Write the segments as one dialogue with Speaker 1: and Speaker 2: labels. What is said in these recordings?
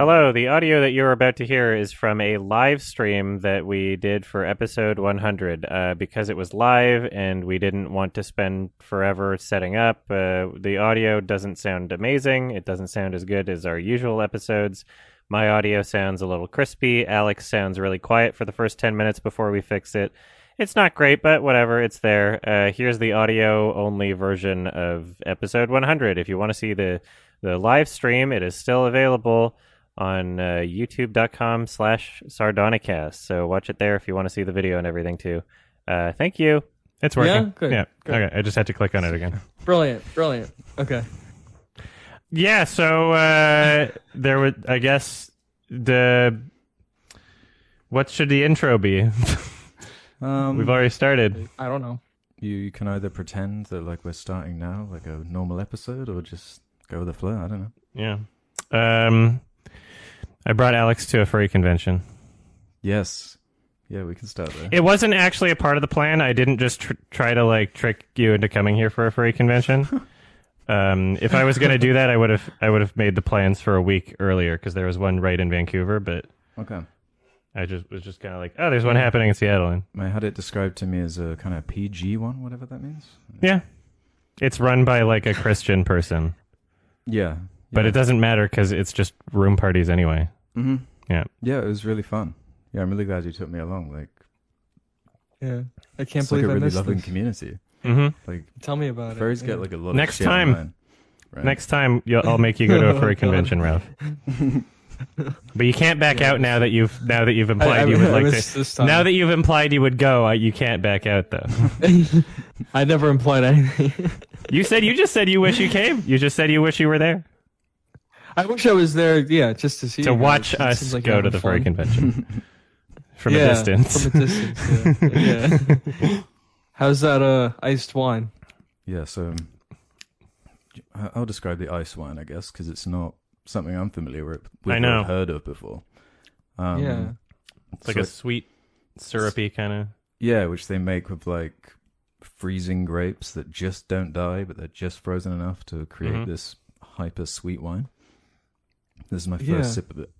Speaker 1: Hello, the audio that you're about to hear is from a live stream that we did for episode 100. Uh, because it was live and we didn't want to spend forever setting up, uh, the audio doesn't sound amazing. It doesn't sound as good as our usual episodes. My audio sounds a little crispy. Alex sounds really quiet for the first 10 minutes before we fix it. It's not great, but whatever, it's there. Uh, here's the audio only version of episode 100. If you want to see the, the live stream, it is still available on uh, youtube.com slash sardonicast so watch it there if you want to see the video and everything too uh, thank you
Speaker 2: It's working.
Speaker 3: Yeah? Good.
Speaker 2: Yeah.
Speaker 3: Good.
Speaker 2: Okay. I just had to click on it again.
Speaker 3: Brilliant, brilliant. Okay.
Speaker 2: Yeah. So uh, there would, I guess, the what should the intro be?
Speaker 4: Um,
Speaker 2: We've already started.
Speaker 3: I don't know.
Speaker 4: you, you can either pretend that like we're starting now, like a normal episode, or just go with the flow. I don't know.
Speaker 2: Yeah. Um, I brought Alex to a furry convention.
Speaker 4: Yes. Yeah, we can start there.
Speaker 2: It wasn't actually a part of the plan. I didn't just tr- try to like trick you into coming here for a furry convention. Um, if I was gonna do that, I would have I would have made the plans for a week earlier because there was one right in Vancouver. But
Speaker 4: okay.
Speaker 2: I just was just kind of like, oh, there's one happening in Seattle. And
Speaker 4: I had it described to me as a kind of PG one, whatever that means.
Speaker 2: Yeah. It's run by like a Christian person,
Speaker 4: Yeah.
Speaker 2: but it doesn't matter because it's just room parties anyway.
Speaker 4: hmm
Speaker 2: Yeah.
Speaker 4: Yeah, it was really fun. Yeah, I'm really glad you took me along. Like,
Speaker 3: Yeah. I can't
Speaker 4: it's like
Speaker 3: believe
Speaker 4: a
Speaker 3: I
Speaker 4: really
Speaker 3: missed
Speaker 4: loving
Speaker 3: this.
Speaker 4: community.
Speaker 2: Mm-hmm.
Speaker 4: Like,
Speaker 3: Tell me about
Speaker 4: furries
Speaker 3: it.
Speaker 4: get
Speaker 3: Yeah.
Speaker 4: like a lot
Speaker 2: Next
Speaker 4: of shit
Speaker 2: time.
Speaker 4: online, right?
Speaker 2: Next time, you'll, I'll make you go to a
Speaker 3: Oh,
Speaker 2: furry
Speaker 3: God.
Speaker 2: convention, Ralph. but you can't back out now that you've now that you've implied
Speaker 3: I, I,
Speaker 2: you would
Speaker 3: I
Speaker 2: like
Speaker 3: missed
Speaker 2: to.
Speaker 3: This time.
Speaker 2: Now that you've implied you would go, uh, you can't back out though.
Speaker 3: I never implied anything.
Speaker 2: you said you just said you wish you came. You just said you wish you were there
Speaker 3: I wish I was there, yeah, just to see.
Speaker 2: to
Speaker 3: you guys.
Speaker 2: watch
Speaker 3: It
Speaker 2: us
Speaker 3: seems like you're
Speaker 2: go to
Speaker 3: having
Speaker 2: the furry
Speaker 3: fun.
Speaker 2: convention from
Speaker 3: yeah,
Speaker 2: a distance.
Speaker 3: From a distance, yeah. Yeah. How's that uh, iced wine?
Speaker 4: Yeah, so um, I- I'll describe the ice wine, I guess, because it's not something I'm familiar with. with
Speaker 2: I know.
Speaker 4: Or heard of before. Um,
Speaker 3: yeah.
Speaker 2: it's like a sweet, syrupy kind of.
Speaker 4: yeah, which they make with like freezing grapes that just don't die, but they're just frozen enough to create
Speaker 2: Mhm.
Speaker 4: this hyper sweet wine. This is my first
Speaker 3: Yeah.
Speaker 4: sip of it.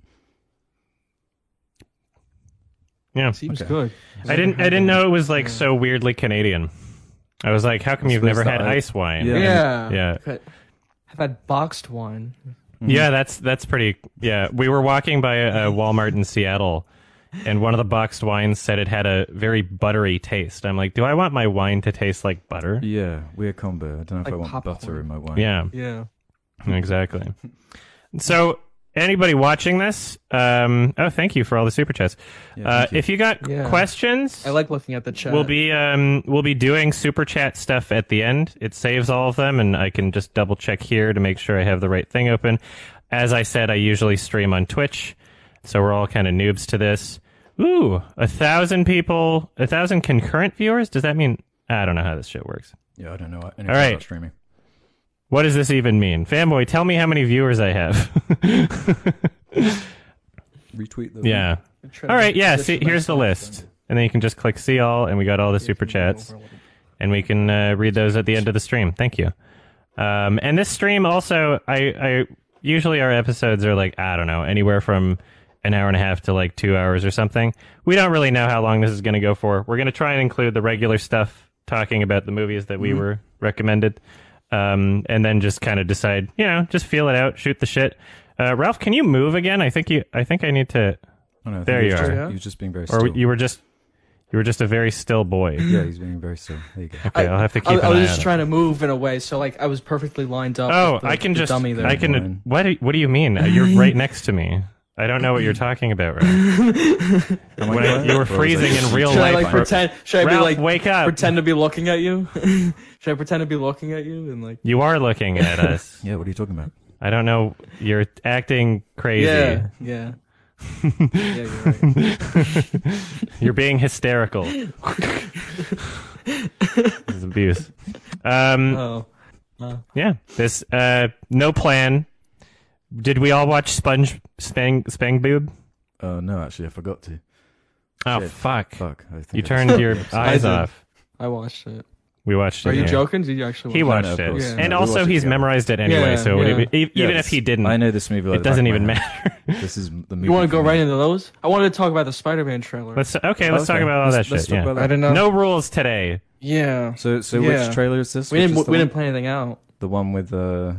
Speaker 2: Yeah.
Speaker 3: Seems
Speaker 4: Okay.
Speaker 3: good.
Speaker 2: I didn't. I didn't know it was like
Speaker 3: Yeah.
Speaker 2: so weirdly Canadian. I was like, how come
Speaker 4: It's
Speaker 2: you've never
Speaker 4: the
Speaker 2: had
Speaker 4: ice-
Speaker 2: ice wine?
Speaker 3: Yeah.
Speaker 4: Yeah.
Speaker 2: Yeah.
Speaker 3: I've had boxed wine.
Speaker 4: Mm-hmm.
Speaker 2: Yeah, that's that's pretty. Yeah, we were walking by a, a Walmart in Seattle, and one of the boxed wines said it had a very buttery taste. I'm like, do I want my wine to taste like butter?
Speaker 4: Yeah, weird combo. I don't know if
Speaker 3: Like
Speaker 4: I want
Speaker 3: popcorn.
Speaker 4: butter in my wine.
Speaker 2: Yeah,
Speaker 3: Yeah.
Speaker 2: exactly. So, anybody watching this? Um, oh, thank you for all the super chats.
Speaker 4: Yeah,
Speaker 2: uh,
Speaker 4: thank you.
Speaker 2: if you got
Speaker 3: Yeah.
Speaker 2: questions,
Speaker 3: I like looking at the chat.
Speaker 2: We'll be um we'll be doing super chat stuff at the end. It saves all of them, and I can just double check here to make sure I have the right thing open. As I said, I usually stream on Twitch, so we're all kind of noobs to this. Ooh, a thousand people, a thousand concurrent viewers. Does that mean I don't know how this shit works?
Speaker 4: yeah, I don't know. All
Speaker 2: right.
Speaker 4: right, streaming.
Speaker 2: What does this even mean, fanboy? Tell me how many viewers I have.
Speaker 4: Retweet the
Speaker 2: yeah. All right. Yeah. See, here's the list, and then you can just click see all, and we got all the super chats. and we can uh, read those at the end of the stream. Thank you. Um, and this stream also, I, I usually our episodes are like I don't know anywhere from an hour and a half to like two hours or something. We don't really know how long this is going to go for. We're going to try and include the regular stuff, talking about the movies that we
Speaker 3: Mm-hmm.
Speaker 2: were recommended, um, and then just kind of decide, you know, just feel it out, shoot the shit. Uh, Ralph, can you move again? I think you. I think I need to.
Speaker 4: Oh, no, I think
Speaker 2: There
Speaker 4: he's
Speaker 2: you
Speaker 4: just-
Speaker 2: are.
Speaker 3: Yeah.
Speaker 4: He's just being very
Speaker 2: Or
Speaker 4: still.
Speaker 2: you were just, you were just a very still boy.
Speaker 4: Yeah, he's being very still. There you go.
Speaker 2: Okay, I, will have to keep.
Speaker 3: I,
Speaker 2: an
Speaker 3: I was
Speaker 2: eye
Speaker 3: just
Speaker 2: on it.
Speaker 3: trying to move in a way, so like I was perfectly lined up.
Speaker 2: Oh,
Speaker 3: with the-
Speaker 2: I can
Speaker 3: the
Speaker 2: just.
Speaker 3: dummy there.
Speaker 2: I can.
Speaker 4: Mine.
Speaker 2: What? do- What do you mean? Uh, You're right next to me. I don't know what you're talking about. Ralph.
Speaker 4: Am I
Speaker 2: When I-
Speaker 4: quiet?
Speaker 2: you were
Speaker 4: Or was I
Speaker 2: freezing in
Speaker 4: just-
Speaker 2: real
Speaker 3: Should I
Speaker 2: life.
Speaker 3: like pretend? Should I be
Speaker 2: Ralph,
Speaker 3: like
Speaker 2: wake up!
Speaker 3: pretend to be looking at you? should I pretend to be looking at you and like?
Speaker 2: You are looking at us.
Speaker 4: Yeah, what are you talking about?
Speaker 2: I don't know. You're acting crazy.
Speaker 3: Yeah, yeah. yeah, you're right.
Speaker 2: You're being hysterical. this is abuse. Um,
Speaker 3: Oh,
Speaker 2: yeah. This. Uh, no plan. Did we all watch Sponge Spang Spang Boob?
Speaker 4: Uh, no, actually, I forgot to.
Speaker 2: Oh
Speaker 4: Shit.
Speaker 2: fuck!
Speaker 4: Fuck. I think
Speaker 2: You
Speaker 4: I-
Speaker 2: turned your
Speaker 3: I
Speaker 2: eyes
Speaker 3: did.
Speaker 2: off.
Speaker 3: I watched it.
Speaker 2: We watched it.
Speaker 3: Are you
Speaker 2: here.
Speaker 3: joking? Did you actually?
Speaker 2: He watched
Speaker 3: watch
Speaker 4: No,
Speaker 2: it,
Speaker 4: no, of
Speaker 3: course. Yeah.
Speaker 2: and
Speaker 4: No, we
Speaker 2: also
Speaker 4: watched it
Speaker 2: he's
Speaker 4: together.
Speaker 2: memorized it anyway.
Speaker 3: Yeah,
Speaker 2: so what do
Speaker 3: yeah.
Speaker 2: you- e- even
Speaker 4: Yes.
Speaker 2: if he didn't,
Speaker 4: I know this movie. Like
Speaker 2: it
Speaker 4: the back
Speaker 2: doesn't
Speaker 4: of my
Speaker 2: even
Speaker 4: hand.
Speaker 2: matter.
Speaker 4: This is the movie.
Speaker 3: it? You want to
Speaker 4: for
Speaker 3: go
Speaker 4: me.
Speaker 3: right into those? I wanted to talk about the Spider-Man trailer.
Speaker 2: let's okay. Let's talk
Speaker 4: Okay.
Speaker 2: about all that
Speaker 4: Let's- let's
Speaker 2: shit.
Speaker 4: talk
Speaker 2: Yeah.
Speaker 4: about uh, that.
Speaker 3: I don't know.
Speaker 2: No rules today.
Speaker 3: Yeah.
Speaker 4: So, so
Speaker 3: Yeah.
Speaker 4: which trailer is this?
Speaker 3: We
Speaker 4: Which
Speaker 3: didn't.
Speaker 4: is the
Speaker 3: We
Speaker 4: one-
Speaker 3: didn't plan anything out.
Speaker 4: The one with the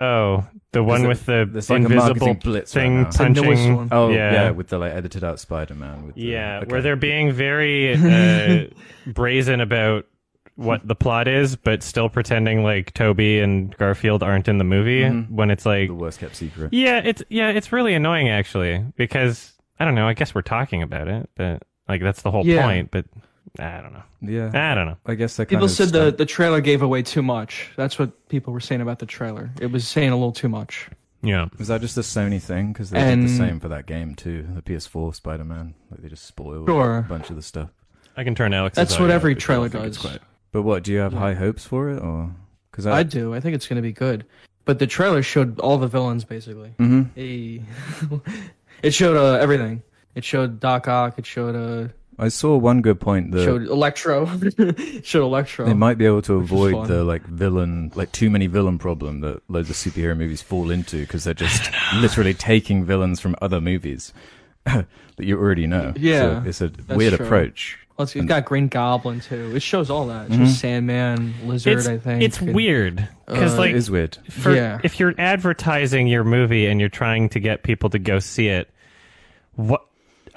Speaker 2: Oh, the one
Speaker 4: it-
Speaker 2: with the
Speaker 4: there's like a
Speaker 2: invisible
Speaker 4: marketing blitz right
Speaker 2: thing
Speaker 4: now. It's
Speaker 3: the newest
Speaker 2: punching.
Speaker 3: one.
Speaker 4: oh
Speaker 2: Yeah.
Speaker 4: yeah. with the like edited out Spider Man. with the-
Speaker 2: Yeah,
Speaker 4: okay.
Speaker 2: where they're being very uh, brazen about what the plot is, but still pretending like Toby and Garfield aren't in the movie when it's like,
Speaker 4: the worst kept secret.
Speaker 2: yeah, it's yeah, it's really annoying actually because I don't know. I guess we're talking about it, but like that's the whole
Speaker 3: Yeah.
Speaker 2: point. But I don't know.
Speaker 4: Yeah,
Speaker 2: I don't know.
Speaker 4: I guess that kind
Speaker 3: People
Speaker 4: of
Speaker 3: said the,
Speaker 4: stuff-
Speaker 3: the trailer gave away too much. That's what people were saying about the trailer. It was saying a little too much.
Speaker 2: Yeah,
Speaker 4: Was that just a Sony thing? Because they did
Speaker 3: And-
Speaker 4: the same for that game too, the PS4 Spider Man. Like they just spoiled
Speaker 3: Sure.
Speaker 4: a bunch of the stuff.
Speaker 2: I can turn Alex.
Speaker 3: That's what every
Speaker 4: because
Speaker 3: trailer
Speaker 4: I think
Speaker 3: does.
Speaker 4: it's quite- But what do you have
Speaker 3: Yeah.
Speaker 4: high hopes for it, or because
Speaker 3: I do. I think it's going to be good. But the trailer showed all the villains basically.
Speaker 4: hmm
Speaker 3: Hey. it showed uh, everything. It showed Doc Ock. It showed uh,
Speaker 4: I saw one good point that
Speaker 3: showed Electro. It showed Electro.
Speaker 4: they might be able to
Speaker 3: Which is fun.
Speaker 4: avoid the like villain, like too many villain problem that loads of superhero movies fall into because they're just literally taking villains from other movies that you already know.
Speaker 3: Yeah,
Speaker 4: so it's a weird
Speaker 3: true.
Speaker 4: approach.
Speaker 3: Let's, it's got Green Goblin too. It shows all that. It shows
Speaker 4: Mm-hmm.
Speaker 3: Sandman, Lizard.
Speaker 2: It's,
Speaker 3: I think
Speaker 2: it's
Speaker 3: and-
Speaker 2: weird because
Speaker 3: Uh,
Speaker 2: like
Speaker 4: it is weird.
Speaker 2: for
Speaker 3: Yeah.
Speaker 2: if you're advertising your movie and you're trying to get people to go see it what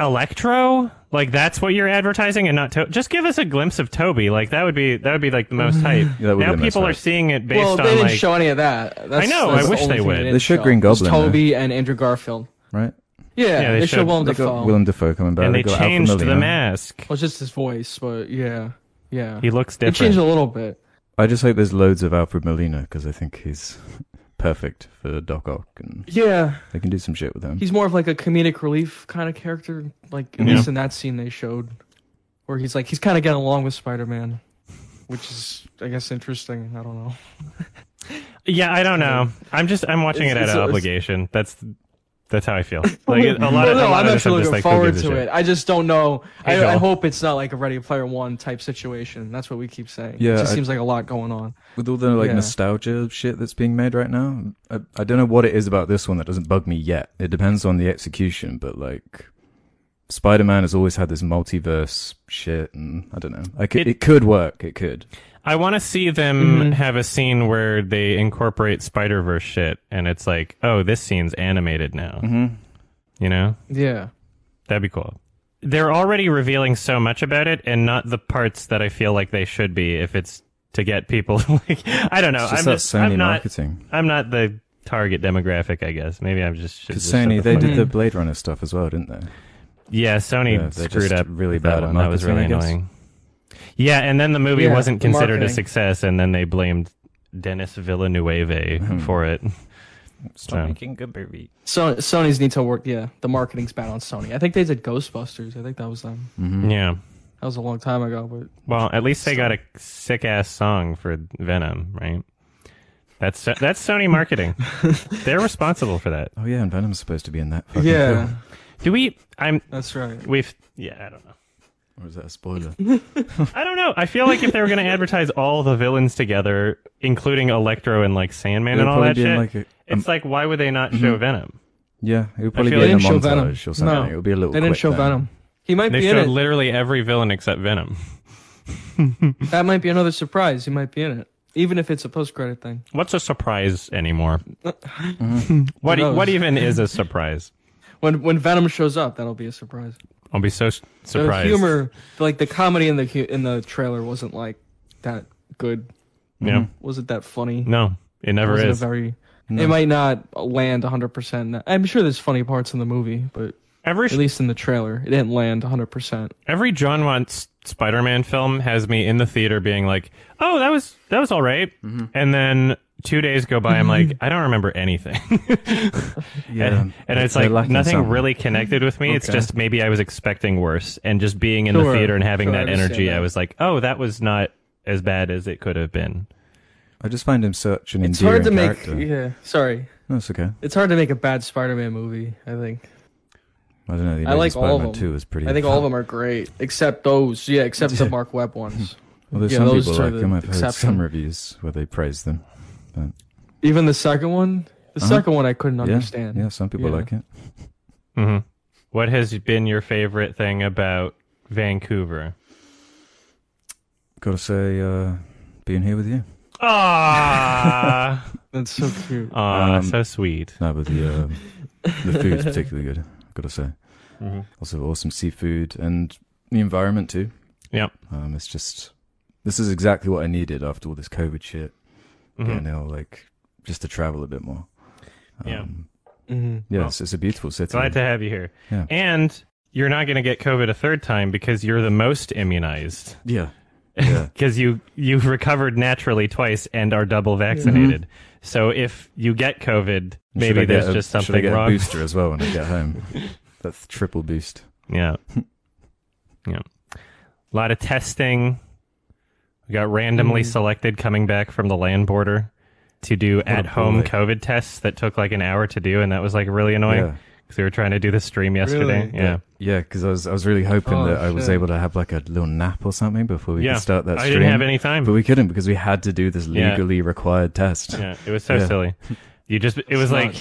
Speaker 2: electro like that's what you're advertising and not to- just give us a glimpse of toby like that would be that would be like the most hype
Speaker 4: Yeah, that would be
Speaker 2: now
Speaker 4: the most
Speaker 2: people are
Speaker 4: hype.
Speaker 2: seeing it based
Speaker 3: Well,
Speaker 2: on
Speaker 3: they didn't
Speaker 2: like
Speaker 3: show any of that.
Speaker 2: I
Speaker 3: That's,
Speaker 2: know, I
Speaker 3: That's the
Speaker 2: wish
Speaker 3: only
Speaker 2: they
Speaker 3: thing
Speaker 2: would.
Speaker 3: didn't
Speaker 4: They showed
Speaker 3: show.
Speaker 4: Green
Speaker 3: It was
Speaker 4: Goblin, though.
Speaker 3: Toby, and Andrew Garfield.
Speaker 4: Right?
Speaker 3: Yeah,
Speaker 2: Yeah, they
Speaker 3: they,
Speaker 2: showed-
Speaker 3: showed Willem
Speaker 4: They
Speaker 3: Dafoe.
Speaker 4: got Willem Dafoe coming back.
Speaker 2: and they
Speaker 4: got Alfred
Speaker 2: changed the
Speaker 4: Molina.
Speaker 2: mask
Speaker 3: Well, it's just his voice, but yeah, yeah.
Speaker 2: he looks
Speaker 3: It changed
Speaker 2: different
Speaker 3: a little bit.
Speaker 4: I just hope there's loads of Alfred Molina because I think he's perfect for Doc Ock, and
Speaker 3: Yeah,
Speaker 4: they can do some shit with him.
Speaker 3: he's more of like a comedic relief kind of character. Like at
Speaker 2: Yeah.
Speaker 3: least in that scene they showed, where he's like he's kind of getting along with Spider Man, which is I guess interesting. I don't know.
Speaker 2: yeah i don't know i'm just i'm watching it
Speaker 3: It's-
Speaker 2: out
Speaker 3: it's-
Speaker 2: of
Speaker 3: it's-
Speaker 2: obligation that's that's how i feel like a lot of
Speaker 3: no,
Speaker 2: a
Speaker 3: no,
Speaker 2: lot
Speaker 3: I'm
Speaker 2: of this,
Speaker 3: actually
Speaker 2: just
Speaker 3: looking
Speaker 2: like, who
Speaker 3: forward
Speaker 2: gives a
Speaker 3: to
Speaker 2: shit?
Speaker 3: it. I just don't know.
Speaker 2: Hey,
Speaker 3: I, I
Speaker 2: Joel.
Speaker 3: hope it's not like a Ready Player One type situation. That's what we keep saying.
Speaker 4: Yeah,
Speaker 3: it just
Speaker 4: I-
Speaker 3: seems like a lot going on.
Speaker 4: With all the like
Speaker 3: Yeah.
Speaker 4: nostalgia shit that's being made right now, I, I don't know what it is about this one that doesn't bug me yet. It depends on the execution, but like Spider-Man has always had this multiverse shit, and I don't know. Like
Speaker 2: It-
Speaker 4: it, it could work. It could.
Speaker 2: I want to see them
Speaker 4: Mm-hmm.
Speaker 2: have a scene where they incorporate Spider Verse shit, and it's like, oh, this scene's animated now.
Speaker 4: Mhm.
Speaker 2: You know,
Speaker 3: Yeah,
Speaker 2: that'd be cool. They're already revealing so much about it, and not the parts that I feel like they should be. If it's to get people, like, I don't know.
Speaker 4: It's
Speaker 2: I'm
Speaker 4: just that
Speaker 2: just,
Speaker 4: Sony
Speaker 2: I'm not.
Speaker 4: marketing.
Speaker 2: I'm not the target demographic. I guess maybe I'm just. should
Speaker 4: Because
Speaker 2: just shut
Speaker 4: Sony,
Speaker 2: the
Speaker 4: they
Speaker 2: fuck
Speaker 4: did
Speaker 2: up.
Speaker 4: the Blade Runner stuff as well, didn't they?
Speaker 2: Yeah, Sony
Speaker 4: Yeah, they're
Speaker 2: screwed
Speaker 4: just
Speaker 2: up
Speaker 4: really
Speaker 2: with
Speaker 4: bad
Speaker 2: that
Speaker 4: at
Speaker 2: one. That was really
Speaker 4: marketing, I guess.
Speaker 2: annoying. Yeah, and then the movie
Speaker 3: Yeah,
Speaker 2: wasn't
Speaker 3: the
Speaker 2: considered a
Speaker 3: marketing.
Speaker 2: success, and then they blamed Dennis
Speaker 3: Hmm.
Speaker 2: Villanueva for it.
Speaker 4: Stop
Speaker 2: Yeah.
Speaker 4: making good movie.
Speaker 3: so Sony's need to work. Yeah, the marketing's bad on Sony. I think they did Ghostbusters. I think that was them.
Speaker 4: Hmm. Mm-hmm.
Speaker 2: Yeah.
Speaker 3: That was a long time ago, but
Speaker 2: Well, at least they got a sick ass song for Venom, right? That's that's Sony marketing. They're responsible for that.
Speaker 4: Oh yeah, and Venom's supposed to be in that. Fucking
Speaker 3: yeah,
Speaker 4: film.
Speaker 2: Do we? I'm.
Speaker 3: that's right.
Speaker 2: We've. Yeah, I don't know.
Speaker 4: Or is that a spoiler?
Speaker 2: I don't know. I feel like if they were going to advertise all the villains together, including Electro and like Sandman
Speaker 4: It would
Speaker 2: and all
Speaker 4: probably
Speaker 2: that
Speaker 4: be in,
Speaker 2: shit,
Speaker 4: like, a-
Speaker 3: um,
Speaker 2: it's like why would they not
Speaker 3: mm-hmm.
Speaker 2: show Venom?
Speaker 4: Yeah, it would probably
Speaker 2: feel
Speaker 4: be
Speaker 2: like-
Speaker 4: in a
Speaker 3: They
Speaker 4: montage
Speaker 3: didn't show Venom.
Speaker 4: or something.
Speaker 3: No.
Speaker 4: it would be a little.
Speaker 3: They didn't
Speaker 4: quick
Speaker 3: show
Speaker 4: then.
Speaker 3: Venom. He might
Speaker 2: They
Speaker 3: be in
Speaker 2: showed
Speaker 3: it.
Speaker 2: literally every villain except Venom.
Speaker 3: that might be another surprise. He might be in it, even if it's a post-credit thing.
Speaker 2: What's a surprise anymore?
Speaker 4: Mm-hmm.
Speaker 2: what
Speaker 3: Who knows?
Speaker 2: what even is a surprise?
Speaker 3: When when Venom shows up, that'll be a surprise.
Speaker 2: I'll be so s- surprised.
Speaker 3: The humor, like the comedy in the hu- in the trailer, wasn't like that good.
Speaker 2: Yeah.
Speaker 3: Wasn't that funny?
Speaker 2: No, it never
Speaker 3: Mm-hmm. wasn't a
Speaker 2: is.
Speaker 3: very. It might not land 100%. I'm sure there's funny parts in the movie, but
Speaker 2: every
Speaker 3: at least in the trailer, it didn't land 100%.
Speaker 2: every John wants Spider-Man film has me in the theater being like, "Oh, that was that was all right."
Speaker 3: Mm-hmm.
Speaker 2: And then 2 days go by I'm like, "I don't remember anything."
Speaker 4: Yeah,
Speaker 2: and it's
Speaker 4: they're
Speaker 2: like
Speaker 4: lacking
Speaker 2: nothing
Speaker 4: something.
Speaker 2: really connected with me. It's
Speaker 4: Okay.
Speaker 2: just maybe I was expecting worse and just being in the
Speaker 3: Sure.
Speaker 2: theater and having
Speaker 3: Sure, I
Speaker 2: that
Speaker 3: understand
Speaker 2: energy,
Speaker 3: that.
Speaker 2: I was like, "Oh, that was not as bad as it could have been."
Speaker 4: I just find him such an
Speaker 3: It's
Speaker 4: endearing
Speaker 3: hard to make.
Speaker 4: character.
Speaker 3: Yeah, sorry.
Speaker 4: No, it's okay.
Speaker 3: It's hard to make a bad Spider-Man movie. I think.
Speaker 4: I don't know. The
Speaker 3: I like
Speaker 4: Amazing
Speaker 3: all of
Speaker 4: Spider-Man
Speaker 3: them.
Speaker 4: Two was pretty.
Speaker 3: I think all of them are great, except those. Yeah, except the Mark Webb ones.
Speaker 4: Although
Speaker 3: Yeah,
Speaker 4: some
Speaker 3: those
Speaker 4: people
Speaker 3: are
Speaker 4: like
Speaker 3: the
Speaker 4: them, I've heard
Speaker 3: exception.
Speaker 4: some reviews where they praise them.
Speaker 3: Even the second one, the
Speaker 4: Uh-huh.
Speaker 3: second one I couldn't
Speaker 4: Yeah,
Speaker 3: understand.
Speaker 4: Yeah, some people
Speaker 3: Yeah.
Speaker 4: like it.
Speaker 2: hmm What has been your favorite thing about Vancouver?
Speaker 4: Gotta say, uh, being here with you.
Speaker 2: Ah,
Speaker 3: That's so cute.
Speaker 2: ah,
Speaker 4: Um,
Speaker 2: so sweet.
Speaker 4: No, but the um, the food's particularly good. Gotta say.
Speaker 2: hmm
Speaker 4: Also, awesome seafood and the environment too.
Speaker 2: Yep.
Speaker 4: Um, it's just this is exactly what I needed after all this COVID shit.
Speaker 2: hmm
Speaker 4: You know, like just to travel a bit more.
Speaker 2: Yeah.
Speaker 4: Um,
Speaker 3: hmm
Speaker 4: yeah,
Speaker 2: Well,
Speaker 4: it's, it's a beautiful city.
Speaker 2: Glad to have you here.
Speaker 4: Yeah.
Speaker 2: And you're not going to get COVID a third time because you're the most immunized
Speaker 4: yeah. Yeah.
Speaker 2: because you you've recovered naturally twice and are double vaccinated. So if you get COVID,
Speaker 4: Mm-hmm. Should I
Speaker 2: maybe
Speaker 4: get
Speaker 2: there's
Speaker 4: a-
Speaker 2: just
Speaker 4: should I
Speaker 2: something
Speaker 4: get
Speaker 2: wrong.
Speaker 4: A booster as well when I get home. That's triple boost.
Speaker 2: Yeah. yeah. A lot of testing. We got randomly
Speaker 4: Mm.
Speaker 2: selected coming back from the land border to do
Speaker 4: a
Speaker 2: at home
Speaker 4: boy.
Speaker 2: COVID tests that took like an hour to do. And that was like really annoying
Speaker 4: Yeah.
Speaker 2: because we were trying to do the stream yesterday.
Speaker 3: Really?
Speaker 2: Yeah.
Speaker 4: Yeah, because I was I was really hoping
Speaker 3: Oh,
Speaker 4: that I was
Speaker 3: shit.
Speaker 4: able to have like a little nap or something before we
Speaker 2: Yeah.
Speaker 4: could start that
Speaker 2: I
Speaker 4: stream.
Speaker 2: didn't have any time.
Speaker 4: but we couldn't because we had to do this
Speaker 2: Yeah.
Speaker 4: legally required test.
Speaker 2: Yeah, it was so
Speaker 4: Yeah.
Speaker 2: silly. You just it was like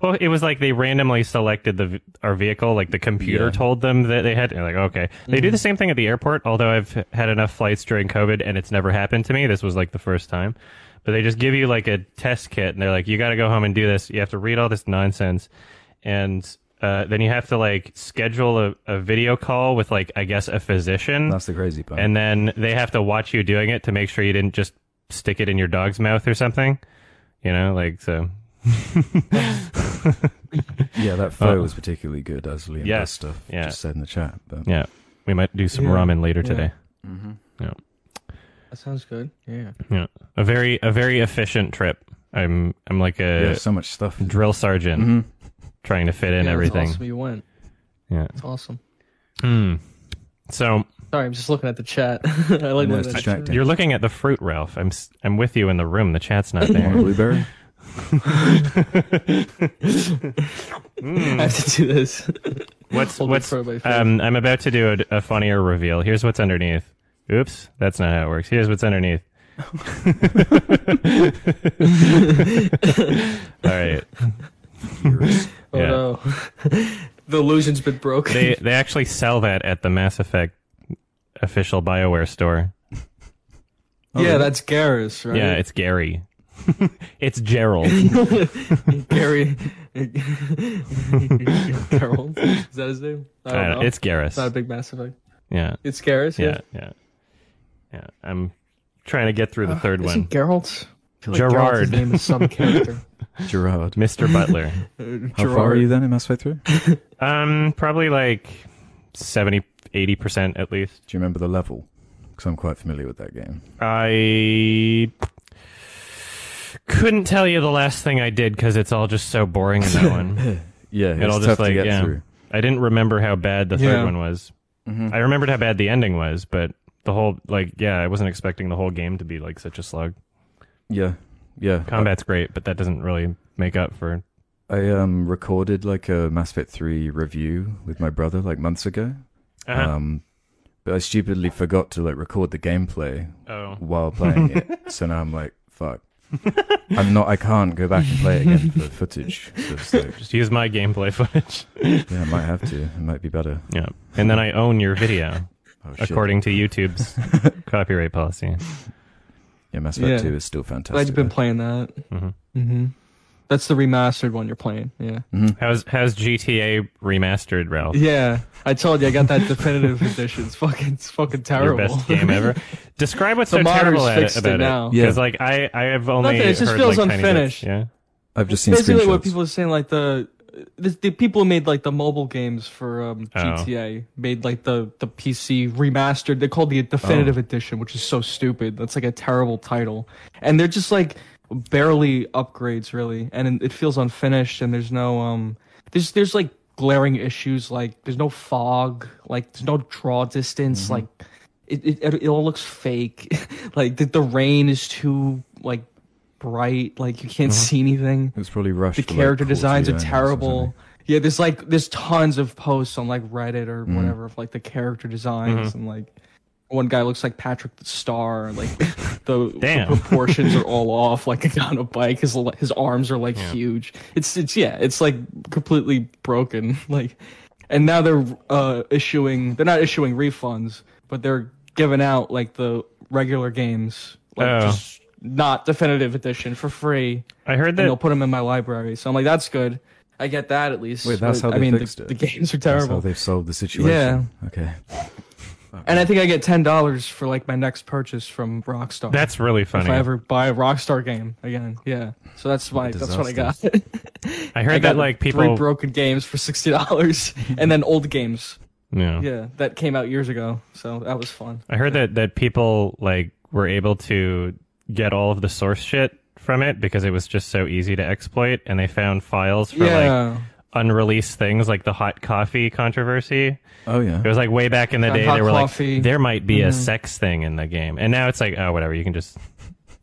Speaker 2: well, it was like they randomly selected the v- our vehicle, like the computer
Speaker 4: Yeah. Mm-hmm.
Speaker 2: told them that they had. And like, okay, they do the same thing at the airport. Although I've had enough flights during COVID, and it's never happened to me. This was like the first time, but they just give you like a test kit, and they're like, you got to go home and do this. You have to read all this nonsense, and uh, then you have to like schedule a, a video call with like I guess a physician.
Speaker 4: That's the crazy part.
Speaker 2: And then they have to watch you doing it to make sure you didn't just stick it in your dog's mouth or something. You know, like so.
Speaker 4: yeah, that pho
Speaker 2: Uh,
Speaker 4: was particularly good. I was really
Speaker 2: yeah,
Speaker 4: impressed stuff.
Speaker 2: yeah.
Speaker 4: Just said in the chat. But
Speaker 2: Yeah, we might do some
Speaker 3: Yeah,
Speaker 2: ramen later
Speaker 3: yeah.
Speaker 2: today.
Speaker 3: Mm-hmm. That sounds good. Yeah.
Speaker 2: A very a very efficient trip. I'm I'm like
Speaker 4: yeah,
Speaker 2: a
Speaker 4: so much stuff.
Speaker 2: drill sergeant
Speaker 4: hmm
Speaker 2: trying to fit in
Speaker 3: Mm-hmm. Yeah,
Speaker 2: everything.
Speaker 3: That's awesome you went.
Speaker 2: Yeah.
Speaker 3: It's awesome.
Speaker 2: Mm. So
Speaker 3: Sorry, I'm just looking at the chat. I like
Speaker 4: No,
Speaker 3: looking at
Speaker 4: it's
Speaker 3: the
Speaker 4: distracting.
Speaker 2: you're looking at the fruit, Ralph. I'm s- I'm with you in the room. The chat's not there.
Speaker 4: Blueberry.
Speaker 3: chat. I have to do this.
Speaker 2: Hmm. What's
Speaker 3: Hold
Speaker 2: what's
Speaker 3: it for my face.
Speaker 2: Um, I'm about to do a, a funnier reveal. Here's what's underneath. Oops, that's not how it works. Here's what's underneath. All right.
Speaker 3: oh
Speaker 2: yeah.
Speaker 3: no. the illusion's been broken.
Speaker 2: They they actually sell that at the Mass Effect official BioWare store.
Speaker 3: yeah, that's Garrus, right?
Speaker 2: Oh, Yeah, it's Gary. it's Gerald.
Speaker 3: Gary. Gerald. Is that his name? I don't
Speaker 2: I
Speaker 3: know.
Speaker 2: don't- Uh, it's Garrus.
Speaker 3: It's not a big Mass Effect.
Speaker 2: yeah,
Speaker 3: It's Garrus, yeah.
Speaker 2: yeah, yeah, yeah. I'm trying to get through the third
Speaker 3: Isn't
Speaker 2: one.
Speaker 3: Geralt? I feel like
Speaker 2: Gerard.
Speaker 3: Geralt's name is some character.
Speaker 4: Gerard.
Speaker 2: Mr. Butler.
Speaker 3: Uh,
Speaker 4: How far are you then in Mass Effect 3? Do
Speaker 2: um, probably like 70, 80 percent at least.
Speaker 4: you remember the level? Because I'm quite familiar with that game.
Speaker 2: I couldn't tell you the last thing I did because it's all just so boring in that one.
Speaker 4: Yeah,
Speaker 2: It
Speaker 4: it's
Speaker 2: all
Speaker 4: tough
Speaker 2: just
Speaker 4: to
Speaker 2: like,
Speaker 4: get
Speaker 2: yeah.
Speaker 4: through.
Speaker 2: I didn't remember how bad the third
Speaker 3: Yeah.
Speaker 2: one was.
Speaker 4: Mhm.
Speaker 2: I remembered how bad the ending was, but the whole like yeah, I wasn't expecting the whole game to be like such a slug.
Speaker 4: Yeah, yeah.
Speaker 2: Combat's great, but that doesn't really make up for.
Speaker 4: I, I um recorded like a Mass Effect 3 review with my brother like months ago.
Speaker 2: Uh-huh.
Speaker 4: Um, but I stupidly forgot to like record the gameplay
Speaker 2: oh,
Speaker 4: while playing it. so now I'm like, fuck. I'm not. I can't go back and play it again for footage. So it's like,
Speaker 2: just use my gameplay footage.
Speaker 4: yeah, I might have to. It might be better.
Speaker 2: yeah, and then I own your video
Speaker 4: Oh, shit.
Speaker 2: according to YouTube's copyright policy.
Speaker 4: yeah, Mass Effect
Speaker 3: Yeah.
Speaker 4: Two is still
Speaker 3: Glad
Speaker 4: fantastic.
Speaker 3: you've been playing that.
Speaker 2: Mhm.
Speaker 3: Mm-hmm. That's the remastered one you're playing. Yeah.
Speaker 4: Mhm.
Speaker 2: How's how's GTA remastered, Ralph?
Speaker 3: Yeah. I told you I got that definitive edition. It's fucking, it's fucking terrible.
Speaker 2: Your best game ever. Describe what's
Speaker 3: The
Speaker 2: so
Speaker 3: modders
Speaker 2: terrible at it,
Speaker 3: fixed it
Speaker 2: about it.
Speaker 3: now.
Speaker 4: Yeah.
Speaker 2: Because like I, I have only
Speaker 3: Nothing, it just
Speaker 2: heard,
Speaker 3: feels
Speaker 2: like, tiny
Speaker 3: unfinished.
Speaker 2: bits. Yeah.
Speaker 4: I've just seen
Speaker 3: Basically, what
Speaker 4: screenshots.
Speaker 3: people are saying, like the, the the people who made like the mobile games for um,
Speaker 2: Oh.
Speaker 3: GTA made like the the PC remastered. They called the definitive edition, which is so stupid. That's like a terrible title, and they're just like barely upgrades really, and it feels unfinished. And there's no um, there's there's like glaring issues like there's no fog, like there's no draw distance, like. It, it it- it all looks fake, like the, the rain is too like bright, like you can't see anything
Speaker 4: It was probably rushed.
Speaker 3: the
Speaker 4: for, like,
Speaker 3: character
Speaker 4: 40
Speaker 3: designs are
Speaker 4: hours or
Speaker 3: terrible.
Speaker 4: something.
Speaker 3: Yeah, there's
Speaker 4: Mm.
Speaker 2: Mm-hmm.
Speaker 3: like there's tons of posts on like Reddit or whatever of like the character designs and like one guy looks like Patrick the Star. Like the, the
Speaker 2: Damn.
Speaker 3: proportions are all off. Like a guy on a bike, his l- his arms are like huge. It's it's yeah, it's like completely broken. Like, and now they're uh issuing. They're not issuing refunds, but they're giving out like the regular games, like
Speaker 2: Oh.
Speaker 3: just not definitive edition for free
Speaker 2: I heard
Speaker 3: and they'll
Speaker 2: that.
Speaker 3: put them in my library. So I'm like, that's good. I get that at least.
Speaker 4: Wait, that's
Speaker 3: But,
Speaker 4: how
Speaker 3: I
Speaker 4: they
Speaker 3: mean, the,
Speaker 4: fixed it.
Speaker 3: the games are
Speaker 4: That's how
Speaker 3: terrible.
Speaker 4: they've solved the situation.
Speaker 3: Yeah.
Speaker 4: Okay.
Speaker 3: And I think I get ten dollars for like my next purchase from Rockstar.
Speaker 2: That's really
Speaker 3: if I
Speaker 2: funny.
Speaker 3: ever buy a Rockstar game again. Yeah. So that's my that's what I got.
Speaker 2: I
Speaker 3: I
Speaker 2: heard
Speaker 3: got
Speaker 2: that like
Speaker 3: three
Speaker 2: people.
Speaker 3: broken games for sixty dollars, and then old games.
Speaker 2: Yeah.
Speaker 3: Yeah, that came out years ago. So that was fun.
Speaker 2: I heard that that people like were able to get all of the source shit from it because it was just so easy to exploit, and they found files for like
Speaker 3: yeah.
Speaker 2: unreleased things, like the hot coffee controversy.
Speaker 4: Oh yeah.
Speaker 2: It was like way back in the
Speaker 3: Found
Speaker 2: day,
Speaker 3: hot
Speaker 2: they were
Speaker 3: coffee. Mm-hmm.
Speaker 2: like, there might be a sex thing in the game, and now it's like, oh, whatever, you can just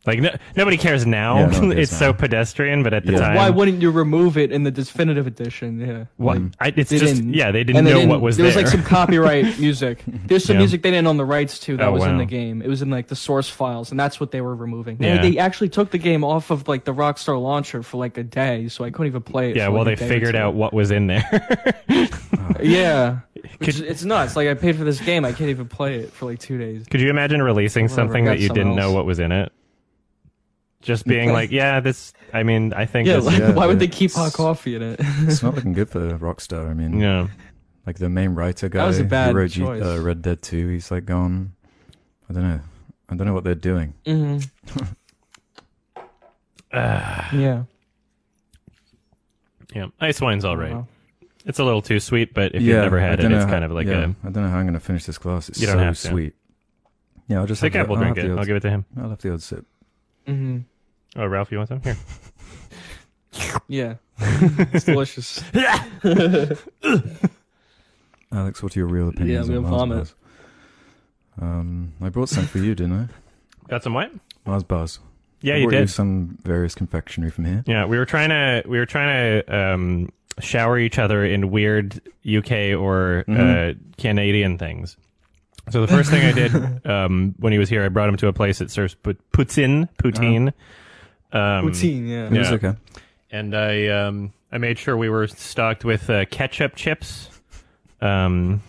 Speaker 2: like no, nobody cares now.
Speaker 4: Yeah, no one cares
Speaker 2: it's so
Speaker 4: now.
Speaker 2: pedestrian, but at the
Speaker 4: Yeah.
Speaker 2: time,
Speaker 3: Why wouldn't you remove it in the definitive edition? Yeah.
Speaker 2: Why-
Speaker 4: Mm-hmm.
Speaker 2: I, it's
Speaker 3: They
Speaker 2: just
Speaker 3: didn't.
Speaker 2: yeah, they didn't
Speaker 3: And they
Speaker 2: know
Speaker 3: didn't-
Speaker 2: what was
Speaker 3: there
Speaker 2: there.
Speaker 3: was like some copyright music. There's some
Speaker 2: Yeah.
Speaker 3: music they didn't own the rights to that
Speaker 2: Oh,
Speaker 3: was in
Speaker 2: wow.
Speaker 3: the game. It was in like the source files, and that's what they were removing. They-
Speaker 2: Yeah.
Speaker 3: They, actually took the game off of like the Rockstar launcher for like a day, so I couldn't even play it.
Speaker 2: yeah,
Speaker 3: for,
Speaker 2: well, they
Speaker 3: like, a day or
Speaker 2: figured
Speaker 3: two.
Speaker 2: out what was in there.
Speaker 3: Yeah, Which is- it's nuts. Like I paid for this game, I can't even play it for like two days.
Speaker 2: Could you imagine releasing
Speaker 3: Whatever,
Speaker 2: something
Speaker 3: got
Speaker 2: that you
Speaker 3: someone
Speaker 2: didn't know
Speaker 3: else.
Speaker 2: what was in it? Just being like, yeah, this. I mean, I think
Speaker 3: Yeah,
Speaker 2: this.
Speaker 3: like,
Speaker 4: yeah,
Speaker 3: why would they
Speaker 4: it's-
Speaker 3: keep hot coffee in it?
Speaker 4: it's not looking good for Rockstar. I mean,
Speaker 2: yeah,
Speaker 4: like the main writer guy
Speaker 3: was a bad
Speaker 4: who wrote G-
Speaker 3: choice.
Speaker 4: uh, Red Dead Two. He's like gone. I don't know. I don't know what they're doing.
Speaker 3: hmm
Speaker 4: Mm-hmm.
Speaker 2: Ah.
Speaker 3: yeah,
Speaker 2: yeah. Ice wine's all right.
Speaker 3: Wow.
Speaker 2: It's a little too sweet, but if
Speaker 4: yeah,
Speaker 2: you've never had
Speaker 4: I
Speaker 2: it,
Speaker 4: don't know
Speaker 2: it's
Speaker 4: how-
Speaker 2: kind of like
Speaker 4: yeah,
Speaker 2: a.
Speaker 4: I don't know how I'm gonna finish this glass. It's
Speaker 2: You don't
Speaker 4: so
Speaker 2: have to.
Speaker 4: sweet. Yeah, I'll just
Speaker 2: Sick
Speaker 4: have
Speaker 2: Apple
Speaker 4: the,
Speaker 2: drink
Speaker 4: I'll
Speaker 2: it.
Speaker 4: Have
Speaker 2: I'll
Speaker 4: the
Speaker 2: give it to him.
Speaker 4: odd, I'll have the odd sip.
Speaker 3: hmm
Speaker 2: Oh, Ralph, you want some? Here.
Speaker 3: yeah, it's delicious.
Speaker 4: Alex, what are your real opinions
Speaker 3: I'm
Speaker 4: on
Speaker 3: gonna
Speaker 4: Mars bars? Um, I brought some for you, didn't
Speaker 2: Got some wine?
Speaker 4: I? Mars bars.
Speaker 2: Yeah,
Speaker 4: I
Speaker 2: you
Speaker 4: brought You
Speaker 2: did.
Speaker 4: some various confectionery from here.
Speaker 2: Yeah, we were trying to we were trying to um, shower each other in weird UK or uh, Canadian things. So the first thing I did um, when he was here, I brought him to a place that serves put- poutine, poutine, um,
Speaker 3: Poutine, yeah.
Speaker 4: It was
Speaker 2: Yeah.
Speaker 4: okay.
Speaker 2: and I um, I made sure we were stocked with uh, ketchup chips, um,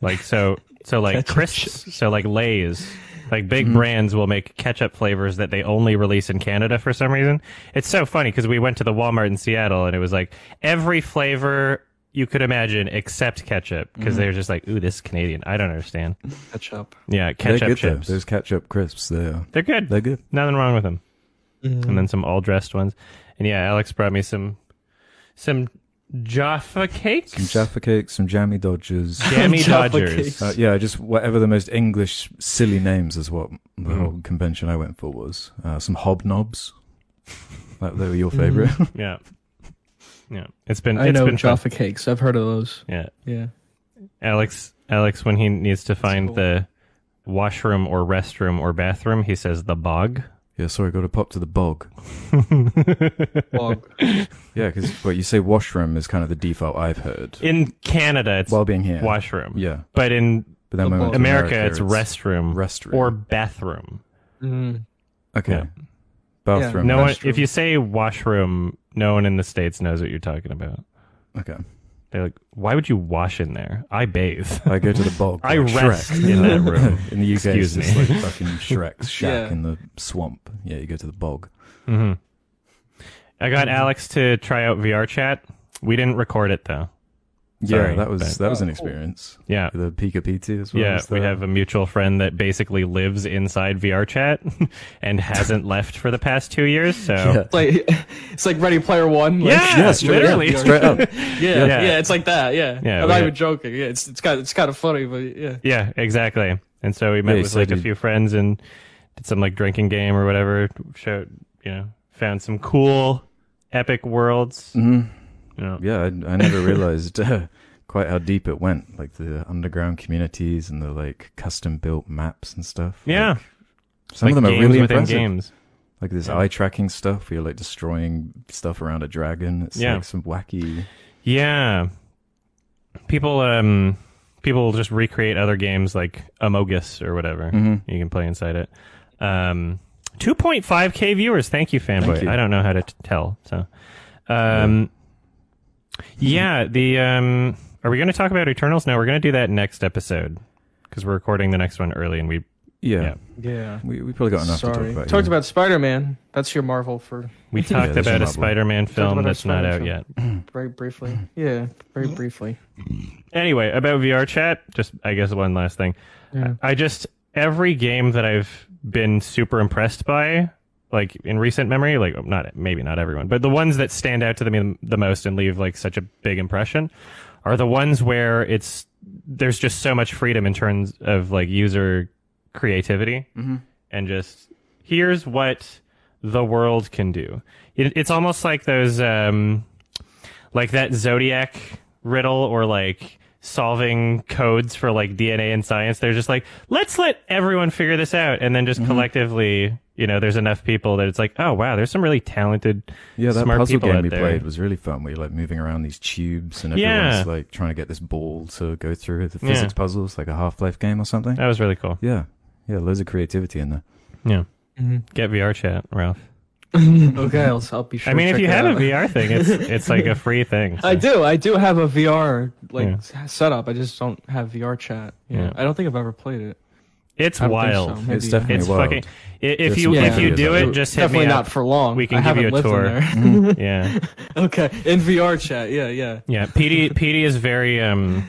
Speaker 2: like so so like crisps, so like Lay's. Like big
Speaker 4: Mm-hmm.
Speaker 2: brands will make ketchup flavors that they only release in Canada for some reason. It's so funny because we went to the Walmart in Seattle and it was like every flavor you could imagine except ketchup because
Speaker 4: Mm-hmm.
Speaker 2: they were just like, ooh, this is Canadian. I don't understand.
Speaker 3: Catch up.
Speaker 2: Yeah,
Speaker 4: they're
Speaker 2: ketchup
Speaker 4: good
Speaker 2: chips.
Speaker 4: though. Those ketchup crisps, they are.
Speaker 2: They're good.
Speaker 4: They're good.
Speaker 2: Nothing wrong with them.
Speaker 4: Mm-hmm.
Speaker 2: And
Speaker 3: Mm.
Speaker 2: then some all dressed ones. And yeah, Alex brought me some some Jaffa cakes.
Speaker 4: Some Jaffa cakes, some jammy dodgers.
Speaker 2: Jammy
Speaker 3: Jaffa
Speaker 2: Dodgers.
Speaker 3: cakes.
Speaker 4: Uh, yeah, just whatever the most English silly names is what the
Speaker 2: Hmm.
Speaker 4: whole convention I went for was. Uh, some hobnobs. Like they were
Speaker 2: Mm-hmm.
Speaker 4: your favorite.
Speaker 2: Yeah. Yeah. It's been
Speaker 3: I
Speaker 2: it's
Speaker 3: know
Speaker 2: been fun.
Speaker 3: Jaffa cakes. I've heard of those.
Speaker 2: Yeah.
Speaker 3: Yeah.
Speaker 2: Alex Alex when he needs to find
Speaker 3: cool.
Speaker 2: the washroom or restroom or bathroom, he says the bog.
Speaker 4: yeah, sorry, got to pop to the bog.
Speaker 3: Bog.
Speaker 4: Yeah, because what you say washroom is kind of the default I've heard.
Speaker 2: In Canada it's
Speaker 4: While being here.
Speaker 2: washroom.
Speaker 4: Yeah.
Speaker 2: But in
Speaker 4: But then
Speaker 3: The
Speaker 4: when I went
Speaker 3: bog.
Speaker 4: to
Speaker 2: America, it's, restroom,
Speaker 4: restroom.
Speaker 2: or bathroom.
Speaker 3: Mm.
Speaker 4: Okay.
Speaker 2: Yeah.
Speaker 4: Bathroom.
Speaker 2: No one
Speaker 3: Restroom.
Speaker 2: if you say washroom, no one in the States knows what you're talking about.
Speaker 4: Okay.
Speaker 2: They're like, why would you wash in there? I bathe.
Speaker 4: I go to the bog.
Speaker 2: I
Speaker 4: like
Speaker 2: rest
Speaker 4: Shrek.
Speaker 2: in that room.
Speaker 4: In the UK,
Speaker 2: Excuse
Speaker 4: it's just
Speaker 2: me.
Speaker 4: like fucking Shrek's shack
Speaker 3: Yeah.
Speaker 4: in the swamp. Yeah, you go to the bog.
Speaker 2: hmm I got
Speaker 4: Mm-hmm.
Speaker 2: Alex to try out VR chat. We didn't record it though. Sorry,
Speaker 4: yeah, that was
Speaker 2: but-
Speaker 4: that was
Speaker 3: Oh,
Speaker 4: an
Speaker 3: cool.
Speaker 4: experience.
Speaker 2: Yeah.
Speaker 4: The Pika Piti as well.
Speaker 2: Yeah,
Speaker 4: as
Speaker 2: we
Speaker 4: the-
Speaker 2: have a mutual friend that basically lives inside VR chat and hasn't left for the past two years. So
Speaker 4: Yeah.
Speaker 3: It's like it's like Ready Player One. Like,
Speaker 2: Yeah, Yeah, straight literally. up.
Speaker 4: Straight up.
Speaker 3: yeah, yeah,
Speaker 2: Yeah.
Speaker 3: It's like that. Yeah,
Speaker 2: Yeah,
Speaker 3: I'm
Speaker 2: we-
Speaker 3: not even joking. Yeah, it's it's kind of, it's kind of funny, but yeah.
Speaker 2: Yeah, exactly. And so we met
Speaker 4: Yeah, he
Speaker 2: with
Speaker 4: said
Speaker 2: like a
Speaker 4: he-
Speaker 2: few friends and did some like drinking game or whatever. Showed you know found some cool epic worlds.
Speaker 3: Mm-hmm.
Speaker 4: Mhm.
Speaker 2: You know.
Speaker 4: Yeah, I, I never realized uh, quite how deep it went. Like the underground communities and the like custom built maps and stuff.
Speaker 2: Yeah.
Speaker 4: Like, some
Speaker 2: Like
Speaker 4: of them are
Speaker 2: games
Speaker 4: really
Speaker 2: within
Speaker 4: impressive.
Speaker 2: games.
Speaker 4: Like this
Speaker 2: Yeah.
Speaker 4: eye tracking stuff where you're like destroying stuff around a dragon. It's
Speaker 2: Yeah.
Speaker 4: like some wacky.
Speaker 2: Yeah. People um people will just recreate other games like Amogus or whatever.
Speaker 3: Mm-hmm.
Speaker 4: Mhm.
Speaker 2: You can play inside it. Um, 2.5k viewers. Thank you, fanboy.
Speaker 4: Thank you.
Speaker 2: I don't know how to t- tell. So, um, yeah. The um, are we going to talk about Eternals? No, we're going to do that next episode because we're recording the next one early, and we
Speaker 4: Yeah.
Speaker 2: Yeah.
Speaker 3: Yeah.
Speaker 4: We, we probably got enough
Speaker 3: Sorry.
Speaker 4: to talk about.
Speaker 3: Talked
Speaker 4: yeah.
Speaker 3: about Spider Man. That's your Marvel for
Speaker 2: we talked
Speaker 4: there's
Speaker 2: about
Speaker 4: a
Speaker 2: a
Speaker 4: Marvel.
Speaker 2: Spider-Man film
Speaker 3: about a
Speaker 2: that's not out
Speaker 3: Spider-Man
Speaker 2: yet.
Speaker 3: very briefly. Yeah, very
Speaker 2: Mm-hmm.
Speaker 3: briefly.
Speaker 2: anyway, about VR chat, just I guess one last thing.
Speaker 3: Yeah.
Speaker 2: I just every game that I've been super impressed by, like in recent memory, like not maybe not everyone, but the ones that stand out to me the most and leave like such a big impression are the ones where it's there's just so much freedom in terms of like user creativity and just here's what the world can do. It, it's almost like those um like that zodiac riddle or like solving codes for like DNA and science. They're just like, let's let everyone figure this out. And then just collectively, you know, there's enough people that it's like, oh, wow, there's some really talented,
Speaker 4: Yeah, that
Speaker 2: smart
Speaker 4: puzzle
Speaker 2: people
Speaker 4: game
Speaker 2: out
Speaker 4: we
Speaker 2: there.
Speaker 4: played was really fun. Where you're like moving around these tubes and
Speaker 2: Yeah.
Speaker 4: everyone's like trying to get this ball to go through the
Speaker 2: Yeah.
Speaker 4: physics puzzles, like a Half Life game or something.
Speaker 2: That was really cool.
Speaker 4: Yeah, yeah, loads of creativity in there.
Speaker 2: Yeah.
Speaker 3: Mhm.
Speaker 2: Get VR chat, Ralph.
Speaker 3: okay, I'll, I'll be
Speaker 2: Mm-hmm.
Speaker 3: sure.
Speaker 2: I mean, if
Speaker 3: to check
Speaker 2: you
Speaker 3: it
Speaker 2: have a
Speaker 3: out.
Speaker 2: VR thing, it's it's like a free thing.
Speaker 3: I do. I do have a VR like
Speaker 2: Yeah.
Speaker 3: s- setup. I just don't have VR chat. Yeah.
Speaker 2: Yeah.
Speaker 3: I don't think I've ever played it.
Speaker 2: It's
Speaker 3: I don't think
Speaker 2: wild.
Speaker 3: so. Maybe-
Speaker 4: It's definitely
Speaker 2: It's
Speaker 4: wild.
Speaker 2: fucking. i- If
Speaker 4: There's
Speaker 2: you
Speaker 4: some
Speaker 2: if you
Speaker 4: videos
Speaker 2: do
Speaker 4: out
Speaker 2: it,
Speaker 4: there.
Speaker 2: just hit
Speaker 3: Definitely
Speaker 2: me
Speaker 3: not
Speaker 2: up.
Speaker 3: for long.
Speaker 2: We can
Speaker 3: I
Speaker 2: give you
Speaker 3: haven't
Speaker 2: a
Speaker 3: lived in
Speaker 2: tour.
Speaker 3: there.
Speaker 2: Yeah.
Speaker 3: okay, in VR chat. Yeah, yeah.
Speaker 2: Yeah, PD PD is very um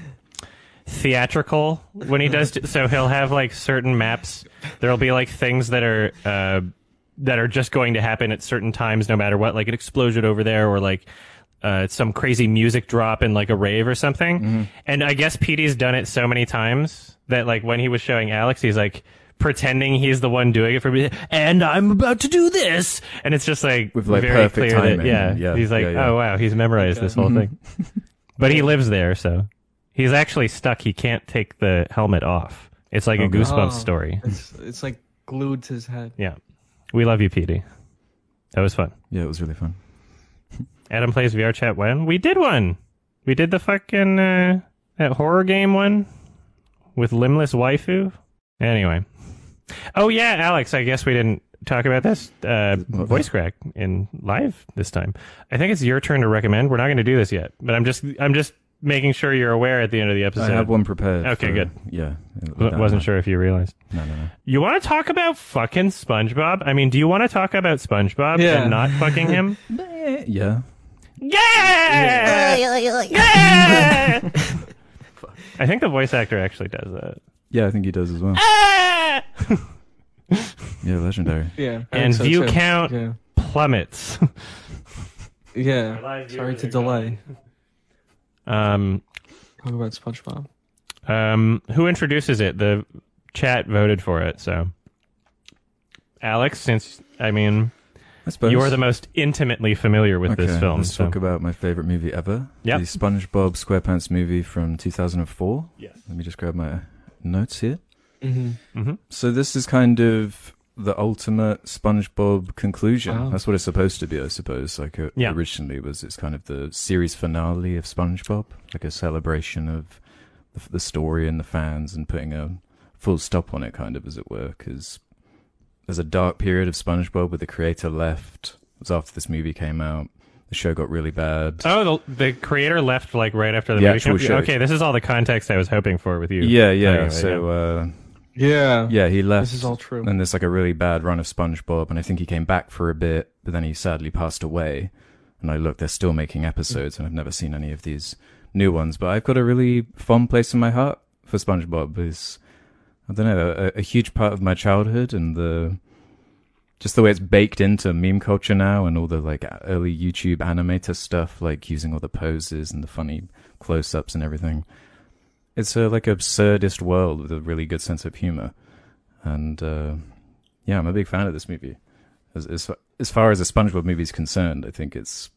Speaker 2: theatrical when he does so he'll have like certain maps. There'll be like things that are uh that are just going to happen at certain times no matter what, like an explosion over there or like uh, some crazy music drop in like a rave or something. And I guess PD's done it so many times that like when he was showing Alex, he's like pretending he's the one doing it for me. And I'm about to do this, and it's just like
Speaker 4: With, like,
Speaker 2: very
Speaker 4: perfect
Speaker 2: clear
Speaker 4: timing
Speaker 2: that yeah,
Speaker 4: and- yeah,
Speaker 2: he's like
Speaker 4: yeah, yeah.
Speaker 2: oh wow, he's memorized
Speaker 3: Okay.
Speaker 2: this whole
Speaker 4: Mhm.
Speaker 2: thing. But he lives there, so he's actually stuck. He can't take the helmet off. It's like
Speaker 4: Oh,
Speaker 2: a
Speaker 4: God.
Speaker 2: goosebumps
Speaker 3: Oh.
Speaker 2: story.
Speaker 3: It's it's like glued to his head.
Speaker 2: Yeah, we love you, PD. That was fun.
Speaker 4: Yeah, it was really fun.
Speaker 2: Adam plays VR chat when we did one. We did the fucking uh, that horror game one with limbless waifu. Anyway, oh yeah, Alex. I guess we didn't talk about this uh,
Speaker 4: What?
Speaker 2: voice crack in live this time. I think it's your turn to recommend. We're not going to do this yet, but I'm just I'm just making sure you're aware at the end of the episode.
Speaker 4: I have one prepared.
Speaker 2: Oh, Okay,
Speaker 4: for-
Speaker 2: good.
Speaker 4: Yeah,
Speaker 2: W- wasn't sure if you realized.
Speaker 4: No, no, no.
Speaker 2: You want to talk about fucking SpongeBob? I mean, do you want to talk about SpongeBob
Speaker 3: Yeah.
Speaker 2: and not fucking him? Yeah!
Speaker 4: Yeah,
Speaker 2: Yeah! I think the voice actor actually does that.
Speaker 4: yeah, I think he does as well. Yeah, legendary.
Speaker 3: Yeah. I
Speaker 2: And
Speaker 3: think so,
Speaker 2: view
Speaker 3: too.
Speaker 2: count
Speaker 3: Yeah.
Speaker 2: plummets.
Speaker 3: Yeah. Sorry to delay.
Speaker 2: Um,
Speaker 3: Talk about SpongeBob.
Speaker 2: um, who introduces it? The chat voted for it, so. Alex, since, I mean,
Speaker 4: I suppose
Speaker 2: you're the most intimately familiar with
Speaker 4: okay,
Speaker 2: this film.
Speaker 4: Let's
Speaker 2: so.
Speaker 4: talk about my favorite movie ever.
Speaker 2: Yep.
Speaker 4: the SpongeBob SquarePants movie from 2004.
Speaker 2: Yes.
Speaker 4: Let me just grab my notes here.
Speaker 3: Mm-hmm.
Speaker 4: So this is kind of the ultimate SpongeBob conclusion.
Speaker 3: Wow.
Speaker 4: That's what it's supposed to be, I suppose. Like it
Speaker 2: Yeah.
Speaker 4: originally was, it's kind of the series finale of SpongeBob, like a celebration of the, the story and the fans, and putting a full stop on it, kind of as it were, because there's a dark period of SpongeBob where the creator left. It was after this movie came out. The show got really bad.
Speaker 2: Oh, the, the creator left like right after the,
Speaker 4: The
Speaker 2: movie.
Speaker 4: actual
Speaker 2: Okay,
Speaker 4: show.
Speaker 2: Okay, this is all the context I was hoping for with you.
Speaker 4: yeah,
Speaker 2: talking
Speaker 4: yeah.
Speaker 2: about it,
Speaker 4: So uh,
Speaker 3: Yeah.
Speaker 4: yeah, he left.
Speaker 3: This is all true.
Speaker 4: And there's like a really bad run of SpongeBob, and I think he came back for a bit, but then he sadly passed away. And I look, they're still making episodes, and I've never seen any of these new ones. But I've got a really fond place in my heart for SpongeBob. Is I don't know a, a huge part of my childhood, and the just the way it's baked into meme culture now, and all the like a- early YouTube animator stuff, like using all the poses and the funny close-ups and everything. It's a like absurdist world with a really good sense of humor and uh, yeah, I'm a big fan of this movie. As, as as far as a SpongeBob movie is concerned, I think it's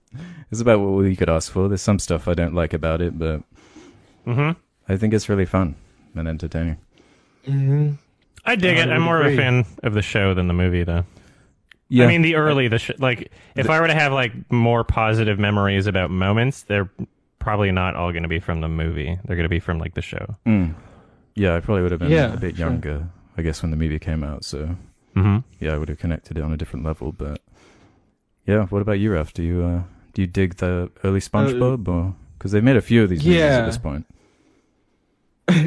Speaker 4: it's about what you could ask for. There's some stuff I don't like about it, but
Speaker 2: hmm
Speaker 4: I think it's really fun and entertaining.
Speaker 3: Mm-hmm.
Speaker 2: I dig
Speaker 3: I
Speaker 2: it.
Speaker 3: would
Speaker 2: I'm more of a
Speaker 3: agree.
Speaker 2: fan of the show than the movie, though. I mean, the early, the sh- like, if
Speaker 4: The-
Speaker 2: I were to have like more positive memories about moments, they're probably not all going to be from the movie. They're going to be from like the show.
Speaker 4: Mm. Yeah, I probably would have been
Speaker 3: Yeah,
Speaker 4: a bit
Speaker 3: sure.
Speaker 4: younger, I guess, when the movie came out. So
Speaker 2: hmm
Speaker 4: yeah, I would have connected it on a different level. But yeah, what about you, Raf? Do you uh, do you dig the early SpongeBob? or because they've made a few of these movies
Speaker 3: Uh, Yeah.
Speaker 4: at this point.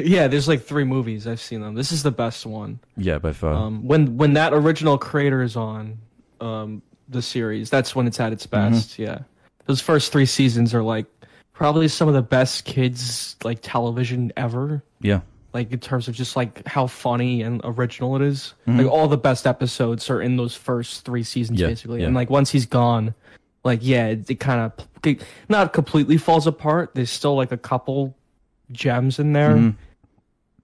Speaker 3: yeah, there's like three movies I've seen them. This is the best one.
Speaker 4: Yeah, by
Speaker 2: Oh.
Speaker 4: far.
Speaker 3: um, when when that original creator is on um, the series, that's when it's at its
Speaker 2: Mm-hmm.
Speaker 3: best. Yeah, those first three seasons are like probably some of the best kids like television ever.
Speaker 4: yeah,
Speaker 3: Like in terms of just like how funny and original it is. Like all the best episodes are in those first three seasons
Speaker 4: Mm-hmm. Yeah,
Speaker 3: basically.
Speaker 4: yeah.
Speaker 3: And like once he's gone, like yeah, it, it kind of not completely falls apart. There's still like a couple gems in there.
Speaker 4: Mhm.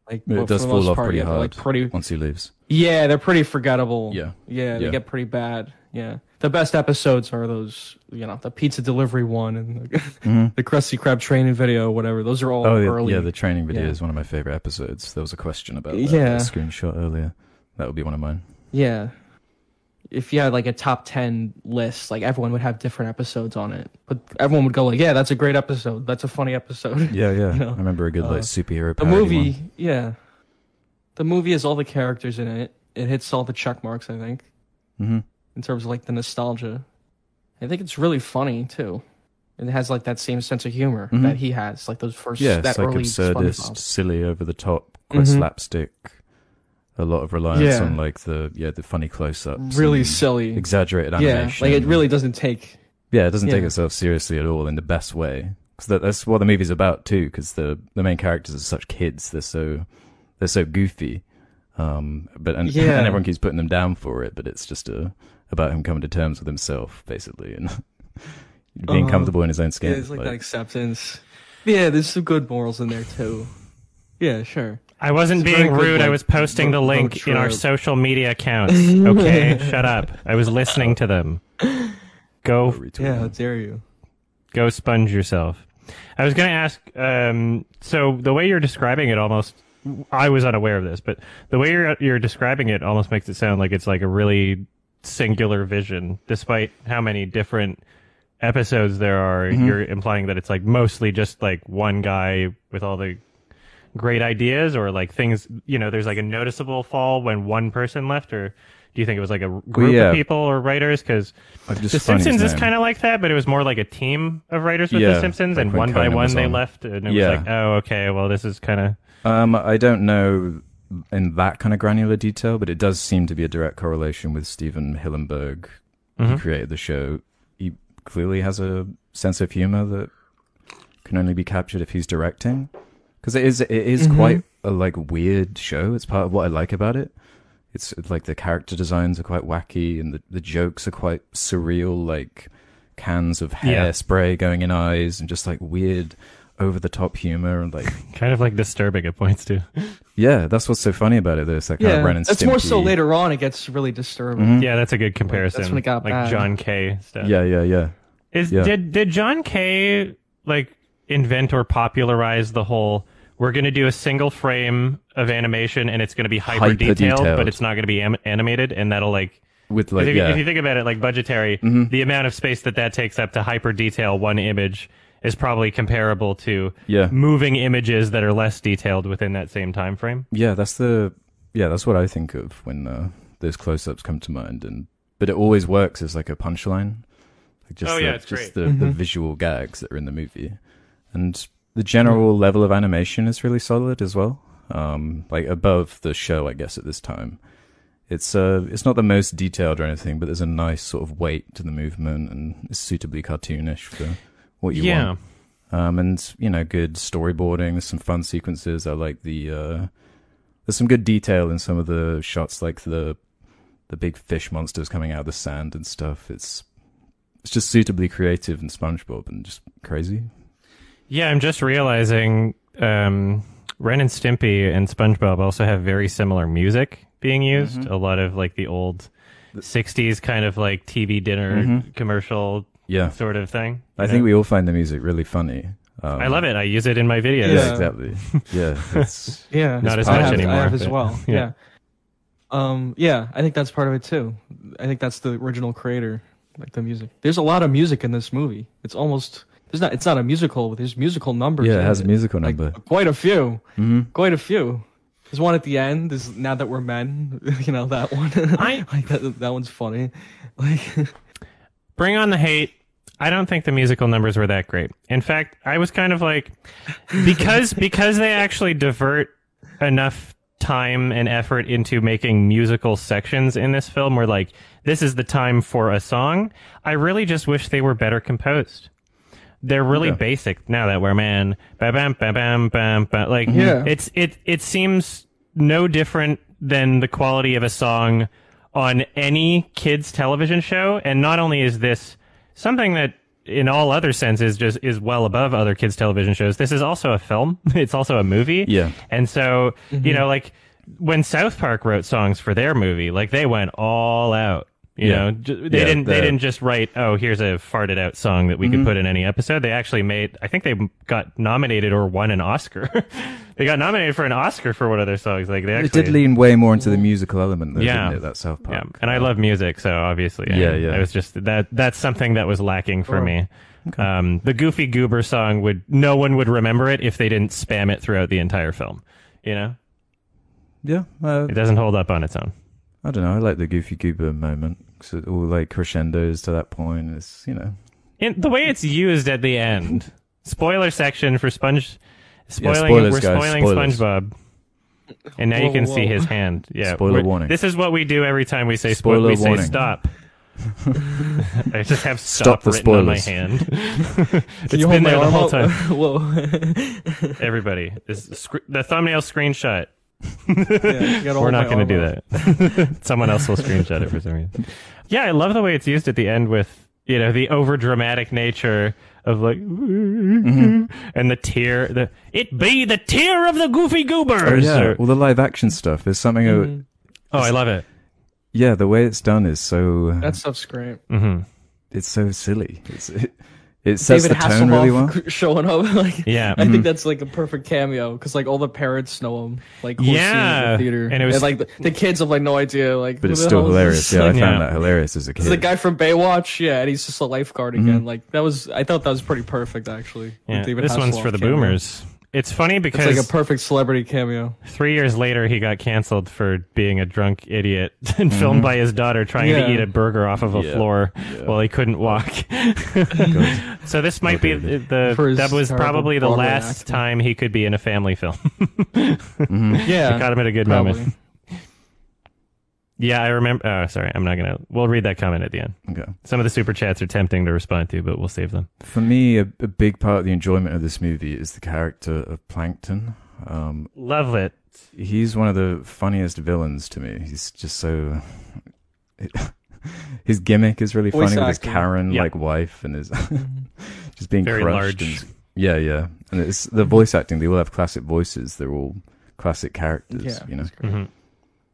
Speaker 3: Like
Speaker 4: it
Speaker 3: but for
Speaker 4: does
Speaker 3: the
Speaker 4: fall
Speaker 3: most
Speaker 4: off
Speaker 3: part,
Speaker 4: pretty
Speaker 3: yeah, they're, Like
Speaker 4: hard.
Speaker 3: pretty
Speaker 4: Mm. once he leaves.
Speaker 3: yeah, they're pretty forgettable.
Speaker 4: Yeah.
Speaker 3: Yeah, they
Speaker 4: Yeah.
Speaker 3: get pretty bad. Yeah. The best episodes are those, you know, the pizza delivery one and the, the Krusty Krab training video, whatever. Those are all
Speaker 4: Mm-hmm. Oh, yeah,
Speaker 3: early.
Speaker 4: yeah, the training video
Speaker 3: Yeah.
Speaker 4: is one of my favorite episodes. There was a question about that,
Speaker 3: Yeah.
Speaker 4: that screenshot earlier. That would be one of mine.
Speaker 3: Yeah. If you had like a top 10 list, like everyone would have different episodes on it. But everyone would go like, yeah, that's a great episode. That's a funny episode.
Speaker 4: Yeah, yeah.
Speaker 3: You know,
Speaker 4: I remember a good like
Speaker 3: uh,
Speaker 4: superhero.
Speaker 3: The
Speaker 4: parody
Speaker 3: movie,
Speaker 4: one.
Speaker 3: yeah. The movie has all the characters in it. It hits all the check marks, I think,
Speaker 4: Mhm.
Speaker 3: in terms of like the nostalgia. I think it's really funny too. It has like that same sense of humor
Speaker 4: Mhm.
Speaker 3: that he has, like those first
Speaker 4: Yeah,
Speaker 3: that
Speaker 4: it's like
Speaker 3: early
Speaker 4: absurdist,
Speaker 3: SpongeBob.
Speaker 4: silly, over the top, quite
Speaker 3: Mhm.
Speaker 4: slapstick. A lot of reliance
Speaker 3: Yeah.
Speaker 4: on like the yeah the funny close ups,
Speaker 3: really silly.
Speaker 4: exaggerated
Speaker 3: Yeah,
Speaker 4: animation.
Speaker 3: like it really doesn't take.
Speaker 4: yeah, it doesn't take
Speaker 3: yeah.
Speaker 4: itself seriously at all in the best way. 'Cause that, that's what the movie's about too. Because the the main characters are such kids. They're so they're so goofy. Um, but and,
Speaker 3: Yeah.
Speaker 4: and everyone keeps putting them down for it. But it's just uh about him coming to terms with himself basically and being
Speaker 3: Uh-huh.
Speaker 4: comfortable in his own
Speaker 3: Yeah,
Speaker 4: skin.
Speaker 3: it's like, that
Speaker 4: like-
Speaker 3: acceptance. Yeah, there's some good morals in there too. Yeah, sure.
Speaker 2: I wasn't
Speaker 3: It's a
Speaker 2: being
Speaker 3: very good,
Speaker 2: rude. I
Speaker 3: like,
Speaker 2: was posting the
Speaker 3: road-
Speaker 2: link
Speaker 3: road
Speaker 2: in our
Speaker 3: trip.
Speaker 2: social media accounts. Okay, shut up. I was listening to them. Go,
Speaker 4: retweet
Speaker 3: Yeah, how
Speaker 4: them.
Speaker 3: dare you?
Speaker 2: go, sponge yourself. I was going to ask. Um, so the way you're describing it, almost, I was unaware of this, but the way you're you're describing it almost makes it sound like it's like a really singular vision, despite how many different episodes there are. You're implying that it's like mostly just like one guy with all the great ideas or like things you know there's like a noticeable fall when one person left or do you think it was like a group
Speaker 4: yeah.
Speaker 2: of people or writers because
Speaker 4: I've just
Speaker 2: the
Speaker 4: found his
Speaker 2: simpsons is
Speaker 4: name.
Speaker 2: kind of like that but it was more like a team of writers with
Speaker 4: Yeah,
Speaker 2: the simpsons
Speaker 4: like
Speaker 2: and
Speaker 4: when
Speaker 2: one by
Speaker 4: Conan
Speaker 2: one
Speaker 4: was
Speaker 2: they
Speaker 4: on.
Speaker 2: left and it
Speaker 4: Yeah.
Speaker 2: was like oh okay well this is kind of
Speaker 4: Um, I don't know in that kind of granular detail, but it does seem to be a direct correlation with Steven Hillenberg, who
Speaker 2: Mhm.
Speaker 4: created the show. He clearly has a sense of humor that can only be captured if he's directing, because it is it is quite a like weird show. It's part of what I like about it. It's like the character designs are quite wacky, and the the jokes are quite surreal, like cans of
Speaker 2: Yeah.
Speaker 4: hairspray going in eyes, and just like weird, over the top humor, and like
Speaker 2: kind of like disturbing at points too
Speaker 4: yeah, that's what's so funny about it. Though it's that kind
Speaker 3: Yeah,
Speaker 4: of Ren and
Speaker 3: it's more so
Speaker 4: Stimpy-
Speaker 3: later on. It gets really disturbing.
Speaker 4: Mm-hmm.
Speaker 2: yeah that's a good comparison
Speaker 3: when it got
Speaker 2: like
Speaker 3: bad.
Speaker 2: john kay stuff
Speaker 4: Yeah, yeah, yeah.
Speaker 2: Is
Speaker 4: Yeah.
Speaker 2: did did John Kay like invent or popularize the whole we're going to do a single frame of animation and it's going to be hyper detailed,
Speaker 4: Hyper-detailed.
Speaker 2: but it's not going to be am- animated and that'll like
Speaker 4: With like
Speaker 2: if, you-
Speaker 4: yeah, Mm-hmm.
Speaker 2: if you think about it like budgetary the amount of space that that takes up to hyper detail one image is probably comparable to
Speaker 4: Yeah.
Speaker 2: moving images that are less detailed within that same time frame.
Speaker 4: yeah, that's the yeah, that's what I think of when uh, those close-ups come to mind. And but it always works as like a punchline. Like just
Speaker 2: Oh,
Speaker 4: the,
Speaker 2: yeah, it's
Speaker 4: just
Speaker 2: great.
Speaker 4: the, the visual gags that are in the movie, and the general level of animation is really solid as well. Um, like above the show, I guess at this time. It's uh, it's not the most detailed or anything, but there's a nice sort of weight to the movement, and it's suitably cartoonish for what you want.
Speaker 2: yeah.
Speaker 4: um, and you know, good storyboarding. There's some fun sequences. I like the uh, there's some good detail in some of the shots, like the the big fish monsters coming out of the sand and stuff. It's it's just suitably creative and SpongeBob and just crazy.
Speaker 2: Yeah, I'm just realizing um, Ren and Stimpy and SpongeBob also have very similar music being
Speaker 4: Mm-hmm.
Speaker 2: used. A lot of like the old '60s kind of like TV dinner commercial
Speaker 4: Yeah,
Speaker 2: sort of thing.
Speaker 4: Mm-hmm. I think we all find the music really funny. Um,
Speaker 2: I love it. I use it in my videos.
Speaker 4: Yeah,
Speaker 3: Yeah.
Speaker 4: exactly. Yeah, it's,
Speaker 3: Yeah,
Speaker 2: Not as
Speaker 4: much
Speaker 3: I have,
Speaker 2: anymore,
Speaker 3: I have as
Speaker 2: but-
Speaker 3: well.
Speaker 2: yeah.
Speaker 3: Yeah. Um. Yeah, I think that's part of it too. I think that's the original creator, like the music. There's a lot of music in this movie. It's almost There's not. It's not a musical. but There's musical numbers.
Speaker 4: Yeah, it
Speaker 3: in
Speaker 4: has a musical
Speaker 3: Like,
Speaker 4: number.
Speaker 3: quite a few.
Speaker 2: mm-hmm.
Speaker 4: hmm
Speaker 3: Quite a few. There's one at the end. Is now that we're men. You know that one.
Speaker 2: I-
Speaker 3: like that, that one's funny. Like
Speaker 2: Bring on the hate. I don't think the musical numbers were that great. In fact, I was kind of like because because they actually divert enough time and effort into making musical sections in this film where like this is the time for a song. I really just wish they were better composed. They're really
Speaker 4: Okay.
Speaker 2: basic now that we're man. Bam bam bam bam bam bam like
Speaker 3: Yeah.
Speaker 2: it's it it seems no different than the quality of a song on any kids television show and not only is this something that in all other senses just is well above other kids television shows this is also a film it's also a movie
Speaker 4: Yeah.
Speaker 2: and so
Speaker 4: Mm-hmm.
Speaker 2: you know like when south park wrote songs for their movie like they went all out you
Speaker 4: Yeah.
Speaker 2: know J- they
Speaker 4: Yeah, Mm-hmm.
Speaker 2: didn't they
Speaker 4: the-
Speaker 2: didn't just write oh here's a farted out song that we could put in any episode they actually made i think they got nominated or won an oscar they got nominated for an oscar for one of their songs like they
Speaker 4: It
Speaker 2: actually
Speaker 4: did lean way more into the musical element, though,
Speaker 2: Yeah.
Speaker 4: didn't it? That South
Speaker 2: yeah
Speaker 4: Park.
Speaker 2: and i love music so obviously I-
Speaker 4: Yeah, yeah.
Speaker 2: i was just that that's something that was lacking for me um the goofy goober song would no one would remember it if they didn't spam it throughout the entire film you know
Speaker 4: Yeah, uh,
Speaker 2: it doesn't hold up on its own
Speaker 4: I don't know. I like the Goofy Goober moment 'cause it all like crescendos to that point. It's you know,
Speaker 2: in the way it's used at the end. Spoiler section for Sponge. Spoiling,
Speaker 4: spoilers,
Speaker 2: we're
Speaker 4: guys,
Speaker 2: spoiling
Speaker 4: spoilers.
Speaker 2: SpongeBob. And now you
Speaker 3: Whoa,
Speaker 2: can see
Speaker 3: whoa.
Speaker 2: his hand. Yeah.
Speaker 4: Spoiler
Speaker 2: we're-
Speaker 4: warning.
Speaker 2: This is what we do every time we say spoiler.
Speaker 4: Spoiler
Speaker 2: we say
Speaker 4: warning.
Speaker 2: stop. I just have
Speaker 4: Stop
Speaker 2: stop,
Speaker 4: the
Speaker 2: written on my
Speaker 4: spoilers.
Speaker 2: hand. it's
Speaker 3: can you
Speaker 2: been
Speaker 3: hold my
Speaker 2: there the
Speaker 3: arm
Speaker 2: whole
Speaker 3: up?
Speaker 2: time.
Speaker 3: Whoa.
Speaker 2: Everybody, this sc- the thumbnail screenshot.
Speaker 3: Yeah, you gotta
Speaker 2: We're
Speaker 3: hold
Speaker 2: not
Speaker 3: my
Speaker 2: going to
Speaker 3: arm
Speaker 2: do
Speaker 3: up.
Speaker 2: that. Someone else will screenshot it for some reason. Yeah, I love the way it's used at the end with you know the over dramatic nature of like
Speaker 3: Mm-hmm.
Speaker 2: and the tear. The it be the tear of the goofy
Speaker 4: oh,
Speaker 2: goobers.
Speaker 4: yeah,
Speaker 2: or-
Speaker 4: all the live action stuff. There's something.
Speaker 3: Mhm.
Speaker 2: oh, I love it.
Speaker 4: Yeah, the way it's done is so.
Speaker 3: That stuff's great.
Speaker 2: hmm
Speaker 4: it's so silly. It's, it it sets
Speaker 3: David
Speaker 4: the tone really well.
Speaker 3: Hasselhoff showing up. Like,
Speaker 2: Yeah.
Speaker 3: I think that's like a perfect cameo because like all the parents know him. Like, who yeah,
Speaker 2: Yeah.
Speaker 3: in the theater,
Speaker 2: And it was-
Speaker 3: like the, the kids have like no idea. Like,
Speaker 4: But
Speaker 3: who
Speaker 4: it's
Speaker 3: the
Speaker 4: still
Speaker 3: hell is this?
Speaker 4: hilarious. Yeah, I
Speaker 3: Like,
Speaker 4: found
Speaker 2: Yeah.
Speaker 4: that hilarious as a
Speaker 3: it's the
Speaker 4: kid.
Speaker 3: guy from Baywatch. Yeah, and he's just a lifeguard again. Like that was, I thought that was pretty perfect actually. the
Speaker 2: Mm-hmm. Mm. Yeah,
Speaker 3: David
Speaker 2: this one's
Speaker 3: Hasselhoff
Speaker 2: for the
Speaker 3: cameo.
Speaker 2: boomers. It's funny
Speaker 3: It's
Speaker 2: because
Speaker 3: like a perfect celebrity cameo.
Speaker 2: three years later he got canceled for being a drunk idiot and filmed by his daughter trying
Speaker 3: Mm-hmm. Yeah.
Speaker 2: to eat a burger off of a
Speaker 4: Yeah.
Speaker 2: floor while he couldn't walk. so this might be the,
Speaker 3: For his
Speaker 2: that was
Speaker 3: terrible
Speaker 2: probably the
Speaker 3: Broadway
Speaker 2: last
Speaker 3: acting.
Speaker 2: time he could be in a family film.
Speaker 3: Yeah,
Speaker 2: Caught him at a good
Speaker 3: probably.
Speaker 2: moment. Yeah, I remember. Oh, sorry, I'm not gonna. We'll read that comment at the end.
Speaker 4: Okay.
Speaker 2: Some of the super chats are tempting to respond to, but we'll save them.
Speaker 4: For me, a, a big part of the enjoyment of this movie is the character of Plankton. Um,
Speaker 2: Love it.
Speaker 4: he's one of the funniest villains to me. He's just so. his gimmick is really
Speaker 3: Voice
Speaker 4: funny with his
Speaker 3: acting.
Speaker 4: Karen like wife and his just being
Speaker 2: Very
Speaker 4: crushed.
Speaker 2: large.
Speaker 4: and- yeah, yeah, and it's the voice acting. They all have classic voices. They're all classic characters.
Speaker 3: Yeah,
Speaker 4: you know.
Speaker 3: that's great.
Speaker 2: hmm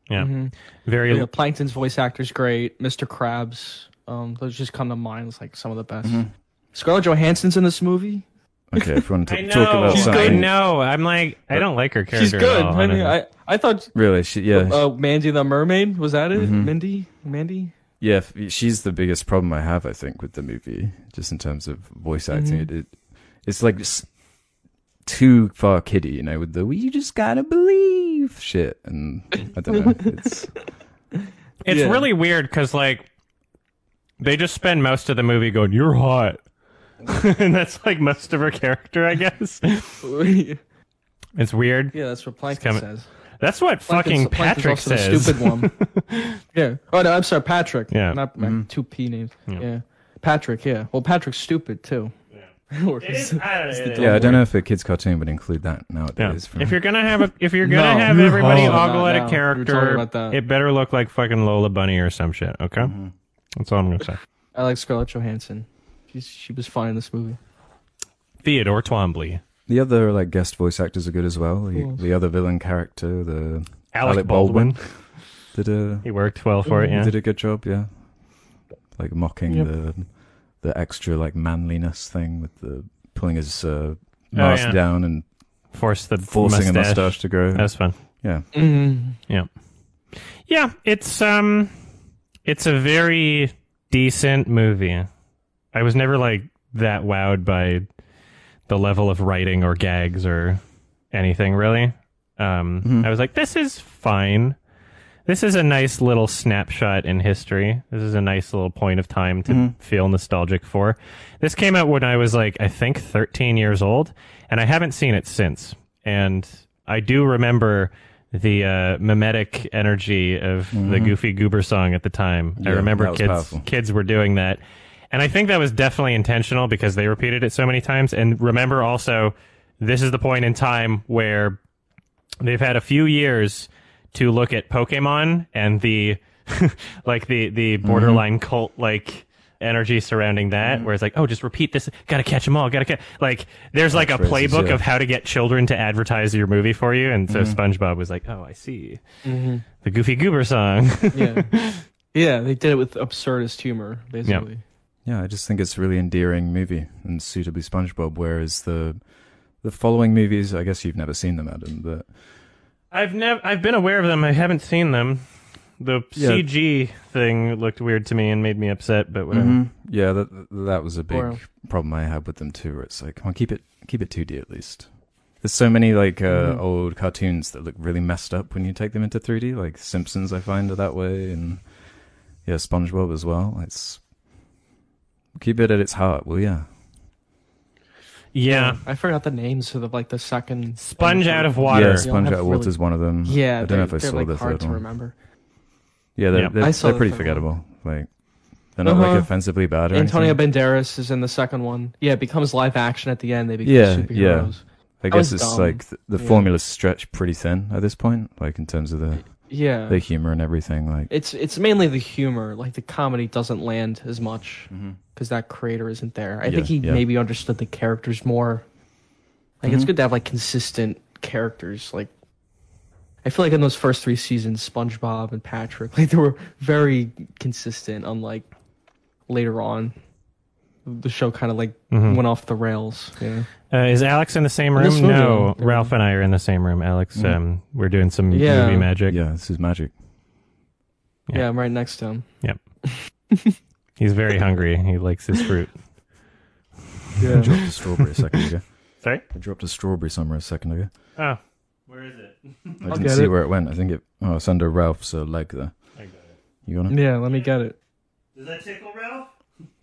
Speaker 2: Yeah,
Speaker 3: Mhm.
Speaker 2: very.
Speaker 3: Yeah, Plankton's voice actor's great. Mr. Krabs, um, those just come to mind as like some of the best.
Speaker 4: Mhm.
Speaker 3: Scarlett Johansson's in this movie.
Speaker 4: Okay, if we want to
Speaker 2: I know.
Speaker 4: talk about
Speaker 3: She's
Speaker 4: something,
Speaker 2: I know. I'm like, I don't like her character.
Speaker 3: She's good.
Speaker 2: At all,
Speaker 3: I, mean,
Speaker 2: honestly.
Speaker 3: I, I thought
Speaker 4: really, she, yeah,
Speaker 3: uh, Mandy the Mermaid was that it?
Speaker 4: Mhm.
Speaker 3: Mindy, Mandy.
Speaker 4: yeah, f- she's the biggest problem I have, I think, with the movie, just in terms of voice acting. It, it, it's like s too far kiddie, you know, with the "we you just gotta believe" shit, and I don't know, it's
Speaker 2: It's
Speaker 3: Yeah.
Speaker 2: really weird because like they just spend most of the movie going, "You're hot," and that's like most of her character, I guess.
Speaker 3: yeah,
Speaker 2: It's weird.
Speaker 3: that's what Plankton
Speaker 2: coming-
Speaker 3: says.
Speaker 2: That's what fucking
Speaker 3: Plankton's- Plankton's
Speaker 2: Patrick
Speaker 3: also the
Speaker 2: says.
Speaker 3: stupid one. yeah. Oh no, I'm sorry, Patrick.
Speaker 2: Yeah.
Speaker 3: Not my two P names.
Speaker 2: Yeah.
Speaker 3: Yeah. Patrick. Yeah. Well, Patrick's stupid too. Yeah.
Speaker 2: It is- I don't know, it is.
Speaker 4: yeah, I don't know if a kids' cartoon would include that
Speaker 2: Yeah.
Speaker 4: nowadays.
Speaker 2: If you're gonna have a, if you're gonna
Speaker 3: No,
Speaker 2: have
Speaker 3: you're
Speaker 2: everybody
Speaker 3: hot.
Speaker 2: ogle at a
Speaker 3: No, no, we were talking
Speaker 2: character,
Speaker 3: about that.
Speaker 2: it better look like fucking Lola Bunny or some shit. Okay,
Speaker 4: Mm-hmm.
Speaker 2: that's all I'm gonna say.
Speaker 3: I like Scarlett Johansson. She's, she was fine in this movie.
Speaker 2: Theodore Twombly,
Speaker 4: the other like guest voice actors are good as well. The,
Speaker 3: Cool.
Speaker 4: the other villain character, the
Speaker 2: Alec,
Speaker 4: Alec
Speaker 2: Baldwin.
Speaker 4: Baldwin. did a
Speaker 2: He worked well for it. Yeah.
Speaker 4: did a good job, yeah. Like mocking
Speaker 3: Yep.
Speaker 4: the the extra like manliness thing with the pulling his uh,
Speaker 2: Oh,
Speaker 4: mask
Speaker 2: yeah.
Speaker 4: down and
Speaker 2: Forced the
Speaker 4: forcing a
Speaker 2: mustache.
Speaker 4: mustache to grow.
Speaker 2: That was fun.
Speaker 4: yeah,
Speaker 2: Mm-hmm.
Speaker 3: Mm.
Speaker 2: Yeah, it's um it's a very decent movie. I was never like that wowed by the level of writing or gags or anything really. Um, I was like, this is fine. This is a nice little snapshot in history. This is a nice little point of time to feel nostalgic for. This came out when I was like, I think 13 years old, and I haven't seen it since. And I do remember the uh, mimetic energy of the Goofy Goober song at the time. I
Speaker 4: Mm-hmm. Yeah, that
Speaker 2: remember
Speaker 4: was
Speaker 2: kids
Speaker 4: powerful.
Speaker 2: kids were doing that. And I think that was definitely intentional because they repeated it so many times. And remember also, this is the point in time where they've had a few years to look at Pokemon and the like the the borderline cult like energy surrounding that where it's like oh just repeat this gotta catch them all gotta catch like there's like a
Speaker 4: phrases,
Speaker 2: playbook
Speaker 4: yeah.
Speaker 2: of how to get children to advertise your movie for you and so spongebob was like oh i see the goofy goober song
Speaker 3: yeah, yeah. They did it with absurdist humor, basically.
Speaker 4: Yeah, I just think it's a really endearing movie and suitably SpongeBob. Whereas the the following movies, I guess you've never seen them, Adam, but
Speaker 2: I've never. I've been aware of them. I haven't seen them. The
Speaker 4: Yeah.
Speaker 2: CG thing looked weird to me and made me upset. But whatever.
Speaker 4: Mm-hmm.
Speaker 3: Mm-hmm.
Speaker 4: yeah, that that was a big
Speaker 3: Or-
Speaker 4: problem I had with them too. Where it's like, come on, keep it keep it 2D at least. There's so many like uh,
Speaker 3: Mm-hmm.
Speaker 4: old cartoons that look really messed up when you take them into 3D. Like Simpsons, I find are that way, and yeah, SpongeBob as well. It's keep it at its heart, will ya?
Speaker 2: Yeah.
Speaker 3: I forgot the names of the, like the second
Speaker 2: Sponge out of
Speaker 4: yeah.
Speaker 2: water.
Speaker 4: Yeah,
Speaker 2: They
Speaker 3: don't
Speaker 4: Sponge
Speaker 3: have
Speaker 4: Out of Water's
Speaker 3: really-
Speaker 4: one of them.
Speaker 3: Yeah,
Speaker 4: I don't
Speaker 3: they're-
Speaker 4: know if I
Speaker 3: they're
Speaker 4: saw
Speaker 3: like
Speaker 4: the
Speaker 3: hard
Speaker 4: third
Speaker 3: to
Speaker 4: one.
Speaker 3: remember.
Speaker 4: Yeah, they're,
Speaker 2: Yeah.
Speaker 4: they're,
Speaker 3: I saw
Speaker 4: they're
Speaker 3: the
Speaker 4: pretty
Speaker 3: third
Speaker 4: forgettable. Like they're not like
Speaker 3: Uh-huh.
Speaker 4: offensively bad or
Speaker 3: Antonio
Speaker 4: anything.
Speaker 3: Banderas is in the second one. Yeah, it becomes live action at the end. They become
Speaker 4: Yeah,
Speaker 3: superheroes.
Speaker 4: yeah. I
Speaker 3: that was
Speaker 4: guess it's
Speaker 3: dumb.
Speaker 4: like th- the
Speaker 3: Yeah.
Speaker 4: formula's stretched pretty thin at this point, like in terms of the
Speaker 3: Yeah.
Speaker 4: the humor and everything. Like
Speaker 3: it's it's mainly the humor. Like the comedy doesn't land as much
Speaker 2: Mm-hmm.
Speaker 3: because that creator isn't there. I
Speaker 4: Yeah,
Speaker 3: think he
Speaker 4: yeah.
Speaker 3: maybe understood the characters more. Like
Speaker 2: Mm-hmm.
Speaker 3: it's good to have like consistent characters. Like I feel like in those first three seasons, SpongeBob and Patrick, like they were very consistent. Unlike later on, the show kind of like
Speaker 2: Hmm.
Speaker 3: went off the rails. Yeah.
Speaker 2: Uh, is Alex in the same
Speaker 3: In this
Speaker 2: room?
Speaker 3: room,
Speaker 2: No.
Speaker 3: yeah.
Speaker 2: Ralph and I are in the same room. Alex, um, we're doing some
Speaker 3: Yeah.
Speaker 2: movie magic.
Speaker 4: yeah, this is magic.
Speaker 2: Yeah.
Speaker 3: yeah, I'm right next to him.
Speaker 2: He's very hungry. He likes his fruit.
Speaker 4: I dropped a strawberry a second ago.
Speaker 2: Sorry.
Speaker 4: I dropped a strawberry somewhere a second ago.
Speaker 2: Oh. Where is it?
Speaker 4: I didn't
Speaker 3: get
Speaker 4: see
Speaker 3: it.
Speaker 4: where it went. I think it. Oh, it's under Ralph's uh, leg there.
Speaker 2: I got it.
Speaker 4: You
Speaker 2: Hmm.
Speaker 4: got it?
Speaker 3: Yeah, let me get it.
Speaker 2: Does that tickle Ralph?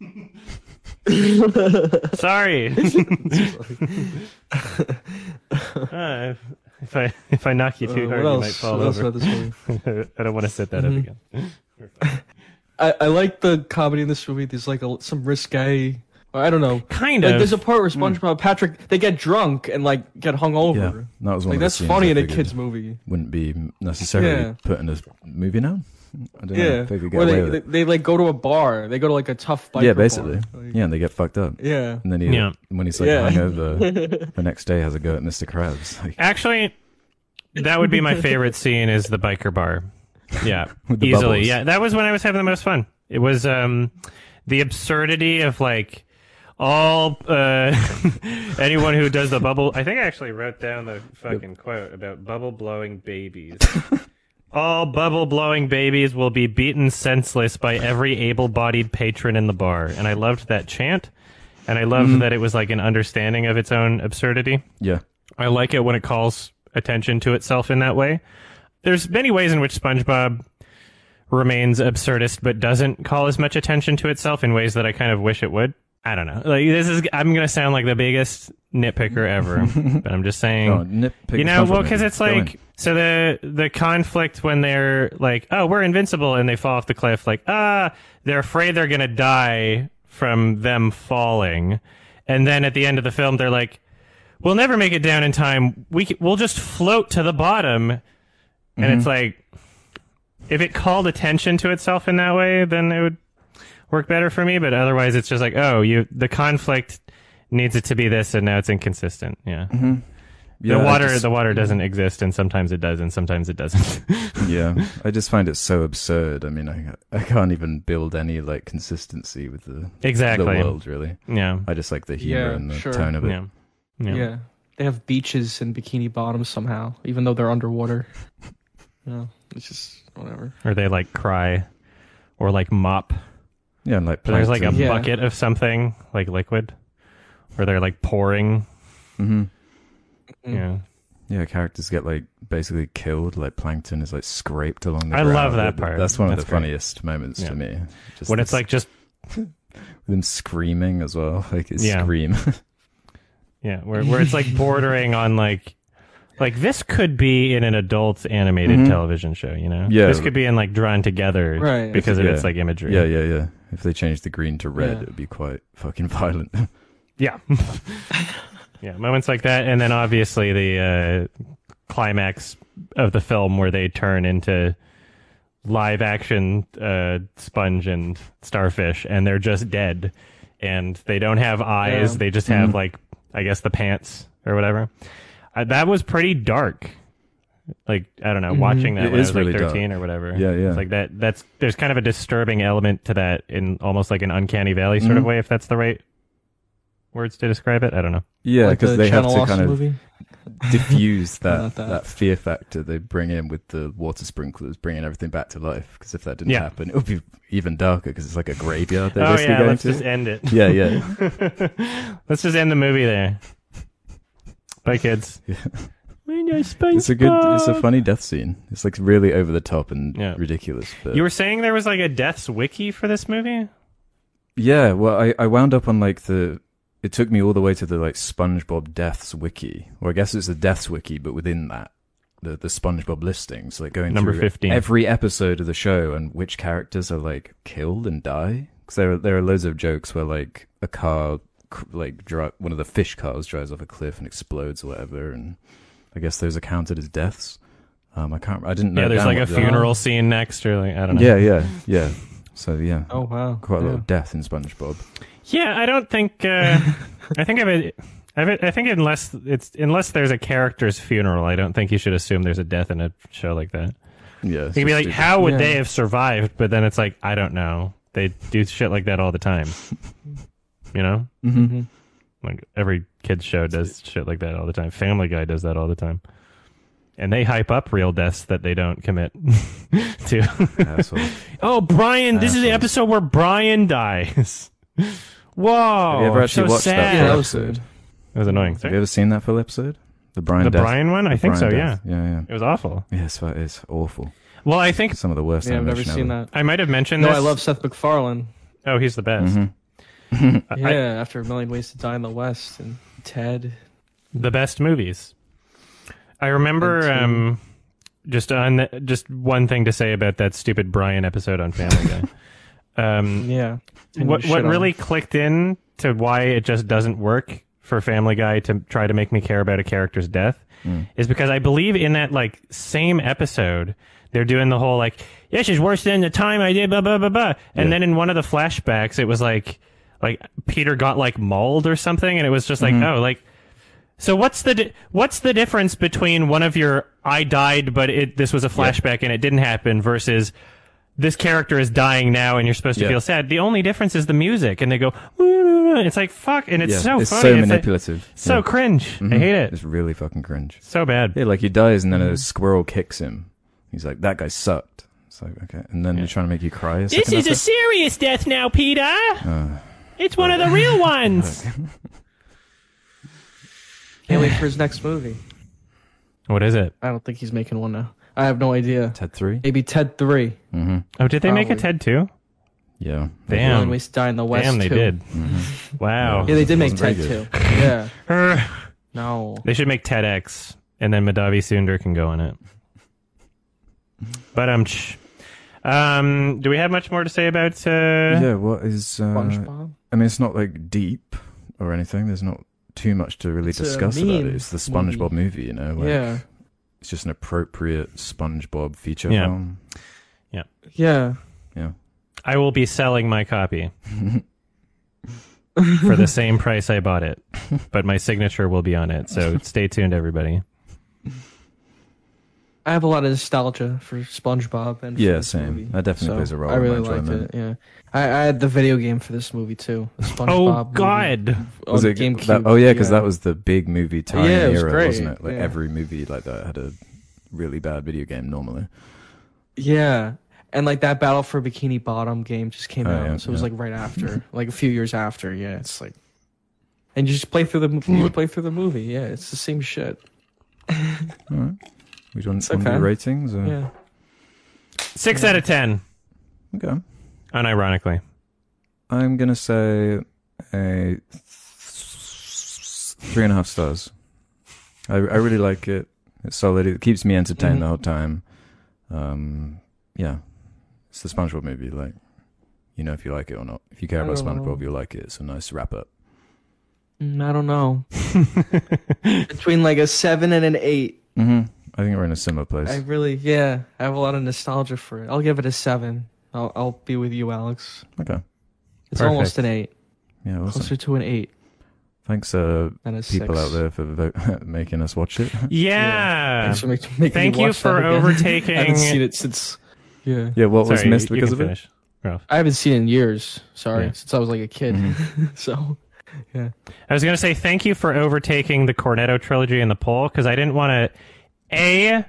Speaker 2: Sorry. Uh, if I if I knock you
Speaker 3: Uh,
Speaker 2: too
Speaker 3: what
Speaker 2: hard, you might
Speaker 3: else?
Speaker 2: fall
Speaker 3: What else
Speaker 2: over.
Speaker 3: about this movie?
Speaker 2: I don't want to set that
Speaker 3: Mhm.
Speaker 2: up again.
Speaker 3: I, I like the comedy in this movie. There's like a, some risque. I don't know.
Speaker 2: Kind
Speaker 3: Like
Speaker 2: of. Hmm.
Speaker 3: there's a part where SpongeBob Patrick they get drunk and like get hung over.
Speaker 4: Yeah, that was one.
Speaker 3: Like
Speaker 4: of the
Speaker 3: that's
Speaker 4: scenes
Speaker 3: funny
Speaker 4: I
Speaker 3: in a
Speaker 4: figured
Speaker 3: kids movie.
Speaker 4: Wouldn't be necessarily
Speaker 3: Yeah.
Speaker 4: put in a movie now. I don't know
Speaker 3: Yeah.
Speaker 4: if they could get
Speaker 3: Where
Speaker 4: away
Speaker 3: they,
Speaker 4: with
Speaker 3: they
Speaker 4: it.
Speaker 3: they like go to a bar. They go to like a tough biker
Speaker 4: yeah, basically.
Speaker 3: Bar. Like,
Speaker 4: yeah, and they get fucked up.
Speaker 3: Yeah.
Speaker 4: And then he,
Speaker 2: Yeah.
Speaker 4: when he's like
Speaker 3: Yeah.
Speaker 4: hungover, the next day has a go at Mr. Krabs. Like,
Speaker 2: Actually, that would be my favorite scene is the biker bar. Yeah,
Speaker 4: With the
Speaker 2: easily.
Speaker 4: bubbles.
Speaker 2: Yeah, that was when I was having the most fun. It was um, the absurdity of like all uh, anyone who does the bubble. I think I actually wrote down the fucking quote about bubble blowing babies. All bubble blowing babies will be beaten senseless by every able bodied patron in the bar. And I loved that chant. And I loved
Speaker 4: Mm-hmm.
Speaker 2: that it was like an understanding of its own absurdity.
Speaker 4: yeah.
Speaker 2: I like it when it calls attention to itself in that way. There's many ways in which SpongeBob remains absurdist but doesn't call as much attention to itself in ways that I kind of wish it would. I don't know. Like this is I'm going to sound like the biggest nitpicker ever, but I'm just saying
Speaker 4: Oh, nip,
Speaker 2: you know, well, because it's like so the the conflict when they're like, oh, we're invincible, and they fall off the cliff, like ah, they're afraid they're gonna die from them falling, and then at the end of the film, they're like, we'll never make it down in time. We c- we'll just float to the bottom, and it's like, if it called attention to itself in that way, then it would work better for me. But otherwise, it's just like, oh, you the conflict needs it to be this, and now it's inconsistent. Yeah the water the
Speaker 4: Mm.
Speaker 2: water doesn't exist and sometimes it does and sometimes it doesn't
Speaker 4: yeah, I just find it so absurd. I mean, I I can't even build any like consistency with the
Speaker 2: exactly
Speaker 4: the world really.
Speaker 2: yeah
Speaker 4: I just like the humor
Speaker 3: Yeah,
Speaker 4: and the
Speaker 3: sure.
Speaker 4: tone of it.
Speaker 2: yeah yeah,
Speaker 3: yeah, They have beaches in Bikini Bottom somehow, even though they're underwater. yeah, it's just whatever.
Speaker 2: or they like cry or like mop
Speaker 4: Yeah, and like
Speaker 2: But there's like a
Speaker 3: Yeah.
Speaker 2: bucket of something like liquid, or they're like pouring.
Speaker 4: hmm
Speaker 3: Mm.
Speaker 2: Yeah,
Speaker 4: Yeah, characters get like basically killed. Like plankton is like scraped along the.
Speaker 2: I
Speaker 4: ground.
Speaker 2: love that part.
Speaker 4: That's one of
Speaker 2: That's
Speaker 4: the
Speaker 2: great.
Speaker 4: funniest moments
Speaker 2: Yeah.
Speaker 4: to me. Just
Speaker 2: when it's
Speaker 4: this-
Speaker 2: like just
Speaker 4: them screaming as well, like it's
Speaker 2: Yeah.
Speaker 4: scream.
Speaker 2: yeah, where where it's like bordering on like like this could be in an adult animated
Speaker 4: Mhm.
Speaker 2: television show. You know,
Speaker 4: Yeah.
Speaker 2: this could be in like drawn together
Speaker 3: Right.
Speaker 2: because of
Speaker 4: Yeah.
Speaker 2: its like imagery.
Speaker 4: yeah, yeah, yeah. If they changed the green to red,
Speaker 3: Yeah.
Speaker 4: it would be quite fucking violent.
Speaker 2: Yeah. yeah, moments like that. And then obviously the uh, climax of the film where they turn into live action uh, sponge and starfish and they're just dead. And they don't have eyes.
Speaker 3: Yeah.
Speaker 2: They just have,
Speaker 4: Mhm.
Speaker 2: like, I guess the pants or whatever. Uh, that was pretty dark. Like, I don't know,
Speaker 3: Mhm.
Speaker 2: watching that
Speaker 4: Mm-hmm. It
Speaker 2: when
Speaker 4: is
Speaker 2: I was like
Speaker 4: really dark.
Speaker 2: 13 or whatever.
Speaker 4: Yeah, yeah.
Speaker 2: It's like that. That's, there's kind of a disturbing element to that in almost like an uncanny valley sort of
Speaker 4: Mhm.
Speaker 2: way, if that's the right words to describe it. I don't know.
Speaker 4: yeah,
Speaker 3: like
Speaker 4: because
Speaker 3: the
Speaker 4: they have
Speaker 3: Channel
Speaker 4: to
Speaker 3: Austin
Speaker 4: kind of
Speaker 3: movie.
Speaker 4: diffuse that,
Speaker 3: Not that.
Speaker 4: that fear factor they bring in with the water sprinklers, bringing everything back to life. Because if that didn't
Speaker 2: Yeah.
Speaker 4: happen, it would be even darker. Because it's like a graveyard. They're
Speaker 2: Oh
Speaker 4: basically
Speaker 2: yeah,
Speaker 4: going
Speaker 2: let's
Speaker 4: to.
Speaker 2: just end it.
Speaker 4: Yeah, yeah.
Speaker 2: let's just end the movie there. Bye, kids.
Speaker 4: Yeah.
Speaker 2: We're no
Speaker 4: It's a good. It's a
Speaker 2: SpongeBob.
Speaker 4: funny death scene. It's like really over the top and
Speaker 2: Yeah.
Speaker 4: ridiculous. But
Speaker 2: You were saying there was like a deaths wiki for this movie.
Speaker 4: Yeah, well, I, I wound up on like the. It took me all the way to the like SpongeBob deaths wiki, or I guess it's the deaths wiki, but within that, the the SpongeBob listings, like going
Speaker 2: Number
Speaker 4: through
Speaker 2: 15.
Speaker 4: every episode of the show and which characters are like killed and die. Because there are, there are loads of jokes where like a car, cr- like dri- one of the fish cars drives off a cliff and explodes or whatever, and I guess those are counted as deaths. Um, I can't. I didn't know.
Speaker 2: yeah, there's
Speaker 4: down
Speaker 2: like a
Speaker 4: what they are.
Speaker 2: funeral scene next, or like I don't know.
Speaker 4: Yeah, yeah, yeah. So yeah,
Speaker 3: Oh wow.
Speaker 4: quite a lot
Speaker 3: yeah.
Speaker 4: of death in SpongeBob.
Speaker 2: Yeah, I don't think. Uh, I think I've. a- I've- I think unless it's unless there's a character's funeral, I don't think you should assume there's a death in a show like that.
Speaker 4: Yeah,
Speaker 2: You could be like, how would
Speaker 3: Yeah.
Speaker 2: they have survived? But then it's like, I don't know. They do shit like that all the time. you know,
Speaker 4: Mm-hmm.
Speaker 3: Mhm.
Speaker 2: like every kids show does shit like that all the time. Family Guy does that all the time, and they hype up real deaths that they don't commit to.
Speaker 4: asshole.
Speaker 2: oh, Brian! This is the
Speaker 4: Assholes.
Speaker 2: episode where Brian dies. Whoa!
Speaker 4: Have you ever
Speaker 2: I'm
Speaker 4: actually
Speaker 2: so
Speaker 4: watched that
Speaker 2: sad.
Speaker 3: Yeah,
Speaker 4: full
Speaker 3: that was
Speaker 4: episode?
Speaker 3: good.
Speaker 2: It was annoying.
Speaker 4: Have you ever seen that full episode? The Brian
Speaker 2: the
Speaker 4: Death.
Speaker 2: Brian one? I think so.
Speaker 4: Brian
Speaker 2: Yeah,
Speaker 4: Death. Yeah, yeah.
Speaker 2: it was awful.
Speaker 4: Yeah, it's, fa- it's awful.
Speaker 2: Well, I think
Speaker 4: Some of the worst
Speaker 3: Yeah, I've never
Speaker 4: animation
Speaker 3: seen
Speaker 4: ever.
Speaker 3: that.
Speaker 2: I might have mentioned
Speaker 3: No,
Speaker 2: this.
Speaker 3: I love Seth MacFarlane.
Speaker 2: Oh, he's the best.
Speaker 4: Mhm.
Speaker 2: I-
Speaker 3: Yeah, after a million ways to die in the West and Ted.
Speaker 4: Mm-hmm.
Speaker 2: the best movies. I remember
Speaker 3: And two.
Speaker 2: um, just on the, just one thing to say about that stupid Brian episode on Family Guy. um,
Speaker 3: Yeah. I know
Speaker 2: what
Speaker 3: shit
Speaker 2: what
Speaker 3: on
Speaker 2: really clicked in to why it just doesn't work for Family Guy to try to make me care about a character's death
Speaker 4: Mm.
Speaker 2: is because I believe in that like same episode they're doing the whole like this is worse than the time I did blah blah blah blah, and
Speaker 4: Yeah.
Speaker 2: then in one of the flashbacks it was like like Peter got like mauled or something, and it was just like oh like so what's the di- what's the difference between one of your I died but it this was a flashback and it didn't happen versus this character is dying now and you're supposed to
Speaker 4: Yeah.
Speaker 2: feel sad. The only difference is the music and they go "Woo-woo-woo." it's like fuck and it's
Speaker 4: yeah,
Speaker 2: so
Speaker 4: it's
Speaker 2: funny.
Speaker 4: so
Speaker 2: It's like-
Speaker 4: manipulative.
Speaker 2: so
Speaker 4: yeah. Mm-hmm.
Speaker 2: cringe. Mm-hmm. I hate it.
Speaker 4: It's really fucking cringe.
Speaker 2: So bad.
Speaker 4: Yeah, like he dies and then a squirrel kicks him. He's like, that guy sucked. It's like, okay. And then they're trying to make you cry. A second after?
Speaker 2: serious death now, Peter.
Speaker 4: Uh,
Speaker 2: It's one of the real ones.
Speaker 3: Can't wait for his next movie.
Speaker 2: What is it?
Speaker 3: I don't think he's making one now. I have no idea.
Speaker 4: Ted 3?
Speaker 3: Maybe Ted 3.
Speaker 4: Mm-hmm.
Speaker 2: Oh, did they make a
Speaker 3: Probably.
Speaker 2: Ted too?
Speaker 4: Yeah. Mm-hmm.
Speaker 3: A
Speaker 2: Damn.
Speaker 3: Million Ways to Die in the West.
Speaker 2: Damn, they
Speaker 3: 2.
Speaker 2: did. Wow.
Speaker 3: Yeah, they did make Ted
Speaker 4: Wasn't very
Speaker 3: 2. Yeah.
Speaker 2: Er,
Speaker 3: No.
Speaker 2: they should make TEDx, and then Madavi Sunder can go on it. But um, tch. um, do we have much more to say about? Uh,
Speaker 4: Yeah, what is... Uh,
Speaker 3: SpongeBob?
Speaker 4: I mean, it's not like deep or anything. There's not too much to really
Speaker 3: It's a
Speaker 4: discuss about
Speaker 3: meme
Speaker 4: it. It's the SpongeBob movie, you know? like,
Speaker 3: yeah.
Speaker 4: It's just an appropriate SpongeBob feature
Speaker 2: Yeah.
Speaker 4: film.
Speaker 3: Yeah.
Speaker 2: I will be selling my copy for the same price I bought it, but my signature will be on it. So stay tuned, everybody.
Speaker 3: I have a lot of nostalgia for SpongeBob and for
Speaker 4: Yeah,
Speaker 3: this
Speaker 4: same.
Speaker 3: Movie.
Speaker 4: That definitely plays a role
Speaker 3: I
Speaker 4: in my
Speaker 3: really liked
Speaker 4: enjoyment.
Speaker 3: it. Yeah, I, I had the video game for this movie too. The SpongeBob
Speaker 2: Oh
Speaker 3: movie
Speaker 2: God.
Speaker 3: on
Speaker 4: Was it
Speaker 3: GameCube.
Speaker 4: that- oh yeah, because that was the big movie time
Speaker 3: Oh, Yeah, it was
Speaker 4: era,
Speaker 3: great,
Speaker 4: wasn't it? Like
Speaker 3: yeah.
Speaker 4: every movie like that had a really bad video game normally.
Speaker 3: yeah. and like that Battle for Bikini Bottom game just came
Speaker 4: Oh,
Speaker 3: out,
Speaker 4: yeah,
Speaker 3: so it was
Speaker 4: yeah.
Speaker 3: like right after, like a few years after. Yeah, it's like, and you just play through the mo- you play through the movie. Yeah, it's the same shit.
Speaker 4: We don't
Speaker 3: It's
Speaker 4: want to
Speaker 3: okay.
Speaker 4: do ratings. Or...
Speaker 3: Yeah,
Speaker 2: Six out of ten,
Speaker 4: Okay.
Speaker 2: unironically.
Speaker 4: I'm gonna say a th- three and a half stars. I I really like it. It's solid. It keeps me entertained
Speaker 2: Mm-hmm.
Speaker 3: Mhm.
Speaker 4: the whole time. Um, yeah, it's the SpongeBob movie. Like, you know if you like it or not. If you care
Speaker 3: I
Speaker 4: about
Speaker 2: Oh.
Speaker 3: don't know.
Speaker 4: SpongeBob, you'll like it. It's a nice wrap up.
Speaker 3: Mm, I don't know. Between like a seven and an eight,
Speaker 4: Mm-hmm. I think we're in a similar place.
Speaker 3: I really yeah, I have a lot of nostalgia for it. I'll give it a seven. I'll I'll be with you, Alex.
Speaker 4: Okay.
Speaker 3: It's
Speaker 2: Perfect.
Speaker 3: almost an eight,
Speaker 4: Yeah. Awesome.
Speaker 3: closer to an eight
Speaker 4: Thanks, uh,
Speaker 3: than a six.
Speaker 4: people out there for vo- making us watch it.
Speaker 2: Yeah.
Speaker 3: Thanks for make, making
Speaker 2: Thank
Speaker 3: me
Speaker 2: you
Speaker 3: watch that
Speaker 2: for
Speaker 3: again.
Speaker 2: overtaking-
Speaker 3: I haven't seen it since. Yeah.
Speaker 4: Yeah. What was
Speaker 2: Sorry,
Speaker 4: missed
Speaker 2: you- you
Speaker 4: because
Speaker 2: can
Speaker 4: of it?
Speaker 2: finish.
Speaker 3: I haven't seen it in years. Sorry,
Speaker 2: Yeah.
Speaker 3: since I was like a kid.
Speaker 4: Mm-hmm.
Speaker 3: so
Speaker 2: I was going to say thank you for overtaking the Cornetto trilogy in the poll because I didn't want to a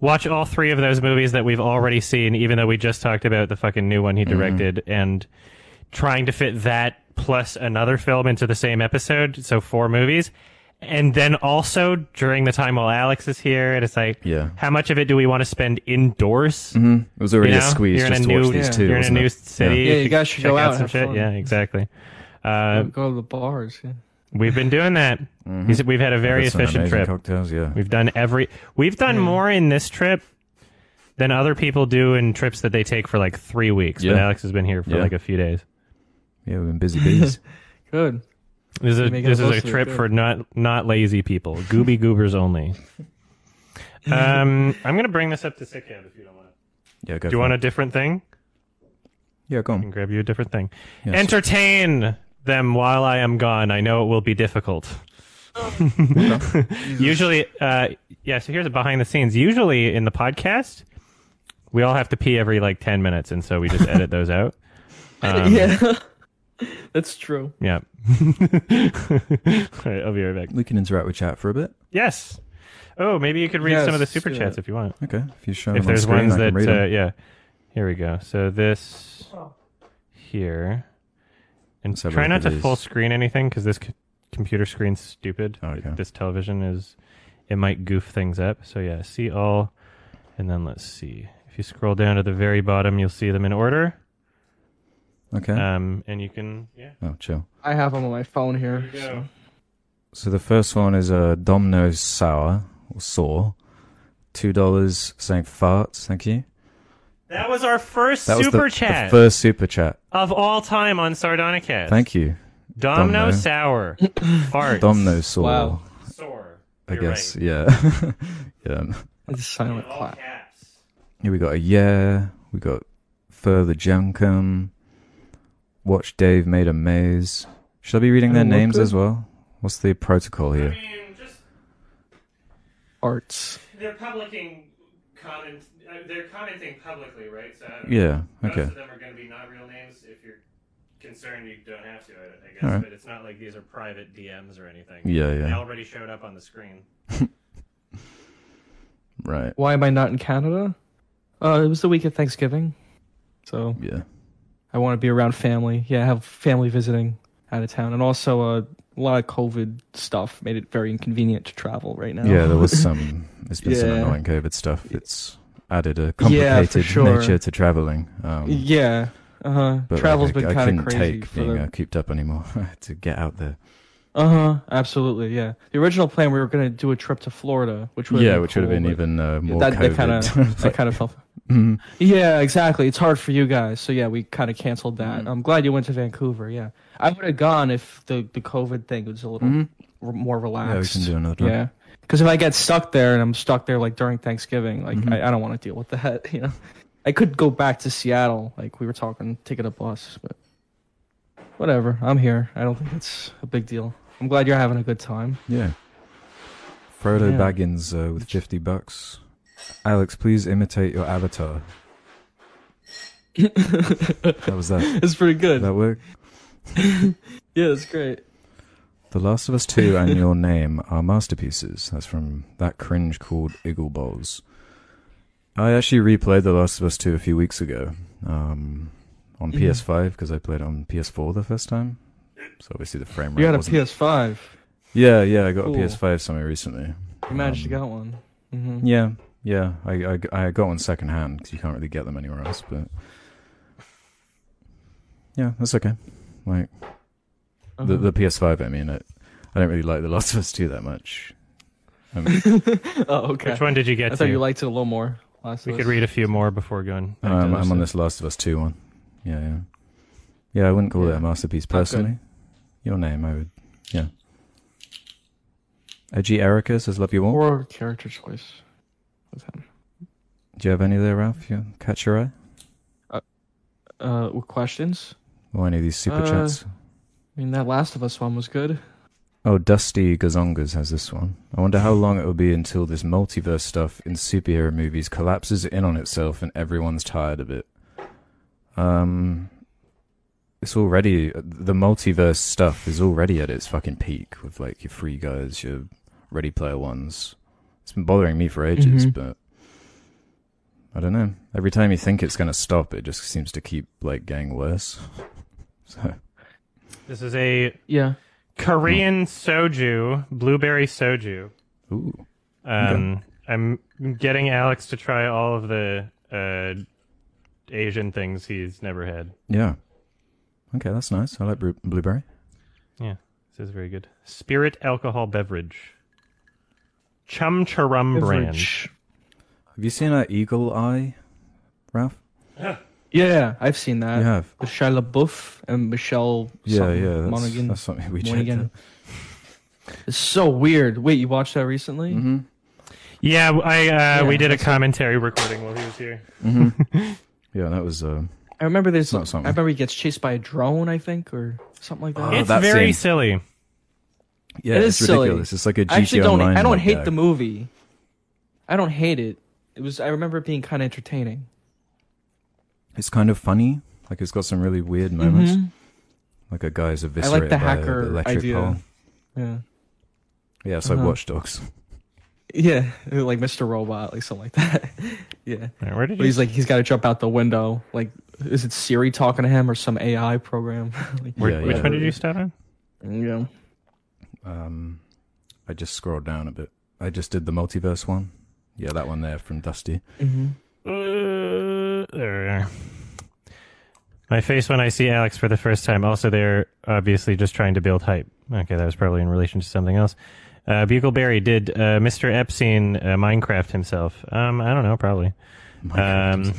Speaker 2: watch all three of those movies that we've already seen, even though we just talked about the fucking new one he
Speaker 4: Mm-hmm.
Speaker 2: directed and trying to fit that plus another film into the same episode, so four movies. And then also during the time while Alex is here, and it's like,
Speaker 4: Yeah.
Speaker 2: how much of it do we want to spend indoors?
Speaker 4: Mm-hmm. It was already
Speaker 2: You
Speaker 4: a
Speaker 2: know,
Speaker 4: squeeze
Speaker 2: you're in
Speaker 4: just
Speaker 2: a
Speaker 4: to watch
Speaker 2: new-
Speaker 4: these
Speaker 3: yeah.
Speaker 4: two.
Speaker 2: You're in a
Speaker 4: wasn't
Speaker 2: new
Speaker 4: it?
Speaker 2: city.
Speaker 3: Yeah, you guys should
Speaker 2: check
Speaker 3: go
Speaker 2: out
Speaker 3: out,
Speaker 2: some
Speaker 3: have
Speaker 2: shit.
Speaker 3: fun.
Speaker 2: Yeah, exactly. Uh,
Speaker 3: go to the bars. Yeah.
Speaker 2: we've been doing that.
Speaker 4: Mm-hmm.
Speaker 2: He's- We've had a very
Speaker 4: That's some
Speaker 2: efficient
Speaker 4: amazing
Speaker 2: trip.
Speaker 4: Cocktails, yeah.
Speaker 2: We've done every. We've done
Speaker 3: Hmm.
Speaker 2: more in this trip than other people do in trips that they take for like three weeks. But
Speaker 4: Yeah.
Speaker 2: Alex has been here for
Speaker 4: Yeah.
Speaker 2: like a few days.
Speaker 4: Yeah, we've been busy bees.
Speaker 3: Good.
Speaker 2: This is a,
Speaker 3: Making
Speaker 2: this
Speaker 3: the
Speaker 2: is a
Speaker 3: most of it,
Speaker 2: trip
Speaker 3: good.
Speaker 2: for not not lazy people. Gooby goobers only. Um, I'm gonna bring this up to sick if you don't want. it.
Speaker 4: yeah, go
Speaker 2: Do you want a different thing?
Speaker 4: Yeah, go
Speaker 2: I can
Speaker 4: on.
Speaker 2: grab you a different thing.
Speaker 4: Yes.
Speaker 2: Entertain them while I am gone. I know it will be difficult. Usually, uh, yeah, so here's a behind the scenes. Usually in the podcast, we all have to pee every like 10 minutes, and so we just edit those out. Um,
Speaker 3: yeah. That's true.
Speaker 2: Yeah. all right, I'll be right back.
Speaker 4: We can interact with chat for a bit.
Speaker 2: Yes. Oh, maybe you could read
Speaker 3: Yes,
Speaker 2: some of the super
Speaker 4: uh,
Speaker 3: yeah.
Speaker 2: chats if you want.
Speaker 4: Okay, if you show
Speaker 2: if
Speaker 4: them on
Speaker 2: there's
Speaker 4: screen,
Speaker 2: ones
Speaker 4: I
Speaker 2: that
Speaker 4: can read
Speaker 2: uh,
Speaker 4: them.
Speaker 2: yeah here we go so this here and
Speaker 4: Let's have a
Speaker 2: try
Speaker 4: look
Speaker 2: not
Speaker 4: at
Speaker 2: to
Speaker 4: these.
Speaker 2: full screen anything because this c- computer screen's stupid
Speaker 4: Okay.
Speaker 2: this television is it might goof things up so yeah see all and then let's see if you scroll down to the very bottom you'll see them in order
Speaker 4: Okay.
Speaker 2: um and you can yeah
Speaker 4: oh, chill.
Speaker 3: I have them on my phone here. so-
Speaker 4: So the first one is a Domino's sour or saw. Two dollars saying farts. Thank you.
Speaker 2: that was our first
Speaker 4: That was
Speaker 2: super
Speaker 4: the,
Speaker 2: chat
Speaker 4: the first super chat.
Speaker 2: of all time on Sardonicast.
Speaker 4: Thank you,
Speaker 2: Domino,
Speaker 4: Domino.
Speaker 2: Sour. Farts.
Speaker 4: Domino's saw.
Speaker 3: Wow.
Speaker 2: Sour.
Speaker 4: I
Speaker 2: You're
Speaker 4: guess. Yeah. yeah.
Speaker 3: It's a silent clap.
Speaker 2: caps.
Speaker 4: Here we got a yeah. We got further Jankum. Watch Dave made a maze. Should I be reading their
Speaker 3: Oh, what
Speaker 4: names
Speaker 3: good.
Speaker 4: as well? What's the protocol here?
Speaker 2: mean, just
Speaker 3: Arts.
Speaker 2: they're publishing comment. Uh, they're commenting publicly, right? So I don't-
Speaker 4: Yeah.
Speaker 2: most
Speaker 4: Okay.
Speaker 2: of them are going to be not real names. If you're concerned, you don't have to. I, I guess,
Speaker 4: All right.
Speaker 2: but it's not like these are private DMs or anything.
Speaker 4: Yeah.
Speaker 2: They
Speaker 4: Yeah.
Speaker 2: already showed up on the screen.
Speaker 4: Right.
Speaker 3: Why am I not in Canada? Uh, it was the week of Thanksgiving, so
Speaker 4: Yeah.
Speaker 3: I want to be around family. Yeah, I have family visiting out of town, and also uh, a lot of COVID stuff made it very inconvenient to travel right now.
Speaker 4: Yeah. There was some. There's been some
Speaker 3: Yeah.
Speaker 4: annoying COVID stuff. It's added a
Speaker 3: Yeah, for
Speaker 4: complicated
Speaker 3: sure.
Speaker 4: nature to traveling. Um,
Speaker 3: Yeah. Uh huh.
Speaker 4: but
Speaker 3: Travel's
Speaker 4: like,
Speaker 3: been
Speaker 4: I, I
Speaker 3: kind
Speaker 4: couldn't
Speaker 3: of crazy
Speaker 4: take
Speaker 3: for
Speaker 4: being
Speaker 3: the
Speaker 4: uh, cooped up anymore. I had to get out there.
Speaker 3: Uh huh. Absolutely. Yeah. The original plan we were gonna do a trip to Florida, which would
Speaker 4: yeah, which would have been even uh, more
Speaker 3: that, that
Speaker 4: COVID. Mm-hmm.
Speaker 3: kind of that kind of felt. Yeah, exactly. It's hard for you guys, so yeah, we kind of canceled that.
Speaker 4: Mm-hmm.
Speaker 3: I'm glad you went to Vancouver. Yeah, I would have gone if the the COVID thing was a little r- more
Speaker 4: Mm-hmm. yeah, we
Speaker 3: relaxed.
Speaker 4: can do another one.
Speaker 3: Yeah. Because if I get stuck there and I'm stuck there like during Thanksgiving, like
Speaker 4: Mm-hmm.
Speaker 3: I, I don't want to deal with that. You know, I could go back to Seattle, like we were talking, taking a bus, but whatever. I'm here. I don't think it's a big deal. I'm glad you're having a good time.
Speaker 4: Yeah. Frodo
Speaker 3: Yeah.
Speaker 4: Baggins uh, with 50 bucks. Alex, please imitate your avatar. that was that.
Speaker 3: It's pretty good.
Speaker 4: Did that work?
Speaker 3: Yeah, it's great.
Speaker 4: The Last of Us 2 and Your Name are masterpieces. That's from that cringe called Iggle Balls. I actually replayed The Last of Us 2 a few weeks ago um,
Speaker 3: Mm-hmm.
Speaker 4: on PS5 because I played on PS4 the first time. So obviously the frame rate
Speaker 3: You had a
Speaker 4: wasn't.
Speaker 3: PS5.
Speaker 4: yeah, yeah, I got
Speaker 3: Cool.
Speaker 4: a PS5 somewhere recently.
Speaker 3: You managed to
Speaker 4: Um,
Speaker 3: get one. Mm-hmm.
Speaker 4: Yeah, yeah, I, I, I got one secondhand because you can't really get them anywhere else. But yeah, that's okay. Like
Speaker 3: Uh-huh.
Speaker 4: the the PS5, I mean, I, I don't really like The Last of Us 2 that much. I mean,
Speaker 3: oh, okay.
Speaker 2: Which one did you
Speaker 3: I
Speaker 2: get to?
Speaker 3: thought you liked it a little more. Last
Speaker 2: we
Speaker 3: of
Speaker 2: could
Speaker 3: Us.
Speaker 2: read a few more before going. back to
Speaker 4: Um, I'm,
Speaker 2: the
Speaker 4: I'm on
Speaker 2: stuff.
Speaker 4: this Last of Us 2 one. Yeah, yeah. Yeah, I wouldn't call it
Speaker 3: Yeah.
Speaker 4: a masterpiece
Speaker 3: good.
Speaker 4: personally. Your name, I would. Yeah. Edgy Erica says, Love you all.
Speaker 3: Or character choice. With him.
Speaker 4: Do you have any there, Ralph? You catch your eye?
Speaker 3: Uh, with questions.
Speaker 4: Or any of these super
Speaker 3: Uh,
Speaker 4: chats?
Speaker 3: I mean, that Last of Us one was good.
Speaker 4: Oh, Dusty Gazongas has this one. I wonder how long it will be until this multiverse stuff in superhero movies collapses in on itself and everyone's tired of it. Um, it's already the multiverse stuff is already at its fucking peak with like your Free Guys, your Ready Player Ones. It's been bothering me for ages,
Speaker 3: Mhm.
Speaker 4: but I don't know. Every time you think it's gonna stop, it just seems to keep like getting worse. So
Speaker 2: This is a
Speaker 3: Yeah.
Speaker 2: Korean soju, blueberry soju.
Speaker 4: ooh.
Speaker 2: Um, I'm getting Alex to try all of the uh, Asian things he's never had.
Speaker 4: Yeah. Okay, that's nice. I like bru- blueberry.
Speaker 2: This is very good. Spirit alcohol beverage. Chum Charum brand.
Speaker 3: Average.
Speaker 4: Have you seen that eagle eye, Ralph?
Speaker 3: Yeah, I've seen that.
Speaker 4: you have.
Speaker 3: With Shia LaBeouf and Michelle
Speaker 4: Yeah,
Speaker 3: Uh, something,
Speaker 4: yeah. That's,
Speaker 3: Monaghan.
Speaker 4: that's something we checked.
Speaker 3: Monaghan. It's so weird. Wait, you watched that recently?
Speaker 4: Mm-hmm.
Speaker 2: Yeah, I uh, we
Speaker 3: Yeah,
Speaker 2: did a
Speaker 3: that's-
Speaker 2: commentary recording while he was here.
Speaker 4: Yeah, that was. Uh,
Speaker 3: I remember there's.
Speaker 4: Not something.
Speaker 3: I remember he gets chased by a drone, I think, or something like that.
Speaker 4: Oh,
Speaker 2: it's
Speaker 4: that
Speaker 2: very
Speaker 4: scene.
Speaker 2: silly.
Speaker 4: yeah,
Speaker 3: It
Speaker 4: it's
Speaker 3: is silly.
Speaker 4: ridiculous. It's like a GTA
Speaker 3: I actually don't.
Speaker 4: Online.
Speaker 3: I don't
Speaker 4: like
Speaker 3: hate
Speaker 4: gag.
Speaker 3: the movie. I don't hate it. It was. I remember it being kind of entertaining.
Speaker 4: It's kind of funny. Like it's got some really weird moments.
Speaker 3: Mhm.
Speaker 4: Like a guy's eviscerated
Speaker 3: the
Speaker 4: by
Speaker 3: hacker
Speaker 4: an electric
Speaker 3: idea.
Speaker 4: pole.
Speaker 3: Yeah.
Speaker 4: Yeah, it's like
Speaker 3: Uh-huh.
Speaker 4: Watch Dogs.
Speaker 3: Yeah, like Mr. Robot, like something like that. yeah,
Speaker 2: All right, Where did
Speaker 3: but
Speaker 2: you?
Speaker 3: he's like he's got to jump out the window. Like, is it Siri talking to him or some AI program? like,
Speaker 2: Where,
Speaker 4: Yeah,
Speaker 2: which
Speaker 4: yeah.
Speaker 2: one did you stop on?
Speaker 3: yeah.
Speaker 4: Um, I just scrolled down a bit. I just did the multiverse one. Yeah, that one there from Dusty.
Speaker 2: Mm-hmm.
Speaker 3: hmm
Speaker 2: Uh, there we are. My face when I see Alex for the first time. Also, they're obviously just trying to build hype. Okay, that was probably in relation to something else. Uh, Bugleberry did uh, Mr. Epstein uh, Minecraft himself? Um, I don't know, probably.
Speaker 3: Uh.
Speaker 2: Um,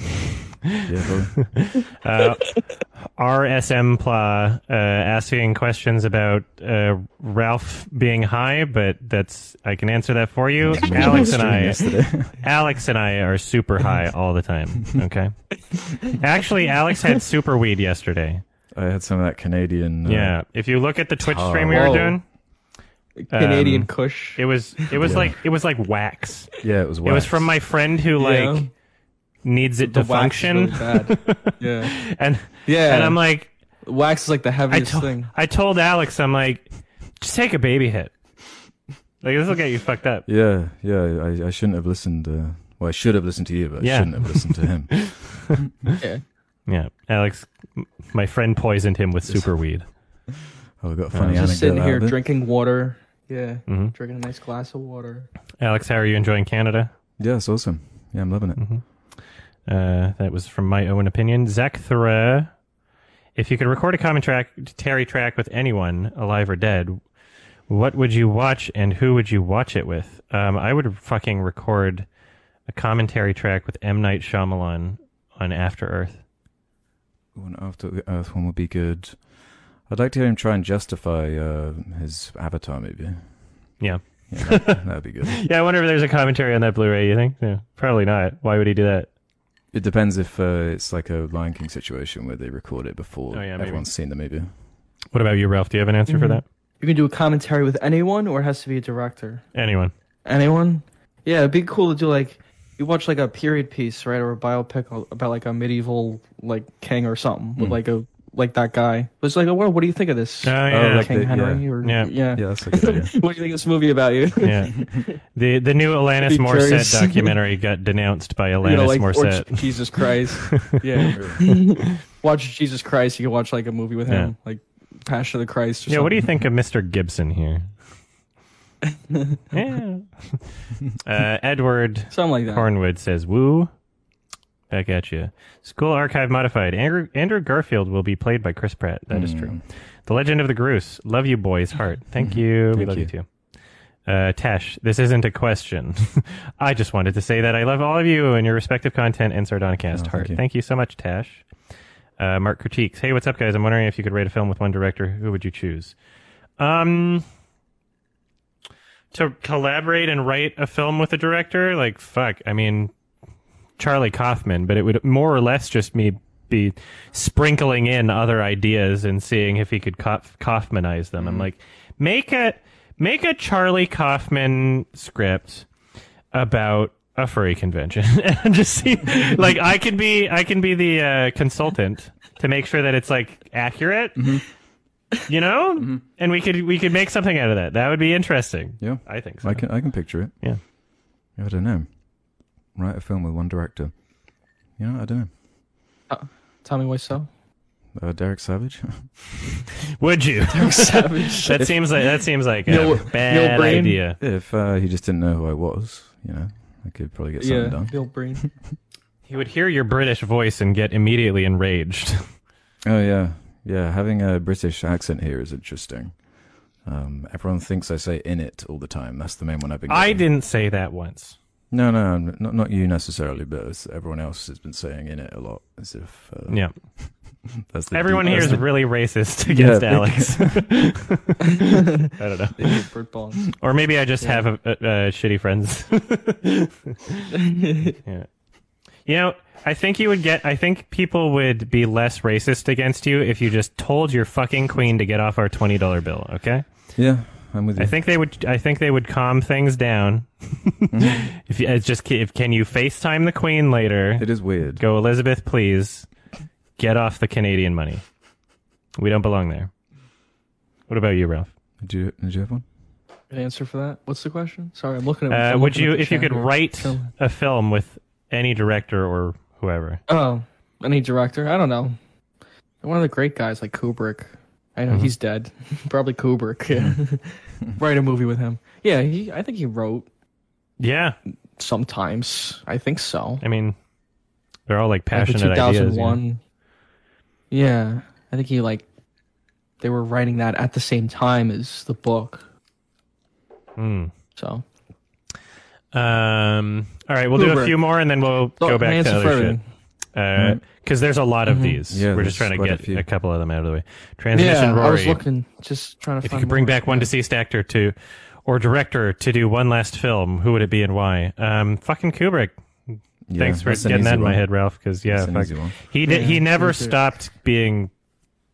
Speaker 4: Yeah, probably.
Speaker 2: uh, RSM Pla uh, asking questions about uh, Ralph being high, but that's I can answer that for you. Alex and I, Alex and I are super high all the time. Okay. Actually, Alex had super weed yesterday.
Speaker 4: I had some of that Canadian. Uh,
Speaker 2: Yeah. If you look at the Twitch
Speaker 4: Oh.
Speaker 2: stream we were
Speaker 3: Whoa.
Speaker 2: doing,
Speaker 3: Canadian
Speaker 2: Um,
Speaker 3: Kush.
Speaker 2: it was it was
Speaker 4: Yeah.
Speaker 2: like it was like wax.
Speaker 4: yeah, it was.
Speaker 2: It was
Speaker 4: wax.
Speaker 2: from my friend who like
Speaker 3: Yeah.
Speaker 2: needs it
Speaker 3: The
Speaker 2: to
Speaker 3: wax is
Speaker 2: function,
Speaker 3: really bad. yeah,
Speaker 2: and
Speaker 3: yeah.
Speaker 2: and I'm like,
Speaker 3: wax is like the
Speaker 2: I
Speaker 3: heaviest
Speaker 2: told
Speaker 3: thing.
Speaker 2: I told Alex, I'm like, just take a baby hit. Like this will get you fucked up.
Speaker 4: Yeah, yeah. I, I shouldn't have listened. Uh, well, I should have listened to you, but
Speaker 2: Yeah.
Speaker 4: I shouldn't have listened to him.
Speaker 3: Yeah.
Speaker 2: Yeah, Alex, m- my friend poisoned him with super weed.
Speaker 4: Oh, I got a funny
Speaker 3: Just
Speaker 4: anecdote.
Speaker 3: sitting here
Speaker 4: out of it.
Speaker 3: drinking water. Yeah,
Speaker 2: hmm
Speaker 3: drinking a nice glass of water.
Speaker 2: Alex, how are you enjoying Canada?
Speaker 4: Yeah, it's awesome. Yeah, I'm loving it.
Speaker 2: hmm Uh, that was from my own opinion. Zach Thura, if you could record a commentary track, Terry track with anyone, alive or dead, what would you watch and who would you watch it with? Um, I would fucking record a commentary track with M. Night Shyamalan on After Earth.
Speaker 4: One after the Earth one will be good. I'd like to hear him try and justify uh, his Avatar movie.
Speaker 2: Yeah.
Speaker 4: Yeah, that, that'd be good.
Speaker 2: Yeah, I wonder if there's a commentary on that Blu-ray. You think? Yeah, probably not. Why would he do that?
Speaker 4: It depends if uh, it's like a Lion King situation where they record it before
Speaker 2: Oh, yeah, maybe.
Speaker 4: everyone's seen the movie.
Speaker 2: What about you, Ralph? Do you have an answer for
Speaker 3: Mhm.
Speaker 2: that?
Speaker 3: You can do a commentary with anyone, or it has to be a director.
Speaker 2: Anyone?
Speaker 3: Anyone? Yeah, it'd be cool to do like you watch like a period piece, right, or a biopic o- about like a medieval like king or something with
Speaker 4: Mm.
Speaker 3: like a like that guy. It was like, well, what do you think of this?
Speaker 2: Oh, yeah.
Speaker 4: Oh, like
Speaker 3: King
Speaker 4: the-
Speaker 3: Henry
Speaker 4: yeah.
Speaker 3: or
Speaker 2: Yeah.
Speaker 3: yeah.
Speaker 4: Yeah, that's a good idea.
Speaker 3: What do you think of this movie about you?
Speaker 2: yeah. The the new Alanis
Speaker 3: Be
Speaker 2: Morissette
Speaker 3: curious.
Speaker 2: documentary got denounced by Alanis
Speaker 3: you know, like or
Speaker 2: Morissette.
Speaker 3: J- Jesus Christ. Yeah. watch Jesus Christ. You can watch like a movie with him, like Passion of the Christ. Or
Speaker 2: Yeah,
Speaker 3: something.
Speaker 2: what do you think of Mr. Gibson here? yeah. Uh, Edward
Speaker 3: Something like that.
Speaker 2: Hornwood says, "Woo." Back at you. School Archive Modified. Andrew, Andrew Garfield will be played by Chris Pratt. That is true. The Legend of the Groose. Love you, boys. Heart. Thank you. we
Speaker 4: Thank
Speaker 2: love you,
Speaker 4: you.
Speaker 2: too. Uh, Tash, this isn't a question. I just wanted to say that I love all of you and your respective content and Sardonicast.
Speaker 4: Oh, thank
Speaker 2: Heart.
Speaker 4: you.
Speaker 2: Thank you so much, Tash. Uh, Mark Critiques. Hey, what's up, guys? I'm wondering if you could rate a film with one director. Who would you choose? Um, to collaborate and write a film with a director, like fuck. I mean, Charlie Kaufman, but it would more or less just me be sprinkling in other ideas and seeing if he could Kauf- Kaufmanize them. I'm like, make a make a Charlie Kaufman script about a furry convention and just see like I can be I can be the uh, consultant to make sure that it's like accurate. You know, and we could we could make something out of that. That would be interesting.
Speaker 4: Yeah.
Speaker 2: I think so.
Speaker 4: I can I can picture it.
Speaker 2: Yeah.
Speaker 4: I don't know. Write a film with one director. You know, I don't know.
Speaker 3: Tell me why so.
Speaker 4: Uh, Derek Savage.
Speaker 2: Would you?
Speaker 3: Savage.
Speaker 2: that seems like that seems like a
Speaker 3: Neil-
Speaker 2: bad
Speaker 3: Neil Breen?
Speaker 2: idea.
Speaker 4: if uh, he just didn't know who I was, you know, I could probably get something
Speaker 3: yeah.
Speaker 4: done.
Speaker 3: Bill Breen.
Speaker 2: He would hear your British voice and get immediately enraged.
Speaker 4: Oh yeah, yeah. Having a British accent here is interesting. Um, everyone thinks I say "in it" all the time. That's the main one I've been.
Speaker 2: I
Speaker 4: getting.
Speaker 2: didn't say that once.
Speaker 4: No, no, n- not not you necessarily, but it's- everyone else has been saying "in it" a lot. As if uh,
Speaker 2: Yeah.
Speaker 4: that's the
Speaker 2: Everyone
Speaker 4: deep-
Speaker 2: here
Speaker 4: that's
Speaker 2: is
Speaker 4: the-
Speaker 2: really racist against
Speaker 4: Yeah.
Speaker 2: Alex. I don't know.
Speaker 3: Bert Balls.
Speaker 2: Or maybe I just have a, a, a shitty friends. yeah. You know, I think you would get. I think people would be less racist against you if you just told your fucking queen to get off our twenty dollar bill. Okay.
Speaker 4: Yeah, I'm with you.
Speaker 2: I think they would. I think they would calm things down.
Speaker 4: Mm-hmm.
Speaker 2: if you, it's just if can you FaceTime the Queen later?
Speaker 4: it is weird.
Speaker 2: Go, Elizabeth, please get off the Canadian money. We don't belong there. What about you, Ralph?
Speaker 4: Did you, did you have one?
Speaker 3: An answer for that? What's the question? Sorry, I'm looking at.
Speaker 2: Uh,
Speaker 3: I'm
Speaker 2: would
Speaker 3: looking
Speaker 2: you,
Speaker 3: at the
Speaker 2: if you
Speaker 3: chat
Speaker 2: could
Speaker 3: here.
Speaker 2: write
Speaker 3: Tell me.
Speaker 2: a film with any director or whoever?
Speaker 3: Oh, any director? I don't know. One of the great guys like Kubrick. I know
Speaker 2: Mm-hmm.
Speaker 3: he's dead. Probably Kubrick. Yeah. Write a movie with him. Yeah, he. I think he wrote
Speaker 2: Yeah,
Speaker 3: sometimes. I think so.
Speaker 2: I mean, they're all like
Speaker 3: After
Speaker 2: passionate ideas. you know?
Speaker 3: Yeah, I think he like they were writing that at the same time as the book.
Speaker 2: Hmm.
Speaker 3: So
Speaker 2: Um. All right, we'll do a
Speaker 3: Kubrick.
Speaker 2: few more and then we'll go
Speaker 3: Oh,
Speaker 2: back
Speaker 3: Nancy
Speaker 2: to other shit.
Speaker 3: Ferdinand.
Speaker 2: because there's a lot of these.
Speaker 4: Yeah,
Speaker 2: We're just
Speaker 4: there's
Speaker 2: trying to
Speaker 4: quite a
Speaker 2: get
Speaker 4: few.
Speaker 2: a, couple of them out of the way. Transmission
Speaker 3: Yeah, I was
Speaker 2: Rory.
Speaker 3: looking, just trying
Speaker 2: if
Speaker 3: to
Speaker 2: you
Speaker 3: find.
Speaker 2: could bring
Speaker 3: more.
Speaker 2: back one deceased actor to or director to do one last film, who would it be and why? Um, fucking Kubrick.
Speaker 4: Yeah,
Speaker 2: Thanks for
Speaker 4: that's an
Speaker 2: getting that
Speaker 4: easy
Speaker 2: in my
Speaker 4: one.
Speaker 2: head, Ralph. Because yeah,
Speaker 4: That's an
Speaker 2: fuck.
Speaker 4: easy one.
Speaker 2: he did. he
Speaker 3: Yeah,
Speaker 2: never
Speaker 3: me too.
Speaker 2: stopped being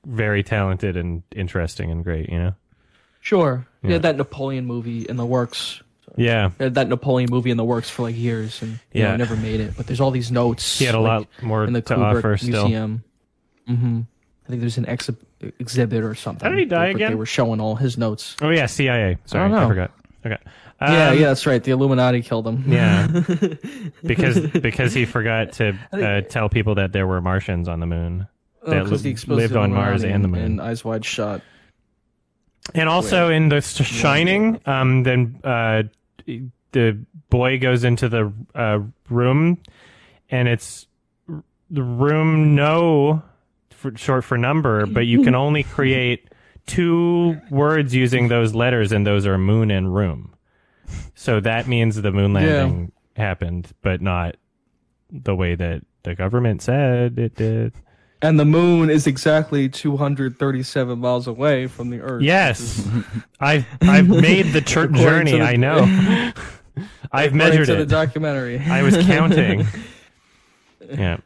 Speaker 2: very talented and interesting and great. You know.
Speaker 3: Sure. Yeah.
Speaker 2: Yeah.
Speaker 3: that Napoleon movie in the works.
Speaker 2: Yeah,
Speaker 3: He had uh, That Napoleon movie in the works for like years, and you
Speaker 2: Yeah.
Speaker 3: know, never made it. But there's all these notes.
Speaker 2: he had a
Speaker 3: like,
Speaker 2: lot more
Speaker 3: in the
Speaker 2: to
Speaker 3: Kubrick
Speaker 2: offer still.
Speaker 3: Museum. Mm-hmm. I think there's an exhi- exhibit or something.
Speaker 2: How did he die
Speaker 3: They-
Speaker 2: again?
Speaker 3: They were showing all his notes.
Speaker 2: Oh yeah, CIA. Sorry, I,
Speaker 3: know.
Speaker 2: forgot. Okay.
Speaker 3: yeah,
Speaker 2: Um,
Speaker 3: yeah, that's right. The Illuminati killed him.
Speaker 2: Yeah, because because he forgot to uh, tell people that there were Martians on the moon that
Speaker 3: because
Speaker 2: li-
Speaker 3: Oh, he exposed
Speaker 2: lived
Speaker 3: the
Speaker 2: on Mars
Speaker 3: Illuminati
Speaker 2: and the
Speaker 3: in-
Speaker 2: moon,
Speaker 3: in Eyes Wide Shut.
Speaker 2: and also in the S- Shining. Um, then uh, the boy goes into the uh, room, and it's r- the room no, for, short for number, but you can only create two words using those letters, and those are moon and room. So that means the moon
Speaker 3: Yeah.
Speaker 2: landing happened, but not the way that the government said it did.
Speaker 3: And the moon is exactly 237 miles away from the Earth.
Speaker 2: Yes, I've I've made the church
Speaker 3: According
Speaker 2: journey.
Speaker 3: to the-
Speaker 2: I know. I've
Speaker 3: According
Speaker 2: measured
Speaker 3: to the
Speaker 2: it.
Speaker 3: documentary.
Speaker 2: I was counting. yeah,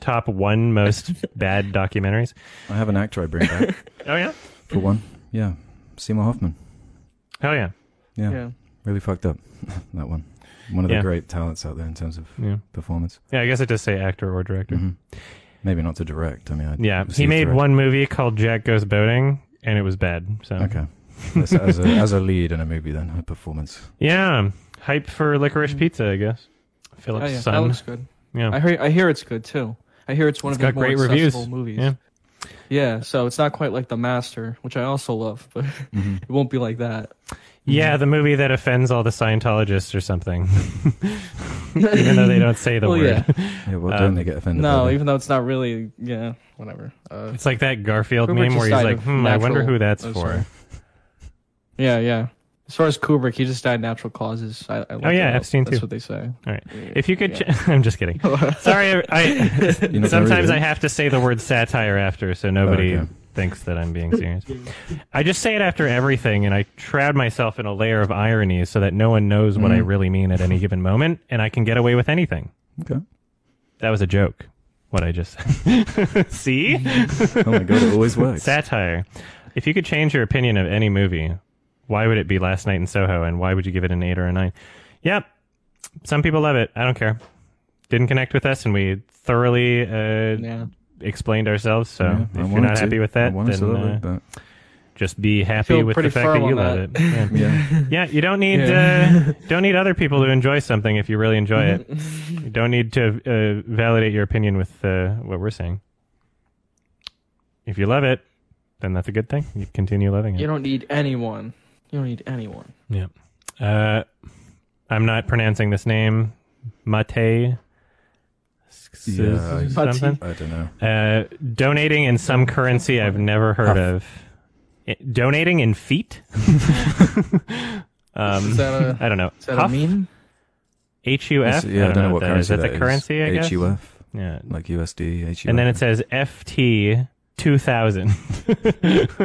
Speaker 2: top one most bad documentaries.
Speaker 4: I have an actor I bring back
Speaker 2: Oh yeah,
Speaker 4: for one. Yeah, Seymour Hoffman.
Speaker 2: oh yeah,
Speaker 4: Yeah,
Speaker 3: yeah.
Speaker 4: really fucked up that one. One of
Speaker 2: Yeah.
Speaker 4: the great talents out there in terms of
Speaker 2: yeah.
Speaker 4: performance.
Speaker 2: Yeah, I guess I just say actor or director.
Speaker 4: Maybe not to direct. I mean, I
Speaker 2: Mm-hmm. Yeah, he
Speaker 4: Mm-hmm. see
Speaker 2: made
Speaker 4: through it.
Speaker 2: one movie called Jack Goes Boating, and it was bad. So
Speaker 4: Okay, as, as, a, as a lead in a movie, then a performance.
Speaker 2: yeah, hype for Licorice Pizza, I guess. Philip's
Speaker 3: Oh, yeah, that
Speaker 2: son.
Speaker 3: looks good.
Speaker 2: yeah,
Speaker 3: I hear I hear it's good too. I hear it's one
Speaker 2: It's
Speaker 3: of the
Speaker 2: got
Speaker 3: more
Speaker 2: great
Speaker 3: accessible
Speaker 2: reviews.
Speaker 3: movies.
Speaker 2: Yeah.
Speaker 3: Yeah, so it's not quite like The Master, which I also love, but it won't be like that.
Speaker 2: yeah, the movie that offends all the Scientologists or something, even though they don't say the
Speaker 3: Well,
Speaker 2: word.
Speaker 4: Yeah, well,
Speaker 2: Um,
Speaker 4: don't they get offended? by
Speaker 3: No,
Speaker 4: that?
Speaker 3: even though it's not really, yeah, whatever. Uh,
Speaker 2: It's like that Garfield
Speaker 3: Kubrick
Speaker 2: meme where
Speaker 3: just
Speaker 2: he's
Speaker 3: died
Speaker 2: like,
Speaker 3: of
Speaker 2: "Hmm, I wonder
Speaker 3: natural-
Speaker 2: who that's
Speaker 3: oh,
Speaker 2: for."
Speaker 3: sorry. yeah, yeah. As far as Kubrick, he just died natural causes. I, I looked
Speaker 2: Oh, yeah,
Speaker 3: it up.
Speaker 2: Epstein
Speaker 3: That's
Speaker 2: too.
Speaker 3: what they say.
Speaker 2: If you could, ch- I'm just kidding. Sorry, I,
Speaker 4: You're
Speaker 2: I
Speaker 4: not gonna read
Speaker 2: sometimes
Speaker 4: it?
Speaker 2: I have to say the word satire after, so nobody
Speaker 4: okay.
Speaker 2: thinks that I'm being serious. I just say it after everything, and I shroud myself in a layer of irony so that no one knows what I
Speaker 3: Mm-hmm.
Speaker 4: Mhm.
Speaker 2: really mean at any given moment, and I can get away with anything.
Speaker 4: Okay.
Speaker 2: That was a joke. What I just said. See,
Speaker 4: Oh my god, it always works.
Speaker 2: satire. If you could change your opinion of any movie, why would it be Last Night in Soho, and why would you give it an eight or a nine? Yep, some people love it. I don't care. Didn't connect with us, and we thoroughly uh,
Speaker 3: Yeah.
Speaker 2: explained ourselves. So
Speaker 4: Yeah, I
Speaker 2: if you're
Speaker 4: wanted
Speaker 2: not
Speaker 4: to.
Speaker 2: happy with
Speaker 4: I
Speaker 2: that,
Speaker 4: wanted
Speaker 2: then
Speaker 4: to love
Speaker 2: uh,
Speaker 4: it, but-
Speaker 2: just be happy
Speaker 3: Feel
Speaker 2: with the
Speaker 3: pretty
Speaker 2: fact that
Speaker 3: firm
Speaker 2: you
Speaker 3: on
Speaker 2: love it.
Speaker 3: that.
Speaker 2: Yeah.
Speaker 4: yeah.
Speaker 2: Yeah, you don't need uh, don't need other people to enjoy something if you really enjoy it. you don't need to uh, validate your opinion with uh, what we're saying. If you love it, then that's a good thing. You continue loving
Speaker 3: You
Speaker 2: it.
Speaker 3: don't need anyone. You don't need anyone.
Speaker 2: Uh, I'm not pronouncing this name, Mate. s- s-
Speaker 4: Yeah, I-
Speaker 2: something.
Speaker 4: I don't know.
Speaker 2: Uh, donating in some currency I've never heard of. I- Donating in feet. um,
Speaker 3: Is that a-
Speaker 2: I don't know.
Speaker 3: Is that a meme?
Speaker 2: H U F.
Speaker 4: It's- yeah, I don't know what
Speaker 2: that
Speaker 4: currency
Speaker 2: is. Is that the currency? I guess.
Speaker 4: HUF,
Speaker 2: Yeah.
Speaker 4: like USD, HUF.
Speaker 2: And then it says FT two thousand.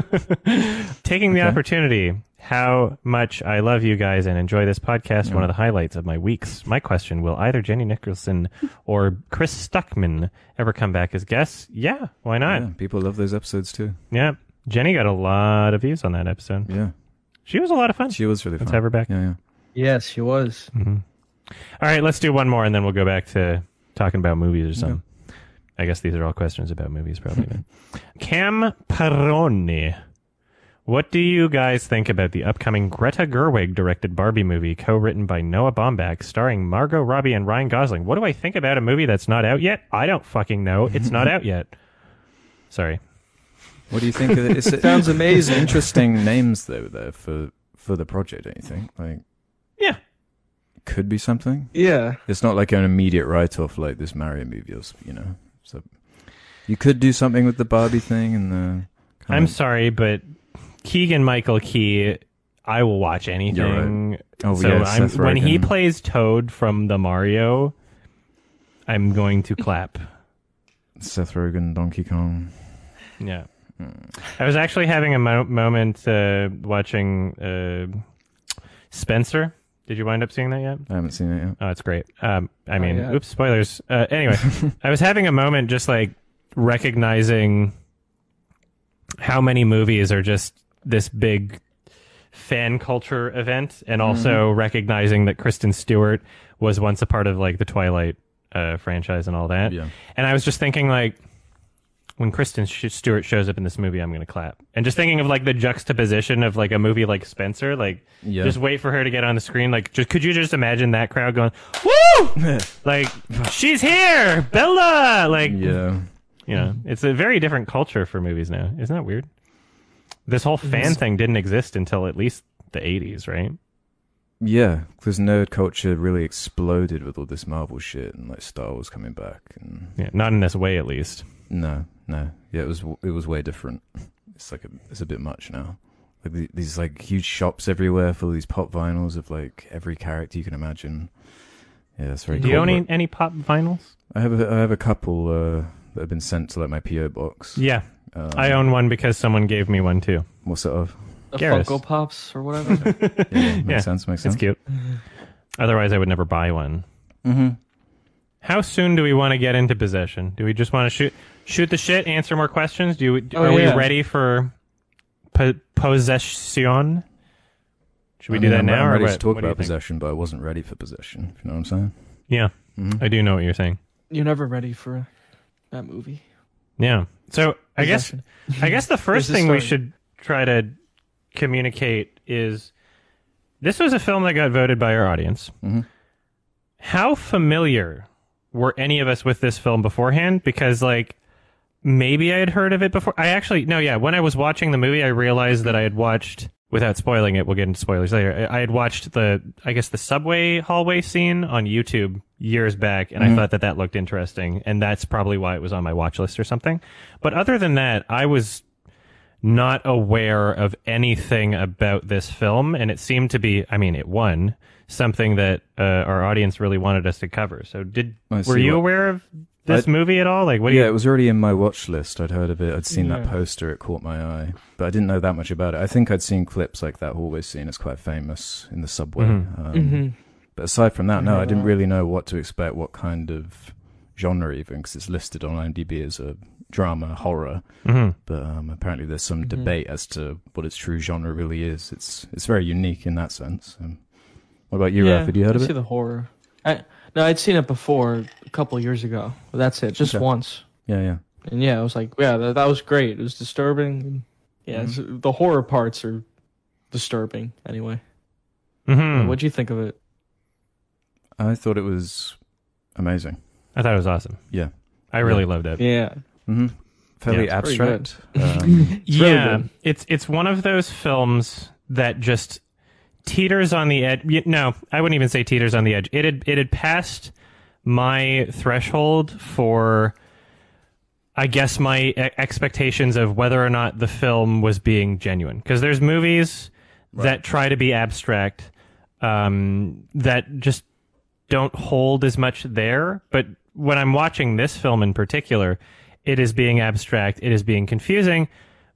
Speaker 2: Taking the
Speaker 4: Okay.
Speaker 2: opportunity. How much I love you guys and enjoy this podcast.
Speaker 4: Mm.
Speaker 2: One of the highlights of my weeks. My question: Will either Jenny Nicholson or Chris Stuckman ever come back as guests? Yeah, why not?
Speaker 4: Yeah, people love those episodes too.
Speaker 2: Yeah. Jenny got a lot of views on that episode.
Speaker 4: Yeah,
Speaker 2: She was a lot of fun.
Speaker 4: she was really fun.
Speaker 2: Let's have her back.
Speaker 4: Yeah, yeah.
Speaker 3: Yes, she was.
Speaker 2: All right, let's do one more and then we'll go back to talking about movies or something. I guess these are all questions about movies, probably. but. Cam Peroni. What do you guys think about the upcoming Greta Gerwig directed Barbie movie, co written by Noah Baumbach, starring Margot Robbie and Ryan Gosling? What do I think about a movie that's not out yet? I don't fucking know. It's not out yet. Sorry.
Speaker 4: What do you think? Of it? It's, it sounds amazing. Interesting names though, there for for the project. Don't you think? Like,
Speaker 2: Yeah.
Speaker 4: could be something.
Speaker 3: Yeah.
Speaker 4: It's not like an immediate write off like this Mario movie, or, sp- you know. So you could do something with the Barbie thing and the. kind
Speaker 2: I'm
Speaker 4: of-
Speaker 2: sorry, but Keegan Michael Key, I will watch anything.
Speaker 4: Oh,
Speaker 2: so
Speaker 4: yeah,
Speaker 2: I'm,
Speaker 4: Seth
Speaker 2: when he
Speaker 4: Rogen.
Speaker 2: plays Toad from the Mario, I'm going to clap.
Speaker 4: Seth Rogen, Donkey Kong.
Speaker 2: Yeah. I was actually having a mo- moment uh, watching uh, Spencer. Did you wind up seeing that yet?
Speaker 4: I haven't seen it yet.
Speaker 2: Oh, it's great. Um, I mean,
Speaker 3: yeah.
Speaker 2: oops, spoilers. Uh, anyway, I was having a moment just like recognizing how many movies are just this big fan culture event, and also recognizing that Kristen Stewart was once a part of like the Twilight uh, franchise and all that.
Speaker 4: Yeah.
Speaker 2: And I was just thinking like. When Kristen Sh- Stewart shows up in this movie, I'm gonna clap. And just thinking of like the juxtaposition of like a movie like Spencer, like
Speaker 4: Yeah.
Speaker 2: just wait for her to get on the screen. Like, just, could you just imagine that crowd going, "Woo!" like, she's here, Bella. Like,
Speaker 4: Yeah.
Speaker 2: you know, it's a very different culture for movies now. Isn't that weird? This whole fan thing didn't exist until at least the '80s, right?
Speaker 4: Yeah, because nerd culture really exploded with all this Marvel shit and like Star Wars coming back. And
Speaker 2: Yeah, not in this way, at least.
Speaker 4: no, no, yeah, it was it was way different. It's like a, it's a bit much now. Like the, these like huge shops everywhere full of these pop vinyls of like every character you can imagine. Yeah, that's very.
Speaker 2: Do you
Speaker 4: cool.
Speaker 2: own any, any pop vinyls?
Speaker 4: I have a, I have a couple uh, that have been sent to like my PO box.
Speaker 2: Yeah,
Speaker 4: Um,
Speaker 2: I own one because someone gave me one too.
Speaker 4: What's it of?
Speaker 3: The
Speaker 2: Garrus.
Speaker 3: Funko Pops or whatever.
Speaker 4: Yeah, yeah, makes
Speaker 2: Yeah,
Speaker 4: sense. Makes
Speaker 2: It's
Speaker 4: sense.
Speaker 2: cute. Otherwise, I would never buy one.
Speaker 4: Mhm.
Speaker 2: How soon do we want to get into possession? Do we just want to shoot shoot the shit, answer more questions? Do you,
Speaker 3: Oh,
Speaker 2: are
Speaker 3: yeah.
Speaker 2: we ready for po- possession? Should we
Speaker 4: I
Speaker 2: do
Speaker 4: mean,
Speaker 2: that
Speaker 4: I'm,
Speaker 2: now
Speaker 4: I'm
Speaker 2: or
Speaker 4: ready
Speaker 2: what?
Speaker 4: to talk
Speaker 2: What do you
Speaker 4: about
Speaker 2: think?
Speaker 4: possession, but I wasn't ready for possession. If you know what I'm saying?
Speaker 2: Yeah,
Speaker 4: Mhm.
Speaker 2: I do know what you're saying.
Speaker 3: You're never ready for that movie.
Speaker 2: Yeah. So I guess I guess the first
Speaker 3: There's a
Speaker 2: thing we
Speaker 3: story.
Speaker 2: should try to communicate is this was a film that got voted by our audience.
Speaker 3: Mm-hmm.
Speaker 4: Mhm.
Speaker 2: How familiar were any of us with this film beforehand? Because like maybe I had heard of it before. I actually no, yeah. When I was watching the movie, I realized that I had watched without spoiling it. We'll get into spoilers later. I I had watched the I guess the subway hallway scene on YouTube years back,
Speaker 4: Mm-hmm.
Speaker 2: and I thought that that looked interesting, and that's probably why it was on my watch list or something. But other than that, I was not aware of anything about this film, and it seemed to be. I mean, it won something that uh, our audience really wanted us to cover. So, did
Speaker 4: I
Speaker 2: were
Speaker 4: see
Speaker 2: you
Speaker 4: what-
Speaker 2: aware of this
Speaker 4: I-
Speaker 2: movie at all? Like, what do
Speaker 4: yeah,
Speaker 2: you?
Speaker 4: it was already in my watch list. I'd heard of it. I'd seen that
Speaker 3: Yeah.
Speaker 4: poster. It caught my eye, but I didn't know that much about it. I think I'd seen clips like that hallway scene. It's quite famous in the subway.
Speaker 2: Mhm.
Speaker 4: Um,
Speaker 3: Mm-hmm.
Speaker 4: But aside from that, no,
Speaker 3: Yeah.
Speaker 4: I didn't really know what to expect. What kind of genre, even because it's listed on IMDb as a drama horror.
Speaker 2: Mhm.
Speaker 4: But um, apparently, there's some
Speaker 3: Mhm.
Speaker 4: debate as to what its true genre really is. It's it's very unique in that sense. Um, what about you, Raph? Had you heard of
Speaker 3: See
Speaker 4: it?
Speaker 3: the horror. I, no, I'd seen it before a couple of years ago. But that's it, just
Speaker 4: Okay.
Speaker 3: once.
Speaker 4: Yeah, yeah.
Speaker 3: And yeah, I was like, yeah, that, that was great. It was disturbing. Yeah,
Speaker 4: Mm-hmm.
Speaker 3: it's- the horror parts are disturbing. Anyway,
Speaker 4: Hmm.
Speaker 2: Mhm.
Speaker 3: what'd you think of it?
Speaker 4: I thought it was amazing.
Speaker 2: I thought it was awesome.
Speaker 4: Yeah.
Speaker 2: I really loved it.
Speaker 3: Yeah,
Speaker 4: Mm-hmm. Fairly
Speaker 2: Yeah,
Speaker 3: it's pretty
Speaker 4: abstract. Um,
Speaker 3: It's really
Speaker 2: yeah,
Speaker 3: good.
Speaker 2: it's it's one of those films that just teeters on the edge. y- No, I wouldn't even say teeters on the edge. It had it had passed my threshold for, I guess, my e- expectations of whether or not the film was being genuine. Because there's movies that try to be abstract um, that just don't hold as much there. But when I'm watching this film in particular, it is being abstract, it is being confusing,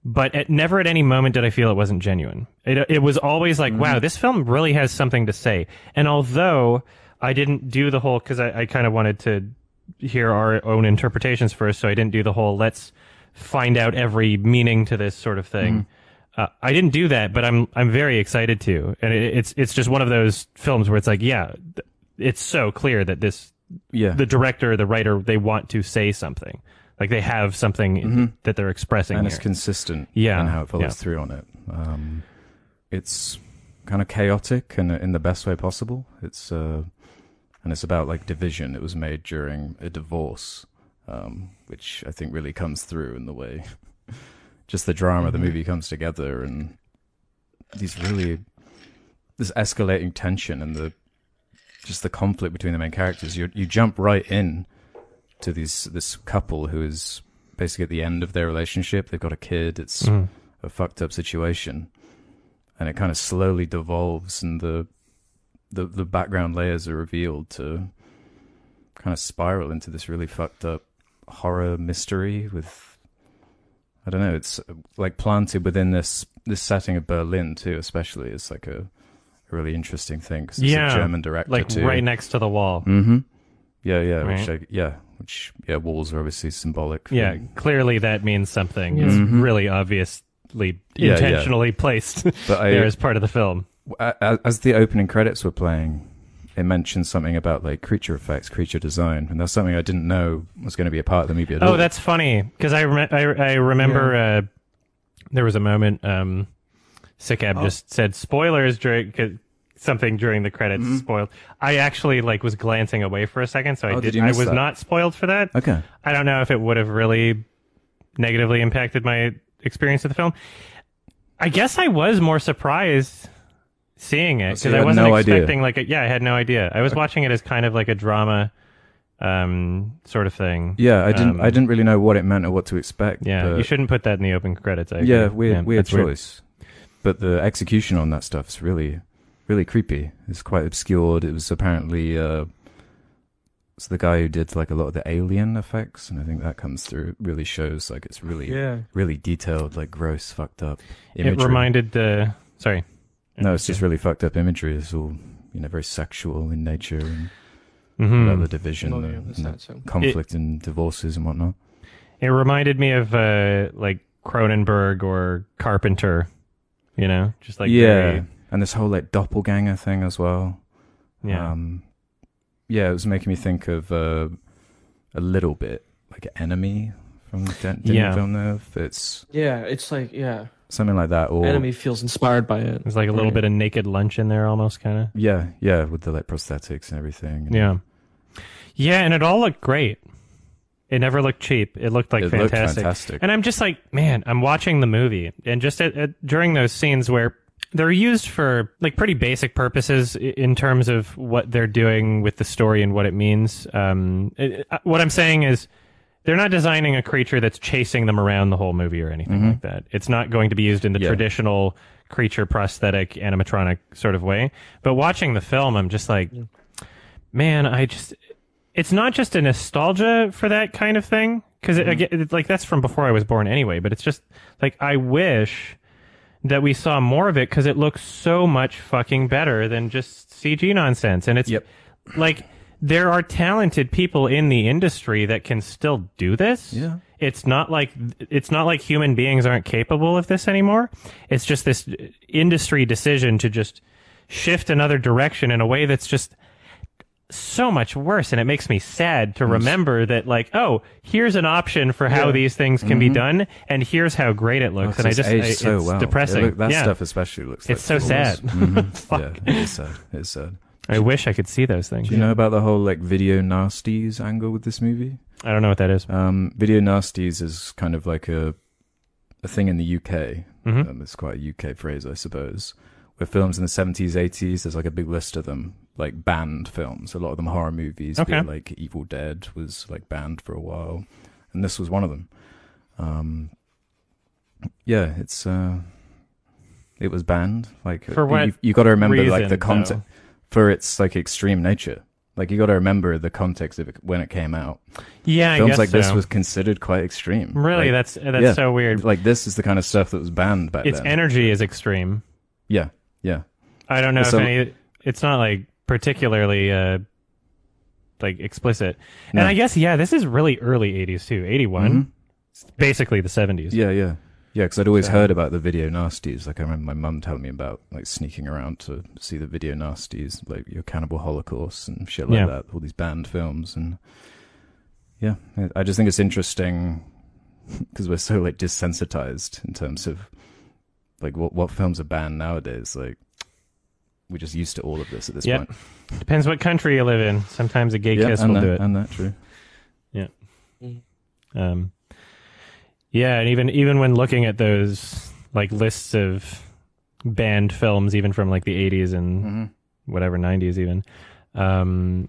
Speaker 2: but at never at any moment did I feel it wasn't genuine. It, it was always like, wow, this film really has something to say. And although I didn't do the whole, because I, I kind of wanted to hear our own interpretations first, so I didn't do the whole let's find out every meaning to this sort of thing. Uh, I didn't do that, but I'm I'm very excited to, and it, it's it's just one of those films where it's like, yeah, th- it's so clear that this
Speaker 4: yeah.
Speaker 2: the director, the writer, they want to say something, like they have something that they're expressing.
Speaker 4: and
Speaker 2: here.
Speaker 4: it's consistent
Speaker 2: Yeah,
Speaker 4: in how it follows
Speaker 2: yeah.
Speaker 4: through on it. Um, it's kind of chaotic and uh, in the best way possible. It's uh, and it's about like division. It was made during a divorce, um, which I think really comes through in the way just the drama
Speaker 2: Mm-hmm.
Speaker 4: the movie comes together and these really this escalating tension and the just the conflict between the main characters. You you jump right in to these this couple who is basically at the end of their relationship. They've got a kid. It's
Speaker 2: Mm.
Speaker 4: a fucked up situation, and it kind of slowly devolves, and the the the background layers are revealed to kind of spiral into this really fucked up horror mystery with I don't know. It's uh, like planted within this this setting of Berlin too, especially. It's like a, a really interesting thing. 'cause
Speaker 2: Yeah,
Speaker 4: it's a German director
Speaker 2: like
Speaker 4: too.
Speaker 2: right next to the wall.
Speaker 4: Mm-hmm. Yeah, yeah, which
Speaker 2: Right.
Speaker 4: I, yeah, which yeah, walls are obviously symbolic. for
Speaker 2: Yeah,
Speaker 4: me.
Speaker 2: clearly that means something. It's
Speaker 4: Mhm.
Speaker 2: really obviously
Speaker 4: Yeah, yeah.
Speaker 2: intentionally placed
Speaker 4: but I,
Speaker 2: there as part of the film.
Speaker 4: a- a- as the opening credits were playing, it mentioned something about like creature effects, creature design, and that's something I didn't know was going to be a part of the movie at all.
Speaker 2: Oh, that's funny because I, rem- I I remember uh, there was a moment um,
Speaker 4: Oh.
Speaker 2: Sickab just said spoilers during 'cause something during the credits
Speaker 4: Mm-hmm.
Speaker 2: spoiled. I actually like was glancing away for a second, so I
Speaker 4: Oh,
Speaker 2: did.
Speaker 4: did you
Speaker 2: I
Speaker 4: miss
Speaker 2: was
Speaker 4: that?
Speaker 2: not spoiled for that.
Speaker 4: okay.
Speaker 2: I don't know if it would have really negatively impacted my experience of the film. I guess I was more surprised seeing it
Speaker 4: So
Speaker 2: because
Speaker 4: you
Speaker 2: I
Speaker 4: had
Speaker 2: wasn't
Speaker 4: no idea?
Speaker 2: expecting like a, yeah, I had no idea. I was watching it as kind of like a drama um sort of thing.
Speaker 4: Yeah, I didn't.
Speaker 2: Um,
Speaker 4: I didn't really know what it meant or what to expect.
Speaker 2: Yeah,
Speaker 4: but-
Speaker 2: you shouldn't put that in the open credits. I
Speaker 4: Yeah,
Speaker 2: agree.
Speaker 4: weird, weird
Speaker 2: that's weird.
Speaker 4: choice. But the execution on that stuff's really, really creepy. It's quite obscured. It was apparently uh, it's the guy who did like a lot of the alien effects, and I think that comes through. It really shows like it's really,
Speaker 3: yeah.
Speaker 4: really detailed, like gross, fucked up.
Speaker 2: It
Speaker 4: Imagery.
Speaker 2: reminded the sorry.
Speaker 4: No, it's just really fucked up imagery. It's all you know, very sexual in nature and
Speaker 2: Mhm.
Speaker 4: about the division,
Speaker 3: Hmm. Well, Oh, yeah,
Speaker 4: the, and
Speaker 3: that's
Speaker 4: the
Speaker 3: not so.
Speaker 4: conflict, and divorces and whatnot.
Speaker 2: It reminded me of uh like Cronenberg or Carpenter, you know, just like
Speaker 4: yeah,
Speaker 2: very-
Speaker 4: and this whole like doppelganger thing as well.
Speaker 2: yeah.
Speaker 4: Oh, Um, yeah, it was making me think of uh, a little bit like Enemy from Den- Denis
Speaker 2: Yeah.
Speaker 4: Villeneuve. It's
Speaker 3: Yeah, it's like yeah.
Speaker 4: something like that. Or
Speaker 3: Enemy feels inspired by it.
Speaker 2: There's like a little
Speaker 3: Right.
Speaker 2: bit of naked lunch in there almost, kind of.
Speaker 4: yeah, yeah, with the like prosthetics and everything. And
Speaker 2: Yeah. Yeah, and it all looked great. It never looked cheap. It looked like
Speaker 4: It looked
Speaker 2: fantastic.
Speaker 4: fantastic.
Speaker 2: And I'm just like, man, I'm watching the movie, and just at, at, during those scenes where they're used for like pretty basic purposes i- in terms of what they're doing with the story and what it means. Um, it, uh, what I'm saying is. They're not designing a creature that's chasing them around the whole movie or anything like that. It's not going to be used in the
Speaker 4: Mm-hmm. Yeah.
Speaker 2: traditional creature prosthetic animatronic sort of way. But watching the film, I'm just like, man, I just it's not just a nostalgia for that kind of thing because like that's from before I was born anyway. But it's just like I wish that we saw more of it because it looks so much fucking better than just CG nonsense. And it's
Speaker 4: Yep.
Speaker 2: like there are talented people in the industry that can still do this.
Speaker 4: Yeah.
Speaker 2: It's not like it's not like human beings aren't capable of this anymore. It's just this industry decision to just shift another direction in a way that's just so much worse and it makes me sad to remember that like oh here's an option for how these things can be done and here's how great it looks and
Speaker 4: Mm-hmm. Oh,
Speaker 2: i
Speaker 4: it's
Speaker 2: just
Speaker 4: aged
Speaker 2: I-
Speaker 4: so
Speaker 2: it's
Speaker 4: well. It
Speaker 2: depressing
Speaker 4: look- that
Speaker 2: yeah.
Speaker 4: stuff especially looks.
Speaker 2: It's
Speaker 4: like
Speaker 2: so
Speaker 4: flawless.
Speaker 2: sad.
Speaker 4: Mhm. Yeah, it's sad. It's sad.
Speaker 2: i wish i could see those things
Speaker 4: Do you know about the whole like video nasties angle with this movie?
Speaker 2: i don't know what that is
Speaker 4: Um, video nasties is kind of like a a thing in the UK.
Speaker 2: Mhm.
Speaker 4: Um, it's quite a UK phrase, I suppose. Where films in the seventies, eighties, there's like a big list of them, like banned films. A lot of them horror movies. be
Speaker 2: Okay.
Speaker 4: it like Evil Dead was like banned for a while, and this was one of them. Um, yeah, it's uh, it was banned. Like
Speaker 2: For what
Speaker 4: you, you got to remember, like
Speaker 2: Reason,
Speaker 4: the
Speaker 2: though.
Speaker 4: context for its like extreme nature. Like you got to remember the context of it when it came out
Speaker 2: yeah i
Speaker 4: films
Speaker 2: guess
Speaker 4: like this
Speaker 2: so.
Speaker 4: was considered quite extreme.
Speaker 2: really
Speaker 4: like,
Speaker 2: that's that's
Speaker 4: yeah.
Speaker 2: so weird
Speaker 4: like this is the kind of stuff that was banned back
Speaker 2: its
Speaker 4: then.
Speaker 2: energy is extreme
Speaker 4: yeah, yeah,
Speaker 2: i don't know
Speaker 4: So-
Speaker 2: if any it's not like particularly uh like explicit and
Speaker 4: No.
Speaker 2: i guess yeah this is really early 80s too 81 It's basically the 70s
Speaker 4: Mm-hmm. yeah, yeah, yeah. Because I'd always heard about the video nasties. Like I remember my mum telling me about like sneaking around to see the video nasties, like your Cannibal Holocaust and shit like
Speaker 2: Yeah.
Speaker 4: that. All these banned films and yeah, I- I just think it's interesting because we're so like desensitized in terms of like what what films are banned nowadays. Like we're just used to all of this at this
Speaker 2: Yep.
Speaker 4: point.
Speaker 2: Depends what country you live in. Sometimes a gay kiss
Speaker 4: and
Speaker 2: will
Speaker 4: that,
Speaker 2: do it.
Speaker 4: and that true.
Speaker 2: Um, yeah, and even even when looking at those like lists of banned films, even from like the '80s and
Speaker 4: Mhm.
Speaker 2: whatever '90s, even um,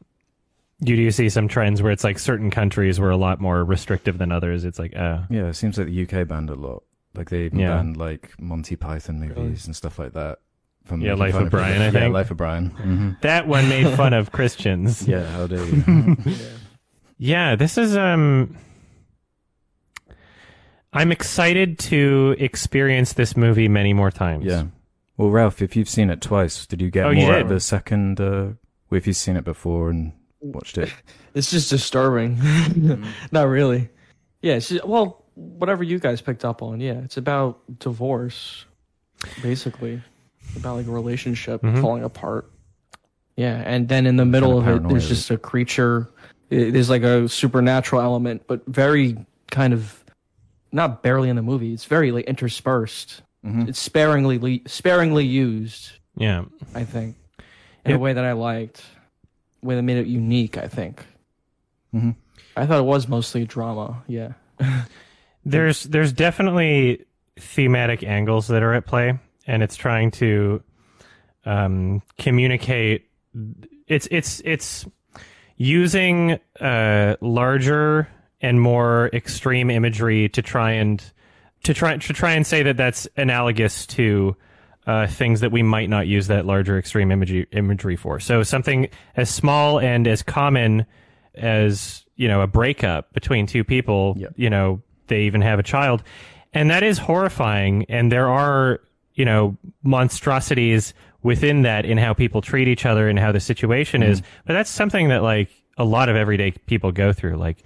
Speaker 2: you do see some trends where it's like certain countries were a lot more restrictive than others. It's like, oh,
Speaker 4: Yeah, it seems like the UK banned a lot. Like they even
Speaker 2: Yeah.
Speaker 4: banned like Monty Python movies
Speaker 3: Really?
Speaker 4: and stuff like that. From
Speaker 2: Yeah,
Speaker 4: making
Speaker 2: Life
Speaker 4: fun
Speaker 2: of Brian, I
Speaker 4: Yeah,
Speaker 2: think.
Speaker 4: Life of Brian. hmm
Speaker 2: that one made fun of Christians.
Speaker 4: Yeah, how dare you?
Speaker 2: Yeah, this is um I'm excited to experience this movie many more times.
Speaker 4: yeah. Well, Ralph, if you've seen it twice, did you get
Speaker 2: Oh,
Speaker 4: more
Speaker 2: you
Speaker 4: out of
Speaker 2: did.
Speaker 4: the second? Uh, well, if you've seen it before and watched it,
Speaker 3: It's just disturbing. Not really. Yeah. It's just, well, whatever you guys picked up on. Yeah. It's about divorce, basically. It's about like a relationship
Speaker 2: Mhm.
Speaker 3: falling apart. Yeah. And then in the middle of,
Speaker 4: Kinda
Speaker 3: it, there's
Speaker 4: paranoia.
Speaker 3: just a creature. It, there's like a supernatural element, but very kind of. Not barely in the movie. It's very like interspersed.
Speaker 2: Mm-hmm.
Speaker 4: Mhm.
Speaker 3: It's sparingly le- sparingly used.
Speaker 2: Yeah.
Speaker 3: I think, in
Speaker 2: Yeah.
Speaker 3: a way that I liked, way that made it unique. I think.
Speaker 4: Mhm.
Speaker 3: I thought it was mostly drama. Yeah.
Speaker 2: There's there's definitely thematic angles that are at play and it's trying to um communicate it's it's it's using uh larger and more extreme imagery to try and to try to try and say that that's analogous to uh, things that we might not use that larger extreme imagery imagery for. So something as small and as common as you know a breakup between two people.
Speaker 4: Yep.
Speaker 2: You know they even have a child, and that is horrifying. And there are you know monstrosities within that in how people treat each other and how the situation is. But that's something that like a lot of everyday people go through. Like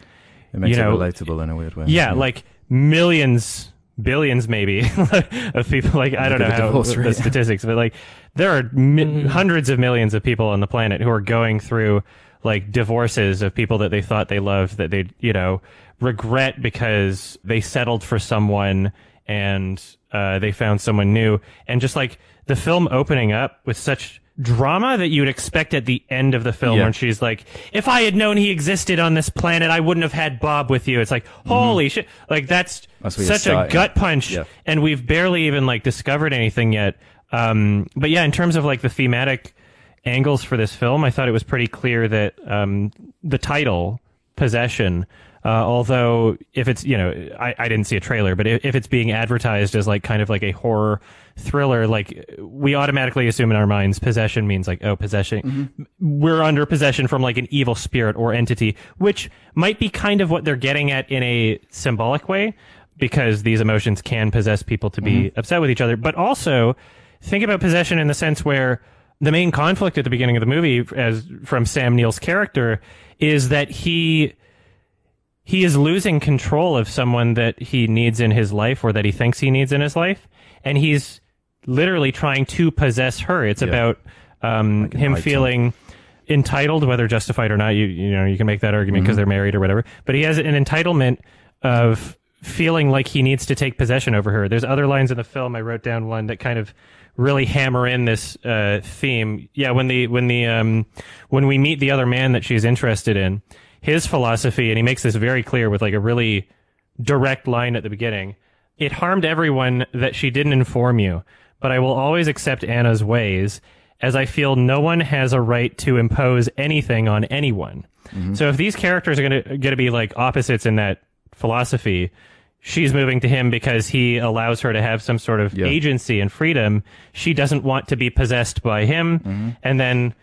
Speaker 4: it makes
Speaker 2: You know,
Speaker 4: it relatable in a weird way.
Speaker 2: yeah, like millions, billions maybe of people. Like I don't
Speaker 4: Look
Speaker 2: know
Speaker 4: at the
Speaker 2: how
Speaker 4: divorce
Speaker 2: the
Speaker 4: rate.
Speaker 2: statistics, but like there are mi- hundreds of millions of people on the planet who are going through like divorces of people that they thought they loved that they you know regret because they settled for someone and uh, they found someone new and just like the film opening up with such drama that you'd expect at the end of the film
Speaker 4: Yeah.
Speaker 2: when she's like if i had known he existed on this planet i wouldn't have had bob with you it's like holy shit like that's,
Speaker 4: That's where you're
Speaker 2: such a
Speaker 4: starting.
Speaker 2: gut punch
Speaker 4: Yeah.
Speaker 2: and we've barely even like discovered anything yet um but yeah in terms of like the thematic angles for this film i thought it was pretty clear that um the title possession uh, although if it's you know I, I didn't see a trailer but if, if it's being advertised as like kind of like a horror thriller like we automatically assume in our minds possession means like oh possession we're under possession from like an evil spirit or entity which might be kind of what they're getting at in a symbolic way because these emotions can possess people to be
Speaker 4: Mm-hmm.
Speaker 2: upset with each other. But also, think about possession in the sense where the main conflict at the beginning of the movie, as from Sam Neill's character, is that he he is losing control of someone that he needs in his life or that he thinks he needs in his life, and he's literally trying to possess her. It's about um,
Speaker 4: Like an
Speaker 2: him
Speaker 4: item.
Speaker 2: feeling entitled, whether justified or not. You you know you can make that argument because they're married or whatever. But he has an entitlement of feeling like he needs to take possession over her. There's other lines in the film. I wrote down one that kind of really hammer in this uh, theme. Yeah, when the when the um, when we meet the other man that she's interested in, his philosophy, and he makes this very clear with like a really direct line at the beginning. It harmed everyone that she didn't inform you, but I will always accept Anna's ways, as I feel no one has a right to impose anything on anyone.
Speaker 4: Mm-hmm.
Speaker 2: So if these characters are going to going to be like opposites in that philosophy, she's moving to him because he allows her to have some sort of
Speaker 4: Yeah.
Speaker 2: agency and freedom. She doesn't want to be possessed by him, and then.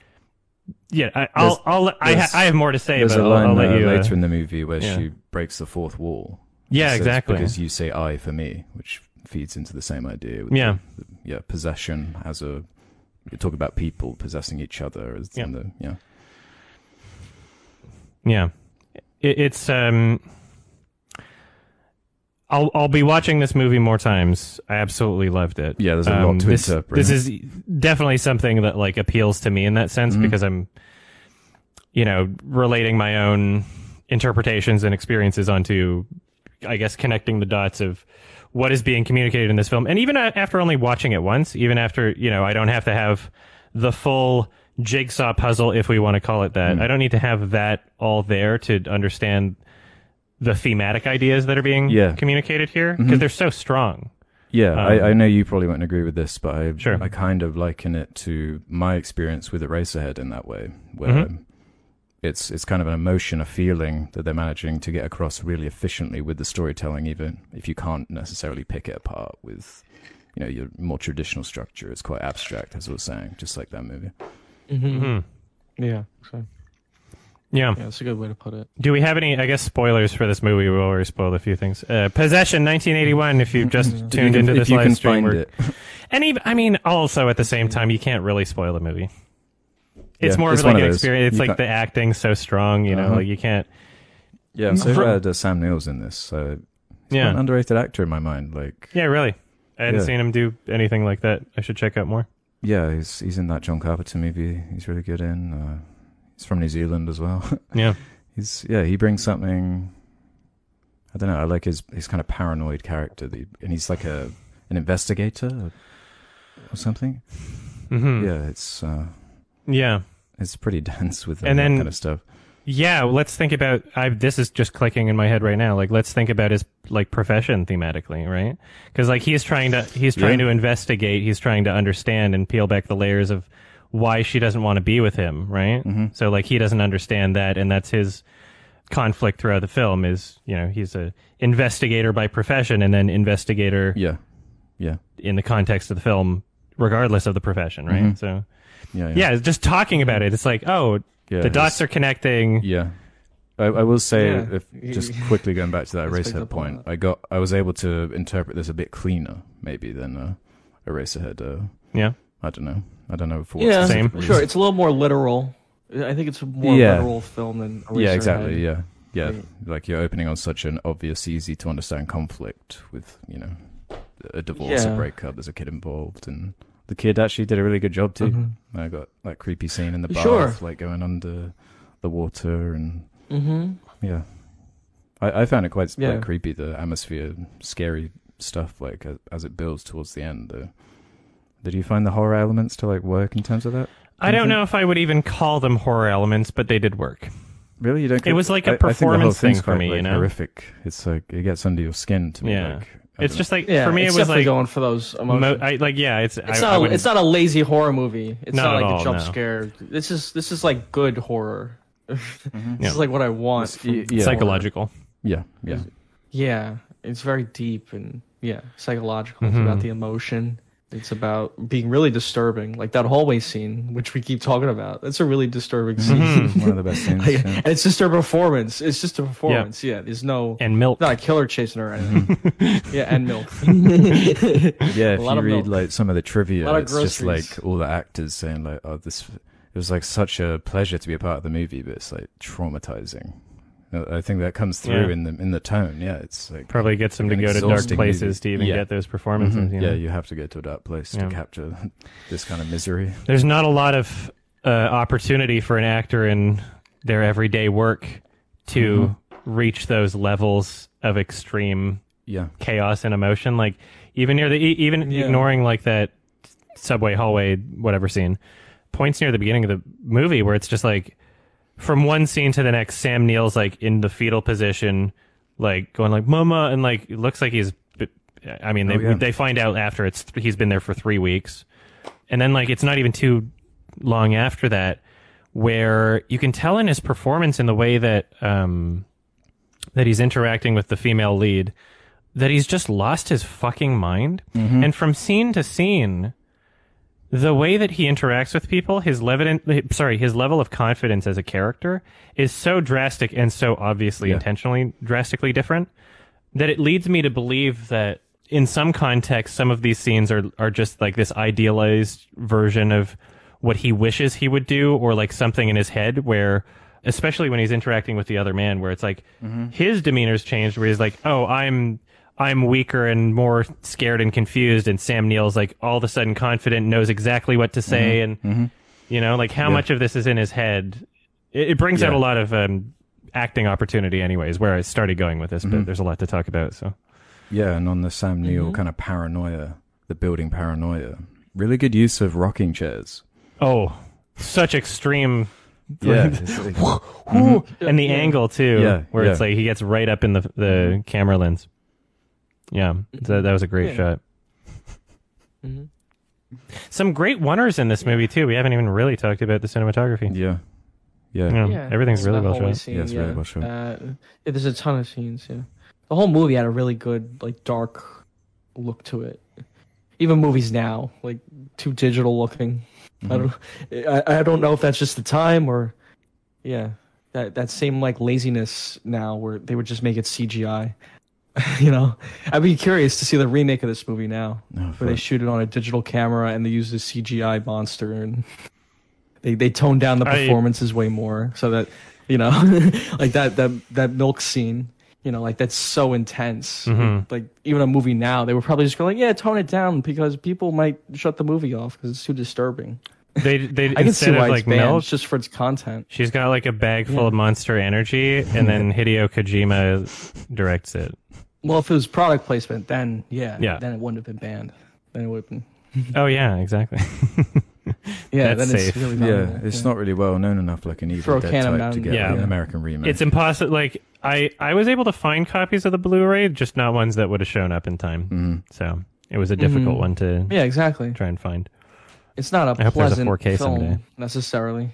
Speaker 2: Yeah, I, I'll.
Speaker 4: Mm-hmm. There's-
Speaker 2: I'll I, ha-
Speaker 4: there's-
Speaker 2: I have more to say,
Speaker 4: There's
Speaker 2: but
Speaker 4: a
Speaker 2: I'll,
Speaker 4: line
Speaker 2: I'll let
Speaker 4: uh,
Speaker 2: you. uh,
Speaker 4: later in the movie where
Speaker 2: yeah.
Speaker 4: she breaks the fourth wall.
Speaker 2: Yeah,
Speaker 4: She says,
Speaker 2: exactly.
Speaker 4: Because you say "I" for me, which feeds into the same idea. With
Speaker 2: Yeah.
Speaker 4: the- the- yeah, possession as a. You talk about people possessing each other as
Speaker 2: Yeah.
Speaker 4: and the yeah.
Speaker 2: Yeah, it, it's um. I'll I'll be watching this movie more times. I absolutely loved it. Um,
Speaker 4: Yeah, there's a lot to
Speaker 2: this,
Speaker 4: interpret.
Speaker 2: This is definitely something that like appeals to me in that
Speaker 4: Mm-hmm.
Speaker 2: sense because I'm, you know, relating my own interpretations and experiences onto, I guess, connecting the dots of what is being communicated in this film. And even a- after only watching it once, even after you know, I don't have to have the full jigsaw puzzle, if we want to call it
Speaker 4: Hmm.
Speaker 2: that. I don't need to have that all there to understand the thematic ideas that are being
Speaker 4: Yeah. Mm-hmm.
Speaker 2: communicated here because they're so strong.
Speaker 4: Yeah,
Speaker 2: Um,
Speaker 4: I, I know you probably won't agree with this, but I
Speaker 2: Sure.
Speaker 4: I kind of liken it to my experience with Eraserhead in that way, where
Speaker 2: Mm-hmm.
Speaker 4: it's it's kind of an emotion, a feeling that they're managing to get across really efficiently with the storytelling, even if you can't necessarily pick it apart with you know your more traditional structure. It's quite abstract, as I was saying, just like that movie.
Speaker 3: Mm-hmm.
Speaker 4: Mm-hmm.
Speaker 3: Yeah, so,
Speaker 2: Hmm. Yeah.
Speaker 3: yeah, that's a good way to put it.
Speaker 2: Do we have any? I guess spoilers for this movie. We already spoiled a few things. Uh, Possession, 1981. If you've just tuned
Speaker 4: Mm-hmm. If you
Speaker 2: into
Speaker 4: can-
Speaker 2: this
Speaker 4: if you
Speaker 2: live
Speaker 4: can
Speaker 2: stream,
Speaker 4: find
Speaker 2: we're-
Speaker 4: it,
Speaker 2: any. I mean, also at the same time, you can't really spoil the movie. It's
Speaker 4: Yeah,
Speaker 2: more
Speaker 4: it's
Speaker 2: of like
Speaker 4: one
Speaker 2: an
Speaker 4: of those.
Speaker 2: experience. It's like
Speaker 4: You can't-
Speaker 2: the acting's so strong. You know,
Speaker 4: Uh-huh.
Speaker 2: like you can't.
Speaker 4: yeah, I'm so
Speaker 3: From-
Speaker 4: glad uh, Sam Neill's in this. So he's
Speaker 2: Yeah.
Speaker 4: an underrated actor in my mind. Like
Speaker 2: Yeah, really. I hadn't
Speaker 4: Yeah.
Speaker 2: seen him do anything like that. I should check out more.
Speaker 4: Yeah, he's he's in that John Carpenter movie. He's really good in. Uh, he's from New Zealand as well.
Speaker 2: Yeah.
Speaker 4: he's yeah, he brings something. I don't know. I like his his kind of paranoid character, that he, and he's like a an investigator or, or something.
Speaker 2: hmm
Speaker 4: Yeah, it's uh,
Speaker 2: yeah.
Speaker 4: it's pretty dense with
Speaker 2: And
Speaker 4: that
Speaker 2: then-
Speaker 4: kind of stuff.
Speaker 2: Yeah, well, let's think about. I this is just clicking in my head right now. Like, let's think about his like profession thematically, right? Because like he's trying to he's trying
Speaker 4: Yeah.
Speaker 2: to investigate, he's trying to understand and peel back the layers of why she doesn't want to be with him, right?
Speaker 4: Mm-hmm.
Speaker 2: So like he doesn't understand that, and that's his conflict throughout the film. Is you know he's a investigator by profession, and then investigator
Speaker 4: Yeah, yeah,
Speaker 2: in the context of the film, regardless of the profession, right?
Speaker 4: Mhm.
Speaker 2: So
Speaker 4: yeah, yeah.
Speaker 2: yeah. just talking about it, it's like oh,
Speaker 4: Yeah,
Speaker 2: the
Speaker 4: it's-
Speaker 2: dots are connecting.
Speaker 4: Yeah. I, I will say,
Speaker 3: Yeah.
Speaker 4: if, just quickly going back to that
Speaker 3: Let's pick
Speaker 4: Eraserhead
Speaker 3: up on
Speaker 4: point, I got I was able to interpret this a bit cleaner, maybe than uh, Eraserhead. Uh,
Speaker 2: Yeah.
Speaker 4: I don't know. I don't know for what
Speaker 3: Yeah,
Speaker 2: Same.
Speaker 4: specific
Speaker 3: sure.
Speaker 4: reason.
Speaker 3: It's a little more literal. I think it's a more
Speaker 4: Yeah.
Speaker 3: literal film than Eraserhead.
Speaker 4: yeah, exactly. Yeah, yeah.
Speaker 3: Right.
Speaker 4: Like you're opening on such an obvious, easy to understand conflict with you know a divorce,
Speaker 3: Yeah.
Speaker 4: a breakup. There's a kid involved, and
Speaker 2: Mm-hmm.
Speaker 4: the kid actually did a really good job too.
Speaker 3: Mhm.
Speaker 4: I got that creepy scene in the bath,
Speaker 3: Sure.
Speaker 4: like going under the water and
Speaker 3: Mm-hmm.
Speaker 4: yeah. I, I found it quite
Speaker 3: Yeah.
Speaker 4: like, creepy the atmosphere, scary stuff like as, as it builds towards the end. Though, did you find the horror elements to like work in terms of that?
Speaker 2: I
Speaker 4: Mm-hmm.
Speaker 2: don't know if I would even call them horror elements, but they did work.
Speaker 4: Really, you don't.
Speaker 2: It was like a
Speaker 4: I- I think the whole
Speaker 2: performance thing
Speaker 4: thing's
Speaker 2: for
Speaker 4: quite,
Speaker 2: me, you
Speaker 4: like,
Speaker 2: know?
Speaker 4: horrific. It's like it gets under your skin to me.
Speaker 2: Yeah.
Speaker 4: like, I
Speaker 2: It's
Speaker 4: don't
Speaker 2: just like
Speaker 3: Yeah,
Speaker 2: for me, it
Speaker 3: it's
Speaker 2: was
Speaker 3: definitely
Speaker 2: like
Speaker 3: going for those
Speaker 2: mo-
Speaker 3: emotions.
Speaker 2: I, like yeah, it's
Speaker 3: it's
Speaker 2: I,
Speaker 3: not.
Speaker 2: I
Speaker 3: a-
Speaker 2: wouldn't-
Speaker 3: it's not a lazy horror movie. It's
Speaker 2: Not
Speaker 3: not,
Speaker 2: at
Speaker 3: like
Speaker 2: all,
Speaker 3: a jump
Speaker 2: no.
Speaker 3: scare. This is this is like good horror. this
Speaker 2: Yeah.
Speaker 3: is like what I want.
Speaker 4: It's-
Speaker 3: from
Speaker 4: y- yeah.
Speaker 3: horror.
Speaker 2: psychological.
Speaker 4: Yeah, yeah.
Speaker 3: Yeah, it's very deep and yeah, psychological.
Speaker 2: Mhm.
Speaker 3: It's about the emotion. It's about being really disturbing, like that hallway scene, which we keep talking about. That's a really disturbing
Speaker 2: Mm-hmm.
Speaker 3: scene.
Speaker 4: One of the best scenes.
Speaker 3: Like,
Speaker 4: yeah.
Speaker 3: and it's just a performance. It's just a performance. Yeah, there's no
Speaker 2: And Mm-hmm. milk.
Speaker 3: not a killer chasing her or anything. yeah, and milk.
Speaker 2: Mm-hmm.
Speaker 4: Yeah, if
Speaker 3: lot
Speaker 4: you
Speaker 3: of
Speaker 4: read
Speaker 3: milk.
Speaker 4: like some of the trivia,
Speaker 3: Lot of
Speaker 4: it's just
Speaker 3: groceries.
Speaker 4: like all the actors saying like, "Oh, this." It was like such a pleasure to be a part of the movie, but it's like traumatizing. Uh, I think that comes through
Speaker 2: Yeah.
Speaker 4: in the in the tone. Yeah, it's like
Speaker 2: Probably gets them to
Speaker 4: An
Speaker 2: go to dark
Speaker 4: exhausting
Speaker 2: places
Speaker 4: movie.
Speaker 2: to even
Speaker 4: Yeah.
Speaker 2: get those performances.
Speaker 4: Mhm.
Speaker 2: You know?
Speaker 4: Yeah, you have to go to a dark place
Speaker 2: Yeah.
Speaker 4: to capture this kind of misery.
Speaker 2: There's not a lot of uh, opportunity for an actor in their everyday work to reach those levels of extreme
Speaker 4: Yeah,
Speaker 2: chaos and emotion. Like even near the e- even
Speaker 3: Yeah.
Speaker 2: ignoring like that subway hallway whatever scene points near the beginning of the movie where it's just like from one scene to the next Sam Neill's like in the fetal position like going like mama and like it looks like he's I mean they
Speaker 4: Oh, yeah.
Speaker 2: they find out after it's he's been there for 3 weeks and then like it's not even too long after that where you can tell in his performance in the way that um that he's interacting with the female lead that he's just lost his fucking mind.
Speaker 4: Mm-hmm.
Speaker 2: And from scene to scene, the way that he interacts with people, his levin- sorry, his level of confidence as a character is so drastic and so obviously
Speaker 4: Yeah.
Speaker 2: intentionally drastically different that it leads me to believe that in some context some of these scenes are are just like this idealized version of what he wishes he would do or like something in his head where especially when he's interacting with the other man where it's like his demeanor's changed where he's like oh i'm i'm weaker and more scared and confused and sam neill's like all of a sudden confident knows exactly what to say and you know like how
Speaker 4: Yeah.
Speaker 2: much of this is in his head it, it brings out a
Speaker 4: Yeah.
Speaker 2: lot of um, acting opportunity anyways where i started going with this but there's a lot to talk about so
Speaker 4: yeah, and on the Sam Neill
Speaker 3: Mm-hmm.
Speaker 4: kind of paranoia, the building paranoia. Really good use of rocking chairs.
Speaker 2: oh such extreme
Speaker 4: Yeah, it's like-
Speaker 2: and the angle too
Speaker 4: Yeah,
Speaker 2: where it's
Speaker 4: yeah.
Speaker 2: like he gets right up in the the camera lens yeah that, that was a great
Speaker 3: Yeah.
Speaker 2: shot
Speaker 3: Mhm.
Speaker 2: some great wonders in this movie too we haven't even really talked about the cinematography
Speaker 4: Mm-hmm. yeah, yeah.
Speaker 2: yeah,
Speaker 3: Yeah,
Speaker 2: everything's
Speaker 3: it's
Speaker 2: really
Speaker 3: that
Speaker 2: well
Speaker 3: hallway
Speaker 2: shot
Speaker 4: Yeah, it's really well shot.
Speaker 3: Uh, yeah, there's a ton of scenes. Yeah, the whole movie had a really good like dark look to it. Even movies now, like too digital looking.
Speaker 4: Mm-hmm.
Speaker 3: I don't. I, I don't know if that's just the time or, yeah, that that same like laziness now where they would just make it CGI. you know, I'd be curious to see the remake of this movie now
Speaker 4: Oh,
Speaker 3: where they
Speaker 4: fuck.
Speaker 3: shoot it on a digital camera and they use the CGI monster and they they tone down the
Speaker 2: I-
Speaker 3: performances way more so that you know like that that that milk scene you know like that's so intense
Speaker 2: Mhm.
Speaker 3: like even a movie now they were probably just going like, yeah tone it down because people might shut the movie off because it's too disturbing
Speaker 2: they they
Speaker 3: I can see
Speaker 2: instead of
Speaker 3: why it's
Speaker 2: like
Speaker 3: banned
Speaker 2: milk
Speaker 3: it's just for its content
Speaker 2: She's got like a bag full of monster energy, and then Hideo Kojima directs it.
Speaker 3: well if it was product placement then yeah
Speaker 2: Yeah.
Speaker 3: then it wouldn't have been banned then it would have been
Speaker 2: Oh yeah, exactly.
Speaker 3: yeah
Speaker 2: That's
Speaker 3: then
Speaker 2: safe.
Speaker 3: it's really
Speaker 4: yeah,
Speaker 3: valuable,
Speaker 4: it's
Speaker 3: yeah.
Speaker 4: not really well known enough, like an Evil
Speaker 3: Throw a
Speaker 4: Dead
Speaker 3: can of
Speaker 4: type, to
Speaker 3: Mountain
Speaker 4: get
Speaker 2: Dew.
Speaker 4: an
Speaker 2: Yeah.
Speaker 4: American remake.
Speaker 2: it's impossible. Like I, I was able to find copies of the Blu-ray, just not ones that would have shown up in time.
Speaker 4: Mhm.
Speaker 2: So it was a difficult
Speaker 3: Mhm.
Speaker 2: one to
Speaker 3: yeah exactly
Speaker 2: try and find.
Speaker 3: it's not a
Speaker 2: I hope there's a
Speaker 3: pleasant
Speaker 2: 4K
Speaker 3: film
Speaker 2: someday.
Speaker 3: necessarily.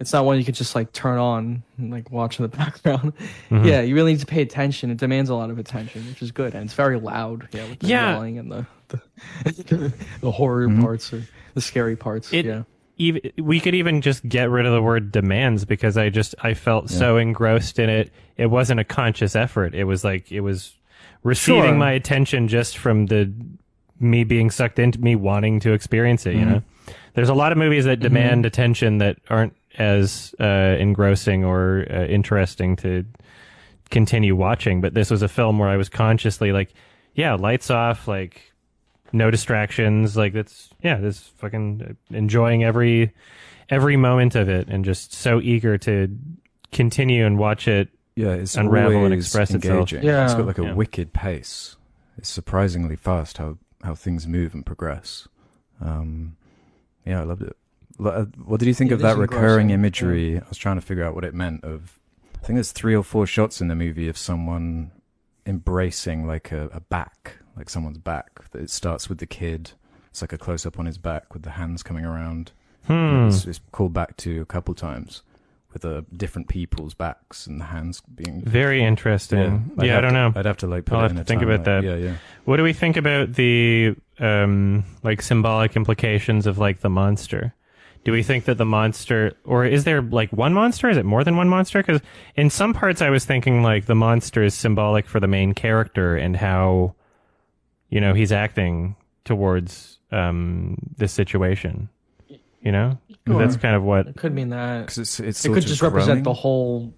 Speaker 3: It's not one you could just like turn on and like watch in the background.
Speaker 2: Mm-hmm.
Speaker 3: Yeah, you really need to pay attention. It demands a lot of attention, which is good, and it's very loud. Yeah, with the
Speaker 2: Yeah.
Speaker 3: yelling and the the, the horror
Speaker 2: Mm-hmm.
Speaker 3: parts or the scary parts.
Speaker 2: It-
Speaker 3: yeah,
Speaker 2: Even, we could even just get rid of the word demands because I just I felt so engrossed in it. It wasn't a conscious effort. It was like it was receiving
Speaker 3: Sure.
Speaker 2: my attention just from the me being sucked into me wanting to experience it. You know, there's a lot of movies that demand attention that aren't as uh, engrossing or uh, interesting to continue watching. But this was a film where I was consciously like, yeah, lights off, like no distractions. Like that's yeah, this fucking enjoying every every moment of it and just so eager to continue and watch it.
Speaker 4: Yeah, it's
Speaker 2: unravel and
Speaker 4: always
Speaker 2: express itself.
Speaker 4: engaging.
Speaker 3: Yeah.
Speaker 4: it's got like a
Speaker 2: Yeah.
Speaker 4: wicked pace. It's surprisingly fast how how things move and progress. Um, yeah, I loved it. Lo- uh, What did you think
Speaker 3: Yeah,
Speaker 4: of
Speaker 3: it is
Speaker 4: that
Speaker 3: engrossing,
Speaker 4: recurring
Speaker 3: yeah.
Speaker 4: imagery? I was trying to figure out what it meant. Of I think there's three or four shots in the movie of someone embracing like a, a back, like someone's back. That It starts with the kid. It's like a close up on his back with the hands coming around.
Speaker 2: Hmm.
Speaker 4: It's, it's called back to a couple times with uh, different people's backs and hands being.
Speaker 2: Very interesting. Yeah,
Speaker 4: I'd
Speaker 2: I
Speaker 4: have
Speaker 2: don't
Speaker 4: to-
Speaker 2: know.
Speaker 4: I'd have to like put
Speaker 2: I'll
Speaker 4: it
Speaker 2: have
Speaker 4: in
Speaker 2: to
Speaker 4: a
Speaker 2: think about
Speaker 4: timeline.
Speaker 2: that.
Speaker 4: Yeah, yeah.
Speaker 2: What do we think about the um, like symbolic implications of like the monster? Do we think that the monster, or is there like one monster? Is it more than one monster? Because in some parts, I was thinking like the monster is symbolic for the main character and how, you know, he's acting towards um, this situation. You know, that's kind of what.
Speaker 3: It could mean that.
Speaker 4: Because it's it's
Speaker 3: it
Speaker 4: sort
Speaker 3: could
Speaker 4: of
Speaker 3: just represent the
Speaker 4: growing.
Speaker 3: whole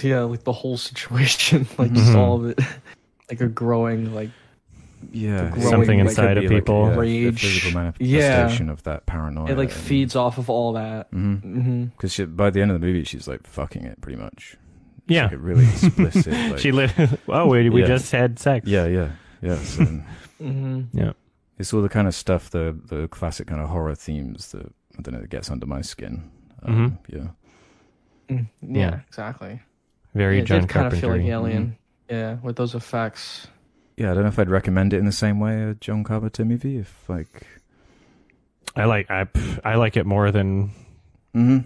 Speaker 3: yeah like the whole situation like just
Speaker 2: Mm-hmm.
Speaker 3: all of it like a growing like
Speaker 4: yeah
Speaker 3: growing, Something like,
Speaker 2: inside
Speaker 4: could
Speaker 2: of
Speaker 4: be
Speaker 2: people.
Speaker 4: like, yeah, a
Speaker 3: Rage.
Speaker 4: physical
Speaker 3: Yeah.
Speaker 4: manifestation of that paranoia.
Speaker 3: it like feeds off of all that mm-hmm.
Speaker 4: because by the end of the movie she's like fucking it pretty much.
Speaker 2: Yeah,
Speaker 4: Like, it really explicit. Like,
Speaker 2: she lived. oh, we, we
Speaker 4: Yeah.
Speaker 2: just had sex.
Speaker 4: yeah, yeah, yeah. So,
Speaker 3: Mm-hmm.
Speaker 4: it's all the kind of stuff the the classic kind of horror themes that I don't know that gets under my skin. Um,
Speaker 2: Mm-hmm.
Speaker 4: Yeah.
Speaker 3: Mm-hmm. yeah
Speaker 2: Yeah.
Speaker 3: exactly
Speaker 2: very
Speaker 3: yeah, it
Speaker 2: John
Speaker 3: did kind of feel like
Speaker 2: Carpenter-y. Mm-hmm.
Speaker 3: alien yeah with those effects
Speaker 4: Yeah, I don't know if I'd recommend it in the same way a John Carpenter movie. If like,
Speaker 2: I like I pff, I like it more than
Speaker 4: mm-hmm.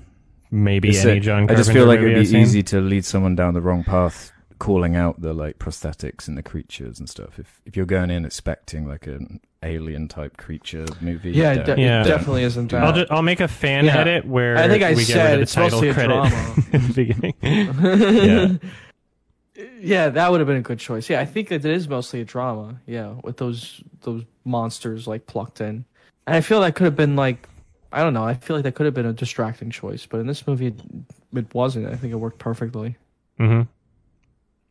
Speaker 2: maybe
Speaker 4: It's
Speaker 2: any
Speaker 4: a-
Speaker 2: John.
Speaker 4: I
Speaker 2: Carpenter
Speaker 4: just feel like
Speaker 2: movie
Speaker 4: it'd
Speaker 2: I've
Speaker 4: be
Speaker 2: seen.
Speaker 4: easy to lead someone down the wrong path, calling out the like prosthetics and the creatures and stuff. If if you're going in expecting like an alien type creature movie,
Speaker 3: yeah, it,
Speaker 4: don't-
Speaker 3: de- it
Speaker 2: Yeah.
Speaker 3: definitely isn't
Speaker 2: I'll,
Speaker 3: that
Speaker 2: ju- I'll make a fan
Speaker 3: Yeah.
Speaker 2: edit where
Speaker 3: i think i
Speaker 2: we get rid of
Speaker 3: said
Speaker 2: the
Speaker 3: it's
Speaker 2: title
Speaker 3: mostly a
Speaker 2: credit
Speaker 3: drama
Speaker 2: in the beginning.
Speaker 3: yeah that would have been a good choice yeah i think that it is mostly a drama yeah with those those monsters like plucked in and i feel that could have been like i don't know i feel like that could have been a distracting choice but in this movie it, it wasn't i think it worked perfectly
Speaker 2: hmm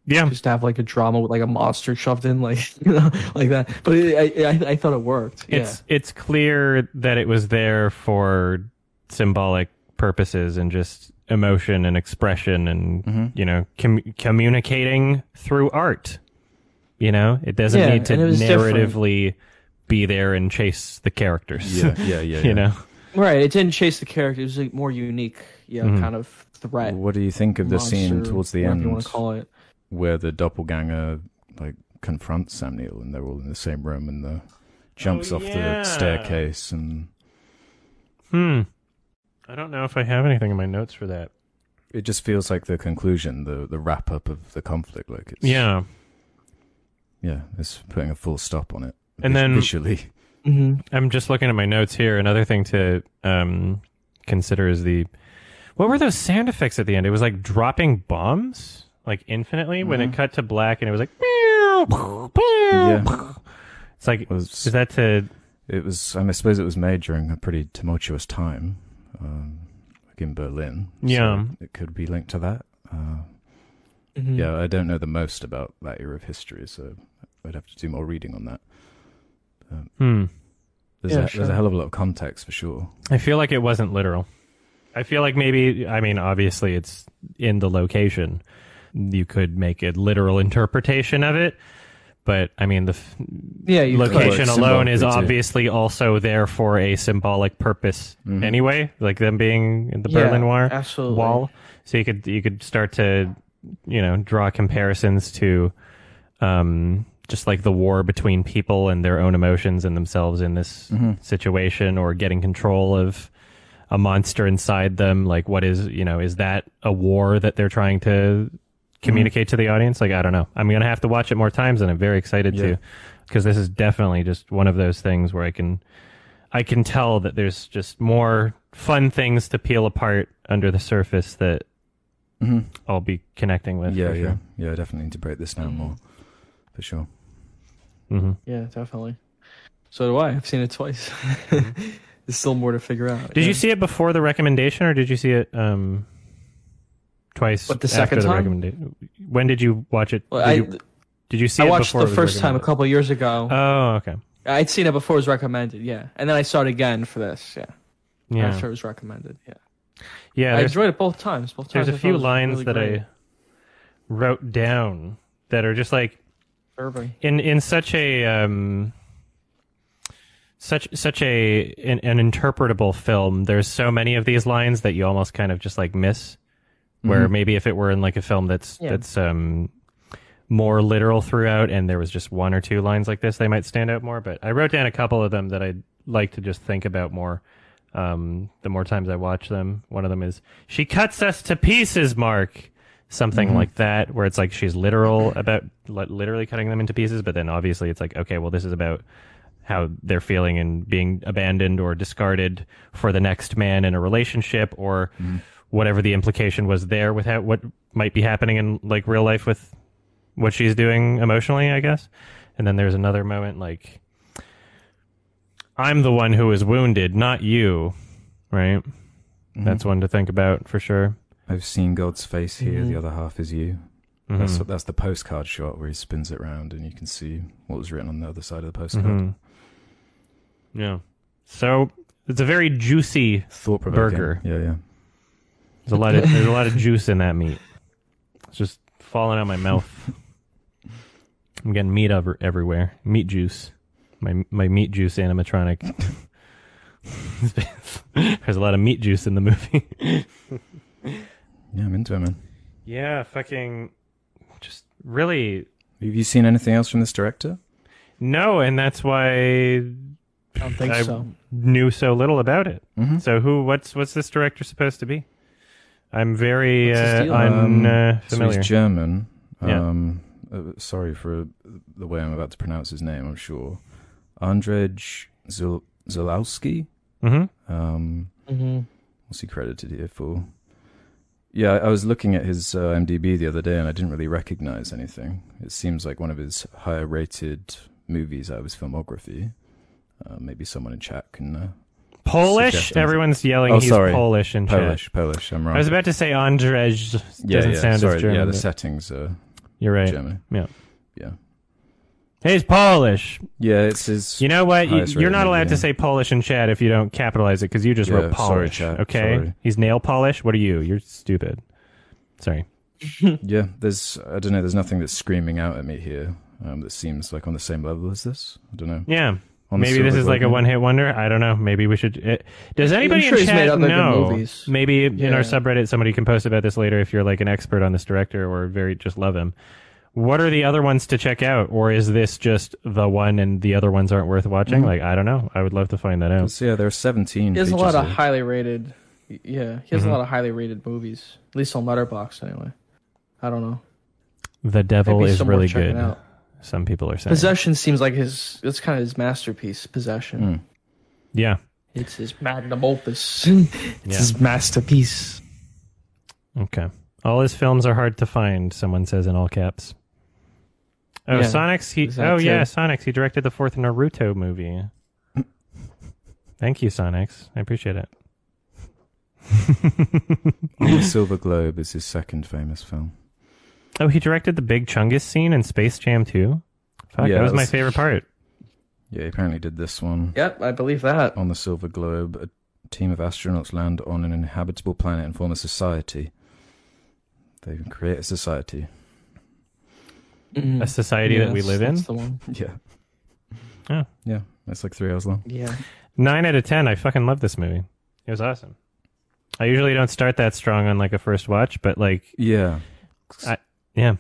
Speaker 2: Yeah,
Speaker 3: just to have like a drama with like a monster shoved in, like you know, like that. But it, I, I, I thought it worked.
Speaker 2: it's it's clear that it was there for symbolic purposes and just emotion and expression and
Speaker 3: Mm-hmm.
Speaker 2: you know com- communicating through art. You know, it doesn't
Speaker 3: Yeah,
Speaker 2: need to
Speaker 3: and it was different.
Speaker 2: narratively be there and chase the characters.
Speaker 4: yeah, yeah, yeah, yeah.
Speaker 2: you know.
Speaker 3: yeah, right. It didn't chase the character. It was like more unique, yeah,
Speaker 2: Mhm.
Speaker 3: kind of threat.
Speaker 4: What do you think of the scene
Speaker 3: monster,
Speaker 4: towards the
Speaker 3: whatever
Speaker 4: end
Speaker 3: you want to call it?
Speaker 4: where the doppelganger like confronts Sam Neill and they're all in the same room and the jumps
Speaker 2: Oh,
Speaker 4: off
Speaker 2: yeah.
Speaker 4: the staircase and
Speaker 2: Hmm. I don't know if I have anything in my notes for that.
Speaker 4: it just feels like the conclusion, the the wrap up of the conflict. Like it's
Speaker 2: Yeah.
Speaker 4: yeah, it's putting a full stop on it.
Speaker 2: And
Speaker 4: vis-
Speaker 2: then-
Speaker 4: visually,
Speaker 3: hmm
Speaker 2: I'm just looking at my notes here. Another thing to um, consider is the what were those sound effects at the end? It was like dropping bombs, like infinitely, when it cut to black, and it was like meow, meow, meow. it's like
Speaker 4: was-
Speaker 2: is that to
Speaker 4: it was. I, mean, I suppose it was made during a pretty tumultuous time, um, like in Berlin. so
Speaker 2: Yeah. Hmm.
Speaker 4: it could be linked to that. Uh,
Speaker 3: mm-hmm.
Speaker 4: Yeah, I don't know the most about that era of history, so I'd have to do more reading on that.
Speaker 2: hmm.
Speaker 4: There's,
Speaker 3: Yeah,
Speaker 4: a, there's
Speaker 3: sure.
Speaker 4: a hell of a lot of context for sure.
Speaker 2: I feel like it wasn't literal. I feel like maybe I mean obviously it's in the location. You could make a literal interpretation of it, but I mean the f-
Speaker 3: Yeah, you
Speaker 2: location
Speaker 4: Well,
Speaker 2: alone is
Speaker 4: symbolically, too.
Speaker 2: obviously also there for a symbolic purpose anyway, like them being in the
Speaker 3: Mm-hmm. Yeah,
Speaker 2: Berlin Wall.
Speaker 3: absolutely.
Speaker 2: Wall. So you could you could start to you know draw comparisons to um, just like the war between people and their own emotions and themselves in this situation, or getting control of a monster inside them. Like what is you know is that a war that they're trying to
Speaker 4: Mm-hmm.
Speaker 2: communicate to the audience? Like I don't know. I'm gonna have to watch it more times, and I'm very excited
Speaker 4: Yeah.
Speaker 2: to because this is definitely just one of those things where I can I can tell that there's just more fun things to peel apart under the surface that I'll be connecting with.
Speaker 4: yeah,
Speaker 2: for
Speaker 4: yeah,
Speaker 2: sure. Hmm.
Speaker 4: yeah. I definitely need to break this down more, for sure.
Speaker 2: Mm-hmm.
Speaker 3: Yeah, definitely. So do I. I've seen it twice. There's still more to figure out.
Speaker 2: Mm-hmm. Did
Speaker 3: yeah.
Speaker 2: you see it before the recommendation, or did you see it um, twice?
Speaker 3: What, the second
Speaker 2: after
Speaker 3: time?
Speaker 2: The recommenda- when did you watch it?
Speaker 3: Well,
Speaker 2: did,
Speaker 3: I,
Speaker 2: you, did you see
Speaker 3: I
Speaker 2: it
Speaker 3: watched
Speaker 2: before
Speaker 3: the
Speaker 2: it was
Speaker 3: first time a
Speaker 2: recommended?
Speaker 3: couple years ago.
Speaker 2: Oh, okay.
Speaker 3: I'd seen it before it was recommended, yeah, and then I saw it again for this, yeah,
Speaker 2: Yeah.
Speaker 3: after it was recommended, yeah.
Speaker 2: Yeah,
Speaker 3: I
Speaker 2: there's,
Speaker 3: enjoyed it both times. Both times.
Speaker 2: there's a
Speaker 3: I thought
Speaker 2: few
Speaker 3: it was
Speaker 2: lines
Speaker 3: really
Speaker 2: that
Speaker 3: great.
Speaker 2: I wrote down that are just like
Speaker 3: Disturbing.
Speaker 2: in in such a um such such a an, an interpretable film there's so many of these lines that you almost kind of just like miss
Speaker 3: Mm-hmm.
Speaker 2: where maybe if it were in like a film that's
Speaker 3: Yeah.
Speaker 2: that's um more literal throughout and there was just one or two lines like this they might stand out more but i wrote down a couple of them that i'd like to just think about more um the more times i watch them one of them is she cuts us to pieces mark something like that where it's like she's literal about li- literally cutting them into pieces but then obviously it's like okay well this is about how they're feeling and being abandoned or discarded for the next man in a relationship or whatever the implication was there with how, what might be happening in like real life with what she's doing emotionally i guess and then there's another moment like i'm the one who is wounded not you right that's one to think about for sure
Speaker 4: I've seen God's face here.
Speaker 2: Mm-hmm.
Speaker 4: The other half is you. Mm-hmm. That's that's the postcard shot where he spins it round and you can see what was written on the other side of the postcard.
Speaker 2: Mm-hmm. yeah so it's a very juicy
Speaker 4: Thought provoking.
Speaker 2: Burger.
Speaker 4: Yeah, yeah.
Speaker 2: There's a lot of there's a lot of juice in that meat. It's just falling out of my mouth. I'm getting meat over everywhere. Meat juice. My my meat juice animatronic. there's a lot of meat juice in the movie.
Speaker 4: Yeah, I'm into it, man.
Speaker 2: Yeah, fucking just really
Speaker 4: Have you seen anything else from this director?
Speaker 2: no, and that's why
Speaker 3: I don't think
Speaker 2: I-
Speaker 3: so.
Speaker 2: knew so little about it.
Speaker 4: Mm-hmm.
Speaker 2: So who what's what's this director supposed to be? I'm very
Speaker 3: What's his
Speaker 2: uh,
Speaker 3: deal?
Speaker 4: Um, So
Speaker 2: unfamiliar.
Speaker 4: he's German.
Speaker 2: Yeah.
Speaker 4: Um, uh, sorry for the way I'm about to pronounce his name. I'm sure. Andrzej Zul- Zulawski.
Speaker 2: mm-hmm.
Speaker 4: Um,
Speaker 3: Mm-hmm.
Speaker 4: what's he credited here for? Yeah, I was looking at his uh, MDB the other day, and I didn't really recognize anything. It seems like one of his higher-rated movies out of his filmography. Uh, maybe someone in chat can. Uh,
Speaker 2: Polish?
Speaker 4: Suggestions.
Speaker 2: Everyone's yelling
Speaker 4: Oh,
Speaker 2: he's
Speaker 4: sorry.
Speaker 2: Polish and
Speaker 4: Polish, Polish. I'm wrong.
Speaker 2: I was about to say Andrzej.
Speaker 4: yeah,
Speaker 2: doesn't
Speaker 4: yeah,
Speaker 2: sound
Speaker 4: sorry.
Speaker 2: as German.
Speaker 4: yeah, the
Speaker 2: but-
Speaker 4: settings are
Speaker 2: You're right.
Speaker 4: German.
Speaker 2: Yeah.
Speaker 4: Yeah.
Speaker 2: He's Polish.
Speaker 4: Yeah, it's his.
Speaker 2: You know what? You,
Speaker 4: Highest
Speaker 2: you're not
Speaker 4: rated,
Speaker 2: allowed to
Speaker 4: yeah.
Speaker 2: say Polish in chat if you don't capitalize it because you just
Speaker 4: Yeah,
Speaker 2: wrote
Speaker 4: sorry,
Speaker 2: Polish.
Speaker 4: chat,
Speaker 2: okay.
Speaker 4: sorry.
Speaker 2: He's nail polish. What are you? You're stupid. Sorry.
Speaker 4: Yeah, there's I don't know. There's nothing that's screaming out at me here um, that seems like on the same level as this. I don't know.
Speaker 2: Yeah.
Speaker 4: On the
Speaker 2: Maybe this
Speaker 4: silver
Speaker 2: is like a
Speaker 4: gradient.
Speaker 2: one-hit wonder. I don't know. Maybe we should. It, does anybody
Speaker 3: sure
Speaker 2: in
Speaker 3: he's
Speaker 2: chat
Speaker 3: made other good
Speaker 2: know?
Speaker 3: movies.
Speaker 2: Maybe in
Speaker 3: Yeah.
Speaker 2: our subreddit, somebody can post about this later. If you're like an expert on this director or very just love him, what are the other ones to check out, or is this just the one and the other ones aren't worth watching?
Speaker 3: Mm-hmm.
Speaker 2: Like I don't know. I would love to find that out.
Speaker 4: So yeah, there are 17.
Speaker 3: He has a
Speaker 4: features
Speaker 3: lot of
Speaker 4: here.
Speaker 3: highly rated. Yeah, he has
Speaker 2: Mm-hmm.
Speaker 3: a lot of highly rated movies. At least on Letterboxd, anyway. I don't know.
Speaker 2: The Devil
Speaker 3: Maybe
Speaker 2: is
Speaker 3: someone
Speaker 2: really
Speaker 3: check it
Speaker 2: good.
Speaker 3: out.
Speaker 2: Some people are saying.
Speaker 3: Possession seems like his. It's kind of his masterpiece. Possession.
Speaker 2: Mm.
Speaker 4: Hmm.
Speaker 2: yeah.
Speaker 3: It's his magnum opus. it's
Speaker 2: Yeah.
Speaker 3: his masterpiece.
Speaker 2: Okay. All his films are hard to find, someone says in all caps. Oh,
Speaker 3: Yeah.
Speaker 2: Sonic's he
Speaker 3: Is that
Speaker 2: Oh yeah,
Speaker 3: too?
Speaker 2: Sonic's he directed the fourth Naruto movie. Thank you, Sonic's. I appreciate it.
Speaker 4: On the Silver Globe is his second famous film.
Speaker 2: Oh, he directed the big Chungus scene in Space Jam 2. Fuck,
Speaker 4: Yeah,
Speaker 2: that was my
Speaker 4: that's-
Speaker 2: favorite part.
Speaker 4: Yeah, he apparently did this one
Speaker 3: Yep, I believe that.
Speaker 4: on the Silver Globe. A team of astronauts land on an inhabitable planet and form a society. They create a society.
Speaker 2: Mm-hmm.
Speaker 3: Mm.
Speaker 2: A society that we live in.
Speaker 3: That's the one.
Speaker 4: Yeah.
Speaker 2: Oh.
Speaker 4: Yeah, it's like three hours long.
Speaker 3: Yeah.
Speaker 2: Nine out of ten. I fucking love this movie. It was awesome. I usually don't start that strong on like a first watch, but like
Speaker 4: Yeah.
Speaker 2: yeah.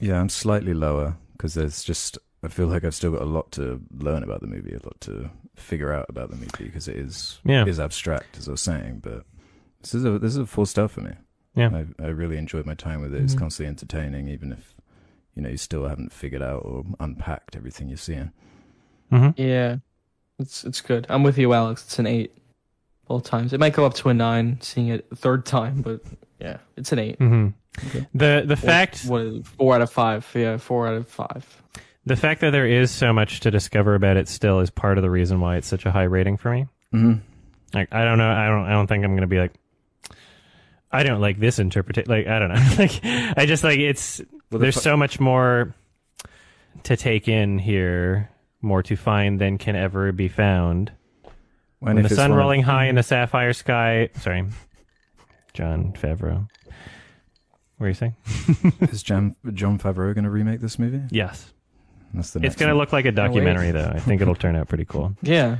Speaker 4: Yeah, I'm slightly lower because there's just I feel like I've still got a lot to learn about the movie, a lot to figure out about the movie because it is
Speaker 2: Yeah.
Speaker 4: is abstract as I was saying. But this is a this is a full star for me.
Speaker 2: Yeah. Mm-hmm.
Speaker 4: I, I really enjoyed my time with it. It's
Speaker 3: Mhm.
Speaker 4: constantly entertaining, even if you know you still haven't figured out or unpacked everything you're seeing.
Speaker 2: Mm-hmm.
Speaker 3: Yeah. It's it's good. I'm with you, Alex. It's an eight. Both times. It might go up to a nine, seeing it a third time, but yeah, it's an eight.
Speaker 2: hmm
Speaker 4: Okay.
Speaker 2: The the fact
Speaker 3: What is it? Four out of five. Yeah, four out of five.
Speaker 2: The fact that there is so much to discover about it still is part of the reason why it's such a high rating for me.
Speaker 4: Mm-hmm.
Speaker 2: Like I don't know, I don't I don't think I'm going to be like I don't like this interpretation. Like I don't know. like I just like it's
Speaker 4: Well, the
Speaker 2: there's
Speaker 4: fu-
Speaker 2: so much more to take in here, more to find than can ever be found.
Speaker 4: And
Speaker 2: When
Speaker 4: if
Speaker 2: the
Speaker 4: it's
Speaker 2: sun
Speaker 4: one of- Mm-hmm.
Speaker 2: rolling high in the sapphire sky, sorry. John Favreau. What are you saying?
Speaker 4: Is Jam- John Favreau going to remake this movie?
Speaker 2: Yes.
Speaker 4: That's the
Speaker 2: It's
Speaker 4: next
Speaker 2: going to
Speaker 4: one.
Speaker 2: look like a
Speaker 3: wait.
Speaker 2: documentary, though. I think it'll turn out pretty cool.
Speaker 3: Yeah.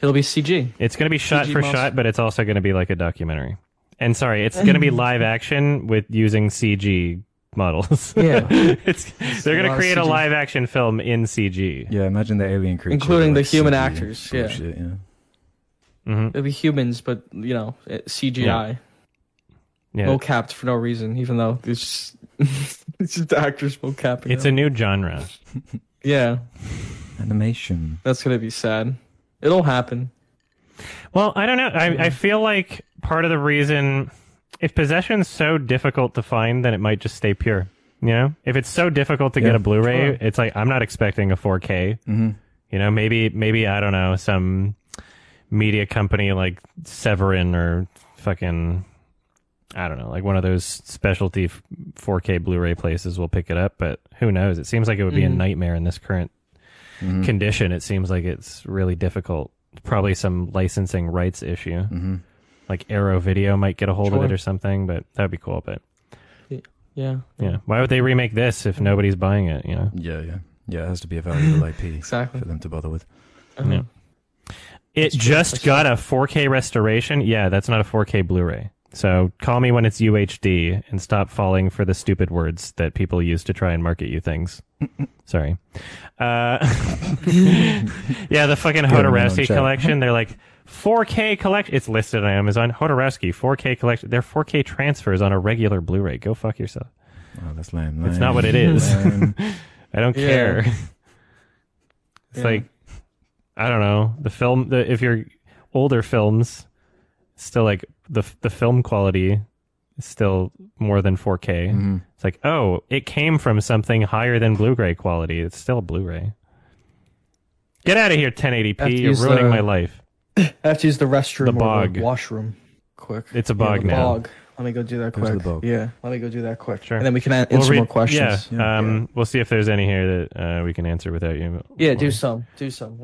Speaker 3: It'll be CG.
Speaker 2: It's going to be shot
Speaker 3: CG
Speaker 2: for
Speaker 3: mouse.
Speaker 2: shot, but it's also going to be like a documentary. And sorry, it's going to be live action with using CG models.
Speaker 3: Yeah.
Speaker 2: it's, they're
Speaker 3: a
Speaker 2: going
Speaker 3: lot
Speaker 2: to
Speaker 3: of
Speaker 2: create a
Speaker 3: CG.
Speaker 2: live action film in CG.
Speaker 4: Yeah, imagine the alien creature,
Speaker 3: Including the human
Speaker 4: CG
Speaker 3: actors, yeah.
Speaker 4: bullshit, yeah.
Speaker 2: hmm
Speaker 3: It'll be humans, but, you know, eh, CGI.
Speaker 2: Yeah.
Speaker 3: Mo-capped for no reason, even though it's just, it's just the actors mo-capping.
Speaker 2: It's a
Speaker 3: them.
Speaker 2: new genre.
Speaker 3: yeah,
Speaker 4: Animation.
Speaker 3: that's going to be sad. It'll happen.
Speaker 2: Well, I don't know. I, I feel like part of the reason if possession's so difficult to find, then it might just stay pure. You know, if it's so difficult to get
Speaker 4: Yeah.
Speaker 2: a Blu-ray, it's like I'm not expecting a 4K.
Speaker 4: hmm
Speaker 2: You know, maybe maybe I don't know some media company like Severin or fucking I don't know, like one of those specialty f- 4K Blu-ray places will pick it up, but who knows? It seems like it would be a
Speaker 3: Mhm.
Speaker 2: nightmare in this current
Speaker 4: Mm. Mm-hmm.
Speaker 2: condition. It seems like it's really difficult. Probably some licensing rights issue.
Speaker 4: hmm
Speaker 2: Like Arrow Video might get a hold of it
Speaker 3: Sure.
Speaker 2: or something, but that'd be cool. But
Speaker 3: Yeah.
Speaker 2: yeah, why would they remake this if nobody's buying it? You know.
Speaker 4: Yeah, yeah. Yeah, it has to be a valuable IP
Speaker 3: Exactly.
Speaker 4: for them to bother with.
Speaker 3: Uh-huh.
Speaker 2: Yeah. It
Speaker 3: That's true.
Speaker 2: just
Speaker 3: That's
Speaker 2: got a 4K restoration. Yeah, that's not a 4K Blu-ray. So call me when it's UHD and stop falling for the stupid words that people use to try and market you things. Sorry. Uh, yeah, the fucking
Speaker 4: Get 'em in on
Speaker 2: Hodorowski
Speaker 4: chat.
Speaker 2: collection. They're like 4K collection. It's listed on Amazon. Hodorowski 4K collection. They're 4K transfers on a regular Blu-ray. Go fuck yourself.
Speaker 4: Oh, that's lame.
Speaker 2: It's not what it is.
Speaker 4: Lame.
Speaker 2: I don't
Speaker 3: Yeah.
Speaker 2: care. it's
Speaker 3: Yeah.
Speaker 2: like I don't know the film. The, if you're older films, still like the the film quality is still more than 4K.
Speaker 3: Mm.
Speaker 4: Mhm.
Speaker 2: It's like oh, it came from something higher than Blu-ray quality. It's still Blu-ray. Get out of here, 1080p.
Speaker 3: Have to
Speaker 2: You're
Speaker 3: use
Speaker 2: ruining
Speaker 3: the-
Speaker 2: my life.
Speaker 3: I have to use the restroom
Speaker 2: The
Speaker 3: or the
Speaker 2: bog.
Speaker 3: washroom quick.
Speaker 2: It's a bog
Speaker 3: yeah, the
Speaker 2: now.
Speaker 3: Bog. Let me go do that
Speaker 4: Go to
Speaker 3: quick.
Speaker 4: the bog.
Speaker 3: Yeah, let me go do that quick.
Speaker 2: Sure.
Speaker 3: And then we can a- answer
Speaker 2: We'll read-
Speaker 3: more questions.
Speaker 2: Yeah,
Speaker 4: Yeah.
Speaker 2: Um, we'll see if there's any here that uh, we can answer without you.
Speaker 3: Yeah, do some. Do some.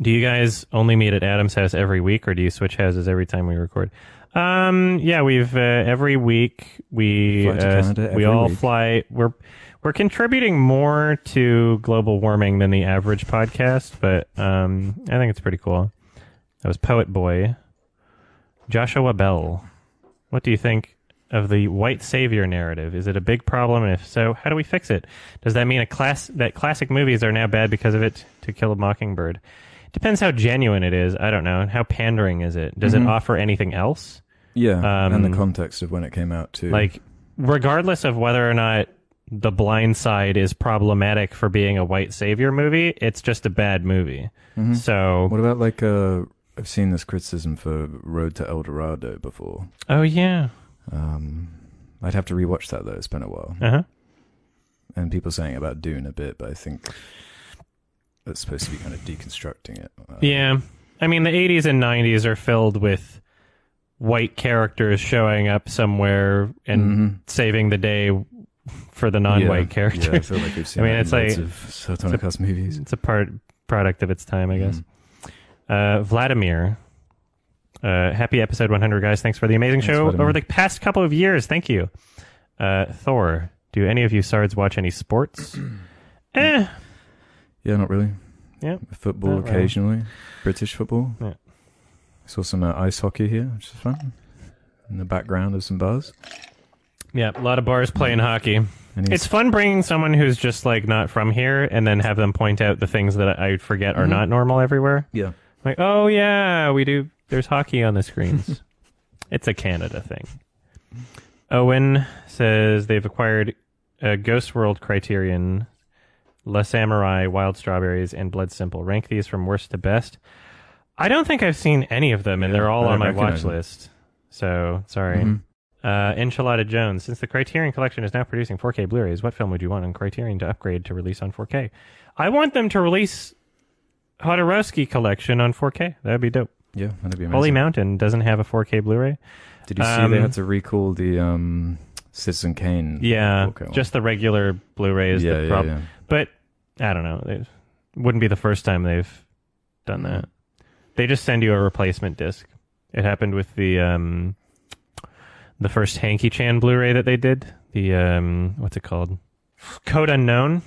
Speaker 2: Do you guys only meet at Adam's house every week, or do you switch houses every time we record? Um, yeah, we've uh, every week we
Speaker 4: Fly to
Speaker 2: uh,
Speaker 4: Canada
Speaker 2: we
Speaker 4: every
Speaker 2: all
Speaker 4: week.
Speaker 2: fly. We're we're contributing more to global warming than the average podcast, but um, I think it's pretty cool. That was Poet Boy, Joshua Bell. What do you think of the white savior narrative? Is it a big problem? And if so, how do we fix it? Does that mean a class that classic movies are now bad because of it? To Kill a Mockingbird depends how genuine it is. I don't know. And how pandering is it? Does
Speaker 4: Mhm.
Speaker 2: it offer anything else?
Speaker 4: Yeah, and
Speaker 2: Um,
Speaker 4: the context of when it came out too.
Speaker 2: Like, regardless of whether or not The Blind Side is problematic for being a white savior movie, it's just a bad movie.
Speaker 4: Mhm.
Speaker 2: So,
Speaker 4: what about like uh, I've seen this criticism for Road to El Dorado before.
Speaker 2: oh yeah,
Speaker 4: Um, I'd have to rewatch that though. It's been a while,
Speaker 2: uh huh.
Speaker 4: and people saying about Dune a bit, but I think it's supposed to be kind of deconstructing it. Uh,
Speaker 2: Yeah. I mean, the 80s and 90s are filled with white characters showing up somewhere and
Speaker 4: Mhm.
Speaker 2: saving the day for the non white
Speaker 4: yeah,
Speaker 2: character.
Speaker 4: Yeah, I feel like we've seen.
Speaker 2: I mean,
Speaker 4: that
Speaker 2: it's
Speaker 4: in
Speaker 2: like-
Speaker 4: loads of Sardonicus movies.
Speaker 2: It's a part product of its time, I guess.
Speaker 4: Mhm.
Speaker 2: Uh, Vladimir. Uh, happy episode 100, guys. Thanks for the amazing
Speaker 4: Thanks,
Speaker 2: show
Speaker 4: Vladimir.
Speaker 2: over the past couple of years. Thank you. Uh, Thor, do any of you Sards watch any sports? eh.
Speaker 4: Yeah, not really.
Speaker 2: Yep.
Speaker 4: Football
Speaker 2: Not really.
Speaker 4: occasionally, British football.
Speaker 2: Yeah.
Speaker 4: I saw some uh, ice hockey here, which is fun. In the background of some bars.
Speaker 2: Yeah, a lot of bars playing hockey.
Speaker 4: Any
Speaker 2: It's fun bringing someone who's just like not from here and then have them point out the things that I forget are
Speaker 4: Mhm.
Speaker 2: not normal everywhere.
Speaker 4: Yeah.
Speaker 2: Like, oh yeah, we do. There's hockey on the screens. it's a Canada thing. Owen says they've acquired a Ghost World Criterion, La Samurai, Wild Strawberries, and Blood Simple. Rank these from worst to best. I don't think I've seen any of them, and
Speaker 4: Yeah,
Speaker 2: they're all
Speaker 4: I
Speaker 2: on my watch
Speaker 4: recognize them.
Speaker 2: list. So sorry.
Speaker 4: Mhm.
Speaker 2: Uh, Enchilada Jones. Since the Criterion Collection is now producing 4K Blu-rays, what film would you want on Criterion to upgrade to release on 4K? I want them to release Hodorowski Collection on 4K. That would be dope.
Speaker 4: Yeah, that'd be amazing.
Speaker 2: Holy Mountain doesn't have a 4K Blu-ray.
Speaker 4: Did you see
Speaker 2: Um,
Speaker 4: they had to recall the um, Citizen Kane?
Speaker 2: Yeah,
Speaker 4: 4K one?
Speaker 2: just the regular Blu-ray is
Speaker 4: yeah,
Speaker 2: the
Speaker 4: yeah,
Speaker 2: problem.
Speaker 4: yeah.
Speaker 2: But I don't know. It wouldn't be the first time they've done that. They just send you a replacement disc. It happened with the um, the first Hanky Chan Blu-ray that they did. The um, what's it called? Code Unknown.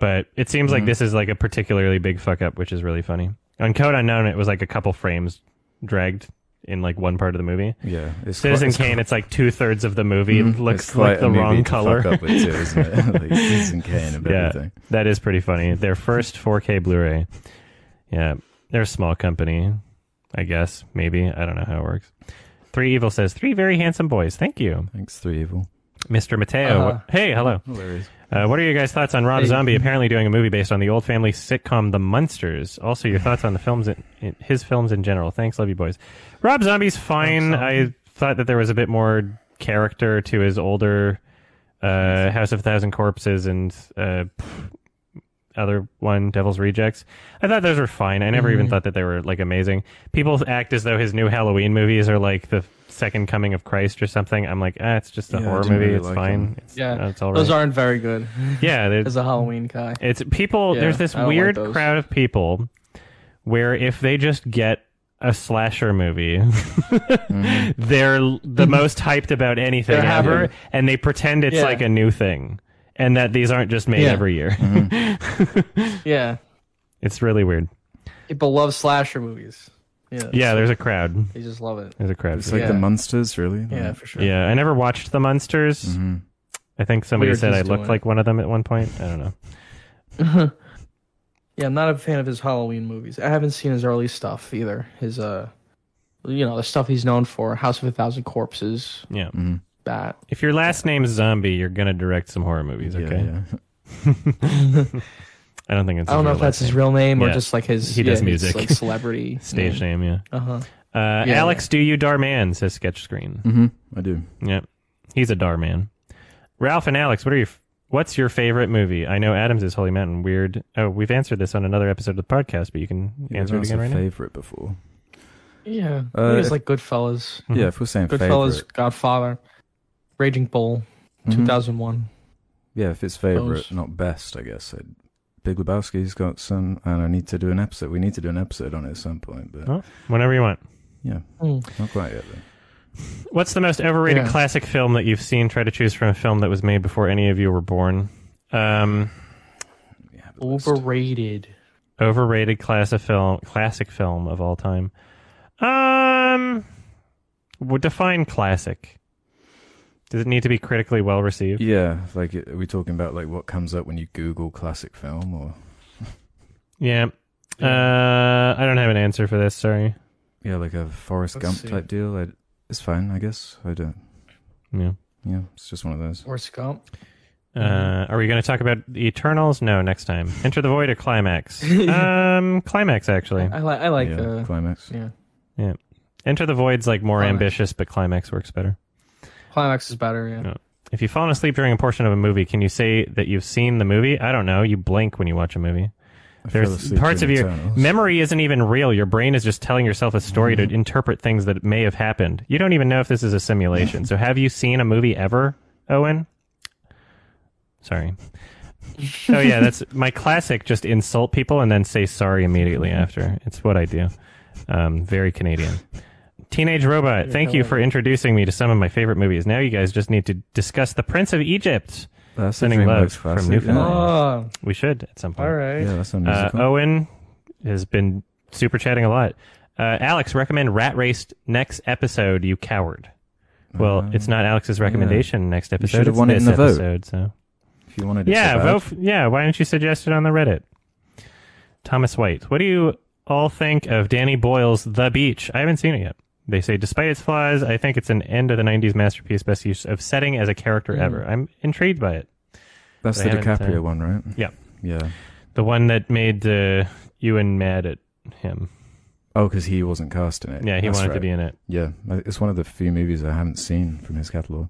Speaker 2: But it seems
Speaker 4: Mm-hmm.
Speaker 2: like this is like a particularly big fuck up, which is really funny. On Code Unknown, it was like a couple frames dragged in like one part of the movie.
Speaker 4: Yeah, it's
Speaker 2: Citizen
Speaker 4: quite, it's
Speaker 2: Kane, it's like two thirds of the movie
Speaker 4: Mm,
Speaker 2: looks
Speaker 4: it's quite
Speaker 2: like the
Speaker 4: a movie
Speaker 2: wrong
Speaker 4: to
Speaker 2: color.
Speaker 4: Fuck up with too, isn't it? like Citizen Kane of
Speaker 2: Yeah.
Speaker 4: everything.
Speaker 2: That is pretty funny. Their first 4K Blu-ray. Yeah, they're a small company, I guess. Maybe I don't know how it works. Three Evil says three very handsome boys. Thank you,
Speaker 4: Thanks, Three Evil.
Speaker 2: Mr. Mateo.
Speaker 3: Uh-huh.
Speaker 2: Hey, hello.
Speaker 4: Hilarious.
Speaker 2: Uh, what are your guys' thoughts on Rob
Speaker 3: Hey.
Speaker 2: Zombie apparently doing a movie based on the old family sitcom The Munsters? Also, your thoughts on the films, in, in, his films in general. Thanks, love you boys. Rob Zombie's fine.
Speaker 3: Rob Zombie.
Speaker 2: I thought that there was a bit more character to his older uh, House of a Thousand Corpses and uh, pff, other one, Devil's Rejects. I thought those were fine. I never
Speaker 4: Mm-hmm.
Speaker 2: even
Speaker 3: Mhm.
Speaker 2: thought that they were like amazing. People act as though his new Halloween movies are like the second coming of Christ or something. I'm like, ah, it's just a
Speaker 4: Yeah, I
Speaker 2: horror
Speaker 4: didn't
Speaker 2: movie.
Speaker 4: really
Speaker 2: it's
Speaker 4: like
Speaker 2: fine.
Speaker 4: them.
Speaker 2: It's,
Speaker 3: Yeah,
Speaker 2: it's all right.
Speaker 3: Those aren't very good
Speaker 2: yeah, there's-
Speaker 3: as a Halloween guy.
Speaker 2: it's people.
Speaker 3: Yeah,
Speaker 2: there's this
Speaker 3: I don't like
Speaker 2: weird
Speaker 3: those.
Speaker 2: crowd of people where if they just get a slasher movie,
Speaker 4: Mm-hmm.
Speaker 2: they're l- the most hyped about anything
Speaker 3: They're happy.
Speaker 2: ever, and they pretend it's
Speaker 3: Yeah.
Speaker 2: like a new thing, and that these aren't just made
Speaker 3: Yeah. Mm-hmm.
Speaker 2: every year.
Speaker 3: Yeah.
Speaker 2: it's really weird.
Speaker 3: People love slasher movies. Yeah.
Speaker 2: Yeah, there's a crowd.
Speaker 3: They just love it.
Speaker 2: There's a crowd.
Speaker 4: It's like
Speaker 3: Yeah.
Speaker 4: the monsters, really.
Speaker 3: Yeah,
Speaker 4: Like, Mm-hmm.
Speaker 3: for sure.
Speaker 2: Mm-hmm. yeah, I never watched The Monsters. I think somebody
Speaker 3: Weird
Speaker 2: said I
Speaker 3: he's
Speaker 2: looked
Speaker 3: doing.
Speaker 2: like one of them at one point. I don't know.
Speaker 4: Uh-huh.
Speaker 3: Yeah, I'm not a fan of his Halloween movies. I haven't seen his early stuff either. His uh you know, the stuff he's known for, House of a Thousand Corpses,
Speaker 2: Yeah.
Speaker 4: Mm-hmm.
Speaker 3: that.
Speaker 2: If your last name's Zombie, you're gonna direct some horror movies.
Speaker 4: yeah,
Speaker 2: Okay.
Speaker 4: yeah.
Speaker 2: I don't think it's.
Speaker 3: I
Speaker 2: his
Speaker 3: don't know
Speaker 2: real
Speaker 3: if that's
Speaker 2: last
Speaker 3: his real name or
Speaker 2: Yeah.
Speaker 3: just like his
Speaker 2: He does
Speaker 3: yeah, his,
Speaker 2: music.
Speaker 3: like celebrity
Speaker 2: stage name. Yeah.
Speaker 3: Uh huh.
Speaker 2: Uh,
Speaker 3: Yeah,
Speaker 2: Alex, do you Darman? Says Sketch Screen.
Speaker 4: hmm I do.
Speaker 2: Yep, he's a Darman. Ralph and Alex, what are your what's your favorite movie? I know Adams is Holy Mountain. Weird. Oh, we've answered this on another episode of the podcast, but you can
Speaker 4: Yeah,
Speaker 2: answer it
Speaker 4: that's
Speaker 2: again
Speaker 4: a
Speaker 2: right now. Mm-hmm.
Speaker 4: favorite before.
Speaker 3: Yeah.
Speaker 4: Uh,
Speaker 3: he was
Speaker 4: if-
Speaker 3: like Goodfellas.
Speaker 2: Mhm.
Speaker 4: Yeah, if we're saying
Speaker 3: Goodfellas,
Speaker 4: favorite,
Speaker 3: Godfather, Raging Bull,
Speaker 4: Mhm.
Speaker 3: 2001.
Speaker 4: Yeah, if it's favorite,
Speaker 3: Those.
Speaker 4: not best, I guess. I'd, Big Lebowski's got some, and I need to do an episode. We need to do an episode on it at some point, but
Speaker 2: Oh. Whenever you want.
Speaker 4: yeah,
Speaker 3: Mm.
Speaker 4: not quite yet. Though.
Speaker 2: What's the most overrated
Speaker 3: Yeah.
Speaker 2: classic film that you've seen? Try to choose from a film that was made before any of you were born. Um,
Speaker 4: Let me have a list.
Speaker 3: Overrated.
Speaker 2: overrated classic film, classic film of all time. Um, would define classic. Does it need to be critically well received?
Speaker 4: Yeah, like are we talking about like what comes up when you Google classic film or
Speaker 2: Yeah. Uh, I don't have an answer for this. Sorry.
Speaker 4: yeah, like a Forrest
Speaker 3: Let's
Speaker 4: Gump
Speaker 3: see.
Speaker 4: type deal? I'd, it's fine, I guess. I don't.
Speaker 2: Yeah.
Speaker 4: Yeah, it's just one of those.
Speaker 3: Or Scump.
Speaker 2: Uh, are we going to talk about the Eternals? No, next time. Enter the Void or Climax? um, Climax actually.
Speaker 3: I, li- I like uh,
Speaker 4: yeah,
Speaker 2: uh,
Speaker 3: the.
Speaker 4: climax.
Speaker 3: Yeah.
Speaker 2: Enter the Void's like more
Speaker 3: Climax.
Speaker 2: ambitious, but Climax works better.
Speaker 3: Climax is better, yeah.
Speaker 2: Yeah. If you've fallen asleep during a portion of a movie, can you say that you've seen the movie? I don't know. You blink when you watch a movie.
Speaker 4: I
Speaker 2: There's
Speaker 4: fell asleep
Speaker 2: parts
Speaker 4: during
Speaker 2: of your-
Speaker 4: Eternals.
Speaker 2: Memory isn't even real. Your brain is just telling yourself a story to interpret things that may have happened. You don't even know if this is a simulation. so, have you seen a movie ever, Owen? Sorry. oh yeah, that's my classic. Just insult people and then say sorry immediately after. It's what I do. Um, very Canadian. Teenage Robot, thank you for introducing me to some of my favorite movies. Now you guys just need to discuss The Prince of Egypt.
Speaker 4: That's a
Speaker 2: Sending
Speaker 4: Dreamworks
Speaker 2: Love from
Speaker 4: classic,
Speaker 2: Newfoundland.
Speaker 3: Oh,
Speaker 2: We should at some point.
Speaker 3: all right.
Speaker 4: Yeah, yeah that's a
Speaker 2: Uh,
Speaker 4: musical.
Speaker 2: Owen has been super chatting a lot. Uh, Alex, recommend Rat Race next episode, you coward. Well,
Speaker 4: Uh,
Speaker 2: it's not Alex's recommendation next episode.
Speaker 4: should've
Speaker 2: it's
Speaker 4: won it
Speaker 2: this
Speaker 4: in the vote.
Speaker 2: episode, so.
Speaker 4: if you wanted, it
Speaker 2: Yeah,
Speaker 4: so bad.
Speaker 2: vote. f- Yeah, why didn't you suggest it on the Reddit? Thomas White, what do you all think of Danny Boyle's The Beach? I haven't seen it yet. They say, despite its flaws, I think it's an end of the 90s masterpiece, best use of setting as a
Speaker 4: Mm.
Speaker 2: character ever. I'm intrigued by it.
Speaker 4: That's
Speaker 2: They
Speaker 4: the
Speaker 2: haven't, uh,
Speaker 4: DiCaprio one, right?
Speaker 2: Yeah.
Speaker 4: Yeah.
Speaker 2: The one that made uh, Ewan mad at him.
Speaker 4: Oh, because he wasn't cast in it.
Speaker 2: Yeah, he
Speaker 4: That's
Speaker 2: wanted to
Speaker 4: right.
Speaker 2: be in it.
Speaker 4: Yeah, I- it's one of the few movies I haven't seen from his catalog.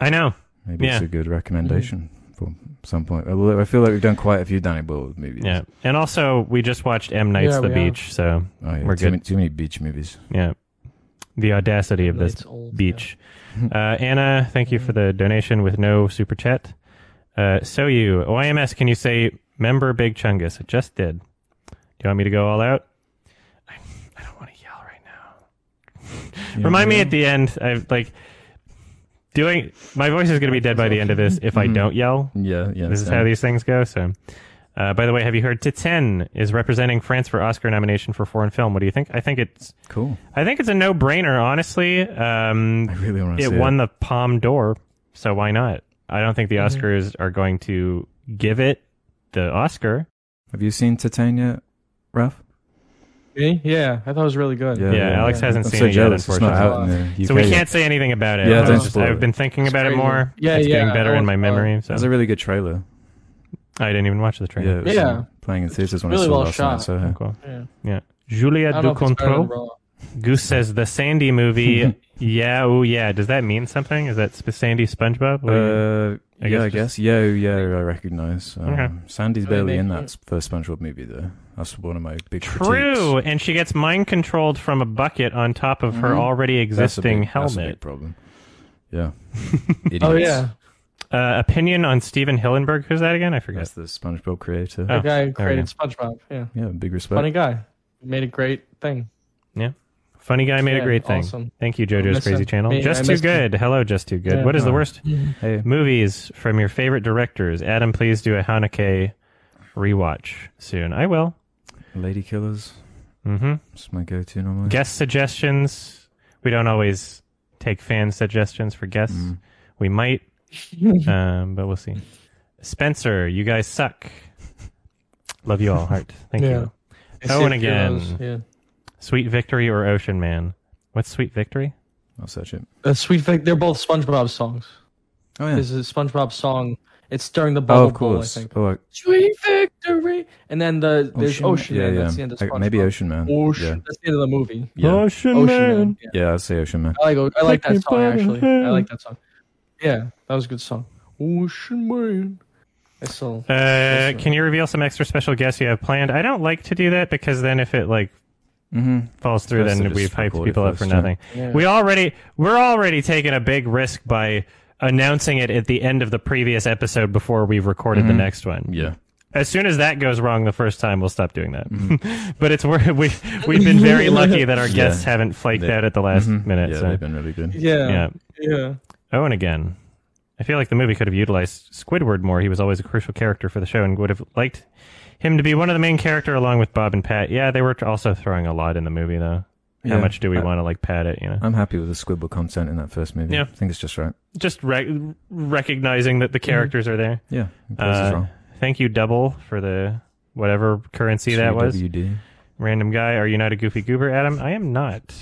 Speaker 2: I know.
Speaker 4: Maybe it's
Speaker 2: Yeah. Mm-hmm.
Speaker 4: a good recommendation for some point. Although I feel like we've done quite a few Danny Boyle movies.
Speaker 2: Yeah. And also, we just watched M. Night's
Speaker 3: Yeah,
Speaker 2: The
Speaker 3: we have.
Speaker 2: Beach. So,
Speaker 4: oh, yeah.
Speaker 2: We're
Speaker 4: too
Speaker 2: good.
Speaker 4: Many, too many beach movies.
Speaker 2: yeah. The audacity of this
Speaker 3: It's old,
Speaker 2: beach. Uh, Anna, thank you for the donation with no super chat. Uh, so, you, YMS, can you say member Big Chungus? I just did. Do you want me to go all out? I, I don't want to yell right now. Remind me at the end. I've like doing. My voice is gonna be dead by the end of this if I don't yell.
Speaker 4: Yeah, yeah.
Speaker 2: This is
Speaker 4: same.
Speaker 2: how these things go. So, uh, by the way, have you heard? Titen is representing France for Oscar nomination for foreign film. What do you think? I think it's.
Speaker 4: cool.
Speaker 2: I think it's a no brainer. Honestly, um,
Speaker 4: I really want to
Speaker 2: it
Speaker 4: see
Speaker 2: won the Palm d'Or, so why not? I don't think the
Speaker 3: Mm-hmm.
Speaker 2: Oscars are going to give it the Oscar.
Speaker 4: Have you seen Titania, Ralph?
Speaker 3: Me? Yeah, I thought it was really good.
Speaker 2: Yeah, Alex hasn't
Speaker 4: I'm
Speaker 2: seen
Speaker 4: so
Speaker 2: it yet,
Speaker 4: jealous. It's not
Speaker 2: unfortunately.
Speaker 4: out in the UK
Speaker 2: so we
Speaker 4: yet.
Speaker 2: can't say anything about it.
Speaker 4: Yeah,
Speaker 2: I've
Speaker 3: don't
Speaker 2: just-
Speaker 4: spoil
Speaker 2: I've
Speaker 4: it.
Speaker 2: been thinking about it
Speaker 3: crazy.
Speaker 2: more.
Speaker 3: Yeah,
Speaker 2: it's
Speaker 3: yeah,
Speaker 2: getting
Speaker 3: I
Speaker 2: better in
Speaker 3: don't
Speaker 2: my
Speaker 3: wanna spoil
Speaker 2: memory. So
Speaker 4: That was a really good trailer.
Speaker 2: I didn't even watch the
Speaker 4: Yeah,
Speaker 2: trailer. Oh,
Speaker 4: it was,
Speaker 3: Yeah.
Speaker 4: uh, playing in theaters when
Speaker 3: Really
Speaker 4: I saw
Speaker 3: well
Speaker 4: it last night.
Speaker 3: shot.
Speaker 4: So, uh,
Speaker 2: Cool.
Speaker 3: Yeah.
Speaker 2: Yeah. Julia
Speaker 3: I don't know if it's better than
Speaker 2: Ducontreau.
Speaker 3: Raw.
Speaker 2: Goose says the Sandy movie. yeah, oh yeah. Does that mean something? Is that Sp- Sandy SpongeBob? What do you-
Speaker 4: Uh,
Speaker 2: I guess
Speaker 4: yeah, I
Speaker 2: just-
Speaker 4: guess. Yeah, yeah, I recognize. Um,
Speaker 2: Okay.
Speaker 4: Sandy's
Speaker 3: So they
Speaker 4: barely
Speaker 3: make
Speaker 4: in
Speaker 3: fun-
Speaker 4: that s- first SpongeBob movie, though. That's one of my big
Speaker 2: True,
Speaker 4: critiques.
Speaker 2: and she gets mind controlled from a bucket on top of her
Speaker 4: Mhm.
Speaker 2: already
Speaker 4: That's a
Speaker 2: existing
Speaker 4: big- that's a big
Speaker 2: helmet.
Speaker 4: problem. Yeah. Idiots.
Speaker 3: Oh yeah,
Speaker 2: Uh, opinion on Steven Hillenberg? Who's that again? I forget.
Speaker 4: That's the SpongeBob creator.
Speaker 2: Oh,
Speaker 3: the guy
Speaker 2: there we
Speaker 3: who created SpongeBob. Yeah,
Speaker 4: Yeah, big respect.
Speaker 3: funny guy. Made a great thing.
Speaker 2: Funny guy made a
Speaker 3: Yeah,
Speaker 2: great thing.
Speaker 3: awesome.
Speaker 2: Thank you, JoJo's
Speaker 3: miss
Speaker 2: Crazy
Speaker 3: him.
Speaker 2: Channel.
Speaker 3: Me- I
Speaker 2: just too
Speaker 3: miss him.
Speaker 2: good. Hello, just too good.
Speaker 3: Yeah.
Speaker 2: what is the
Speaker 4: Oh.
Speaker 2: worst
Speaker 4: Hey,
Speaker 2: movies from your favorite directors? Adam, please do a Hanake rewatch soon. I will.
Speaker 4: Lady Killers.
Speaker 2: hmm
Speaker 4: It's my go-to normally.
Speaker 2: Guest suggestions. We don't always take fan suggestions for guests.
Speaker 4: Mm.
Speaker 2: We might, um, but we'll see. Spencer, you guys suck. Love you all, heart. Thank
Speaker 3: Yeah.
Speaker 2: you. Oh, and again.
Speaker 3: Yeah.
Speaker 2: Sweet Victory or Ocean Man? What's Sweet Victory?
Speaker 4: I'll search it.
Speaker 3: Uh, Sweet Vic, they're both SpongeBob songs.
Speaker 4: Oh yeah.
Speaker 3: There's a SpongeBob song. It's during the
Speaker 4: Oh,
Speaker 3: Bubble
Speaker 4: of course.
Speaker 3: Bowl, I think.
Speaker 4: Oh, I-
Speaker 3: Sweet Victory, and then the there's
Speaker 4: Ocean,
Speaker 3: Ocean.
Speaker 4: yeah,
Speaker 3: Man.
Speaker 4: yeah.
Speaker 3: That's the end of
Speaker 4: I-
Speaker 3: SpongeBob.
Speaker 4: maybe Ocean Man.
Speaker 3: Ocean. That's the end of the movie.
Speaker 4: Yeah. Yeah.
Speaker 2: Ocean,
Speaker 3: Ocean Man. Yeah.
Speaker 4: yeah, I'd say Ocean Man.
Speaker 3: I like. I like
Speaker 2: Take me
Speaker 3: that song
Speaker 2: by the
Speaker 3: actually. I
Speaker 2: hand.
Speaker 3: like that song. Yeah, that was a good song. Ocean Man. I still.
Speaker 2: Uh, can you reveal some extra special guests you have planned? I don't like to do that because then if it like
Speaker 4: Mm-hmm.
Speaker 2: falls through,
Speaker 4: Supposed to
Speaker 2: then
Speaker 4: just
Speaker 2: we've hyped
Speaker 4: record it
Speaker 2: people up for
Speaker 4: first, yeah.
Speaker 2: nothing. We already we're already taking a big risk by announcing it at the end of the previous episode before we've recorded the next one.
Speaker 4: Mm-hmm. Yeah.
Speaker 2: As soon as that goes wrong the first time, we'll stop doing that. but it's wor- we we've been very lucky that our
Speaker 4: Mm-hmm. Yeah.
Speaker 2: guests haven't flaked
Speaker 4: They-
Speaker 2: out at the last
Speaker 4: Mhm.
Speaker 2: minute.
Speaker 4: Yeah,
Speaker 2: so.
Speaker 4: they've been really good.
Speaker 3: Yeah.
Speaker 2: yeah.
Speaker 3: Yeah. Yeah.
Speaker 2: Owen again. I feel like the movie could have utilized Squidward more. He was always a crucial character for the show and would have liked him to be one of the main character along with Bob and Pat. Yeah, they were also throwing a lot in the movie though. How
Speaker 4: Yeah. Uh,
Speaker 2: much do we
Speaker 4: I-
Speaker 2: want to like pat it, you know?
Speaker 4: I'm happy with the Squibble content in that first movie.
Speaker 2: Yeah.
Speaker 4: I think it's just right.
Speaker 2: Just re- recognizing that the characters are there.
Speaker 4: Yeah. This
Speaker 2: Uh,
Speaker 4: is wrong.
Speaker 2: Thank you double for the whatever currency that was.
Speaker 4: WD.
Speaker 2: Random guy, are you not a goofy goober, Adam? I am not.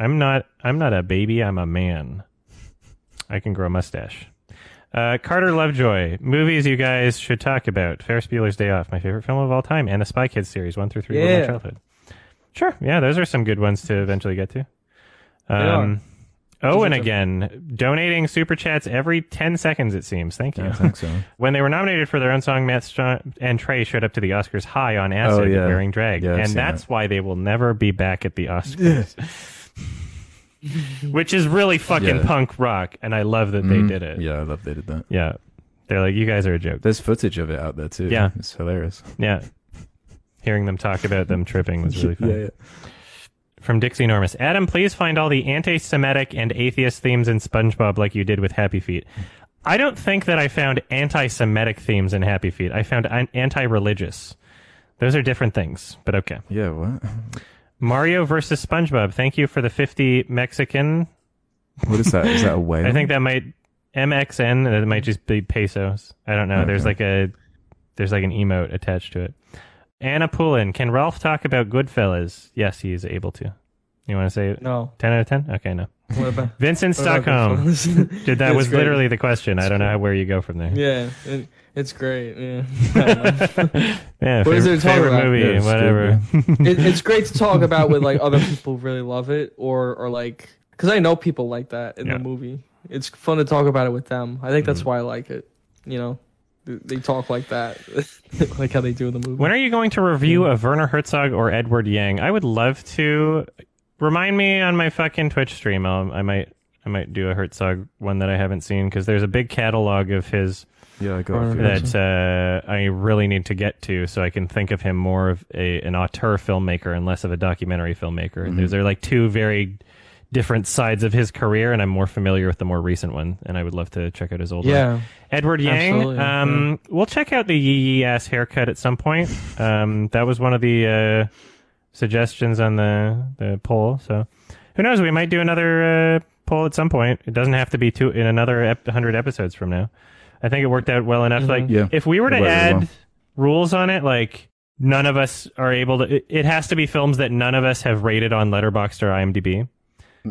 Speaker 2: I'm not. I'm not a baby. I'm a man. I can grow a mustache. Uh, Carter Lovejoy, movies you guys should talk about. Ferris Bueller's Day Off, my favorite film of all time, and the Spy Kids series, one through three, were my
Speaker 3: Yeah.
Speaker 2: childhood. Sure, yeah, those are some good ones to eventually get to. Um,
Speaker 3: Those
Speaker 2: Owen
Speaker 3: are good.
Speaker 2: again, donating super chats every ten seconds, it seems. Thank you.
Speaker 4: Yeah, I think so.
Speaker 2: When they were nominated for their own song, Matt Stone and Trey showed up to the Oscars high on acid,
Speaker 4: Oh, yeah.
Speaker 2: wearing drag,
Speaker 4: Yeah, I've
Speaker 2: and
Speaker 4: seen
Speaker 2: that's why they will never be back at the Oscars. Which is really fucking
Speaker 4: Yeah.
Speaker 2: punk rock, and I love that
Speaker 4: Mhm.
Speaker 2: they did it.
Speaker 4: Yeah, I love they did that.
Speaker 2: Yeah. they're like, you guys are a joke.
Speaker 4: There's footage of it out there too.
Speaker 2: Yeah.
Speaker 4: It's hilarious.
Speaker 2: Yeah, hearing them talk about them tripping was really fun.
Speaker 4: yeah, yeah.
Speaker 2: From Dixie Normus, Adam, please find all the anti-Semitic and atheist themes in SpongeBob like you did with Happy Feet. I don't think that I found anti-Semitic themes in Happy Feet. I found an- anti-religious. Those are different things, but okay.
Speaker 4: Yeah, what?
Speaker 2: Mario versus SpongeBob. Thank you for the 50 Mexican.
Speaker 4: What is that? Is that a whale?
Speaker 2: I think that might MXN. uh, That might just be pesos. I don't know. There's
Speaker 4: Okay.
Speaker 2: like a there's like an emote attached to it. Anna Poulin. Can Ralph talk about Goodfellas? Yes, he is able to. You want to say
Speaker 3: No.
Speaker 2: 10 out of 10? Okay, no.
Speaker 3: What about?
Speaker 2: Vincent
Speaker 3: what about
Speaker 2: Stockholm.
Speaker 3: this one?
Speaker 2: Dude, that
Speaker 3: It's
Speaker 2: was
Speaker 3: great.
Speaker 2: literally the question. I don't know where you go from there.
Speaker 3: Yeah, it, it's great. Yeah. I don't know.
Speaker 2: Yeah,
Speaker 3: What
Speaker 2: favorite,
Speaker 3: is there to talk
Speaker 2: favorite
Speaker 3: about?
Speaker 2: movie,
Speaker 4: Yeah, it's
Speaker 2: whatever.
Speaker 3: it, it's great to talk about with like other people who really love it or or like because I know people like that in
Speaker 2: Yeah. Mm-hmm.
Speaker 3: the movie. It's fun to talk about it with them. I think that's why I like it. You know, Th- they talk like that, like how they do in the movie.
Speaker 2: When are you going to review a Werner Herzog or Edward Yang? I would love to. Remind me on my fucking Twitch stream. I'll, I might, I might do a Herzog one that I haven't seen because there's a big catalog of his
Speaker 4: Yeah, I got
Speaker 3: Or-
Speaker 4: it.
Speaker 2: that uh, I really need to get to so I can think of him more of a an auteur filmmaker and less of a documentary filmmaker. Those are like two very different sides of his career, and I'm more familiar with the more recent one. And I would love to check out his old one.
Speaker 3: Yeah.
Speaker 2: Edward Yang.
Speaker 3: Absolutely,
Speaker 2: Um, We'll check out the yee yee ass haircut at some point. Um, that was one of the uh, suggestions on the the poll. So who knows? We might do another uh, poll at some point. It doesn't have to be two in another ep- hundred episodes from now. I think it worked out well enough. Like
Speaker 4: Mm-hmm. Yeah,
Speaker 2: if we were to
Speaker 4: it worked really
Speaker 2: add
Speaker 4: well.
Speaker 2: rules on it, like. None of us are able to. It it has to be films that none of us have rated on Letterboxd or IMDb.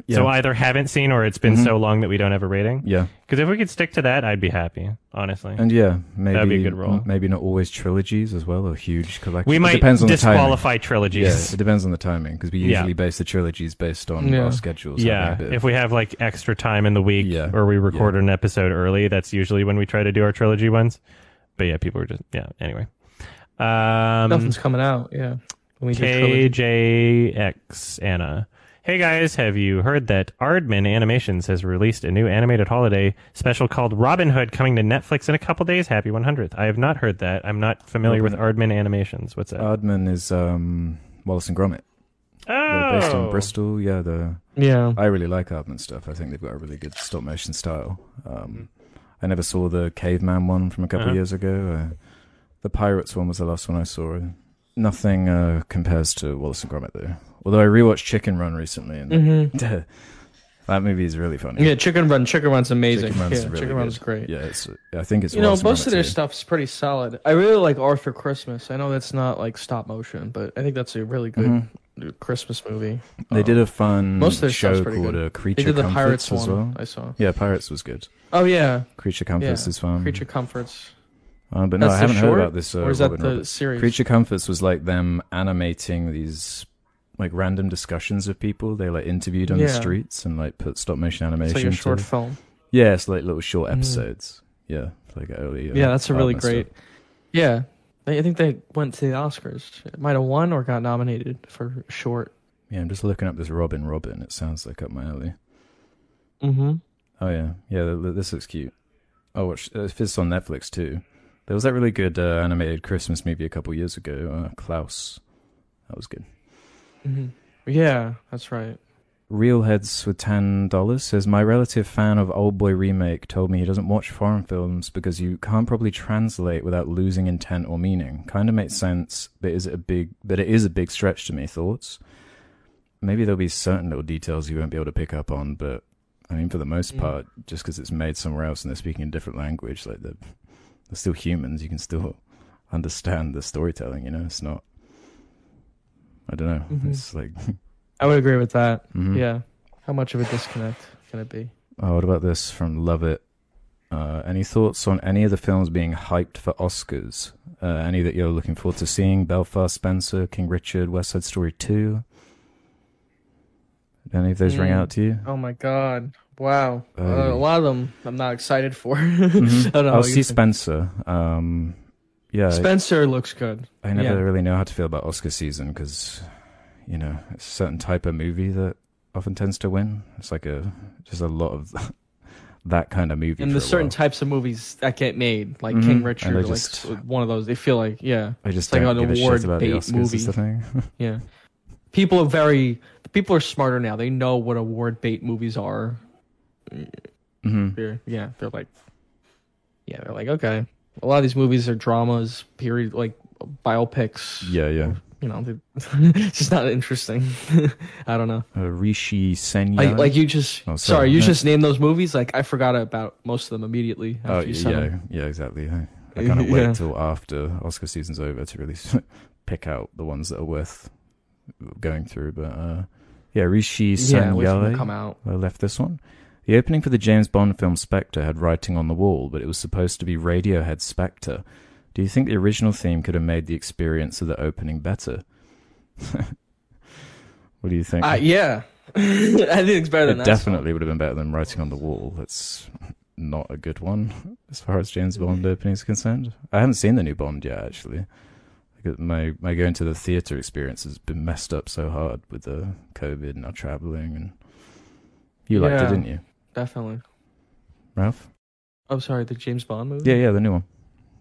Speaker 4: Yeah.
Speaker 2: So either haven't seen or it's been
Speaker 4: Mhm.
Speaker 2: so long that we don't have a rating.
Speaker 4: yeah.
Speaker 2: Because if we could stick to that, I'd be happy, honestly.
Speaker 4: And yeah, maybe
Speaker 2: That'd be a good role.
Speaker 4: m- Maybe not always trilogies as well, or huge collection.
Speaker 2: we
Speaker 4: It
Speaker 2: might
Speaker 4: depends on
Speaker 2: disqualify
Speaker 4: The timing. Yeah,
Speaker 2: trilogies.
Speaker 4: it depends on the timing because we
Speaker 2: Yeah.
Speaker 4: usually base the trilogies based on
Speaker 3: Yeah.
Speaker 4: our schedules. I
Speaker 2: Yeah,
Speaker 4: think, but-
Speaker 2: if we have like extra time in the week
Speaker 4: Yeah.
Speaker 2: or we record an episode early, that's usually when we try to do our trilogy ones. But yeah, people are just yeah, anyway. Um
Speaker 3: Nothing's coming out. Yeah. When we do trilogy.
Speaker 2: KJX Anna. Hey guys, have you heard that Ardman Animations has released a new animated holiday special called Robin Hood coming to Netflix in a couple days? Happy 100th. I have not heard that. I'm not familiar with Ardman Animations. What's that?
Speaker 4: Aardman is um, Wallace and Gromit. They're
Speaker 2: oh,
Speaker 4: based in Bristol. Yeah, the
Speaker 2: Uh,
Speaker 3: Yeah.
Speaker 4: I really like Aardman stuff. I think they've got a really good stop motion style. Um,
Speaker 3: Mm-hmm.
Speaker 4: I never saw the caveman one from a couple
Speaker 2: Uh-huh.
Speaker 4: of years ago. Uh, the pirates one was the last one I saw. Nothing uh, compares to Wallace and Gromit though. Although I rewatched Chicken Run recently, and
Speaker 3: hmm
Speaker 4: that movie is really funny.
Speaker 3: Yeah. Chicken Run. Chicken Run's amazing.
Speaker 4: Chicken Run's
Speaker 3: yeah.
Speaker 4: really
Speaker 3: Chicken Run's
Speaker 4: good.
Speaker 3: great.
Speaker 4: Yeah, it's, I think it's
Speaker 3: You know,
Speaker 4: Wallace and
Speaker 3: most of
Speaker 4: Gromit
Speaker 3: their
Speaker 4: too.
Speaker 3: stuff's pretty solid. I really like Arthur Christmas. I know that's not like stop motion, but I think that's a really good
Speaker 4: Mhm.
Speaker 3: Christmas movie.
Speaker 4: They did a fun
Speaker 3: most of their stuff's
Speaker 4: show
Speaker 3: pretty
Speaker 4: called
Speaker 3: good.
Speaker 4: uh, Creature
Speaker 3: They did the
Speaker 4: Comforts
Speaker 3: Pirates
Speaker 4: as
Speaker 3: one.
Speaker 4: well.
Speaker 3: I saw.
Speaker 4: Yeah, Pirates was good.
Speaker 3: Oh yeah,
Speaker 4: Creature Comforts
Speaker 3: Yeah,
Speaker 4: is fun.
Speaker 3: Creature Comforts.
Speaker 4: Uh, but no,
Speaker 3: That's
Speaker 4: I
Speaker 3: the
Speaker 4: haven't
Speaker 3: short,
Speaker 4: heard about this. Uh,
Speaker 3: or is that
Speaker 4: Robin
Speaker 3: the
Speaker 4: Roberts.
Speaker 3: series?
Speaker 4: Creature Comforts was like them animating these like random discussions of people they like interviewed on the
Speaker 3: Yeah.
Speaker 4: streets and like put stop motion
Speaker 3: It's
Speaker 4: animation.
Speaker 3: like a short
Speaker 4: to-
Speaker 3: film.
Speaker 4: yeah, it's like little short
Speaker 3: Mhm.
Speaker 4: episodes. Yeah, like early. uh,
Speaker 3: Yeah, that's a really
Speaker 4: Aardman stuff.
Speaker 3: great. Yeah, I I think they went to the Oscars. It might have won or got nominated for short.
Speaker 4: Yeah, I'm just looking up this Robin Robin. It sounds like up my alley.
Speaker 3: Mm-hmm.
Speaker 4: Oh yeah, yeah. th- th- This looks cute. Oh, watch uh, this on Netflix too. There was that really good uh, animated Christmas movie a couple years ago, uh, Klaus. That was good.
Speaker 3: hmm Yeah, that's right.
Speaker 4: Real heads with ten dollars says my relative fan of Old Boy remake told me he doesn't watch foreign films because you can't probably translate without losing intent or meaning. Kind of makes sense, but is it a big? But it is a big stretch to me. Thoughts? Maybe there'll be certain little details you won't be able to pick up on, but I mean, for the most
Speaker 3: Mm.
Speaker 4: part, just because it's made somewhere else and they're speaking a different language, like they're, they're still humans, you can still understand the storytelling. You know, it's not. I don't know.
Speaker 3: Mhm.
Speaker 4: It's like,
Speaker 3: I would agree with that.
Speaker 4: Mhm.
Speaker 3: Yeah. How much of a disconnect can it be?
Speaker 4: Oh, what about this from Love It? Uh, any thoughts on any of the films being hyped for Oscars? Uh, any that you're looking forward to seeing? Belfast, Spencer, King Richard, West Side Story 2? Any of those ring
Speaker 3: Mm.
Speaker 4: out to you?
Speaker 3: Oh my god! Wow,
Speaker 4: Oh.
Speaker 3: Uh, a lot of them I'm not excited for.
Speaker 4: Mhm.
Speaker 3: I don't know what
Speaker 4: I'll
Speaker 3: you
Speaker 4: see
Speaker 3: think.
Speaker 4: Spencer. Um, yeah, I-
Speaker 3: Spencer looks good.
Speaker 4: I, never
Speaker 3: yeah.
Speaker 4: really know how to feel about Oscar season because, you know, it's a certain type of movie that often tends to win. It's like a just a lot of that kind of movie.
Speaker 3: And
Speaker 4: for a
Speaker 3: there's certain
Speaker 4: while.
Speaker 3: types of movies that get made, like
Speaker 4: Mhm.
Speaker 3: King
Speaker 4: And
Speaker 3: Richard,
Speaker 4: they
Speaker 3: like
Speaker 4: just-
Speaker 3: s- one of those. They feel like, yeah,
Speaker 4: I just
Speaker 3: like
Speaker 4: don't
Speaker 3: an
Speaker 4: give a shit about the
Speaker 3: award-bait
Speaker 4: Oscars.
Speaker 3: movie.
Speaker 4: Is the thing.
Speaker 3: yeah. People are very, people are smarter now. They know what award bait movies are.
Speaker 4: hmm
Speaker 3: They're, yeah, they're like, yeah, they're like, okay. A lot of these movies are dramas, period, like biopics.
Speaker 4: Yeah, yeah.
Speaker 3: You know, they- it's just not interesting. I don't know.
Speaker 4: Uh, Rishi Senya.
Speaker 3: Like, like you just,
Speaker 4: Oh,
Speaker 3: sorry,
Speaker 4: sorry.
Speaker 3: you
Speaker 4: No.
Speaker 3: just named those movies. Like, I forgot about most of them immediately. After
Speaker 4: oh,
Speaker 3: you said
Speaker 4: yeah,
Speaker 3: them.
Speaker 4: yeah, exactly. I, I kind of wait
Speaker 3: Yeah.
Speaker 4: till after Oscar season's over to really pick out the ones that are worth going through. But uh, yeah, Rishi
Speaker 3: yeah, wait for them to
Speaker 4: Sanyale.
Speaker 3: come out.
Speaker 4: I left this one. The opening for the James Bond film Spectre had writing on the wall, but it was supposed to be Radiohead Spectre. Do you think the original theme could have made the experience of the opening better? what do you think?
Speaker 3: Uh, yeah, I think it's better than that.
Speaker 4: it definitely would have been better than writing on the wall. That's not a good one as far as James Bond opening is concerned. I haven't seen the new Bond yet, actually. Because My my going to the theater experience has been messed up so hard with the COVID and our traveling. And you liked
Speaker 3: Yeah.
Speaker 4: it, didn't you,
Speaker 3: Definitely.
Speaker 4: Ralph?
Speaker 3: I'm sorry, the James Bond movie.
Speaker 4: Yeah, yeah, the new one.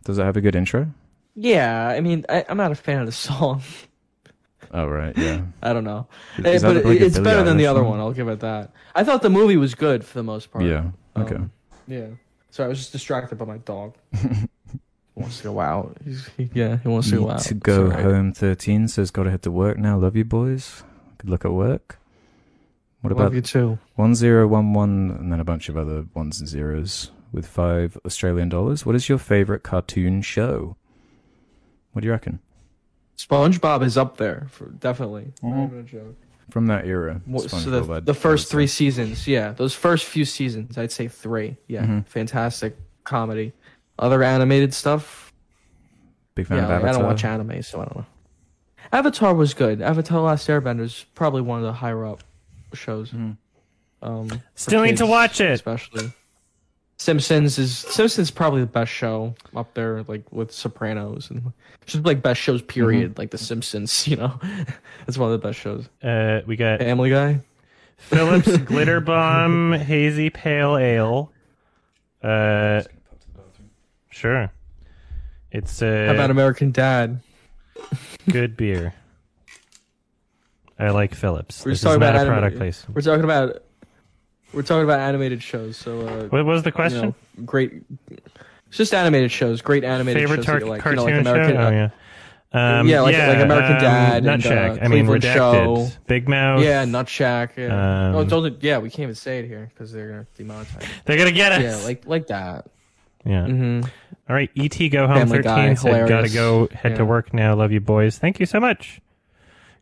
Speaker 4: Does it have a good intro?
Speaker 3: Yeah, I mean, I, I'm not a fan of the song.
Speaker 4: Oh right, yeah.
Speaker 3: I don't know.
Speaker 4: Is-
Speaker 3: Eh,
Speaker 4: is that
Speaker 3: but
Speaker 4: like a
Speaker 3: it- it's
Speaker 4: Billie
Speaker 3: better than the
Speaker 4: Eilish
Speaker 3: other
Speaker 4: song?
Speaker 3: one. I'll give it that. I thought the movie was good for the most part.
Speaker 4: Yeah.
Speaker 3: Um,
Speaker 4: Okay.
Speaker 3: yeah. Sorry, I was just distracted by my dog. He wants to go out. He's, he, yeah, he wants to go
Speaker 4: Need
Speaker 3: out.
Speaker 4: to
Speaker 3: It's
Speaker 4: go
Speaker 3: all right.
Speaker 4: home. Thirteen says, "Gotta head to work now. Love you, boys. Good luck at work." What
Speaker 3: Love
Speaker 4: about
Speaker 3: you too?
Speaker 4: one zero one one, and then a bunch of other ones and zeros with five Australian dollars? What is your favorite cartoon show? What do you reckon
Speaker 3: SpongeBob is up there for definitely. Not even a joke.
Speaker 4: from that era?
Speaker 3: What- so
Speaker 4: SpongeBob,
Speaker 3: the,
Speaker 4: I'd-
Speaker 3: the
Speaker 4: I would
Speaker 3: first
Speaker 4: say.
Speaker 3: three seasons, yeah, those first few seasons, I'd say three. Yeah,
Speaker 4: Mhm.
Speaker 3: fantastic comedy. Other animated stuff,
Speaker 4: Big fan
Speaker 3: yeah,
Speaker 4: of
Speaker 3: like,
Speaker 4: Avatar.
Speaker 3: I don't watch anime, so I don't know. Avatar was good. Avatar: Last Airbender is probably one of the higher up shows. Um, for
Speaker 2: Still need to
Speaker 3: kids
Speaker 2: watch it.
Speaker 3: especially. Simpsons is Simpsons is probably the best show up there, like with Sopranos and just like best shows period,
Speaker 4: Mm-hmm.
Speaker 3: like The Simpsons. You know, it's one of the best shows.
Speaker 2: Uh, we got
Speaker 3: Family Guy.
Speaker 2: Phillips Glitter Bomb Hazy Pale Ale. Uh, sure. It's a
Speaker 3: How about American Dad?
Speaker 2: good beer. I like Phillips.
Speaker 3: We're
Speaker 2: This
Speaker 3: just
Speaker 2: is
Speaker 3: talking
Speaker 2: not
Speaker 3: about
Speaker 2: a product
Speaker 3: anime.
Speaker 2: place.
Speaker 3: We're talking about we're talking about animated shows. So uh,
Speaker 2: What was the
Speaker 3: you
Speaker 2: question?
Speaker 3: know, great. It's just animated shows. Great animated
Speaker 2: Favorite
Speaker 3: shows that
Speaker 2: tar-
Speaker 3: you like.
Speaker 2: cartoon
Speaker 3: you know, like American,
Speaker 2: show? Oh, yeah. Um,
Speaker 3: yeah, like- like American
Speaker 2: um,
Speaker 3: Dad and,
Speaker 2: Nutshack.
Speaker 3: uh,
Speaker 2: I mean,
Speaker 3: Cleveland
Speaker 2: redacted.
Speaker 3: Show.
Speaker 2: Big Mouth.
Speaker 3: uh, yeah, Nutshack. Yeah.
Speaker 2: Oh, Um,
Speaker 3: oh, don't. Yeah, we can't even say it here because they're gonna demonetize. it.
Speaker 2: They're gonna get us.
Speaker 3: yeah, like like that.
Speaker 2: Yeah.
Speaker 3: Mm-hmm.
Speaker 2: All right, ET Go Home
Speaker 3: Family
Speaker 2: 13
Speaker 3: Guy,
Speaker 2: said,
Speaker 3: hilarious.
Speaker 2: Gotta go head to
Speaker 3: Yeah.
Speaker 2: work now. Love you, boys. Thank you so much.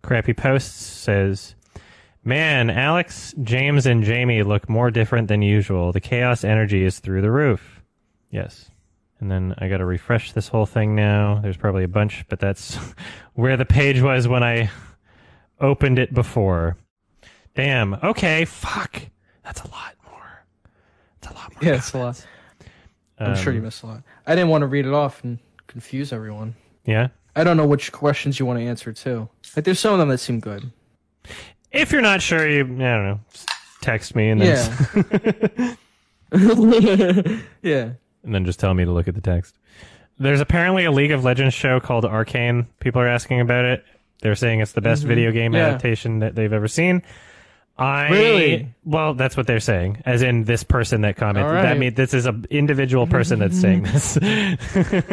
Speaker 2: Crappy Posts says, Man, Alex, James, and Jamie look more different than usual. The chaos energy is through the roof. Yes. And then I got to refresh this whole thing now. There's probably a bunch, but that's where the page was when I opened it before. Damn. Okay. Fuck. That's a lot more. That's a lot more.
Speaker 3: Yeah, it's a lot. I'm sure
Speaker 2: Um,
Speaker 3: you missed a lot. I didn't want to read it off and confuse everyone.
Speaker 2: Yeah.
Speaker 3: I don't know which questions you want to answer too. Like, there's some of them that seem good.
Speaker 2: if you're not sure, you I don't know, s- text me and then
Speaker 3: Yeah. yeah.
Speaker 2: and then just tell me to look at the text. There's apparently a League of Legends show called Arcane. People are asking about it. They're saying it's the best video game
Speaker 3: Mm-hmm. Yeah.
Speaker 2: adaptation that they've ever seen. I
Speaker 3: Really?
Speaker 2: well, that's what they're saying. As in this person that commented.
Speaker 3: All right.
Speaker 2: That mean this is an individual person that's saying this.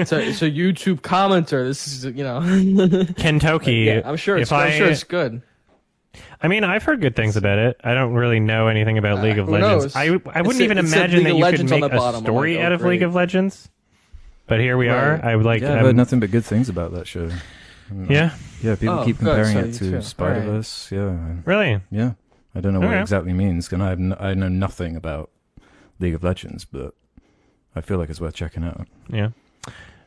Speaker 3: So, it's a YouTube commenter. This is, you know,
Speaker 2: Kentucky.
Speaker 3: yeah, I'm sure. It's,
Speaker 2: if I,
Speaker 3: I'm sure it's good.
Speaker 2: I mean, I've heard good things about it. I don't really know anything about League of
Speaker 3: Uh, who
Speaker 2: Legends.
Speaker 3: knows?
Speaker 2: I I
Speaker 3: It
Speaker 2: wouldn't
Speaker 3: said-
Speaker 2: even
Speaker 3: it said
Speaker 2: imagine
Speaker 3: League
Speaker 2: that
Speaker 3: of
Speaker 2: you could
Speaker 3: Legends on
Speaker 2: make
Speaker 3: the bottom.
Speaker 2: a
Speaker 3: I'm
Speaker 2: story
Speaker 3: like, oh,
Speaker 2: out of League
Speaker 3: great.
Speaker 2: of Legends. But here we are.
Speaker 3: Right.
Speaker 2: I would like.
Speaker 4: Yeah, I've
Speaker 2: um,
Speaker 4: heard nothing but good things about that show.
Speaker 2: yeah,
Speaker 4: Yeah, people
Speaker 3: Oh,
Speaker 4: keep
Speaker 3: good,
Speaker 4: comparing
Speaker 3: so
Speaker 4: it
Speaker 3: you too.
Speaker 4: to
Speaker 3: Alright.
Speaker 4: Spider Verse. Yeah, and-
Speaker 2: really.
Speaker 4: yeah. I don't know what
Speaker 2: Okay.
Speaker 4: it exactly means, and I have n- I know nothing about League of Legends, but I feel like it's worth checking out.
Speaker 2: Yeah.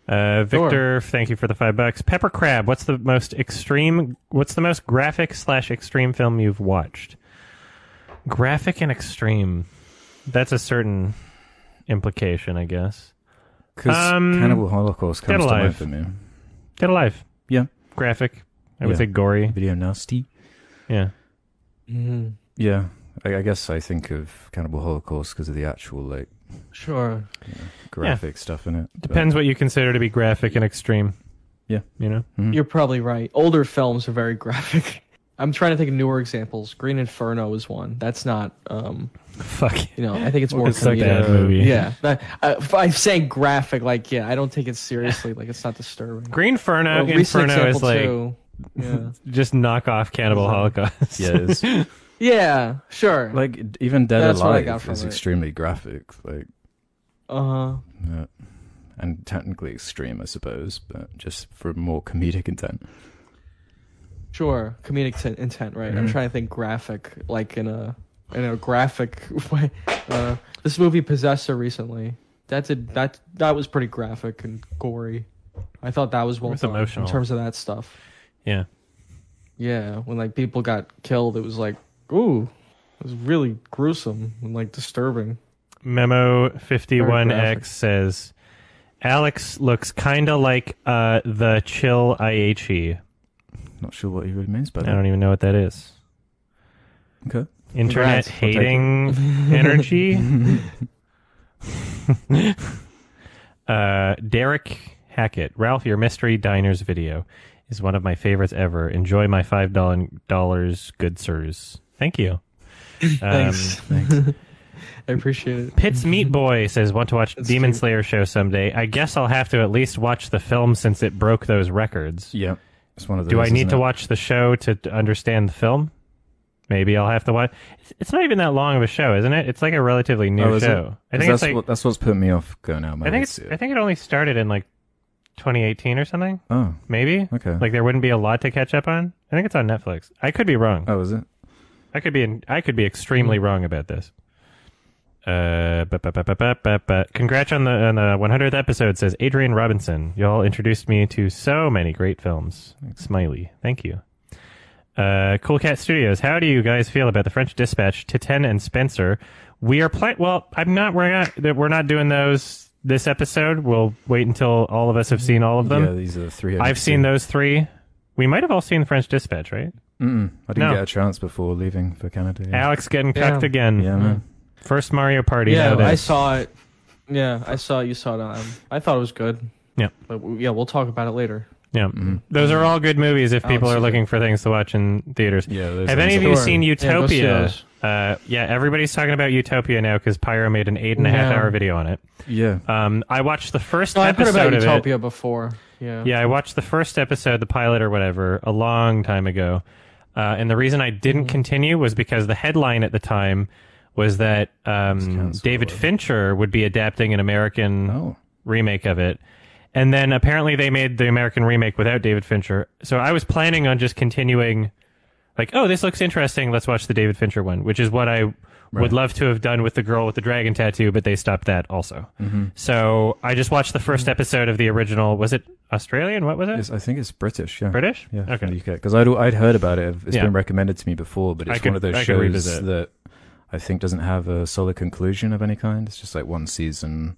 Speaker 2: Uh, Victor, thank you for the five bucks. Pepper Crab, what's the most extreme? What's the most graphic slash extreme film you've watched? Graphic and extreme. That's a certain implication, I guess.
Speaker 4: Because
Speaker 2: Um,
Speaker 4: Cannibal Holocaust comes to mind
Speaker 2: Alive.
Speaker 4: for me.
Speaker 2: Dead Alive.
Speaker 4: Yeah.
Speaker 2: Graphic. I would
Speaker 4: Yeah.
Speaker 2: say gory.
Speaker 4: Video nasty.
Speaker 2: Yeah.
Speaker 3: Mm,
Speaker 4: Yeah, I, I guess I think of Cannibal Holocaust because of the actual like
Speaker 3: sure.
Speaker 4: graphic stuff in it. but-
Speaker 2: Depends what you consider to be graphic and extreme.
Speaker 4: Yeah.
Speaker 2: You know?
Speaker 4: Hmm.
Speaker 3: You're probably right. Older films are very graphic. I'm trying to think of newer examples. Green Inferno is one. That's not, um,
Speaker 2: Fuck.
Speaker 3: you know, I think it's more
Speaker 2: It's like
Speaker 3: comedic.
Speaker 2: that movie.
Speaker 3: Yeah. That, I, if I'm saying graphic, like, yeah, I don't take it seriously. Like, it's not disturbing.
Speaker 2: Green Inferno,
Speaker 3: A recent
Speaker 2: Inferno is
Speaker 3: example,
Speaker 2: like
Speaker 3: too. Uh-huh. Yeah.
Speaker 2: just knock off Cannibal Holocaust.
Speaker 4: Yeah, it's,
Speaker 3: yeah, sure.
Speaker 4: like even Dead
Speaker 3: That's what I
Speaker 4: Alive
Speaker 3: got from
Speaker 4: is
Speaker 3: it.
Speaker 4: extremely graphic, like
Speaker 3: uh huh.
Speaker 4: yeah. and technically extreme, I suppose, but just for more comedic intent.
Speaker 3: Sure, comedic t- intent, right?
Speaker 2: Mm-hmm.
Speaker 3: I'm trying to think graphic, like in a in a graphic way. Uh, this movie Possessor recently. That did that that was pretty graphic and gory. I thought that was well
Speaker 2: was
Speaker 3: done
Speaker 2: emotional.
Speaker 3: in terms of that stuff.
Speaker 2: Yeah.
Speaker 3: Yeah, when like people got killed, it was like ooh, it was really gruesome and like disturbing.
Speaker 2: Memo
Speaker 3: Very
Speaker 2: 51X
Speaker 3: graphic.
Speaker 2: says Alex looks kinda like uh the chill Aichi.
Speaker 4: Not sure what he really means by
Speaker 2: I
Speaker 4: that.
Speaker 2: don't even know what that is.
Speaker 4: Okay.
Speaker 2: Internet
Speaker 3: Congrats.
Speaker 4: I'll take it.
Speaker 2: hating energy. uh Derek Hackett, Ralph, your mystery diners video. is one of my favorites ever. Enjoy my five dollars, good sirs. Thank you. Um,
Speaker 3: Thanks. I appreciate it.
Speaker 2: Pitts Meat Boy says, "Want to watch
Speaker 3: That's
Speaker 2: Demon
Speaker 3: cute.
Speaker 2: Slayer show someday? I guess I'll have to at least watch the film since it broke those records.
Speaker 4: Yeah, it's one of those.
Speaker 2: Do I need
Speaker 4: isn't
Speaker 2: to
Speaker 4: it?
Speaker 2: watch the show to to understand the film? Maybe I'll have to watch. It's- It's not even that long of a show, isn't it? It's like a relatively new
Speaker 4: Oh, is it?
Speaker 2: show. I think
Speaker 4: 'Cause that's
Speaker 2: it's like
Speaker 4: what, that's what's putting me off going out.
Speaker 2: I think it's I think it only started in like 2018 or something.
Speaker 4: oh,
Speaker 2: Maybe
Speaker 4: okay.
Speaker 2: like there wouldn't be a lot to catch up on. I think it's on Netflix. I could be wrong.
Speaker 4: oh, is it?
Speaker 2: I could be in, I could be extremely
Speaker 4: Mm.
Speaker 2: wrong about this. Uh, but, but, but, but, but, but, but. Congrats on the on the 100th episode, says Adrian Robinson. Y'all introduced me to so many great films. Smiley, thank you. Uh, cool Cat Studios. How do you guys feel about the French Dispatch, Titen, and Spencer? We are playing. Well, I'm not. We're not. that We're not doing those this episode. We'll wait until all of us have seen all of them.
Speaker 4: yeah, these are the three.
Speaker 2: I've seen
Speaker 4: those.
Speaker 2: those three. We might have all seen the French Dispatch, right?
Speaker 4: Mm-mm. I didn't
Speaker 2: No.
Speaker 4: get a chance before leaving for Canada. Yeah,
Speaker 2: Alex getting
Speaker 3: Yeah.
Speaker 2: cucked again.
Speaker 4: yeah man.
Speaker 2: First Mario Party.
Speaker 3: Yeah,
Speaker 2: how it
Speaker 3: I
Speaker 2: is.
Speaker 3: saw it. Yeah, I saw it. You saw it. Um, I thought it was good.
Speaker 2: Yeah.
Speaker 3: But w- yeah, we'll talk about it later.
Speaker 2: Yeah,
Speaker 4: Mm-hmm.
Speaker 2: those are all good movies if people
Speaker 3: Alex,
Speaker 2: are
Speaker 3: yeah.
Speaker 2: looking for things to watch in theaters.
Speaker 4: Yeah, those
Speaker 2: Have any
Speaker 4: ones
Speaker 2: of
Speaker 4: are-
Speaker 2: you
Speaker 3: Sure.
Speaker 2: seen
Speaker 3: Yeah, go see
Speaker 2: Utopia?
Speaker 3: those.
Speaker 2: uh, yeah, everybody's talking about Utopia now because Pyro made an eight and a half
Speaker 3: No.
Speaker 2: hour video on it.
Speaker 4: Yeah,
Speaker 2: Um, I watched the first
Speaker 3: No, I heard
Speaker 2: episode
Speaker 3: about
Speaker 2: of
Speaker 3: Utopia before. Yeah.
Speaker 2: it. Yeah, I watched the first episode, the pilot or whatever, a long time ago. Uh, and the reason I
Speaker 3: Mm-hmm.
Speaker 2: didn't continue was because the headline at the time was that um,
Speaker 4: canceled
Speaker 2: David Fincher would be adapting an American
Speaker 4: Oh.
Speaker 2: remake of it. And then apparently they made the American remake without David Fincher. So I was planning on just continuing like, oh, this looks interesting. Let's watch the David Fincher one, which is what I would love to have done with the girl with the dragon tattoo, but they stopped that also.
Speaker 4: Mm-hmm.
Speaker 2: So I just watched the first episode of the original. Was it Australian? What was it?
Speaker 4: It's, I think it's British. Yeah,
Speaker 2: British?
Speaker 4: Yeah,
Speaker 2: Okay.
Speaker 4: from the UK. Because I'd I'd heard about it. It's
Speaker 2: Yeah.
Speaker 4: been recommended to me before, but
Speaker 2: I
Speaker 4: it's
Speaker 2: could-
Speaker 4: one of those
Speaker 2: I could
Speaker 4: shows
Speaker 2: revisit.
Speaker 4: that I think doesn't have a solid conclusion of any kind. It's just like one season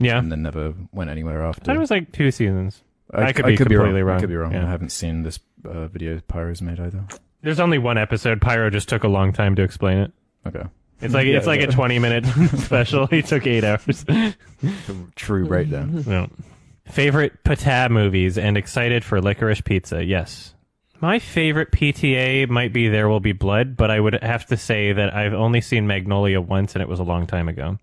Speaker 2: yeah.
Speaker 4: and then never went anywhere
Speaker 2: I
Speaker 4: after.
Speaker 2: thought it was like two seasons. I could be completely
Speaker 4: wrong.
Speaker 2: wrong.
Speaker 4: I could be wrong.
Speaker 2: Yeah.
Speaker 4: I haven't seen this uh, video Pyro's made either.
Speaker 2: There's only one episode. Pyro just took a long time to explain it.
Speaker 4: Okay,
Speaker 2: It's like it's like a 20 minute special. He took eight hours.
Speaker 4: true breakdown.
Speaker 2: No. Favorite PTA movies and excited for Licorice Pizza. Yes. My favorite PTA might be There Will Be Blood, but I would have to say that I've only seen Magnolia once and it was a long time ago.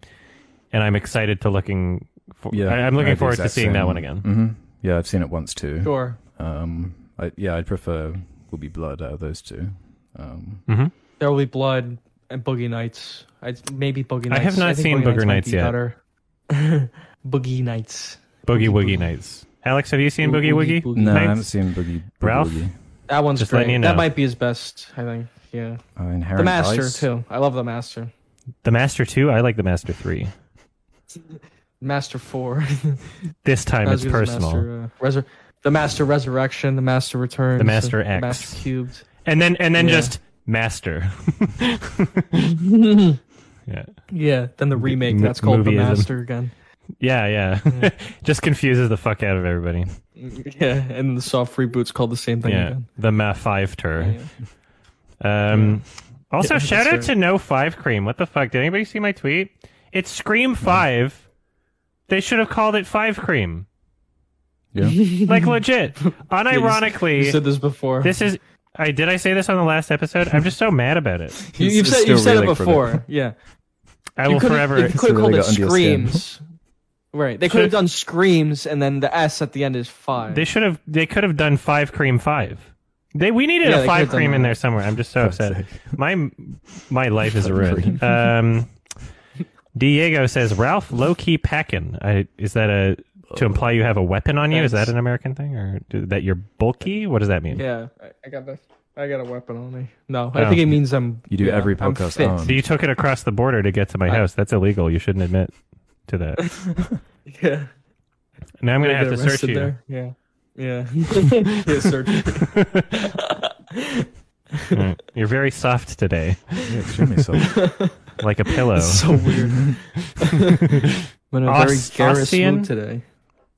Speaker 2: And I'm excited to looking for
Speaker 4: Yeah,
Speaker 2: I, am
Speaker 4: I
Speaker 2: looking
Speaker 4: had the
Speaker 2: forward to
Speaker 4: exact
Speaker 2: seeing that
Speaker 4: same.
Speaker 2: one again.
Speaker 4: hmm Yeah, I've seen it once too.
Speaker 3: Sure.
Speaker 4: Um, I, yeah, I'd prefer Will Be Blood out of those two. Um,
Speaker 2: hmm
Speaker 3: There will be blood and Boogie Nights. I maybe Boogie
Speaker 2: I
Speaker 3: Nights.
Speaker 2: have not
Speaker 3: think
Speaker 2: seen Booger
Speaker 3: might
Speaker 2: Nights
Speaker 3: be
Speaker 2: yet.
Speaker 3: better. Boogie Nights.
Speaker 2: Boogie
Speaker 3: Boogie
Speaker 2: Woogie
Speaker 3: Boogie.
Speaker 2: Nights. Alex, have you seen Boogie Woogie?
Speaker 4: no, I
Speaker 2: Nights?
Speaker 4: haven't seen Boogie. Boogie
Speaker 2: Ralph?
Speaker 4: Woogie.
Speaker 3: That one's
Speaker 2: Just
Speaker 3: great.
Speaker 2: letting you know.
Speaker 3: That might be his best. I think. Yeah.
Speaker 4: Uh, Inherent
Speaker 3: the Master
Speaker 4: Vice?
Speaker 3: too. I love the Master.
Speaker 2: The Master 2? I like The Master 3.
Speaker 3: Master Four.
Speaker 2: This time
Speaker 3: Not as
Speaker 2: it's
Speaker 3: good as
Speaker 2: personal.
Speaker 3: Master, uh, Resur- the Master Resurrection, the Master Returns,
Speaker 2: The Master
Speaker 3: the
Speaker 2: X.
Speaker 3: Master Cubed.
Speaker 2: And then and then
Speaker 3: Yeah.
Speaker 2: just Master. yeah.
Speaker 3: Yeah, then the remake
Speaker 2: m-
Speaker 3: that's called The
Speaker 2: movieism.
Speaker 3: Master again.
Speaker 2: Yeah, yeah. Just confuses the fuck out of everybody.
Speaker 3: Yeah, and the soft reboot's called the same thing
Speaker 2: yeah.
Speaker 3: again.
Speaker 2: The Ma 5
Speaker 3: Yeah.
Speaker 2: tour. Um, also,
Speaker 3: Yeah,
Speaker 2: shout out
Speaker 3: that's
Speaker 2: to No 5 Cream. What the fuck? Did anybody see my tweet? It's Scream
Speaker 3: Mm.
Speaker 2: 5. They should have called it 5 Cream.
Speaker 4: Yeah.
Speaker 2: Like, legit.
Speaker 3: You
Speaker 2: Unironically,
Speaker 3: said this before.
Speaker 2: this is. I Did I say this on the last episode? I'm just so mad about it.
Speaker 3: you,
Speaker 4: It's-
Speaker 3: you've
Speaker 4: it's
Speaker 3: said,
Speaker 4: still
Speaker 3: you've said it
Speaker 4: reeling from
Speaker 3: before. Yeah.
Speaker 2: I
Speaker 3: You
Speaker 2: will
Speaker 3: could've-
Speaker 2: forever.
Speaker 3: You could have
Speaker 4: really
Speaker 3: called it
Speaker 4: got under your skin.
Speaker 3: Screams. Right. They could have done Screams and then the S at the end is five.
Speaker 2: They should have. They could have done five cream five. They we needed
Speaker 3: Yeah,
Speaker 2: a
Speaker 3: they
Speaker 2: five
Speaker 3: could've done
Speaker 2: cream in
Speaker 3: that.
Speaker 2: there somewhere. I'm just so upset. My my life is ruined. Um, Diego says Ralph low key packin. I is that a to imply you have a weapon on you? Is that
Speaker 3: Thanks.
Speaker 2: an American thing or do, that you're bulky? What does that mean?
Speaker 3: yeah. I, I got this. I got a weapon on me. No,
Speaker 2: Oh.
Speaker 3: I think it means I'm.
Speaker 4: You do
Speaker 3: yeah,
Speaker 4: every
Speaker 3: I'm
Speaker 4: podcast.
Speaker 3: fit.
Speaker 4: armed.
Speaker 2: So you took it across the border to get to my house. That's illegal. You shouldn't admit to that.
Speaker 3: Yeah.
Speaker 2: Now I'm gonna
Speaker 3: They
Speaker 2: have to
Speaker 3: get
Speaker 2: search
Speaker 3: arrested
Speaker 2: you.
Speaker 3: there. Yeah. Yeah. yeah, search.
Speaker 2: All right. Mm. You're very soft today,
Speaker 4: Yeah, extremely soft.
Speaker 2: like a pillow.
Speaker 3: so weird. I'm in a very
Speaker 2: Aus-
Speaker 3: garrulous
Speaker 2: Austrian?
Speaker 3: mood today.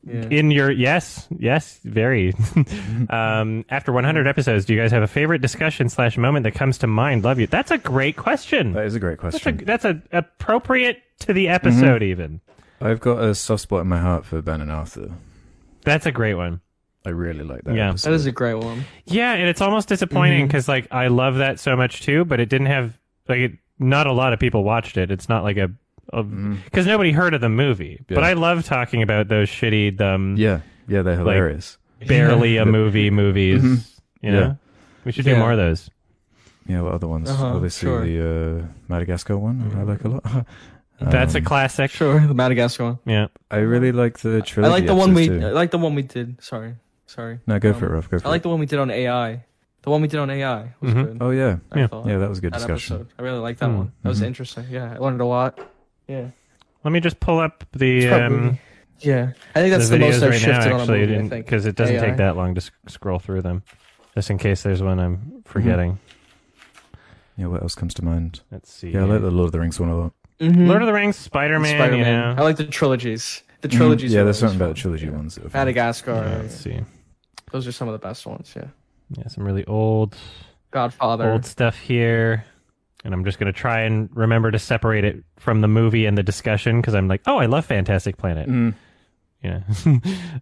Speaker 3: Yeah.
Speaker 2: in your yes yes very um after
Speaker 3: Mm.
Speaker 2: 100 episodes do you guys have a favorite discussion slash moment that comes to mind love you that's a great question Mm-hmm.
Speaker 4: That is a great
Speaker 2: that's a
Speaker 4: question.
Speaker 2: that's a appropriate to the episode even
Speaker 4: I've got a soft spot in my heart for Ben and Arthur.
Speaker 2: that's a great one
Speaker 4: I really like that.
Speaker 2: Yeah.
Speaker 4: episode.
Speaker 3: That is a great one.
Speaker 2: Yeah, and it's almost disappointing
Speaker 3: Mhm.
Speaker 2: because like I love that so much too, but it didn't have like it, not a lot of people watched it. It's not like a
Speaker 4: Mhm.
Speaker 2: because nobody heard of the movie. But
Speaker 4: Yeah.
Speaker 2: I love talking about those shitty, um,
Speaker 4: yeah, yeah, they're hilarious.
Speaker 2: barely a movie movies. You know,
Speaker 4: Yeah.
Speaker 2: we should do
Speaker 3: Yeah.
Speaker 2: more of those.
Speaker 4: yeah, what other ones?
Speaker 3: Uh-huh,
Speaker 4: Obviously,
Speaker 3: sure. Mm-hmm.
Speaker 4: the uh, Madagascar one I like a lot.
Speaker 2: That's a
Speaker 4: Um,
Speaker 2: classic.
Speaker 3: Sure, the Madagascar one.
Speaker 2: Yeah,
Speaker 4: I really like the
Speaker 3: I
Speaker 4: trilogy.
Speaker 3: like the one we.
Speaker 4: episodes
Speaker 3: I
Speaker 4: too.
Speaker 3: like the one we did. Sorry, sorry.
Speaker 4: No, go
Speaker 3: um,
Speaker 4: for it, Ralph. Go for
Speaker 3: I like
Speaker 4: it.
Speaker 3: the one we did on AI. The one we did on AI was
Speaker 2: Mhm.
Speaker 3: good.
Speaker 4: Oh yeah,
Speaker 3: I
Speaker 2: yeah.
Speaker 3: thought.
Speaker 4: yeah, that was a good
Speaker 3: uh, That
Speaker 4: discussion.
Speaker 3: episode. I really like that
Speaker 2: Hmm.
Speaker 3: one. That was
Speaker 4: Mhm.
Speaker 3: interesting. Yeah, I learned a lot. Yeah.
Speaker 2: let me just pull up
Speaker 3: It's
Speaker 2: the
Speaker 3: about
Speaker 2: um,
Speaker 3: movie. Yeah, I think
Speaker 2: the
Speaker 3: that's the, most
Speaker 2: videos
Speaker 3: I've
Speaker 2: right now.
Speaker 3: shifted on a
Speaker 2: Actually,
Speaker 3: movie. I think
Speaker 2: because it doesn't
Speaker 3: AI.
Speaker 2: take that long to sc- scroll through them, just in case there's one I'm forgetting.
Speaker 4: Yeah, what else comes to mind?
Speaker 2: Let's see.
Speaker 4: Yeah, I like the Lord of the Rings one a lot.
Speaker 3: Mhm.
Speaker 2: Lord of the Rings, Spider Man.
Speaker 3: Spider-Man.
Speaker 2: Yeah.
Speaker 3: I like the trilogies. The trilogies.
Speaker 4: Mm-hmm. Mm, Yeah,
Speaker 3: are
Speaker 4: there's
Speaker 3: always
Speaker 4: something about
Speaker 3: fun.
Speaker 4: trilogy
Speaker 3: Yeah.
Speaker 4: ones. that are fun.
Speaker 3: Madagascar.
Speaker 2: Yeah, let's see.
Speaker 3: Those are some of the best ones. Yeah.
Speaker 2: Yeah, some really old,
Speaker 3: Godfather.
Speaker 2: old stuff here. And I'm just going to try and remember to separate it from the movie and the discussion because I'm like, oh, I love Fantastic Planet.
Speaker 4: Mm.
Speaker 2: Yeah.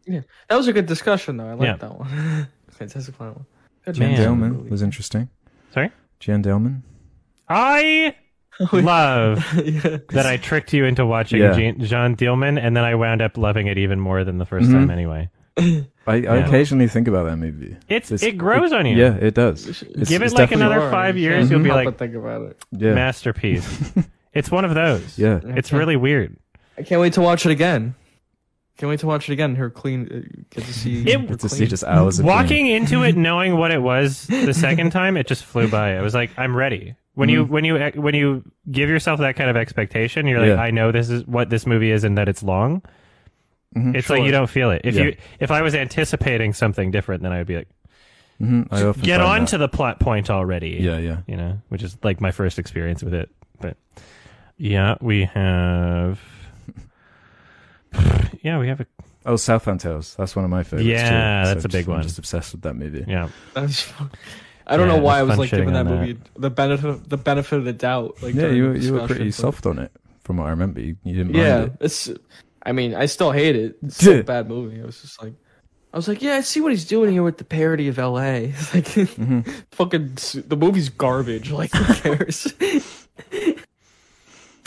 Speaker 3: That was a good discussion, though. I like
Speaker 2: Yeah.
Speaker 3: that one. Fantastic Planet one. Good
Speaker 4: Jan
Speaker 2: Man.
Speaker 4: Delman was interesting.
Speaker 2: Sorry?
Speaker 4: Jan Delman.
Speaker 2: I love
Speaker 3: yeah.
Speaker 2: that I tricked you into watching
Speaker 4: Yeah.
Speaker 2: Jean, Jean Dielman, and then I wound up loving it even more than the 1st
Speaker 4: Mhm.
Speaker 2: time anyway.
Speaker 4: I, I
Speaker 2: Yeah.
Speaker 4: occasionally think about that movie.
Speaker 2: It's,
Speaker 4: It's-
Speaker 2: it grows on you.
Speaker 4: Yeah, it does. It's-
Speaker 2: Give it
Speaker 4: it's
Speaker 2: like
Speaker 4: definitely- Mm-hmm.
Speaker 2: another
Speaker 3: Sure,
Speaker 2: five
Speaker 3: you
Speaker 2: years,
Speaker 3: can't
Speaker 2: you'll be
Speaker 3: help
Speaker 2: like-
Speaker 3: but think about it.
Speaker 4: Yeah,
Speaker 2: Masterpiece. it's one of those.
Speaker 4: yeah.
Speaker 2: It's really weird.
Speaker 3: I can't wait to watch it again. Can't wait to watch it again. Her clean. uh, Get to see.
Speaker 2: It-
Speaker 3: her
Speaker 4: It's to see
Speaker 3: clean.
Speaker 4: just hours of
Speaker 2: Walking into it knowing what it was the second time, it just flew by. I was like, I'm ready. When
Speaker 4: Mm-hmm.
Speaker 2: you when you when you give yourself that kind of expectation, you're like,
Speaker 4: Yeah.
Speaker 2: I know this is what this movie is and that it's long.
Speaker 4: Mhm.
Speaker 2: It's like you don't feel it. If
Speaker 4: Yeah.
Speaker 2: you if I was anticipating something different, then I would be like,
Speaker 4: hmm I often
Speaker 2: get
Speaker 4: find
Speaker 2: on
Speaker 4: that.
Speaker 2: to the plot point already.
Speaker 4: Yeah, yeah.
Speaker 2: You know, which is like my first experience with it. But yeah, we have Yeah, we have a
Speaker 4: Oh, Southland Tales. That's one of my favorites.
Speaker 2: Yeah,
Speaker 4: too.
Speaker 2: that's a
Speaker 4: just-
Speaker 2: big
Speaker 4: I'm
Speaker 2: one.
Speaker 4: just obsessed with that movie.
Speaker 2: yeah.
Speaker 3: That was fun. I don't
Speaker 2: Yeah,
Speaker 3: know why I
Speaker 2: it was
Speaker 3: was
Speaker 2: fun
Speaker 3: like giving
Speaker 2: shitting on
Speaker 3: that
Speaker 2: that.
Speaker 3: movie the benefit the benefit of the doubt. Like
Speaker 4: yeah,
Speaker 3: during
Speaker 4: you,
Speaker 3: the
Speaker 4: you were
Speaker 3: discussion,
Speaker 4: pretty
Speaker 3: but-
Speaker 4: soft on it, from what I remember. You, you didn't mind
Speaker 3: Yeah,
Speaker 4: it.
Speaker 3: it's. I mean, I still hate it. It's still a bad movie. I was just like, I was like, yeah, I see what he's doing here with the parody of L.A. It's like, fucking, s- the movie's garbage. Like, who cares?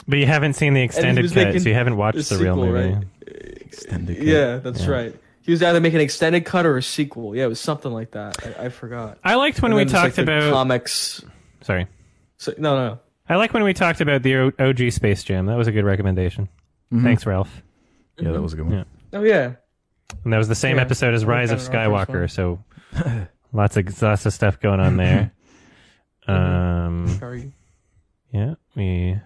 Speaker 2: But you haven't seen the extended
Speaker 3: was
Speaker 2: cut,
Speaker 3: making
Speaker 2: so you haven't watched the
Speaker 3: the
Speaker 2: real
Speaker 3: sequel,
Speaker 2: movie.
Speaker 3: right?
Speaker 4: Extended cut.
Speaker 3: yeah, that's
Speaker 2: Yeah.
Speaker 3: right. He was either making an extended cut or a sequel. Yeah, it was something like that. I, I forgot.
Speaker 2: I liked when
Speaker 3: And
Speaker 2: we
Speaker 3: then it's, like,
Speaker 2: talked
Speaker 3: the
Speaker 2: about.
Speaker 3: comics.
Speaker 2: sorry,
Speaker 3: So, no, no, no.
Speaker 2: I like when we talked about the O- OG Space Jam. That was a good recommendation.
Speaker 3: Mm.
Speaker 4: Mhm.
Speaker 2: Thanks, Ralph.
Speaker 4: Yeah, that was a good one.
Speaker 2: Yeah.
Speaker 3: Oh yeah,
Speaker 2: And that was the same
Speaker 3: Yeah,
Speaker 2: episode as
Speaker 3: that
Speaker 2: Rise of
Speaker 3: was kinda our
Speaker 2: Skywalker.
Speaker 3: first
Speaker 2: So lots of lots of stuff going on there.
Speaker 3: Mm-hmm.
Speaker 2: um,
Speaker 3: sorry.
Speaker 2: yeah, we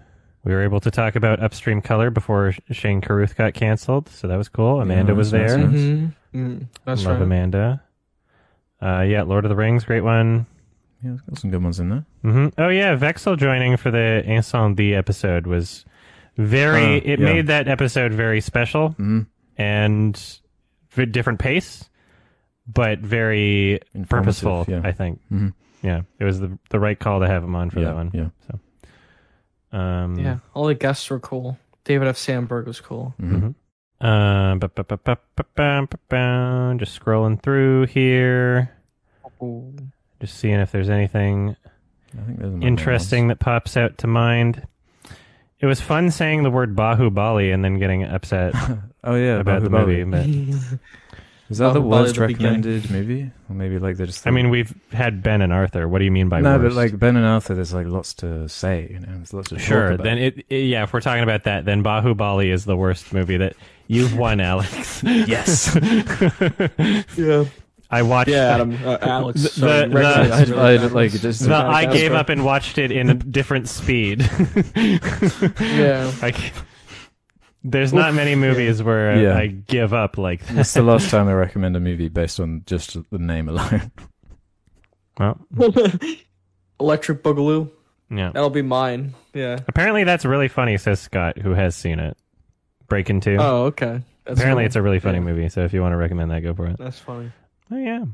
Speaker 2: we were able to talk about Upstream Color before Sh- Shane Carruth got canceled, so that was cool. Amanda
Speaker 4: Yeah,
Speaker 2: was
Speaker 4: that's
Speaker 2: there.
Speaker 4: nice.
Speaker 3: Mhm. Mm, that's
Speaker 2: Love
Speaker 3: right.
Speaker 2: Amanda. Uh, yeah, Lord of the Rings, great one.
Speaker 4: Yeah, it's got some good ones in there.
Speaker 2: hmm Oh yeah, Vexel joining for the Incendie episode was very.
Speaker 4: Uh,
Speaker 2: it
Speaker 4: yeah.
Speaker 2: made that episode very special
Speaker 4: Mhm.
Speaker 2: and v- different pace, but very
Speaker 4: Informative,
Speaker 2: purposeful.
Speaker 4: yeah.
Speaker 2: I think.
Speaker 4: Mhm.
Speaker 2: Yeah, it was the the right call to have him on for
Speaker 4: yeah,
Speaker 2: that one.
Speaker 4: Yeah.
Speaker 2: Um,
Speaker 3: Yeah, all the guests were cool. David F. Sandberg was cool.
Speaker 2: mhm.
Speaker 4: Mhm.
Speaker 2: Uh, ba- ba- ba- ba- ba- ba- ba- ba- just scrolling through here,
Speaker 3: Ooh.
Speaker 2: just seeing if there's anything
Speaker 4: I think those are my main
Speaker 2: interesting that pops out to mind. It was fun saying the word Bahubali and then getting upset
Speaker 4: ones. Oh yeah,
Speaker 2: about the
Speaker 4: Bahubali.
Speaker 2: movie. But,
Speaker 4: Is that the
Speaker 3: Bahubali
Speaker 4: worst
Speaker 3: at the beginning.
Speaker 4: recommended movie, or maybe like they just?
Speaker 2: I mean, we've had Ben and Arthur. What do you mean by
Speaker 4: no,
Speaker 2: worst?
Speaker 4: but like Ben and Arthur, there's like lots to say. You know, there's lots to
Speaker 2: sure.
Speaker 4: Talk about.
Speaker 2: Then it, it- yeah. If we're talking about that, then Bahubali is the worst movie that you've won, Alex.
Speaker 4: yes.
Speaker 3: Yeah,
Speaker 2: I watched.
Speaker 3: yeah, Adam, uh, Alex.
Speaker 2: The-
Speaker 3: sorry,
Speaker 2: the-
Speaker 3: Rex
Speaker 2: the-
Speaker 3: is
Speaker 4: I-
Speaker 3: really
Speaker 4: I-
Speaker 3: backwards.
Speaker 4: like, just-
Speaker 2: The, I
Speaker 3: Madagascar.
Speaker 2: gave up and watched it in a different speed.
Speaker 3: Yeah,
Speaker 2: I g- there's not many movies where
Speaker 4: Yeah.
Speaker 2: I give up like that.
Speaker 4: It's the last time I recommend a movie based on just the name alone.
Speaker 2: Well,
Speaker 3: Electric Boogaloo.
Speaker 2: yeah.
Speaker 3: That'll be mine. Yeah.
Speaker 2: Apparently, that's really funny, says Scott, who has seen it. Breaking Two.
Speaker 3: Oh, okay. That's
Speaker 2: Apparently,
Speaker 3: funny.
Speaker 2: it's a really funny
Speaker 3: Yeah.
Speaker 2: movie. So if you want to recommend that, go for it.
Speaker 3: That's funny.
Speaker 2: Oh yeah.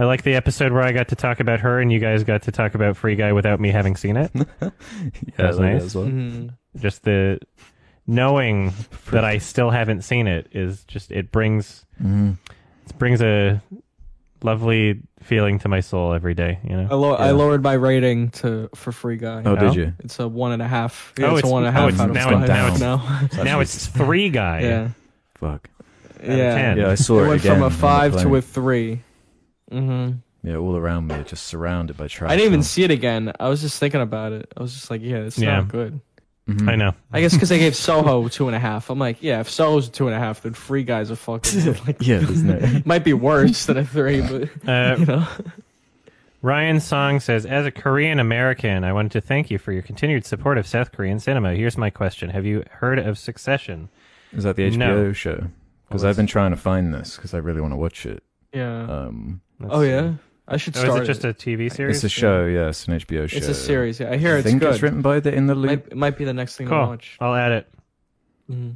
Speaker 2: I like the episode where I got to talk about her and you guys got to talk about Free Guy without me having seen it.
Speaker 4: yeah,
Speaker 2: That's
Speaker 4: I like
Speaker 2: nice.
Speaker 4: as well.
Speaker 3: Mhm.
Speaker 2: Just the knowing that I still haven't seen it is just it brings
Speaker 3: Mm-hmm.
Speaker 4: Mhm.
Speaker 2: it's brings a lovely feeling to my soul every day. You know.
Speaker 3: I, lo- I lowered my rating to for Free Guy.
Speaker 4: Oh, did
Speaker 2: No.
Speaker 4: you?
Speaker 3: It's a one and a half. Yeah,
Speaker 2: Oh,
Speaker 3: it's,
Speaker 2: it's-
Speaker 3: a one and a
Speaker 2: oh,
Speaker 3: half.
Speaker 4: it's
Speaker 3: out of
Speaker 4: now-
Speaker 3: five
Speaker 4: now it's-
Speaker 3: now.
Speaker 2: now it's three guy.
Speaker 3: Oh, yeah,
Speaker 4: Fuck.
Speaker 3: yeah.
Speaker 2: ten.
Speaker 4: Yeah, I
Speaker 3: It
Speaker 4: saw it,
Speaker 3: went
Speaker 4: again
Speaker 3: from
Speaker 4: on
Speaker 3: a
Speaker 4: the
Speaker 3: five to
Speaker 4: plane.
Speaker 3: a three. Mm-hmm.
Speaker 4: Yeah, all around me, just surrounded by trash. Oh.
Speaker 3: I didn't even
Speaker 4: now.
Speaker 3: see it again. I was just thinking about it. I was just like, yeah, it's
Speaker 2: Yeah.
Speaker 3: not good. mm-hmm.
Speaker 4: Mhm.
Speaker 2: Mm-hmm. I know.
Speaker 3: I guess because I gave Soho two and a half. I'm like, yeah, if Soho's a two and a half, then Free Guy's a fucking like
Speaker 4: Yeah, there's no.
Speaker 3: might be worse than a three, but
Speaker 2: Uh,
Speaker 3: you know.
Speaker 2: Ryan Song says, as a Korean American, I wanted to thank you for your continued support of South Korean cinema. Here's my question: Have you heard of Succession?
Speaker 4: Is that the HBO
Speaker 2: No.
Speaker 4: show? Because
Speaker 2: Well,
Speaker 4: I've been trying to find this because I really want to watch it.
Speaker 3: Yeah.
Speaker 4: Um,
Speaker 2: Let's
Speaker 3: oh
Speaker 2: see.
Speaker 3: yeah. I should
Speaker 2: Oh, is
Speaker 3: start.
Speaker 2: it just a TV series?
Speaker 4: it's a show, yeah, it's an HBO show.
Speaker 3: It's a series. Yeah, I hear
Speaker 4: I
Speaker 3: it's
Speaker 4: think
Speaker 3: good.
Speaker 4: it's written by the In the Loop.
Speaker 3: might, it might be the next thing to
Speaker 2: Cool.
Speaker 3: watch.
Speaker 2: I'll add it.
Speaker 3: Mhm.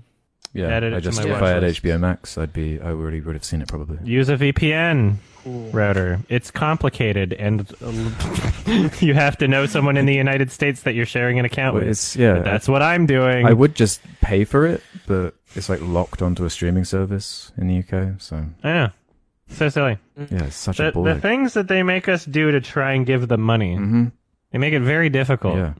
Speaker 4: yeah,
Speaker 2: added it
Speaker 4: I
Speaker 2: to
Speaker 4: just
Speaker 3: my
Speaker 4: if
Speaker 3: watch
Speaker 4: I had
Speaker 2: list.
Speaker 4: HBO Max, I'd be I already would have seen it probably.
Speaker 2: Use a VPN
Speaker 3: Cool.
Speaker 2: router. It's complicated, and you have to know someone in the United States that you're sharing an account
Speaker 4: Well,
Speaker 2: with.
Speaker 4: it's yeah.
Speaker 2: But that's what I'm doing.
Speaker 4: I would just pay for it, but it's like locked onto a streaming service in the UK. So
Speaker 2: I know. So silly.
Speaker 4: yeah, it's such
Speaker 2: The,
Speaker 4: a
Speaker 2: the
Speaker 4: bullet.
Speaker 2: things that they make us do to try and give them money,
Speaker 4: hmm
Speaker 2: they make it very difficult.
Speaker 4: Yeah,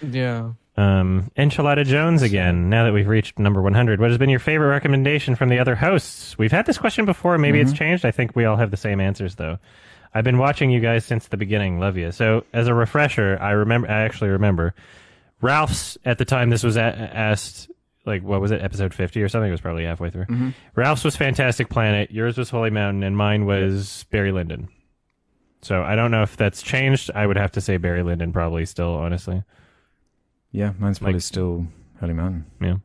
Speaker 3: Yeah.
Speaker 2: Um, Enchilada Jones again. Now that we've reached number 100, what has been your favorite recommendation from the other hosts? We've had this question before. Maybe it's changed. I think we all have the same answers though. I've been watching you guys since the beginning. Love you. So as a refresher, I remember. I actually remember Ralph's at the time this was a- asked. Like what was it? Episode 50 or something. It was probably halfway through. Ralph's was Fantastic Planet. Yours was Holy Mountain, and mine was Barry Lyndon. So I don't know if that's changed. I would have to say Barry Lyndon probably still, honestly.
Speaker 4: yeah. Mine's probably
Speaker 2: Like-
Speaker 4: still Holy Mountain.
Speaker 2: Yeah.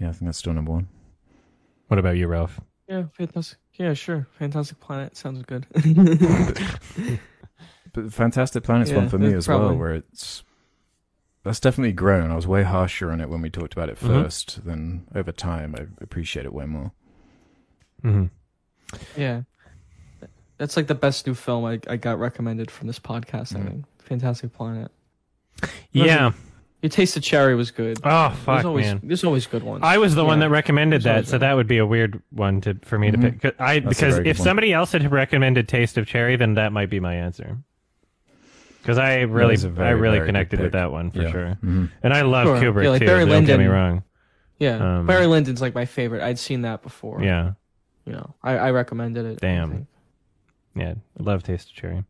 Speaker 4: Yeah, I think that's still number one.
Speaker 2: What about you, Ralph?
Speaker 3: Yeah. Fantastic. Yeah. Sure. Fantastic Planet sounds good.
Speaker 4: But Fantastic Planet's
Speaker 3: Yeah,
Speaker 4: one for me
Speaker 3: that's
Speaker 4: as well,
Speaker 3: probably-
Speaker 4: where it's that's definitely grown. I was way harsher on it when we talked about it 1st
Speaker 2: Mhm.
Speaker 4: Then over time, I appreciate it way more.
Speaker 2: Mm-hmm.
Speaker 3: yeah. That's like the best new film I, I got recommended from this podcast. I
Speaker 2: Mm.
Speaker 4: Mhm.
Speaker 3: think Fantastic Planet.
Speaker 2: Yeah.
Speaker 3: Your Taste of Cherry was good.
Speaker 2: Oh
Speaker 3: there's
Speaker 2: fuck,
Speaker 3: always
Speaker 2: man.
Speaker 3: there's always good ones.
Speaker 2: I was the one
Speaker 3: Yeah.
Speaker 2: that recommended
Speaker 3: There's
Speaker 2: that,
Speaker 3: always Mm-hmm.
Speaker 2: so that would be a weird one to for me to
Speaker 4: Mhm.
Speaker 2: pick. 'Cause I
Speaker 4: That's a
Speaker 2: because
Speaker 4: very
Speaker 2: if
Speaker 4: good one.
Speaker 2: somebody else had recommended Taste of Cherry, then that might be my answer. Because I really,
Speaker 4: it's a very,
Speaker 2: I really
Speaker 4: very good
Speaker 2: connected with
Speaker 4: pick.
Speaker 2: that one for
Speaker 4: Yeah.
Speaker 2: sure.
Speaker 4: Mhm.
Speaker 2: And I love
Speaker 3: Sure.
Speaker 2: Kubrick
Speaker 3: Yeah, like
Speaker 2: too.
Speaker 3: Barry
Speaker 2: don't get me
Speaker 3: Lyndon.
Speaker 2: wrong.
Speaker 3: yeah.
Speaker 2: um,
Speaker 3: Barry Lyndon's like my favorite. I'd seen that before.
Speaker 2: Yeah,
Speaker 3: You know, I, I recommended it. I
Speaker 2: Damn.
Speaker 3: think.
Speaker 2: yeah. I love Taste of Cherry.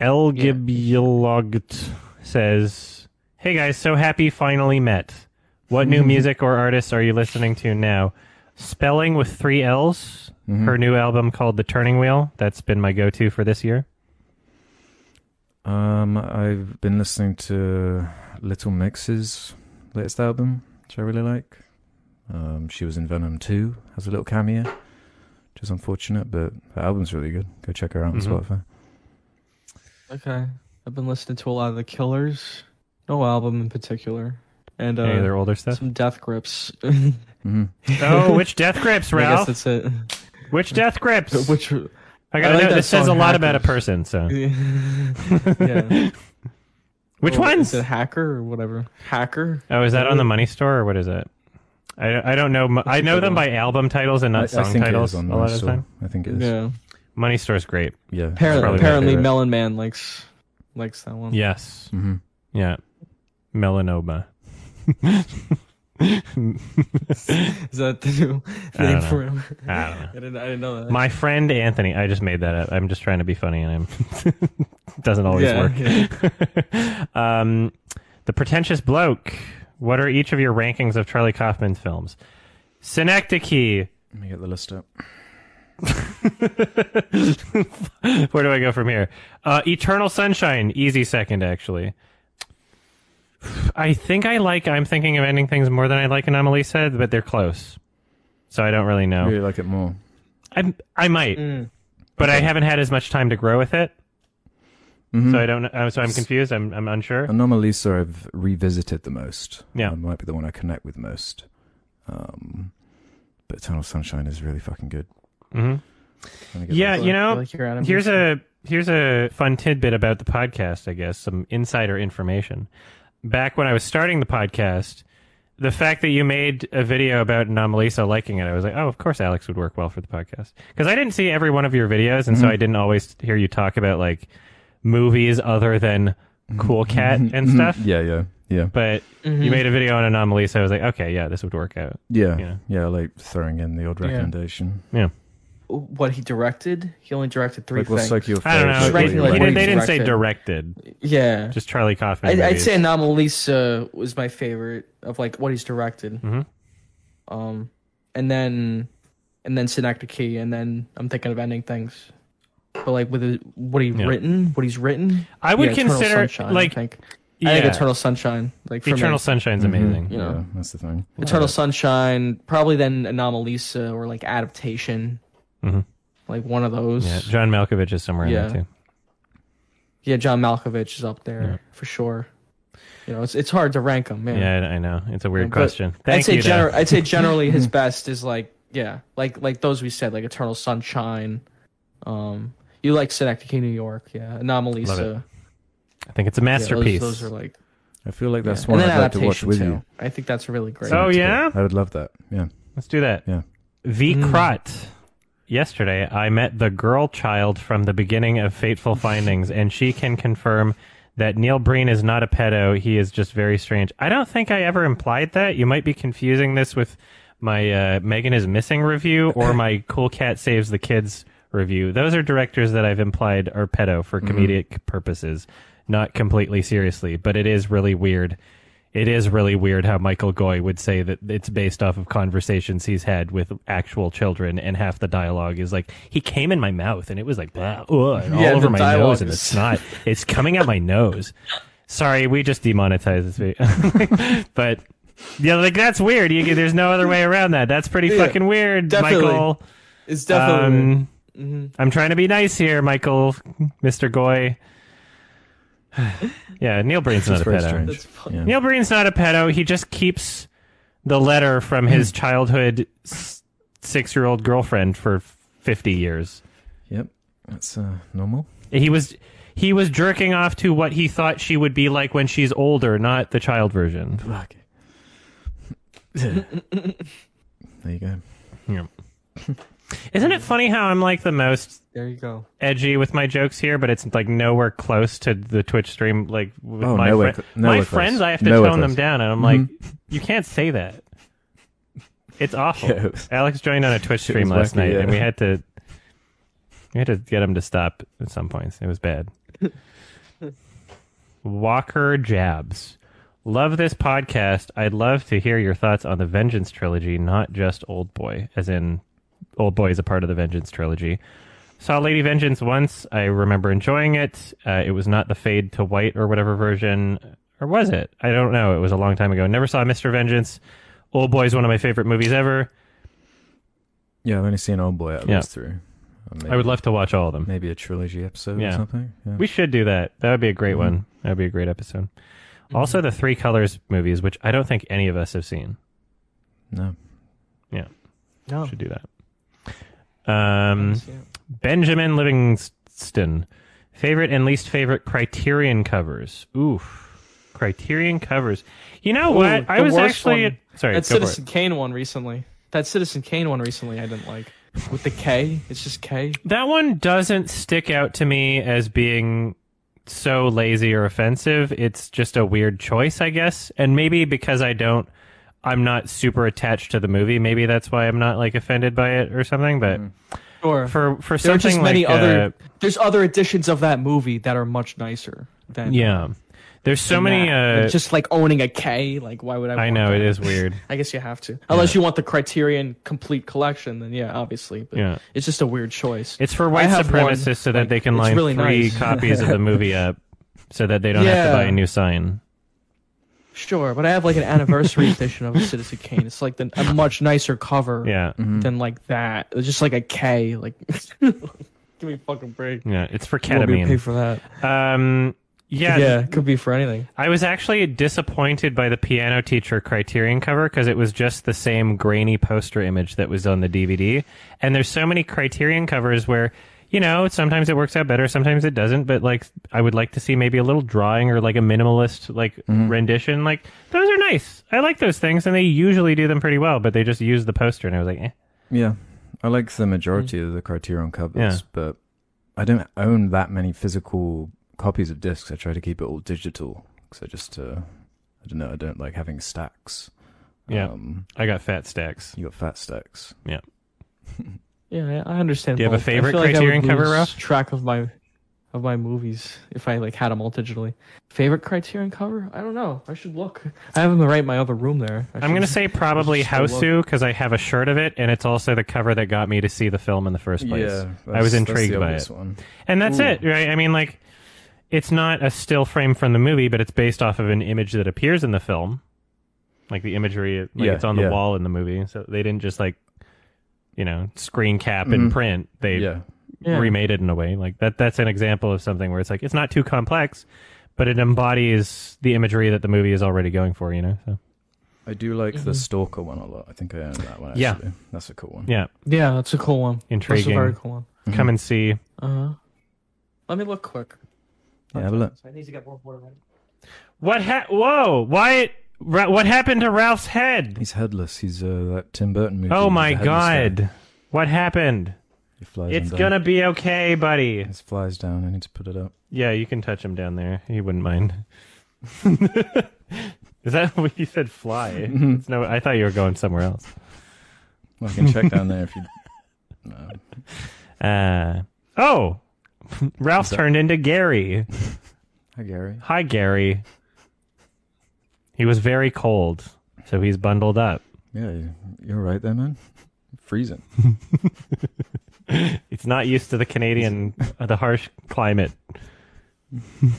Speaker 2: El Gibelogt says, "Hey guys, so happy finally met. What
Speaker 3: Mm-hmm.
Speaker 2: new music or artists are you listening to now? Spelling with three L's.
Speaker 4: Mhm.
Speaker 2: her new album called The Turning Wheel. That's been my go to for this year.
Speaker 4: Um, I've been listening to Little Mix's latest album, which I really like. Um, she was in Venom 2 as a little cameo, which is unfortunate, but her album's really good. Go check her out on
Speaker 2: Mhm.
Speaker 4: Spotify.
Speaker 3: Okay. I've been listening to a lot of the Killers. No album in particular. And uh,
Speaker 2: Any of their older stuff?
Speaker 3: some Death Grips.
Speaker 4: Mm-hmm.
Speaker 2: oh, which death grips,
Speaker 3: I guess
Speaker 2: Ralph?
Speaker 3: that's it.
Speaker 2: Which death grips?
Speaker 3: Which
Speaker 2: I gotta
Speaker 3: I like
Speaker 2: know.
Speaker 3: that
Speaker 2: This says a
Speaker 3: song,
Speaker 2: lot about a
Speaker 3: Hackers.
Speaker 2: person. So,
Speaker 3: yeah.
Speaker 2: which
Speaker 3: Or
Speaker 2: ones?
Speaker 3: Is it Hacker or whatever? Hacker.
Speaker 2: Oh, is that on the Money Store or what is it? I, I don't know. mu- I know them by album titles and not
Speaker 4: I,
Speaker 2: song
Speaker 4: think it
Speaker 2: titles
Speaker 4: is on
Speaker 2: a
Speaker 4: my
Speaker 2: lot of the
Speaker 4: store.
Speaker 2: time.
Speaker 4: I think it is. Yeah.
Speaker 3: Yeah.
Speaker 2: Money Store's great.
Speaker 4: it's
Speaker 3: Apparently,
Speaker 4: probably my
Speaker 3: apparently
Speaker 4: favorite.
Speaker 3: Melon Man likes likes that one.
Speaker 2: Yes.
Speaker 4: Mhm.
Speaker 2: Yeah. Melanoma.
Speaker 3: Is that the new
Speaker 2: I
Speaker 3: name
Speaker 2: don't
Speaker 3: for him?
Speaker 2: I don't know. Ah.
Speaker 3: I didn't. I didn't know that.
Speaker 2: My friend Anthony, I just made that up. I'm just trying to be funny, and I'm doesn't always
Speaker 3: Yeah,
Speaker 2: work. um, the pretentious bloke. What are each of your rankings of Charlie Kaufman's films? Synecdoche.
Speaker 4: Let me get the list up.
Speaker 2: Where do I go from here? Uh, Eternal Sunshine. Easy second, actually. I think I like. I'm thinking of ending things more than I like Anomaly said, but they're close. So I don't really
Speaker 4: I
Speaker 2: know.
Speaker 4: really like it more.
Speaker 2: I I might,
Speaker 3: Mm.
Speaker 2: but I haven't had as much time to grow with it.
Speaker 4: Mhm.
Speaker 2: So I don't know. uh, So I'm confused. I'm I'm unsure.
Speaker 4: Anomalisa I've revisited the most.
Speaker 2: Yeah.
Speaker 4: Uh, might be the one I connect with most. Um, but Eternal Sunshine is really fucking good.
Speaker 2: hmm
Speaker 4: Let me get
Speaker 2: Yeah,
Speaker 4: that.
Speaker 2: Uh, you know,
Speaker 3: I like your animation.
Speaker 2: here's a here's a fun tidbit about the podcast. I guess some insider information. Back when I was starting the podcast, the fact that you made a video about Anomalisa liking it, I was like, oh, of course Alex would work well for the podcast. Because I didn't see every one of your videos, and so
Speaker 4: Mm-hmm.
Speaker 2: I didn't always hear you talk about like movies other than Cool Cat and stuff.
Speaker 4: Mm-hmm. Yeah, yeah, yeah,
Speaker 2: But
Speaker 3: Mm-hmm.
Speaker 2: you made a video on Anomalisa, I was like, okay, yeah, this would work out.
Speaker 4: Mm-hmm. yeah,
Speaker 2: Yeah.
Speaker 4: yeah, Like throwing in the old recommendation.
Speaker 3: What he directed? He only directed three
Speaker 4: Like,
Speaker 3: things.
Speaker 4: what's like your
Speaker 2: I don't
Speaker 4: favorite?
Speaker 2: know.
Speaker 3: Directed,
Speaker 2: He-
Speaker 3: like,
Speaker 2: he
Speaker 3: what
Speaker 2: did- they
Speaker 3: he
Speaker 2: didn't say
Speaker 3: directed.
Speaker 2: directed.
Speaker 3: yeah.
Speaker 2: Just Charlie Kaufman.
Speaker 3: I'd, I'd
Speaker 2: movies.
Speaker 3: say Anomalisa was my favorite of like what he's directed.
Speaker 2: Mhm.
Speaker 3: Um, and then, and then Synecdoche, Key, and then I'm thinking of ending things. But like with his, what he written, what he's written,
Speaker 2: I would
Speaker 3: yeah, Eternal
Speaker 2: consider,
Speaker 3: Sunshine,
Speaker 2: like,
Speaker 3: I think,
Speaker 2: yeah,
Speaker 3: I think Eternal Sunshine, like for me,
Speaker 2: Eternal Sunshine's
Speaker 3: Mm-hmm.
Speaker 2: amazing.
Speaker 3: you know.
Speaker 4: Mm-hmm. Yeah, that's the thing.
Speaker 3: Eternal Sunshine, probably then Anomalisa or like adaptation,
Speaker 2: Mhm.
Speaker 3: like one of those.
Speaker 2: Yeah, John Malkovich is somewhere in
Speaker 3: Yeah.
Speaker 2: there too.
Speaker 3: Yeah, John Malkovich is up there for sure. You know, it's it's hard to rank them, man.
Speaker 2: Yeah, I I know. It's a weird
Speaker 3: But
Speaker 2: question. Thank
Speaker 3: I'd say
Speaker 2: you.
Speaker 3: gener-
Speaker 2: General-
Speaker 3: I'd say generally his best is like yeah, like like those we said, like Eternal Sunshine. Um, you like Synecdoche, New York, yeah, Anomalisa.
Speaker 2: Love it.
Speaker 3: yeah,
Speaker 2: I think it's a
Speaker 3: those-
Speaker 2: masterpiece.
Speaker 3: Those, are like
Speaker 4: I feel like that's
Speaker 3: yeah.
Speaker 4: one
Speaker 3: and then
Speaker 4: I'd like to watch
Speaker 3: adaptation
Speaker 4: with
Speaker 3: too.
Speaker 4: you.
Speaker 3: I think that's really great.
Speaker 2: So- Oh, yeah?
Speaker 4: I would love that. Yeah.
Speaker 2: Let's do that.
Speaker 4: Yeah.
Speaker 2: V.
Speaker 3: Mm.
Speaker 2: Crot. Yesterday, I met the girl child from the beginning of Fateful Findings, and she can confirm that Neil Breen is not a pedo. He is just very strange. I don't think I ever implied that. You might be confusing this with my uh, Megan is Missing review or my Cool Cat Saves the Kids review. Those are directors that I've implied are pedo for
Speaker 3: Mm-hmm.
Speaker 2: comedic purposes, not completely seriously, but it is really weird it is really weird how Michael Goy would say that it's based off of conversations he's had with actual children, and half the dialogue is like, he came in my mouth and it was like, blah, ugh, and
Speaker 3: Yeah,
Speaker 2: all over
Speaker 3: the
Speaker 2: my
Speaker 3: dialogue
Speaker 2: nose and
Speaker 3: is-
Speaker 2: it's not. It's coming out my nose. Sorry, we just demonetized this video. but, yeah, like, that's weird. You, there's no other way around that. That's pretty
Speaker 3: Yeah,
Speaker 2: fucking weird,
Speaker 3: definitely.
Speaker 2: Michael.
Speaker 3: It's definitely mm-hmm.
Speaker 2: Um, I'm trying to be nice here, Michael, Mr. Goy. yeah, Neil Breen's not
Speaker 4: It's
Speaker 2: a
Speaker 4: very
Speaker 2: pedo.
Speaker 4: strange.
Speaker 3: That's funny.
Speaker 4: Yeah.
Speaker 2: Neil Breen's not a pedo. He just keeps the letter from his childhood s- six-year-old girlfriend for fifty years.
Speaker 4: Yep. That's uh, normal.
Speaker 2: He was he was jerking off to what he thought she would be like when she's older, not the child version.
Speaker 4: There you go.
Speaker 2: Isn't it funny how I'm like the most
Speaker 3: there you go.
Speaker 2: edgy with my jokes here, but it's like nowhere close to the Twitch stream. Like with
Speaker 4: Oh,
Speaker 2: my
Speaker 4: nowhere
Speaker 2: friend-
Speaker 4: cl- nowhere
Speaker 2: my
Speaker 4: close.
Speaker 2: friends, I have to
Speaker 4: Nowhere
Speaker 2: tone them
Speaker 4: close. Mm-hmm.
Speaker 2: down, and I'm like, you can't say that. It's awful.
Speaker 4: Yeah, it was-
Speaker 2: Alex joined on a Twitch stream
Speaker 4: was
Speaker 2: last
Speaker 4: wacky,
Speaker 2: night,
Speaker 4: yeah.
Speaker 2: and we had to we had to get him to stop at some points. It was bad. Walker Jabs. Love this podcast. I'd love to hear your thoughts on the Vengeance trilogy, not just Old Boy, as in Old Boy is a part of the Vengeance trilogy. Saw Lady Vengeance once. I remember enjoying it. Uh, it was not the fade to white or whatever version, or was it? I don't know. It was a long time ago. Never saw Mr. Vengeance. Old Boy is one of my favorite movies ever.
Speaker 4: Yeah, I've only seen Old Boy out of
Speaker 2: Yeah.
Speaker 4: those three. Or uh, Maybe,
Speaker 2: I would love to watch all of them.
Speaker 4: maybe a trilogy episode
Speaker 2: Yeah.
Speaker 4: or something. Yeah.
Speaker 2: We should do that. That would be a great one.
Speaker 3: Mm-hmm.
Speaker 2: That would be a great episode. Also, the Three Colors movies, which I don't think any of us have seen.
Speaker 4: no.
Speaker 3: No.
Speaker 2: Should do that. Um, Benjamin Livingston. Favorite and least favorite Criterion covers. Oof. Criterion covers. You know
Speaker 3: Ooh,
Speaker 2: what? I
Speaker 3: the
Speaker 2: was
Speaker 3: worst
Speaker 2: actually.
Speaker 3: one.
Speaker 2: Sorry,
Speaker 3: That
Speaker 2: go for
Speaker 3: Citizen Kane one recently. That Citizen Kane one recently I didn't like. With the K, it's just K.
Speaker 2: it. That one doesn't stick out to me as being so lazy or offensive. It's just a weird choice, I guess. And maybe because I don't. I'm not super attached to the movie. Maybe that's why I'm not like offended by it or something. But
Speaker 3: Sure.
Speaker 2: for for
Speaker 3: Mm-hmm. there are
Speaker 2: something
Speaker 3: just
Speaker 2: like
Speaker 3: many
Speaker 2: uh,
Speaker 3: other there's other editions of that movie that are much nicer than
Speaker 2: uh, yeah, there's so
Speaker 3: than
Speaker 2: many.
Speaker 3: that. Like,
Speaker 2: Uh,
Speaker 3: just like owning a K like why would i
Speaker 2: I
Speaker 3: want
Speaker 2: know
Speaker 3: that?
Speaker 2: it is weird.
Speaker 3: i guess you have to unless you want the criterion complete collection then yeah obviously but
Speaker 2: Yeah.
Speaker 3: it's just a weird choice
Speaker 2: It's for white
Speaker 3: I have
Speaker 2: supremacists
Speaker 3: one,
Speaker 2: so that
Speaker 3: like,
Speaker 2: they can
Speaker 3: it's
Speaker 2: line
Speaker 3: really
Speaker 2: three
Speaker 3: nice.
Speaker 2: copies of the movie up so that they don't have to
Speaker 3: Yeah.
Speaker 2: buy a new sign.
Speaker 3: sure but i have like an anniversary edition of citizen kane it's like the, a much nicer cover
Speaker 2: Yeah.
Speaker 4: Mm-hmm.
Speaker 2: Mm.
Speaker 3: than like that it's just like a k like give me a fucking break
Speaker 2: Yeah. It's for
Speaker 3: Won't be paid
Speaker 2: ketamine.
Speaker 3: for that
Speaker 2: Um, yeah,
Speaker 3: yeah it could be for anything
Speaker 2: I was actually disappointed by the piano teacher criterion cover because it was just the same grainy poster image that was on the DVD. And there's so many criterion covers where you know, sometimes it works out better, sometimes it doesn't. But like, I would like to see maybe a little drawing or like a minimalist like rendition. Like those are nice. I like those things, and they usually do them pretty well. But they just used the poster, and I was like, eh.
Speaker 4: Yeah, I like the majority of the Criterion covers,
Speaker 2: Mm. Yeah.
Speaker 4: but I don't own that many physical copies of discs. I try to keep it all digital because I just, uh, I don't know, I don't like having stacks.
Speaker 2: Yeah.
Speaker 4: um,
Speaker 2: I got fat stacks.
Speaker 4: you got fat stacks.
Speaker 3: Yeah, I I understand.
Speaker 2: Do you have a
Speaker 3: both. I
Speaker 2: favorite
Speaker 3: feel I would
Speaker 2: Criterion cover,
Speaker 3: lose
Speaker 2: Ralph?
Speaker 3: Track of my of my movies if I like had them all digitally. Favorite Criterion cover? I don't know. I should look. I have them right in my other room there. I
Speaker 2: I'm gonna
Speaker 3: should-
Speaker 2: say probably
Speaker 3: still
Speaker 2: Houseu because I have a shirt of it, and it's also the cover that got me to see the film in the first place. I was intrigued by it,
Speaker 4: One.
Speaker 2: and that's it, right? I mean, like, it's not a still frame from the movie, but it's based off of an image that appears in the film, like the imagery, like
Speaker 4: Yeah,
Speaker 2: it's on the
Speaker 4: yeah.
Speaker 2: wall in the movie. So they didn't just like, you know, screen cap and
Speaker 4: Mhm.
Speaker 2: print. They
Speaker 4: Yeah,
Speaker 3: Yeah.
Speaker 2: remade it in a way like that. That's an example of something where it's like it's not too complex, but it embodies the imagery that the movie is already going for. You know, so
Speaker 4: I do like the Stalker one a lot. I think I own that one.
Speaker 2: Mm-hmm. Yeah.
Speaker 4: Actually. that's a cool one.
Speaker 2: yeah,
Speaker 3: Yeah, that's a cool one. That's a
Speaker 2: intriguing.
Speaker 3: very cool one.
Speaker 4: Mm-hmm.
Speaker 2: Come and see.
Speaker 3: Uh huh. Let me look quick.
Speaker 4: Yeah, have a look.
Speaker 3: I need to get more water. Right
Speaker 2: What? Ha- Whoa! Why? Ra- what happened to Ralph's head?
Speaker 4: He's headless. He's uh, that Tim Burton movie.
Speaker 2: Oh
Speaker 4: He's
Speaker 2: my
Speaker 4: a headless guy.
Speaker 2: god! What happened?
Speaker 4: He flies
Speaker 2: It's
Speaker 4: him down.
Speaker 2: gonna be okay, buddy.
Speaker 4: It flies down. I need to put it up.
Speaker 2: Yeah, you can touch him down there. He wouldn't mind. Is that what you said? Fly? It's no, I thought you were going somewhere else.
Speaker 4: Well, I can check down there if you. No.
Speaker 2: Uh, oh, Ralph turned into Gary.
Speaker 4: Hi, Gary.
Speaker 2: Hi, Gary. He was very cold, so he's bundled up.
Speaker 4: Yeah, you- you're right there, man. Freezing.
Speaker 2: It's not used to the Canadian, uh, the harsh climate.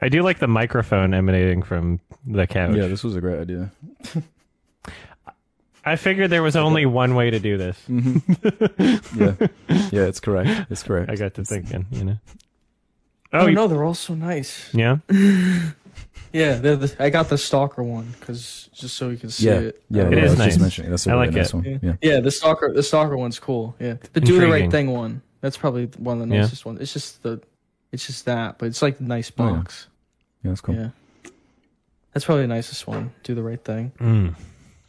Speaker 2: I do like the microphone emanating from the couch.
Speaker 4: Yeah, this was a great idea.
Speaker 2: I figured there was only one way to do this.
Speaker 4: Yeah, yeah, it's correct. It's correct.
Speaker 2: Mm-hmm. I got to thinking, you know.
Speaker 3: oh,
Speaker 2: Oh, you-
Speaker 3: no, they're all so nice.
Speaker 2: yeah.
Speaker 3: Yeah, they're the, I got the stalker one because just so you can see
Speaker 4: yeah,
Speaker 3: it.
Speaker 4: yeah,
Speaker 2: It
Speaker 4: yeah,
Speaker 2: is
Speaker 4: I was
Speaker 2: nice.
Speaker 4: Just mentioning that's a
Speaker 2: I
Speaker 4: really
Speaker 2: like
Speaker 4: nice
Speaker 2: it.
Speaker 4: one.
Speaker 3: Yeah.
Speaker 4: Yeah.
Speaker 3: Yeah, the stalker the stalker one's cool. Yeah. The do the
Speaker 2: Intriguing.
Speaker 3: right thing one. That's probably one of the
Speaker 2: Yeah.
Speaker 3: nicest ones. It's just the it's just that, but it's like the nice
Speaker 4: Oh, yeah.
Speaker 3: box.
Speaker 4: yeah, that's cool.
Speaker 3: Yeah. That's probably the nicest one. Do the right thing.
Speaker 2: Mm.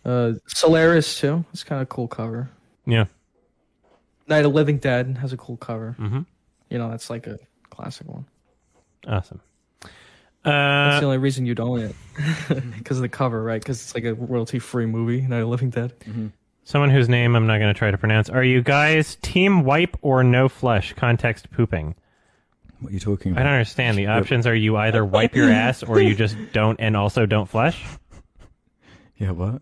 Speaker 3: Uh Solaris too. It's kind of cool cover.
Speaker 2: Yeah.
Speaker 3: Night of Living Dead has a cool cover.
Speaker 2: Mm-hmm.
Speaker 3: You know, that's like a classic one.
Speaker 2: Awesome.
Speaker 3: That's
Speaker 2: Uh,
Speaker 3: the only reason you'd own it because of the cover, right? Because it's like a royalty-free movie. Night of Living Dead.
Speaker 2: someone whose name I'm not going to try to pronounce. Are you guys team wipe or no flush? Context pooping.
Speaker 4: What are you talking
Speaker 2: I
Speaker 4: about?
Speaker 2: don't understand. The options are you either wipe your ass or you just don't and also don't flush.
Speaker 4: Yeah, what?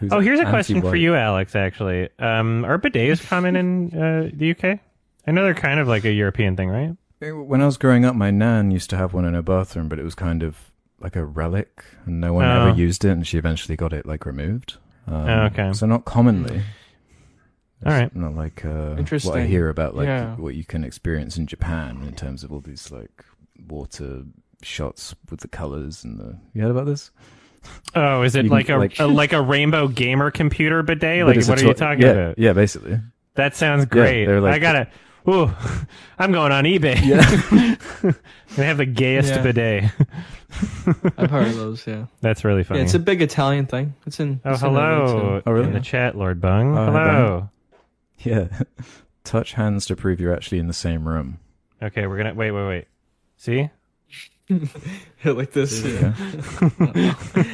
Speaker 4: Who's
Speaker 2: Oh, here's a question for
Speaker 4: anti-white?
Speaker 2: you, Alex. Actually, um, are bidets common in uh, the UK? I know they're kind of like a European thing, right?
Speaker 4: When I was growing up, my nan used to have one in her bathroom, but it was kind of like a relic, and no one
Speaker 2: Oh.
Speaker 4: ever used it, and she eventually got it like removed. Um,
Speaker 2: Oh, okay.
Speaker 4: So not commonly.
Speaker 2: All right.
Speaker 4: Not like uh, what I
Speaker 3: Interesting.
Speaker 4: hear about like
Speaker 3: Yeah.
Speaker 4: what you can experience in Japan in terms of all these like water shots with the colors and the. You heard about this?
Speaker 2: Oh, is it
Speaker 4: You can,
Speaker 2: like a,
Speaker 4: like-
Speaker 2: a like a rainbow gamer computer bidet?
Speaker 4: But
Speaker 2: Like,
Speaker 4: it's a
Speaker 2: what are you
Speaker 4: toi-
Speaker 2: talking
Speaker 4: yeah,
Speaker 2: about?
Speaker 4: Yeah, basically.
Speaker 2: That sounds great.
Speaker 4: they're like-
Speaker 2: I gotta. Ooh, I'm going on eBay. Yeah. i have the gayest
Speaker 3: Yeah.
Speaker 2: bidet.
Speaker 3: I've heard of those. Yeah.
Speaker 2: That's really funny.
Speaker 3: Yeah, it's a big Italian thing. It's in.
Speaker 2: oh,
Speaker 3: it's in Italy,
Speaker 2: hello
Speaker 3: too.
Speaker 4: Oh, really?
Speaker 2: in the chat, Lord Bung.
Speaker 4: Oh, hi,
Speaker 2: hello.
Speaker 4: Yeah. Touch hands to prove you're actually in the same room.
Speaker 2: Okay, we're gonna wait, wait, wait. See?
Speaker 3: like this.
Speaker 4: Yeah.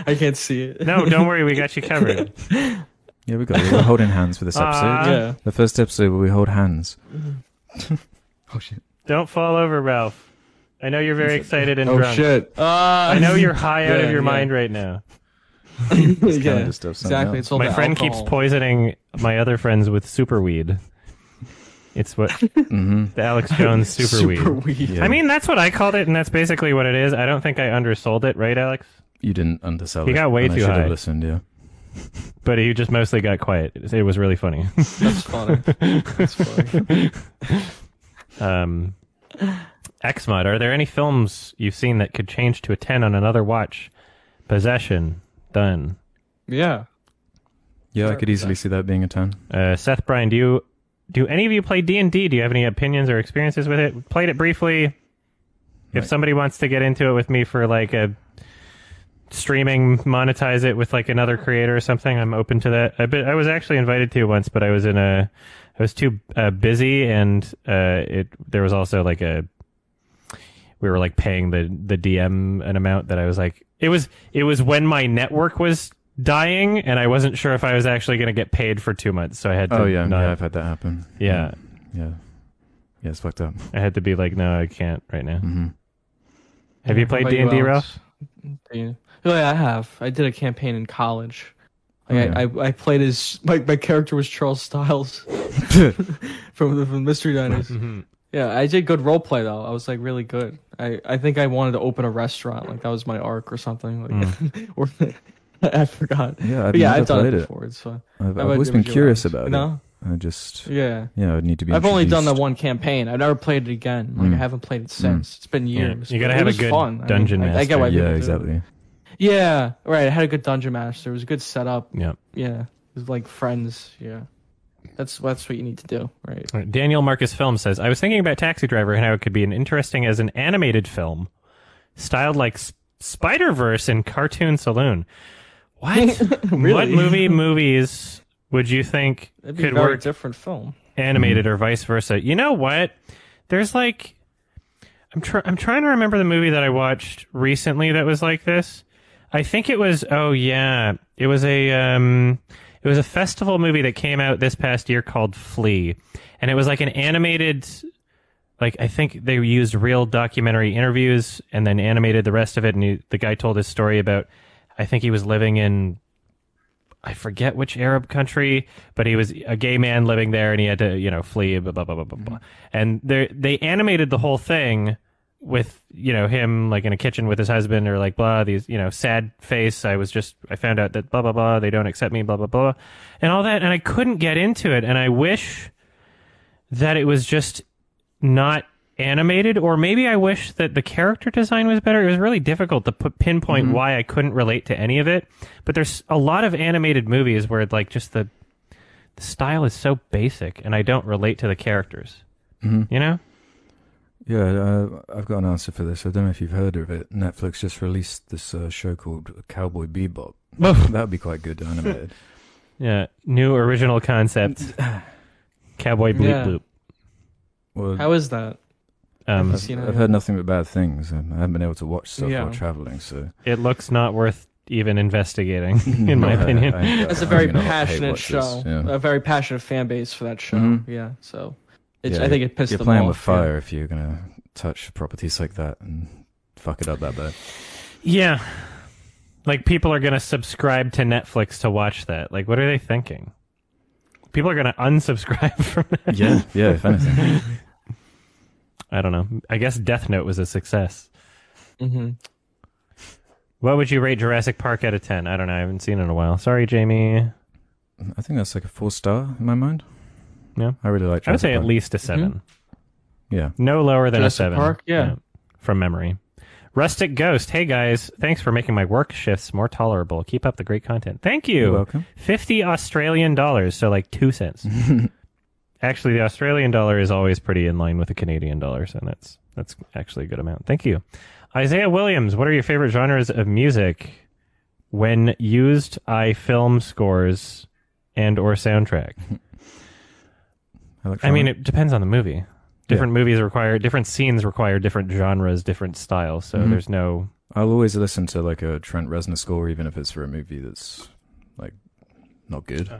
Speaker 3: I can't see it.
Speaker 2: No, don't worry, we got you covered.
Speaker 4: Yeah, we got it. We're holding hands for this episode.
Speaker 2: Ah.
Speaker 3: Yeah.
Speaker 4: The first episode where we hold hands. oh shit!
Speaker 2: Don't fall over, Ralph. I know you're very excited
Speaker 3: Oh,
Speaker 2: and drunk.
Speaker 4: shit!
Speaker 2: I know you're high out of
Speaker 3: Yeah,
Speaker 2: your
Speaker 3: yeah.
Speaker 2: mind right now.
Speaker 3: yeah.
Speaker 4: Calendar stuff,
Speaker 3: Exactly.
Speaker 4: something else.
Speaker 3: It's all
Speaker 2: my
Speaker 3: the
Speaker 2: friend
Speaker 3: alcohol.
Speaker 2: keeps poisoning my other friends with superweed. It's what
Speaker 4: Mhm.
Speaker 2: the Alex Jones superweed.
Speaker 3: Super weed.
Speaker 4: Yeah.
Speaker 2: I mean, that's what I called it, and that's basically what it is. I don't think I undersold it, right, Alex?
Speaker 4: you didn't undersell.
Speaker 2: He
Speaker 4: it,
Speaker 2: got way
Speaker 4: and I
Speaker 2: too
Speaker 4: should have
Speaker 2: high.
Speaker 4: listened, yeah.
Speaker 2: But he just mostly got quiet. It it was really funny.
Speaker 3: That's funny. That's funny.
Speaker 2: um, Xmod, are there any films you've seen that could change to a 10 on another watch? Possession, done.
Speaker 3: Yeah.
Speaker 4: Yeah, I could easily see that being a ten.
Speaker 2: Uh, Seth, Brian, do you do any of you play D and D? Do you have any opinions or experiences with it? Played it briefly. If
Speaker 4: Right.
Speaker 2: somebody wants to get into it with me for like a streaming, monetize it with like another creator or something, I'm open to that. I, bit, I was actually invited to once, but I was in a, I was too uh, busy, and uh, it there was also like a we were like paying the the DM an amount that I was like it was it was when my network was dying and I wasn't sure if I was actually going to get paid for 2 months so I had to
Speaker 4: Oh yeah,
Speaker 2: not-
Speaker 4: yeah, I've had that happen.
Speaker 2: Yeah.
Speaker 4: yeah, yeah. It's fucked up.
Speaker 2: I had to be like no I can't right now.
Speaker 4: hmm
Speaker 2: Have Mm. you played D&D Ralph?
Speaker 3: Yeah.
Speaker 5: Oh, yeah, I have. I did a campaign in college. Like, I, I, I played as my, my character was Charles Styles from the from Mystery Diners.
Speaker 3: Yeah, I did good role play though. I was like really good. I, I think I wanted to open a restaurant. Like that was my arc or something. Like,
Speaker 2: Mm,
Speaker 3: or I forgot.
Speaker 4: Yeah, I've
Speaker 3: But yeah,
Speaker 4: never
Speaker 3: I've done it
Speaker 4: played it.
Speaker 3: before. It's fun.
Speaker 4: I've,
Speaker 3: How
Speaker 4: I've
Speaker 3: about
Speaker 4: always
Speaker 3: you,
Speaker 4: been
Speaker 3: Jim?
Speaker 4: curious about it.
Speaker 3: No,
Speaker 4: I just
Speaker 3: yeah.
Speaker 4: yeah, I need to be.
Speaker 5: I've only done the
Speaker 4: introduced.
Speaker 5: one campaign. I've never played it again.
Speaker 4: Mm.
Speaker 5: Like I haven't played it since. It's been
Speaker 2: Yeah.
Speaker 5: years.
Speaker 2: You got
Speaker 5: But
Speaker 2: to
Speaker 5: it
Speaker 2: have a
Speaker 5: was
Speaker 2: good
Speaker 5: fun. I
Speaker 2: dungeon
Speaker 5: mean, I, I
Speaker 2: master.
Speaker 5: get why people
Speaker 4: Yeah,
Speaker 5: do it.
Speaker 4: exactly.
Speaker 5: Yeah, right. I had a good dungeon master. It was a good setup.
Speaker 2: Yeah.
Speaker 5: Yeah, it was like friends. Yeah, that's that's what you need to do, right?
Speaker 2: All right, Daniel Marcus Film says, I was thinking about Taxi Driver and how it could be an interesting as an animated film, styled like S- Spider Verse in Cartoon Saloon. What? What movie movies would you think
Speaker 5: It'd be a
Speaker 2: could
Speaker 5: very
Speaker 2: work
Speaker 5: different film.
Speaker 2: animated or vice versa? You know what? There's like, I'm try- I'm trying to remember the movie that I watched recently that was like this. I think it was. Oh yeah, it was a um, it was a festival movie that came out this past year called Flea, and it was like an animated. Like I think they used real documentary interviews and then animated the rest of it. And he, the guy told his story about, I think he was living in, I forget which Arab country, but he was a gay man living there, and he had to you know flee. Blah blah blah blah blah. blah. And they they animated the whole thing with you know him like in a kitchen with his husband or like blah these you know sad face i was just i found out that blah blah blah they don't accept me blah blah blah and all that and i couldn't get into it and i wish that it was just not animated or maybe i wish that the character design was better it was really difficult to put pinpoint why i couldn't relate to any of it but there's a lot of animated movies where like just the, the style is so basic and i don't relate to the characters you know
Speaker 4: Yeah, uh, I've got an answer for this. I don't know if you've heard of it. Netflix just released this uh, show called Cowboy Bebop. that would be quite good animated.
Speaker 2: Yeah, new original concept. Cowboy bloop
Speaker 5: Yeah.
Speaker 2: bloop.
Speaker 4: Well,
Speaker 5: How is that?
Speaker 2: Um,
Speaker 4: I've,
Speaker 5: you know-
Speaker 4: I've heard nothing but bad things. Um, I haven't been able to watch stuff
Speaker 5: Yeah.
Speaker 4: while traveling, so
Speaker 2: it looks not worth even investigating, in my
Speaker 4: Yeah,
Speaker 2: opinion.
Speaker 4: I- I-
Speaker 5: That's a
Speaker 4: I'm
Speaker 5: very
Speaker 4: gonna hate
Speaker 5: passionate
Speaker 4: watch this,
Speaker 5: show.
Speaker 4: yeah.
Speaker 5: A very passionate fan base for that show.
Speaker 4: Mhm.
Speaker 5: Yeah, so it's,
Speaker 4: Yeah,
Speaker 5: I think it pissed
Speaker 4: You're
Speaker 5: them
Speaker 4: playing
Speaker 5: off.
Speaker 4: with fire if you're gonna touch properties like that and fuck it up that bad.
Speaker 2: yeah, like people are gonna subscribe to Netflix to watch that. Like, what are they thinking? People are gonna unsubscribe from. Netflix.
Speaker 4: Yeah, yeah. If anything,
Speaker 2: I don't know. I guess Death Note was a success.
Speaker 5: Mhm.
Speaker 2: What would you rate Jurassic Park out of ten? I don't know. I haven't seen it in a while. Sorry, Jamie.
Speaker 4: I think that's like a four star in my mind.
Speaker 2: Yeah.
Speaker 4: I really like.
Speaker 2: I would
Speaker 4: Jurassic
Speaker 2: say at
Speaker 4: Park. Mm-hmm.
Speaker 2: least a 7
Speaker 4: Yeah.
Speaker 2: No lower than
Speaker 5: Jurassic
Speaker 2: a seven.
Speaker 5: Park? Yeah.
Speaker 2: From memory. Rustic Ghost. Hey guys, thanks for making my work shifts more tolerable. Keep up the great content. Thank you.
Speaker 4: You're welcome.
Speaker 2: 50 Australian dollars, so like 2 cents. actually, the Australian dollar is always pretty in line with the Canadian dollar, so that's that's actually a good amount. Thank you. Isaiah Williams, what are your favorite genres of music when used I film scores and or soundtrack? I
Speaker 4: Electronic.
Speaker 2: mean, it depends on the movie. Different movies require different scenes require different genres, different styles. So there's no
Speaker 4: I'll always listen to like a Trent Reznor score, even if it's for a movie that's like not good.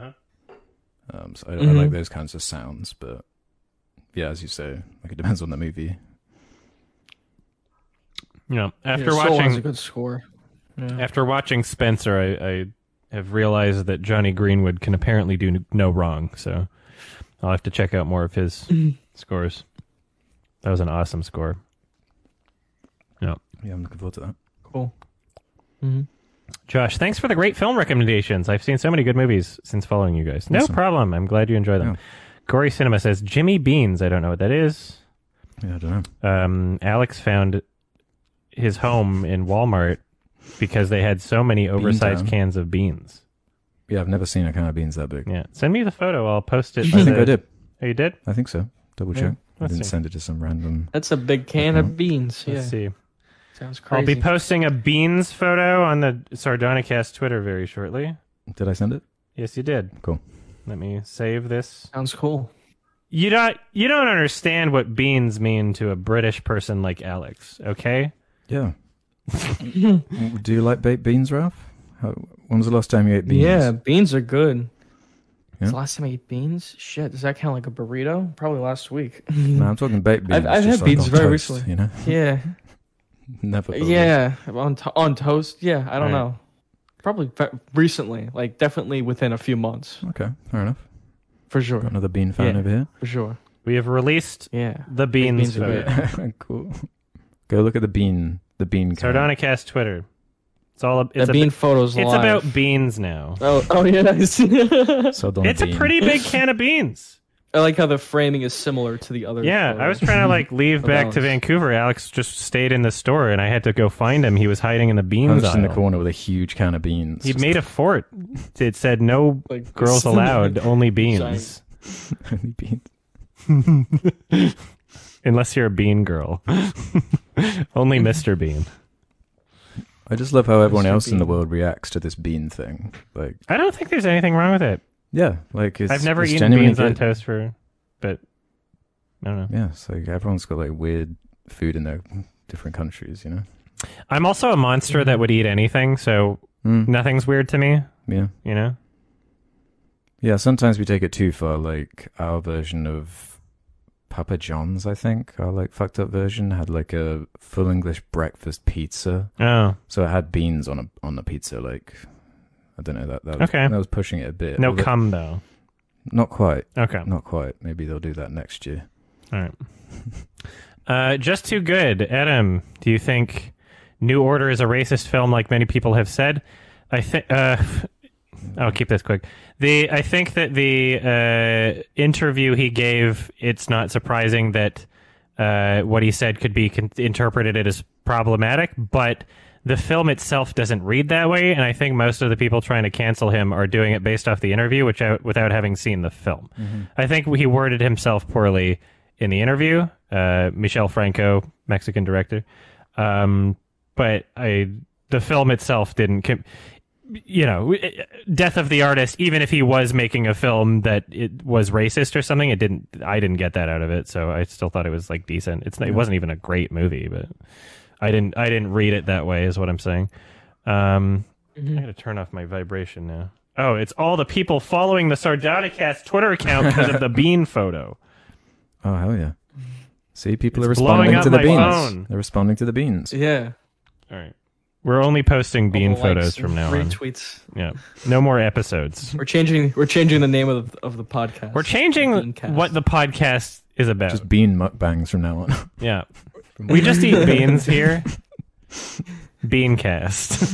Speaker 4: Um, so I, I like those kinds of sounds, but yeah, as you say, like it depends on the movie.
Speaker 2: you know.
Speaker 5: Yeah,
Speaker 2: After
Speaker 5: Soul has a
Speaker 2: watching
Speaker 5: good score.
Speaker 2: after watching Spencer, I, I have realized that Johnny Greenwood can apparently do n- no wrong. So I'll have to check out more of his scores. That was an awesome score.
Speaker 4: Yeah, I'm looking forward to that.
Speaker 5: Mm-hmm.
Speaker 2: Josh, thanks for the great film recommendations. I've seen so many good movies since following you guys. No problem. I'm glad you enjoy them.
Speaker 4: Yeah.
Speaker 2: Gory Cinema says Jimmy Beans. I don't know what that is.
Speaker 4: Yeah, I don't know.
Speaker 2: um, Alex found his home in Walmart because they had so many oversized
Speaker 4: town.
Speaker 2: cans of beans.
Speaker 4: yeah, I've never seen a can of beans that big.
Speaker 2: Yeah. Send me the photo. I'll post it.
Speaker 4: I think I did.
Speaker 2: Oh, you did?
Speaker 4: I think so. Double
Speaker 2: Yeah,
Speaker 4: check. I
Speaker 2: let's
Speaker 4: didn't
Speaker 2: see.
Speaker 4: send it to some random.
Speaker 5: That's a big can of beans. Yeah,
Speaker 2: Mm-hmm. Let's see.
Speaker 5: sounds crazy.
Speaker 2: I'll be posting a beans photo on the Sardonicast Twitter very shortly.
Speaker 4: Did I send it?
Speaker 2: Yes, you did.
Speaker 4: Cool.
Speaker 2: Let me save this.
Speaker 5: sounds cool.
Speaker 2: You don't you don't understand what beans mean to a British person like Alex, okay?
Speaker 4: Yeah. Do you like baked beans, Ralph? How, when was the last time you ate beans?
Speaker 5: Yeah, beans are good.
Speaker 4: Yeah.
Speaker 5: It's the last time I ate beans? Shit, does that count like a burrito? Probably last week.
Speaker 4: No, I'm talking baked beans.
Speaker 5: I've- I've had
Speaker 4: just like
Speaker 5: beans
Speaker 4: on
Speaker 5: very
Speaker 4: toast,
Speaker 5: recently.
Speaker 4: You know,
Speaker 5: yeah,
Speaker 4: never. thought of it.
Speaker 5: yeah, on to- on toast. Yeah, I don't
Speaker 2: Right.
Speaker 5: know. Probably fe- recently, like definitely within a few months,
Speaker 4: Okay, fair enough.
Speaker 5: for sure,
Speaker 4: Got another bean fan
Speaker 2: Yeah.
Speaker 4: over here.
Speaker 5: for sure.
Speaker 2: We have released
Speaker 5: Yeah,
Speaker 2: the beans,
Speaker 5: beans are
Speaker 2: photo.
Speaker 5: good.
Speaker 4: cool. Go look at the bean. The bean. can.
Speaker 2: Sardonicast Twitter. It's all ab-
Speaker 5: the
Speaker 2: it's, a,
Speaker 5: bean photos.
Speaker 2: it's
Speaker 5: live.
Speaker 2: about beans now.
Speaker 5: Oh, oh yeah, I see.
Speaker 4: Sardonic
Speaker 2: It's a
Speaker 4: bean.
Speaker 2: pretty big can of beans.
Speaker 5: I like how the framing is similar to the other.
Speaker 2: Yeah,
Speaker 5: photo.
Speaker 2: I was trying to like leave
Speaker 5: Oh,
Speaker 2: back
Speaker 5: Alex.
Speaker 2: to Vancouver. Alex just stayed in the store, and I had to go find him. He was hiding in the beans
Speaker 4: Hunched in the
Speaker 2: aisle.
Speaker 4: corner with a huge can of beans.
Speaker 2: He
Speaker 4: Just
Speaker 2: made a fort. It said no
Speaker 5: Like,
Speaker 2: girls allowed, only beans,
Speaker 4: only beans.
Speaker 2: unless you're a bean girl. only Mr. Bean.
Speaker 4: I just love how everyone
Speaker 5: Mr.
Speaker 4: else in the
Speaker 5: Bean.
Speaker 4: world reacts to this bean thing. Like,
Speaker 2: I don't think there's anything wrong with it.
Speaker 4: yeah, like it's,
Speaker 2: I've never
Speaker 4: it's
Speaker 2: eaten
Speaker 4: genuinely
Speaker 2: beans on
Speaker 4: good.
Speaker 2: toast for, but I don't know.
Speaker 4: Yeah, it's like everyone's got like weird food in their different countries, you know.
Speaker 2: I'm also a monster that would eat anything, so
Speaker 4: Mm,
Speaker 2: nothing's weird to me.
Speaker 4: Yeah,
Speaker 2: You know,
Speaker 4: yeah. Sometimes we take it too far. Like our version of Papa John's, I think our like fucked up version had like a full English breakfast pizza,
Speaker 2: oh
Speaker 4: so it had beans on a on the pizza. Like, I don't know that that was,
Speaker 2: Okay.
Speaker 4: that was pushing it a bit.
Speaker 2: no
Speaker 4: Although-
Speaker 2: cum though.
Speaker 4: not quite,
Speaker 2: Okay,
Speaker 4: not quite. Maybe they'll do that next year.
Speaker 2: all right. Uh, just too good, Adam. Do you think New Order is a racist film, like many people have said? I think. Uh, I'll keep this quick. The I think that the uh, interview he gave, it's not surprising that uh, what he said could be con- interpreted as problematic, but the film itself doesn't read that way, and I think most of the people trying to cancel him are doing it based off the interview, which I, without having seen the film. I think he worded himself poorly in the interview. Uh, Michel Franco, Mexican director, um, but I the film itself didn't. Com- you know, death of the artist. Even if he was making a film that it was racist or something, it didn't. I didn't get that out of it, so I still thought it was like decent. It's not, it wasn't even a great movie, but I didn't. I didn't read it that way. Is what I'm saying. Um, I gotta turn off my vibration now. Oh, it's all the people following the Sardonicast Twitter account because of the bean photo.
Speaker 4: Oh hell yeah! See, people
Speaker 2: It's
Speaker 4: are
Speaker 2: blowing
Speaker 4: responding
Speaker 2: up
Speaker 4: to the
Speaker 2: my
Speaker 4: beans.
Speaker 2: phone.
Speaker 4: They're responding to the beans.
Speaker 5: Yeah,
Speaker 2: All right, we're only posting bean
Speaker 5: Couple likes
Speaker 2: photos from
Speaker 5: and
Speaker 2: now on.
Speaker 5: Retweets.
Speaker 2: Yeah, no more episodes.
Speaker 5: We're changing. We're changing the name of the, of the podcast.
Speaker 2: We're changing
Speaker 5: Beancast.
Speaker 2: what the podcast is about.
Speaker 4: Just bean mukbangs from now on.
Speaker 2: Yeah. We just eat beans here. Beancast.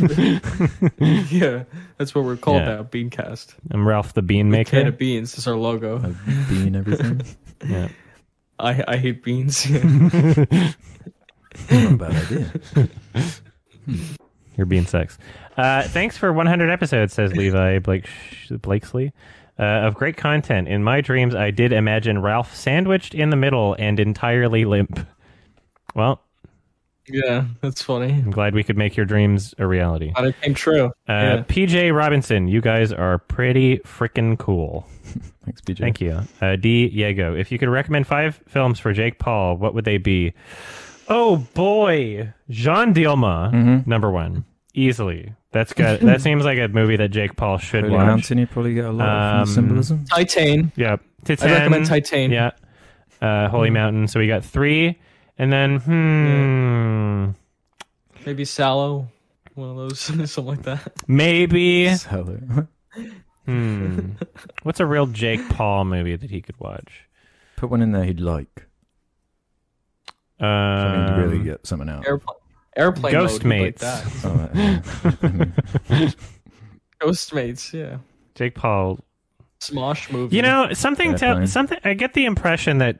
Speaker 5: yeah, that's what we're called
Speaker 2: Yeah.
Speaker 5: now. Beancast.
Speaker 2: I'm Ralph the Bean
Speaker 5: Can
Speaker 2: Maker.
Speaker 5: of beans is our logo.
Speaker 4: I bean everything.
Speaker 2: Yeah.
Speaker 5: I I hate beans.
Speaker 4: Not a bad idea.
Speaker 2: Your bean sucks. Uh, thanks for 100 episodes, says Levi Blake Blakesley. Uh, of great content. In my dreams, I did imagine Ralph sandwiched in the middle and entirely limp. Well,
Speaker 5: yeah, that's funny.
Speaker 2: I'm glad we could make your dreams a reality.
Speaker 5: But it came true. yeah.
Speaker 2: Uh, PJ Robinson, you guys are pretty freaking cool.
Speaker 4: Thanks, BJ.
Speaker 2: Thank you. Uh, D. Diego, if you could recommend five films for Jake Paul, what would they be? Oh boy, Jean Dilma,
Speaker 4: Mm-hmm.
Speaker 2: number one, easily. That's got. that seems like a movie that Jake Paul should
Speaker 4: Holy
Speaker 2: watch.
Speaker 4: Mountain, you probably get a lot
Speaker 2: Um,
Speaker 4: of from the symbolism.
Speaker 5: Titan.
Speaker 2: Yeah,
Speaker 5: I
Speaker 2: Titan.
Speaker 5: recommend Titan.
Speaker 2: Yeah, uh,
Speaker 4: Mm-hmm.
Speaker 2: Holy Mountain. So we got three, and then hmm,
Speaker 5: Maybe Sallow. One of those, something like that.
Speaker 2: maybe
Speaker 4: Hello.
Speaker 2: hmm, what's a real Jake Paul movie that he could watch?
Speaker 4: Put one in there he'd like. I mean,
Speaker 2: Um,
Speaker 4: to really get something out.
Speaker 5: Airplane. Airplane.
Speaker 2: Ghost
Speaker 5: mode,
Speaker 2: Mates.
Speaker 5: Like that.
Speaker 4: Oh, uh, yeah.
Speaker 2: Um,
Speaker 4: I mean,
Speaker 5: Ghost mates. Yeah.
Speaker 2: Jake Paul
Speaker 5: Smosh movie.
Speaker 2: You know, something
Speaker 4: Fair
Speaker 2: tell
Speaker 4: play.
Speaker 2: something I get the impression that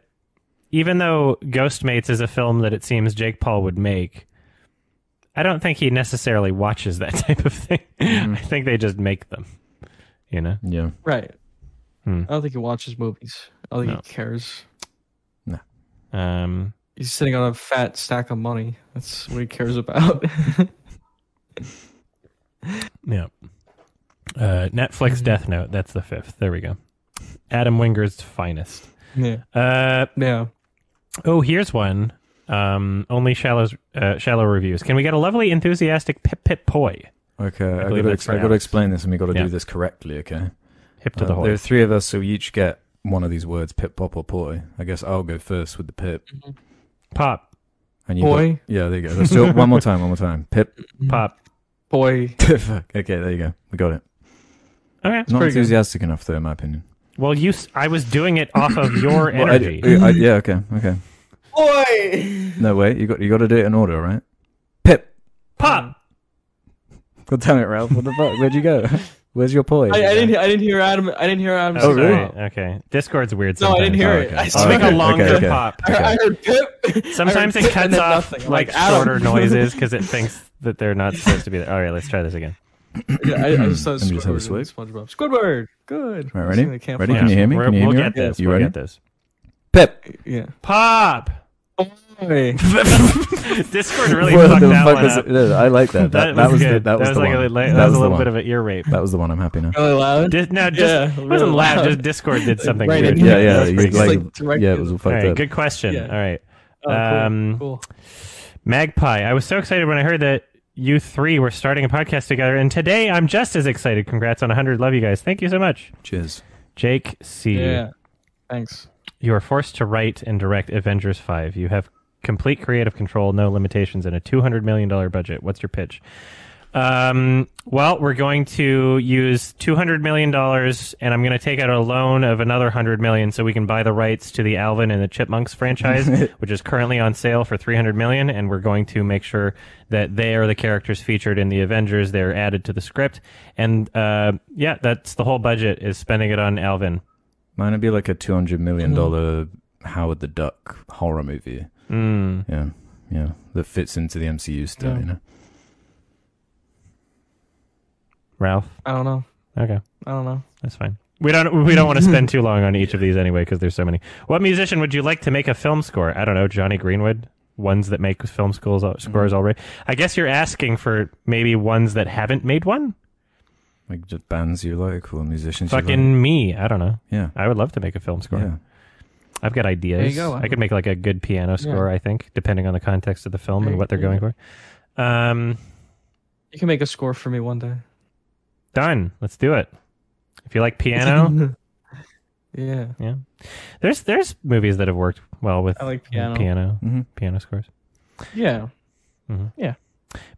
Speaker 2: even though Ghostmates is a film that it seems Jake Paul would make, I don't think he necessarily watches that type of thing. I think they just make them. You know?
Speaker 4: Yeah.
Speaker 5: Right.
Speaker 2: Hmm.
Speaker 5: I don't think he watches movies. I don't think
Speaker 2: No.
Speaker 5: he cares.
Speaker 2: Um,
Speaker 5: He's sitting on a fat stack of money. That's what he cares about.
Speaker 2: yeah. Uh, Netflix Death Note. That's the fifth. There we go. Adam Winger's finest.
Speaker 5: yeah.
Speaker 2: Uh,
Speaker 5: Yeah.
Speaker 2: Oh, here's one. Um, only shallow, uh, shallow reviews. Can we get a lovely, enthusiastic pip pip poi?
Speaker 4: Okay, I,
Speaker 2: believe
Speaker 4: gotta,
Speaker 2: that's
Speaker 4: ex- I gotta
Speaker 2: pronounced.
Speaker 4: explain this, and we gotta
Speaker 2: Yeah.
Speaker 4: do this correctly. Okay.
Speaker 2: Hip to
Speaker 4: Uh,
Speaker 2: the
Speaker 4: there are
Speaker 2: horse.
Speaker 4: three of us, so we each get one of these words: pip, pop, or poi. I guess I'll go first with the pip.
Speaker 2: Mm-hmm. Pop,
Speaker 4: And you go- Mm-hmm.
Speaker 5: Boy.
Speaker 4: yeah, there you go. Let's do it one more time. One more time. Pip.
Speaker 2: pop.
Speaker 5: Boy.
Speaker 4: Fuck. okay, there you go. We got it.
Speaker 2: Okay.
Speaker 4: Not
Speaker 5: pretty good.
Speaker 4: enthusiastic enough, though, in my opinion.
Speaker 2: Well, you. s- I was doing it off of your
Speaker 4: Well, I-
Speaker 2: energy.
Speaker 4: I- yeah. Okay. Okay.
Speaker 5: Boy.
Speaker 4: No wait. You got. You got to do it in order, right? Pip.
Speaker 2: Pop.
Speaker 4: God damn it, Ralph. What the fuck? Where'd you go? Where's your Oh, poi?
Speaker 5: I, I didn't. I didn't hear Adam. I didn't hear Adam.
Speaker 2: Oh,
Speaker 5: say
Speaker 2: sorry.
Speaker 5: pop.
Speaker 2: Okay. Discord's weird.
Speaker 5: No, I
Speaker 2: Sometimes.
Speaker 5: didn't hear it. I
Speaker 4: okay. Oh,
Speaker 5: just-
Speaker 2: Just make
Speaker 4: okay,
Speaker 2: a longer
Speaker 4: okay, okay.
Speaker 2: pop.
Speaker 5: I- I heard pip.
Speaker 2: Sometimes
Speaker 5: I
Speaker 2: it
Speaker 5: heard pip and
Speaker 2: cuts
Speaker 5: then
Speaker 2: off
Speaker 5: nothing. I'm
Speaker 2: like
Speaker 5: Adam.
Speaker 2: shorter noises because it thinks that they're not supposed to be there. All right, let's try this again.
Speaker 5: Yeah, I, I just saw
Speaker 4: Let me just have a
Speaker 5: Squidward. and SpongeBob. Squidward. Good.
Speaker 4: All
Speaker 5: I was
Speaker 4: right, ready?
Speaker 5: thinking they can't
Speaker 4: Ready?
Speaker 5: fly.
Speaker 4: Can you hear me?
Speaker 2: We're-
Speaker 4: Can you hear
Speaker 2: we'll
Speaker 4: me?
Speaker 2: get
Speaker 4: Yeah.
Speaker 2: this.
Speaker 4: You
Speaker 2: we'll
Speaker 4: ready?
Speaker 2: get this.
Speaker 4: Pip.
Speaker 5: Yeah.
Speaker 2: Pop.
Speaker 5: Boy.
Speaker 2: Discord really
Speaker 4: What
Speaker 2: fucked
Speaker 4: the
Speaker 2: that
Speaker 4: fuck
Speaker 2: one
Speaker 4: was
Speaker 2: up.
Speaker 4: it? No, I like that. That, that was, the,
Speaker 2: good.
Speaker 4: that was the
Speaker 2: like
Speaker 4: one.
Speaker 2: a, li- that,
Speaker 4: That
Speaker 2: was
Speaker 4: the
Speaker 2: a little
Speaker 4: one.
Speaker 2: bit of an ear rape.
Speaker 4: That was the one. I'm happy now.
Speaker 5: Really loud.
Speaker 2: Dis- no, just
Speaker 5: Yeah,
Speaker 2: it
Speaker 5: really
Speaker 2: wasn't loud.
Speaker 5: loud.
Speaker 2: Just Discord did something
Speaker 5: right
Speaker 2: weird.
Speaker 5: in Yeah,
Speaker 4: Yeah, yeah,
Speaker 5: that's
Speaker 4: you,
Speaker 5: pretty
Speaker 4: like,
Speaker 5: good. Like,
Speaker 4: yeah, it was all
Speaker 2: All
Speaker 4: fucked
Speaker 2: right,
Speaker 4: up.
Speaker 2: good question.
Speaker 5: Yeah.
Speaker 2: All right,
Speaker 5: Oh, cool,
Speaker 2: Um,
Speaker 5: cool.
Speaker 2: Magpie. I was so excited when I heard that you three were starting a podcast together, and today I'm just as excited. Congrats on 100. Love you guys. Thank you so much,
Speaker 4: Cheers.
Speaker 2: Jake C.
Speaker 5: Yeah. Thanks.
Speaker 2: You are forced to write and direct Avengers 5. You have complete creative control, no limitations, and a $200 million budget. What's your pitch? Um, well, we're going to use $200 million, and I'm going to take out a loan of another $100 million so we can buy the rights to the Alvin and the Chipmunks franchise, which is currently on sale for $300 million, and we're going to make sure that they are the characters featured in the Avengers. They're added to the script. And uh, yeah, that's the whole budget is spending it on Alvin.
Speaker 4: Mine would be like a two hundred
Speaker 2: Mm-hmm.
Speaker 4: million dollar Howard the Duck horror movie.
Speaker 2: Mm.
Speaker 4: Yeah, yeah, that fits into the MCU still. You know,
Speaker 2: Ralph?
Speaker 5: I don't know.
Speaker 2: Okay.
Speaker 5: I don't know.
Speaker 2: That's fine. We don't we don't want to spend too long on each of these anyway because there's so many. What musician would you like to make a film score? I don't know, Johnny Greenwood. Ones that make film schools scores
Speaker 5: Mm-hmm.
Speaker 2: already. I guess you're asking for maybe ones that haven't made one.
Speaker 4: like just bands you like or musicians. you
Speaker 2: Fucking
Speaker 4: like.
Speaker 2: me. I don't know.
Speaker 4: yeah,
Speaker 2: I would love to make a film score.
Speaker 4: yeah.
Speaker 2: I've got ideas.
Speaker 5: There you go.
Speaker 2: I could make like a good piano score. I think, depending on the context of the film
Speaker 5: There
Speaker 2: and
Speaker 5: you
Speaker 2: what they're
Speaker 5: go.
Speaker 2: going for. Um,
Speaker 5: You can make a score for me one day.
Speaker 2: done. Let's do it. If you like piano,
Speaker 5: yeah.
Speaker 2: there's there's movies that have worked well with
Speaker 5: I like piano.
Speaker 2: piano
Speaker 4: Mhm.
Speaker 2: piano scores.
Speaker 5: Yeah.
Speaker 2: Mm-hmm.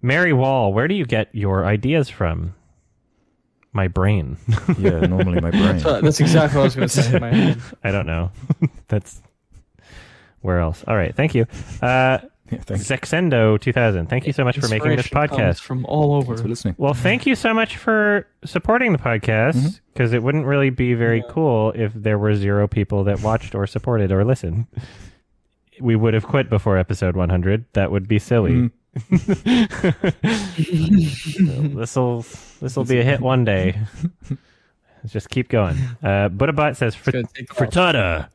Speaker 2: Mary Wall, where do you get your ideas from? My brain.
Speaker 4: yeah. Normally my brain.
Speaker 5: So that's exactly what I was going to say in my head.
Speaker 2: I don't know. That's where else. All right, thank you. Uh,
Speaker 4: Yeah, thanks.
Speaker 2: Zexendo 2000, thank you so much for making this
Speaker 5: Inspiration comes
Speaker 2: podcast.
Speaker 5: from all over.
Speaker 4: Thanks for listening.
Speaker 2: Well, thank you so much for supporting the podcast because it wouldn't really be very cool if there were zero people that watched or supported or listened. We would have quit before episode 100. That would be silly.
Speaker 4: Mm.
Speaker 2: this'll this'll be a hit one day. Let's just keep going. Uh, Buddhabot says
Speaker 5: It's
Speaker 2: Fr-
Speaker 5: gonna take off.
Speaker 2: frittata.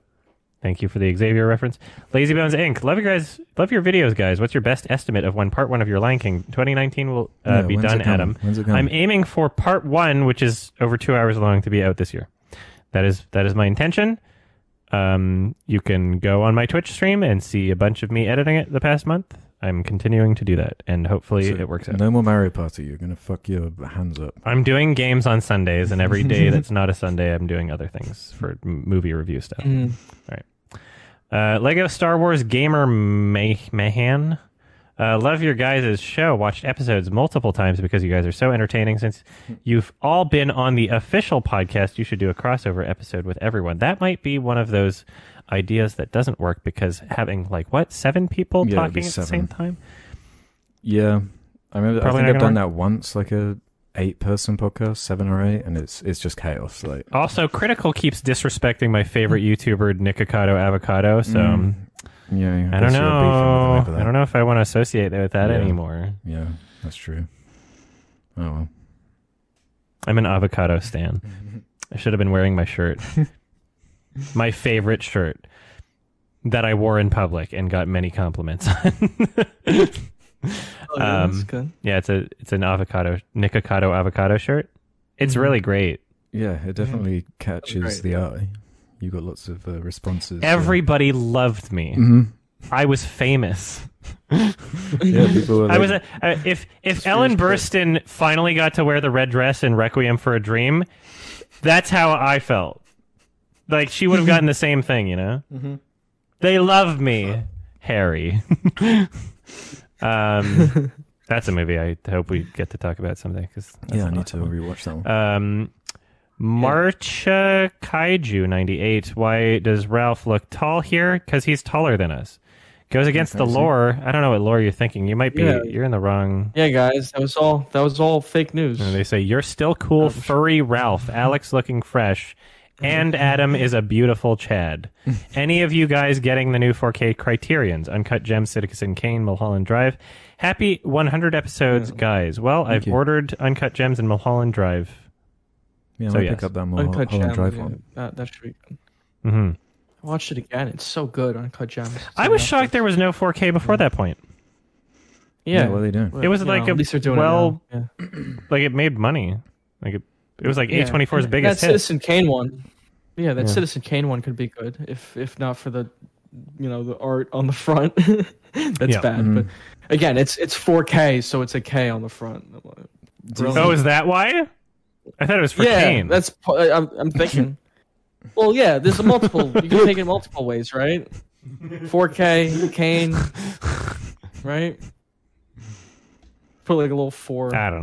Speaker 2: Thank you for the Xavier reference. Lazy Bones Inc. Love you guys. Love your videos, guys. What's your best estimate of when Part One of your Lion King 2019 will uh,
Speaker 4: Yeah,
Speaker 2: be
Speaker 4: when's it
Speaker 2: done,
Speaker 4: coming?
Speaker 2: Adam?
Speaker 4: When's it coming?
Speaker 2: I'm aiming for Part One, which is over two hours long, to be out this year. That is that is my intention. Um, you can go on my Twitch stream and see a bunch of me editing it the past month. I'm continuing to do that, and hopefully
Speaker 4: So
Speaker 2: it works out.
Speaker 4: No more Mario Party. You're gonna fuck your hands up.
Speaker 2: I'm doing games on Sundays, and every day that's not a Sunday, I'm doing other things for m- movie review stuff.
Speaker 5: Mm.
Speaker 2: Uh, Lego Star Wars Gamer May- Mahan. Uh, love your guys' show. Watched episodes multiple times because you guys are so entertaining. Since you've all been on the official podcast, you should do a crossover episode with everyone. That might be one of those ideas that doesn't work because having like what seven people
Speaker 4: Yeah, it'd be
Speaker 2: talking at the
Speaker 4: seven.
Speaker 2: same time.
Speaker 4: Yeah, I remember.
Speaker 2: Probably
Speaker 4: I
Speaker 2: not
Speaker 4: think I've done
Speaker 2: gonna
Speaker 4: that once, like a eight-person podcast, seven or eight, and it's it's just chaos. Like,
Speaker 2: Also, Critical keeps disrespecting my favorite YouTuber Nick Ocado Avocado. So um,
Speaker 4: Mm. yeah, yeah
Speaker 2: I don't know. I don't know if I want to associate with that
Speaker 4: Yeah.
Speaker 2: anymore.
Speaker 4: Yeah, that's true. Oh well.
Speaker 2: I'm an avocado stan. I should have been wearing my shirt. my favorite shirt that I wore in public and got many compliments on.
Speaker 5: Oh, yeah, that's
Speaker 2: Um,
Speaker 5: good.
Speaker 2: yeah, it's a it's an avocado Nikocado avocado shirt. It's really great.
Speaker 4: Yeah, it definitely catches the eye. You got lots of uh, responses. uh,
Speaker 2: Everybody loved me.
Speaker 4: Mhm.
Speaker 2: I was famous.
Speaker 4: Yeah, people were
Speaker 2: I was
Speaker 4: like,
Speaker 2: a, uh, if if Ellen Burstyn finally got to wear the red dress in Requiem for a Dream, that's how I felt. Like she would have gotten the same thing, you know. They love me, Harry. um, that's a movie I hope we get to talk about someday. Cause that's
Speaker 4: yeah, I
Speaker 2: an
Speaker 4: need to
Speaker 2: awesome one.
Speaker 4: rewatch that one.
Speaker 2: Um, Marcha Kaiju 98. Why does Ralph look tall here? Because he's taller than us. Goes against the lore. I don't know what lore you're thinking. You might be,
Speaker 5: Yeah.
Speaker 2: you're in the wrong.
Speaker 5: Yeah, guys, that was all. That was all fake news.
Speaker 2: And they say, You're still cool, furry Ralph. Alex looking fresh. And Adam is a beautiful Chad. Any of you guys getting the new 4K criterions? Uncut Gems, Citizen Kane, Mulholland Drive. Happy 100 episodes, guys. Well, I've
Speaker 4: you.
Speaker 2: ordered Uncut Gems and Mulholland Drive.
Speaker 4: Yeah,
Speaker 2: so
Speaker 4: I'll
Speaker 2: yes.
Speaker 4: pick up that more
Speaker 5: Uncut
Speaker 4: Holland
Speaker 5: Gems.
Speaker 4: Drive
Speaker 5: yeah,
Speaker 4: one.
Speaker 5: That, that should be. Good.
Speaker 2: hmm
Speaker 5: I watched it again. It's so good. Uncut Gems. It's
Speaker 2: I was
Speaker 5: enough.
Speaker 2: shocked there was no 4K before that point.
Speaker 5: Yeah.
Speaker 4: what are they doing?
Speaker 2: It was
Speaker 5: You
Speaker 2: like
Speaker 5: know,
Speaker 2: a
Speaker 5: at least they're doing it
Speaker 2: well-
Speaker 5: now. Yeah.
Speaker 2: Like it made money. Like it, it was like
Speaker 5: Yeah.
Speaker 2: A24's
Speaker 5: That
Speaker 2: biggest hit.
Speaker 5: Citizen Kane one. Yeah, that
Speaker 2: Yeah.
Speaker 5: Citizen Kane one could be good if if not for the, you know, the art on the front. That's
Speaker 2: Yeah. Mm-hmm.
Speaker 5: bad. But again, it's it's 4K, so it's a K on the front. Really?
Speaker 2: Oh, is that why? I thought it was for
Speaker 5: yeah,
Speaker 2: Kane.
Speaker 5: that's po- I- I'm I'm thinking. well, yeah, there's a multiple. You can take it multiple ways, right? 4K Kane, right? Put like a little four.
Speaker 2: I don't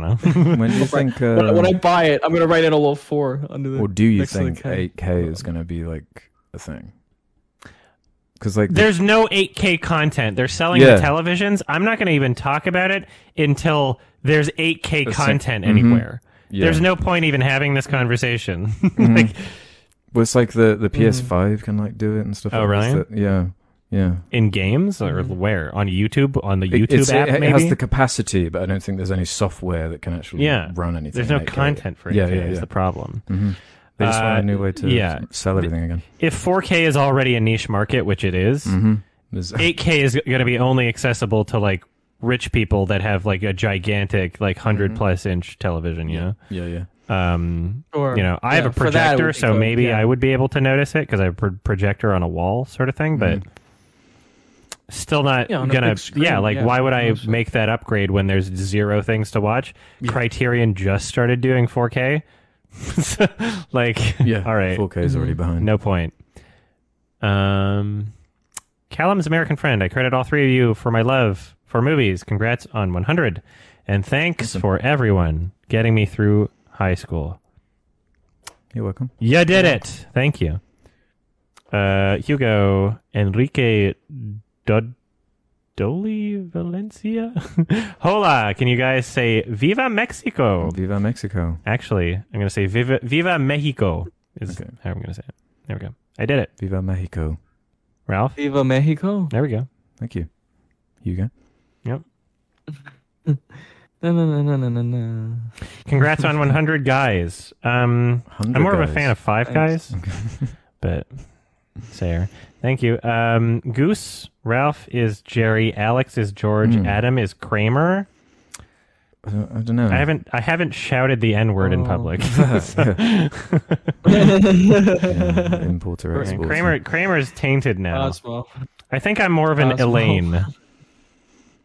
Speaker 2: know.
Speaker 4: When do you think,
Speaker 5: when, I,
Speaker 4: uh,
Speaker 5: when I buy it, I'm gonna write in a little four under the.
Speaker 4: or do you
Speaker 5: next to the
Speaker 4: think
Speaker 5: K.
Speaker 4: 8K is going to be like a thing? Because like,
Speaker 2: There's no 8K content. They're selling
Speaker 4: Yeah.
Speaker 2: the televisions. I'm not going to even talk about it until there's 8K
Speaker 4: That's it.
Speaker 2: content
Speaker 4: Mhm.
Speaker 2: anywhere.
Speaker 4: Yeah. Mm-hmm.
Speaker 2: There's no point even having this conversation. like
Speaker 4: well, it's like the the
Speaker 5: Mm.
Speaker 4: PS5 can like do it and stuff.
Speaker 2: Oh,
Speaker 4: like this,
Speaker 2: really?
Speaker 4: that- Yeah, yeah.
Speaker 2: in games or where on YouTube on the
Speaker 4: Mm-hmm. It-
Speaker 2: YouTube
Speaker 4: it's-
Speaker 2: app
Speaker 4: it, it
Speaker 2: maybe.
Speaker 4: has the capacity, but I don't think there's any software that can actually
Speaker 2: Yeah.
Speaker 4: run anything.
Speaker 2: there's no
Speaker 4: in 8K.
Speaker 2: content for 8K.
Speaker 4: Yeah, yeah,
Speaker 2: Is
Speaker 4: yeah.
Speaker 2: the problem.
Speaker 4: They just want
Speaker 2: uh,
Speaker 4: a new way to
Speaker 2: yeah.
Speaker 4: s- sell everything again.
Speaker 2: if 4K is already a niche market, which it is,
Speaker 4: Mm. Mm-hmm. There's-
Speaker 2: 8K is going to be only accessible to like rich people that have like a gigantic like 100 plus inch television, you know.
Speaker 4: Mm-hmm. yeah, yeah.
Speaker 2: Um
Speaker 5: Sure.
Speaker 2: you know, I have
Speaker 5: Yeah,
Speaker 2: a
Speaker 5: for that it would
Speaker 2: projector
Speaker 5: be
Speaker 2: so
Speaker 5: good,
Speaker 2: maybe
Speaker 5: yeah.
Speaker 2: I would be able to notice it cuz I have a pro- projector on a wall sort of thing, but Still not
Speaker 5: Mm-hmm. Yeah, on a
Speaker 2: gonna,
Speaker 5: big screen,
Speaker 2: yeah. Like,
Speaker 5: yeah,
Speaker 2: why would I
Speaker 5: also.
Speaker 2: make that upgrade when there's zero things to watch? Criterion just started doing 4K, so, like,
Speaker 4: Yeah,
Speaker 2: all right, Mm-hmm.
Speaker 4: 4K is already behind.
Speaker 2: no point. Um, Callum's American friend. I credit all three of you for my love for movies. Congrats on 100, and thanks for everyone getting me through high school.
Speaker 4: You're welcome.
Speaker 2: You did it. Thank you. Uh, Hugo Enrique Dod- Doli Valencia. Hola! Can you guys say "Viva Mexico"?
Speaker 4: Viva Mexico.
Speaker 2: Actually, I'm gonna say "Viva Viva Mexico" is
Speaker 4: Okay.
Speaker 2: how I'm gonna say it. There we go. I did it,
Speaker 4: Viva Mexico.
Speaker 2: Ralph.
Speaker 5: Viva Mexico.
Speaker 2: There we go.
Speaker 4: Thank you. Hugo.
Speaker 5: No, no, no, no, no, no, no.
Speaker 2: Congrats on 100 guys. Um,
Speaker 4: 100
Speaker 2: I'm more of a
Speaker 4: guys.
Speaker 2: fan of Five
Speaker 5: Thanks.
Speaker 2: Guys, but Sayer. Thank you. Um, Goose, Ralph is Jerry, Alex is George, Adam is Kramer.
Speaker 4: I don't, I don't know.
Speaker 2: I haven't I haven't shouted the N word in
Speaker 5: Oh.
Speaker 2: public.
Speaker 4: Yeah, Um, importer exporter.
Speaker 2: Kramer Kramer's tainted now.
Speaker 5: Oswald.
Speaker 2: I think I'm more of an
Speaker 5: Oswald.
Speaker 2: Elaine.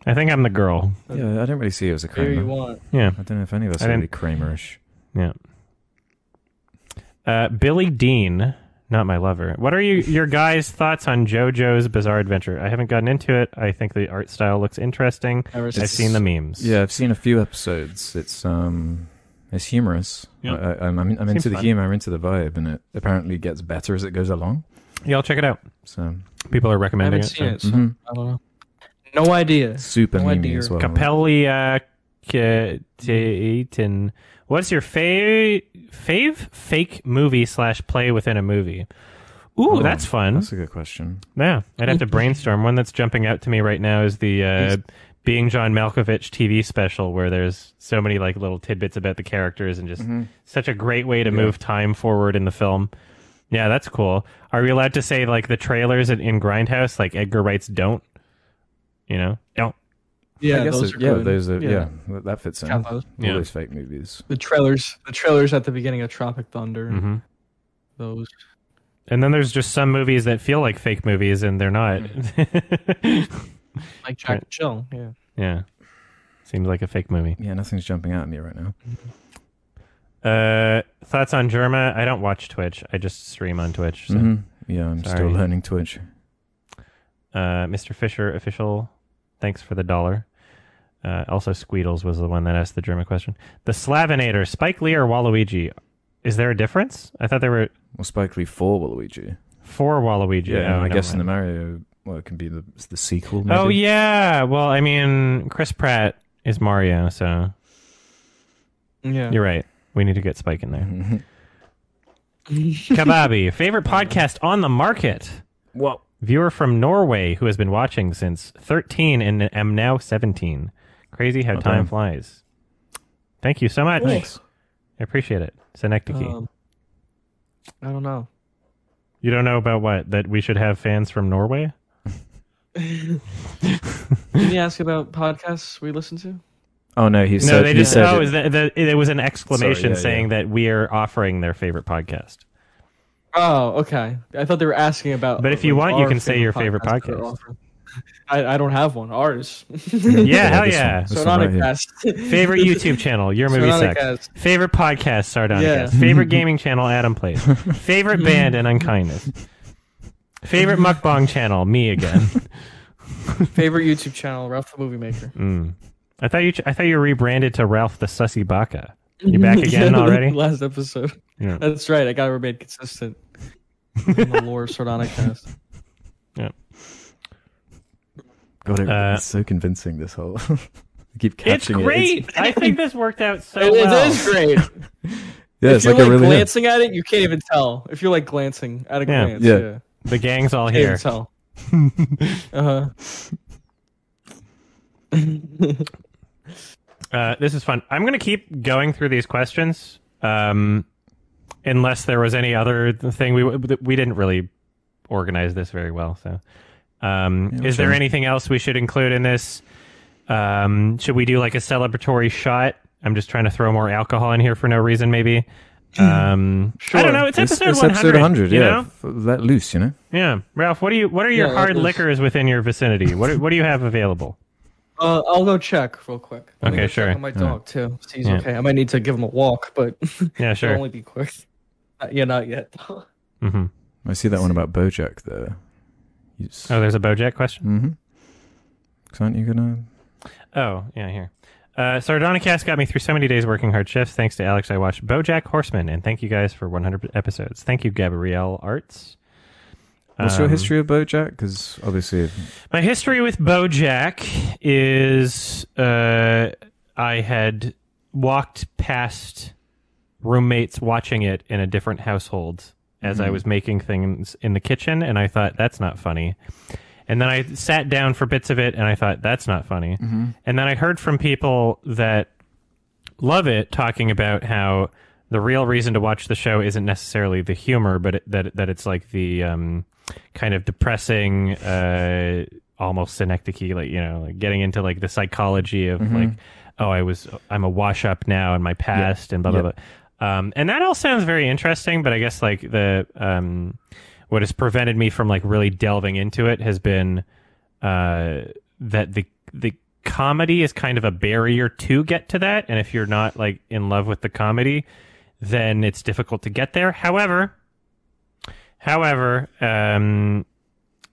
Speaker 2: I think I'm the girl.
Speaker 4: Yeah, I don't really see it as a
Speaker 5: Whatever you
Speaker 4: Kramer.
Speaker 5: want.
Speaker 2: Yeah.
Speaker 4: I don't know if any of us
Speaker 2: I
Speaker 4: are
Speaker 2: didn't-
Speaker 4: really Kramerish.
Speaker 2: Yeah. Uh, Billy Dean, not my lover. What are you your guys' thoughts on JoJo's Bizarre Adventure? I haven't gotten into it. I think the art style looks interesting.
Speaker 5: Ever
Speaker 2: I've
Speaker 5: since-
Speaker 2: seen the memes.
Speaker 4: Yeah, I've seen a few episodes. It's um, it's humorous.
Speaker 2: Yeah.
Speaker 4: I, I, I'm, I'm I'm
Speaker 2: Seems
Speaker 4: into the
Speaker 2: fun.
Speaker 4: humor. I'm into the vibe, and it apparently gets better as it goes along.
Speaker 2: y'all check it out.
Speaker 4: So
Speaker 2: People are
Speaker 5: I
Speaker 2: recommending
Speaker 5: haven't
Speaker 2: it.
Speaker 5: seen it, so
Speaker 4: mhm.
Speaker 5: I don't know. No idea.
Speaker 4: super
Speaker 5: No
Speaker 4: meme
Speaker 5: idea.
Speaker 4: as well.
Speaker 2: Capellia Cateaton. What's your fave fave fake movie slash play within a movie? Ooh,
Speaker 4: Oh,
Speaker 2: that's fun.
Speaker 4: That's a good question.
Speaker 2: yeah, I'd have to brainstorm. One that's jumping out to me right now is the uh, being John Malkovich TV special where there's so many like little tidbits about the characters and just such a great way to move time forward in the film. Yeah, that's cool. Are we allowed to say like the trailers in, in Grindhouse like Edgar Wright's don't? You know, don't.
Speaker 3: Yeah,
Speaker 4: I guess
Speaker 3: those
Speaker 4: it-
Speaker 3: are
Speaker 4: yeah,
Speaker 3: good.
Speaker 4: those are
Speaker 3: Yeah.
Speaker 4: yeah. that- that fits in.
Speaker 3: Count
Speaker 4: All
Speaker 3: those.
Speaker 2: Yeah.
Speaker 4: those fake movies.
Speaker 3: The trailers, the trailers at the beginning of Tropic Thunder.
Speaker 2: Mm-hmm.
Speaker 3: Those.
Speaker 2: And then there's just some movies that feel like fake movies and they're not.
Speaker 5: like Jack
Speaker 2: Right.
Speaker 5: and Jill. Yeah.
Speaker 2: yeah. Seems like a fake movie.
Speaker 4: Yeah, nothing's jumping out at me right now.
Speaker 2: Uh thoughts on Germa? I don't watch Twitch. I just stream on Twitch. So.
Speaker 4: Mhm. Yeah, I'm still
Speaker 2: Sorry.
Speaker 4: learning Twitch.
Speaker 2: Uh Mr. Fisher official, thanks for the dollar. Uh, also Squeedles was the one that asked the Germa question. The Slavinator, Spike Lee or Waluigi? Is there a difference? I thought there were
Speaker 4: Well, Spike Lee for Waluigi.
Speaker 2: four Waluigi.
Speaker 4: Yeah,
Speaker 2: Oh,
Speaker 4: I
Speaker 2: never
Speaker 4: guess
Speaker 2: mind.
Speaker 4: in the Mario, well, it can be the it's the sequel. Maybe.
Speaker 2: Oh yeah. Well, I mean, Chris Pratt is Mario, so
Speaker 3: Yeah.
Speaker 2: you're right. We need to get Spike in there.
Speaker 4: yeah.
Speaker 2: Kababi, favorite podcast on the market.
Speaker 4: well,
Speaker 2: Viewer from Norway who has been watching since 13 and am now 17. Crazy how
Speaker 4: Well
Speaker 2: time
Speaker 4: done.
Speaker 2: flies. Thank you so much.
Speaker 4: thanks.
Speaker 2: I appreciate it. Synecdoche.
Speaker 5: Um, I don't know.
Speaker 2: you don't know about what? That we should have fans from Norway?
Speaker 5: Didn't you ask about podcasts we listen to?
Speaker 4: Oh no, he
Speaker 2: no,
Speaker 4: said
Speaker 2: they
Speaker 4: he
Speaker 2: just.
Speaker 4: said
Speaker 2: Oh,
Speaker 4: it.
Speaker 2: is that, that, it was an exclamation
Speaker 4: yeah,
Speaker 2: saying that we are offering their favorite podcast.
Speaker 5: Oh, okay. I thought they were asking about.
Speaker 2: But if you
Speaker 5: like,
Speaker 2: want, you
Speaker 5: our
Speaker 2: can say your favorite
Speaker 5: podcasts that are
Speaker 2: podcast.
Speaker 5: offered. I, I don't have one. Ours.
Speaker 2: Yeah, hell
Speaker 4: this
Speaker 2: yeah.
Speaker 4: one. This one right
Speaker 5: Sardonic
Speaker 4: here.
Speaker 5: cast.
Speaker 2: Favorite YouTube channel, Your Movie Sucks.
Speaker 5: Sardonicast.
Speaker 2: Favorite podcast, Sardonicast.
Speaker 5: Yeah.
Speaker 2: Favorite gaming channel, Adam Plays. Favorite band, and Unkindness. Favorite mukbang channel, me again.
Speaker 5: Favorite YouTube channel, Ralph the Movie Maker.
Speaker 2: Mm. I thought you ch- I thought you rebranded to Ralph the Sussy Baka. You back again already?
Speaker 5: Last episode.
Speaker 2: Yeah.
Speaker 5: That's right. I got to remain consistent. in the lore of Sardonic cast.
Speaker 4: God, it,
Speaker 2: Uh,
Speaker 4: it's so convincing. This whole I keep
Speaker 2: It's
Speaker 4: catching It.
Speaker 2: great. I think this worked out so
Speaker 5: It-
Speaker 2: well.
Speaker 5: it is great.
Speaker 4: yeah,
Speaker 5: if
Speaker 4: it's
Speaker 5: you're
Speaker 4: like a
Speaker 5: like,
Speaker 4: really good-
Speaker 5: glancing at it, you can't even tell. If you're like glancing at a
Speaker 2: Yeah.
Speaker 5: glance,
Speaker 4: Yeah.
Speaker 5: yeah, can't
Speaker 2: The gang's all
Speaker 5: even
Speaker 2: here.
Speaker 5: tell. uh huh.
Speaker 2: Uh, this is fun. I'm going to keep going through these questions, um, unless there was any other thing we we didn't really organize this very well. So, um,
Speaker 4: Yeah,
Speaker 2: is there
Speaker 4: sure.
Speaker 2: anything else we should include in this? Um, should we do like a celebratory shot? I'm just trying to throw more alcohol in here for no reason, maybe. Um, I don't know. It's
Speaker 4: It's,
Speaker 2: episode
Speaker 4: it's
Speaker 2: 100.
Speaker 4: episode 100.
Speaker 2: you
Speaker 4: yeah,
Speaker 2: know?
Speaker 4: F- let loose. You know.
Speaker 2: yeah. Ralph, what do you? What are your
Speaker 5: Yeah,
Speaker 2: hard
Speaker 5: it is.
Speaker 2: liquors within your vicinity? What do- What do you have available?
Speaker 5: Uh, I'll go check real quick. Let me
Speaker 2: Okay,
Speaker 5: go check
Speaker 2: sure.
Speaker 5: on my dog too. See, he's
Speaker 2: Yeah.
Speaker 5: okay. I might need to give him a walk, but
Speaker 2: Yeah,
Speaker 5: it'll
Speaker 2: sure.
Speaker 5: only be quick. Not, yeah, not yet.
Speaker 2: hmm
Speaker 4: I see that one about BoJack there. You s-
Speaker 2: Oh, there's a BoJack question.
Speaker 4: Mm-hmm. Because aren't you gonna?
Speaker 2: Oh, yeah, here. Uh, Sardonicast got me through so many days working hard shifts. Thanks to Alex, I watched BoJack Horseman, and thank you guys for 100 episodes. Thank you, Gabrielle Arts.
Speaker 4: What's your
Speaker 2: Um,
Speaker 4: history of BoJack? Because obviously,
Speaker 2: My history with BoJack is uh, I had walked past roommates watching it in a different household as I was making things in the kitchen, and I thought that's not funny. And then I sat down for bits of it, and I thought that's not funny. And then I heard from people that love it talking about how the real reason to watch the show isn't necessarily the humor, but it, that that it's like the um, kind of depressing, uh, almost synecdoche, like you know, like getting into like the psychology of like, oh, I was, I'm a wash up now in my past, and blah blah
Speaker 4: Yeah.
Speaker 2: blah. Um, and that all sounds very interesting, but I guess like the um, what has prevented me from like really delving into it has been uh, that the the comedy is kind of a barrier to get to that and if you're not like in love with the comedy then it's difficult to get there however however um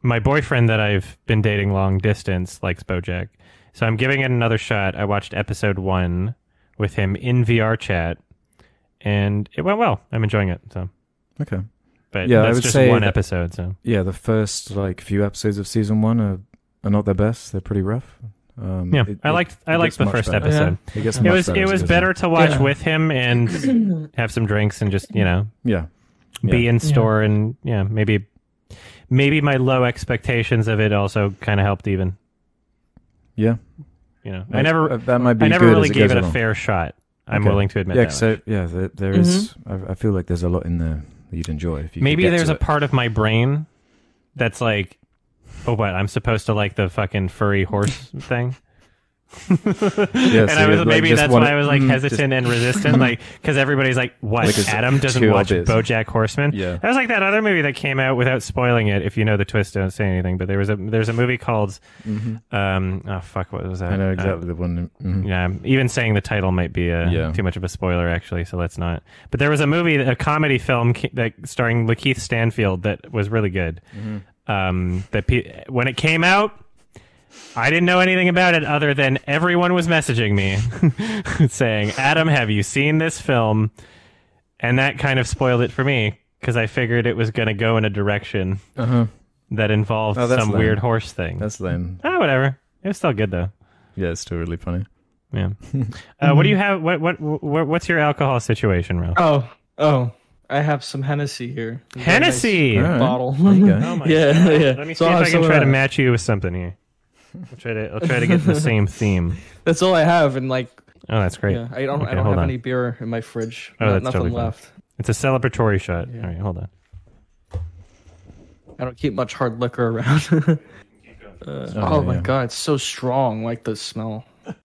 Speaker 2: my boyfriend that I've been dating long distance likes BoJack, so I'm giving it another shot. I watched episode one with him in VR chat, and it went well. I'm enjoying it. So,
Speaker 4: okay.
Speaker 2: but
Speaker 4: Yeah, I
Speaker 2: that's
Speaker 4: would
Speaker 2: just
Speaker 4: say
Speaker 2: one
Speaker 4: that-
Speaker 2: episode. So,
Speaker 4: yeah, the first like few episodes of season one are, are not their best. They're pretty rough. Um,
Speaker 2: yeah,
Speaker 4: it-
Speaker 2: I
Speaker 4: it
Speaker 2: liked I
Speaker 4: gets
Speaker 2: liked the
Speaker 4: much
Speaker 2: first
Speaker 4: better.
Speaker 2: episode.
Speaker 4: It gets
Speaker 2: It
Speaker 4: much
Speaker 2: was
Speaker 4: better
Speaker 2: it
Speaker 4: as
Speaker 2: was
Speaker 4: goes
Speaker 2: better
Speaker 4: on.
Speaker 2: to watch
Speaker 5: Yeah.
Speaker 2: with him and have some drinks and just you know
Speaker 4: Yeah,
Speaker 2: be
Speaker 4: Yeah.
Speaker 2: in store and yeah maybe maybe my low expectations of it also kind of helped even.
Speaker 4: yeah.
Speaker 2: You know, I never,
Speaker 4: Uh, that might be
Speaker 2: I never
Speaker 4: good
Speaker 2: really
Speaker 4: as it
Speaker 2: gave
Speaker 4: goes
Speaker 2: it a
Speaker 4: along.
Speaker 2: fair Mm-hmm. shot. I'm
Speaker 4: Okay.
Speaker 2: willing to admit
Speaker 4: Yeah,
Speaker 2: that.
Speaker 4: so yeah, there, there is- I, I feel like there's a lot in there that you'd enjoy. If you could
Speaker 2: Maybe
Speaker 4: get
Speaker 2: there's
Speaker 4: to
Speaker 2: a
Speaker 4: it.
Speaker 2: part of my brain that's like, oh, what? I'm supposed to like the fucking furry horse thing.
Speaker 4: Yeah,
Speaker 2: and
Speaker 4: so
Speaker 2: I was
Speaker 4: you'd, like,
Speaker 2: maybe
Speaker 4: just
Speaker 2: that's
Speaker 4: wanna-
Speaker 2: why I was like
Speaker 4: mm,
Speaker 2: hesitant and resistant, like because everybody's like, "What?
Speaker 4: Like, it's
Speaker 2: Adam doesn't
Speaker 4: too
Speaker 2: watch
Speaker 4: obvious.
Speaker 2: BoJack Horseman."
Speaker 4: Yeah.
Speaker 2: that was like that other movie that came out without spoiling it. If you know the twist, don't say anything. But there was a there's a movie called, um, oh fuck, what was that?
Speaker 4: Mm-hmm. I know
Speaker 2: Uh,
Speaker 4: exactly the one. mhm.
Speaker 2: yeah, even saying the title might be uh
Speaker 4: Yeah.
Speaker 2: too much of a spoiler, actually. So let's not. But there was a movie, a comedy film ca- that starring Lakeith Stanfield that was really good.
Speaker 4: Mm-hmm.
Speaker 2: Um, that pe- when it came out, I didn't know anything about it other than everyone was messaging me saying, "Adam, have you seen this film?" And that kind of spoiled it for me because I figured it was going to go in a direction
Speaker 4: Uh-huh.
Speaker 2: that involved
Speaker 4: Oh, that's
Speaker 2: some
Speaker 4: lame.
Speaker 2: weird horse thing.
Speaker 4: That's lame.
Speaker 2: oh, whatever. It was still good though.
Speaker 4: Yeah, it's still really funny.
Speaker 2: Yeah. Uh, what do you have? What, what what what's your alcohol situation, Ralph?
Speaker 3: Oh,
Speaker 5: Mm-hmm. Oh, I have some Hennessy here.
Speaker 2: Hennessy.
Speaker 4: All right.
Speaker 5: Bottle.
Speaker 4: There you go.
Speaker 2: Oh my
Speaker 5: Yeah,
Speaker 2: God.
Speaker 5: yeah.
Speaker 2: Let me
Speaker 5: So
Speaker 2: see
Speaker 5: I'll
Speaker 2: if
Speaker 5: have
Speaker 2: I
Speaker 5: some
Speaker 2: can
Speaker 5: of
Speaker 2: try to
Speaker 5: that.
Speaker 2: match you with something here. I'll try to I'll try to get the same theme.
Speaker 5: That's all I have, and like,
Speaker 2: Oh, that's great.
Speaker 5: yeah, I don't,
Speaker 2: Okay,
Speaker 5: I don't
Speaker 2: hold
Speaker 5: have
Speaker 2: on.
Speaker 5: any beer in my fridge.
Speaker 2: Oh,
Speaker 5: Not-
Speaker 2: that's
Speaker 5: nothing
Speaker 2: totally fine.
Speaker 5: left.
Speaker 2: It's a celebratory shot. All right, hold on.
Speaker 5: I don't keep much hard liquor around. Uh, oh my
Speaker 4: yeah.
Speaker 5: god, it's so strong, like the smell.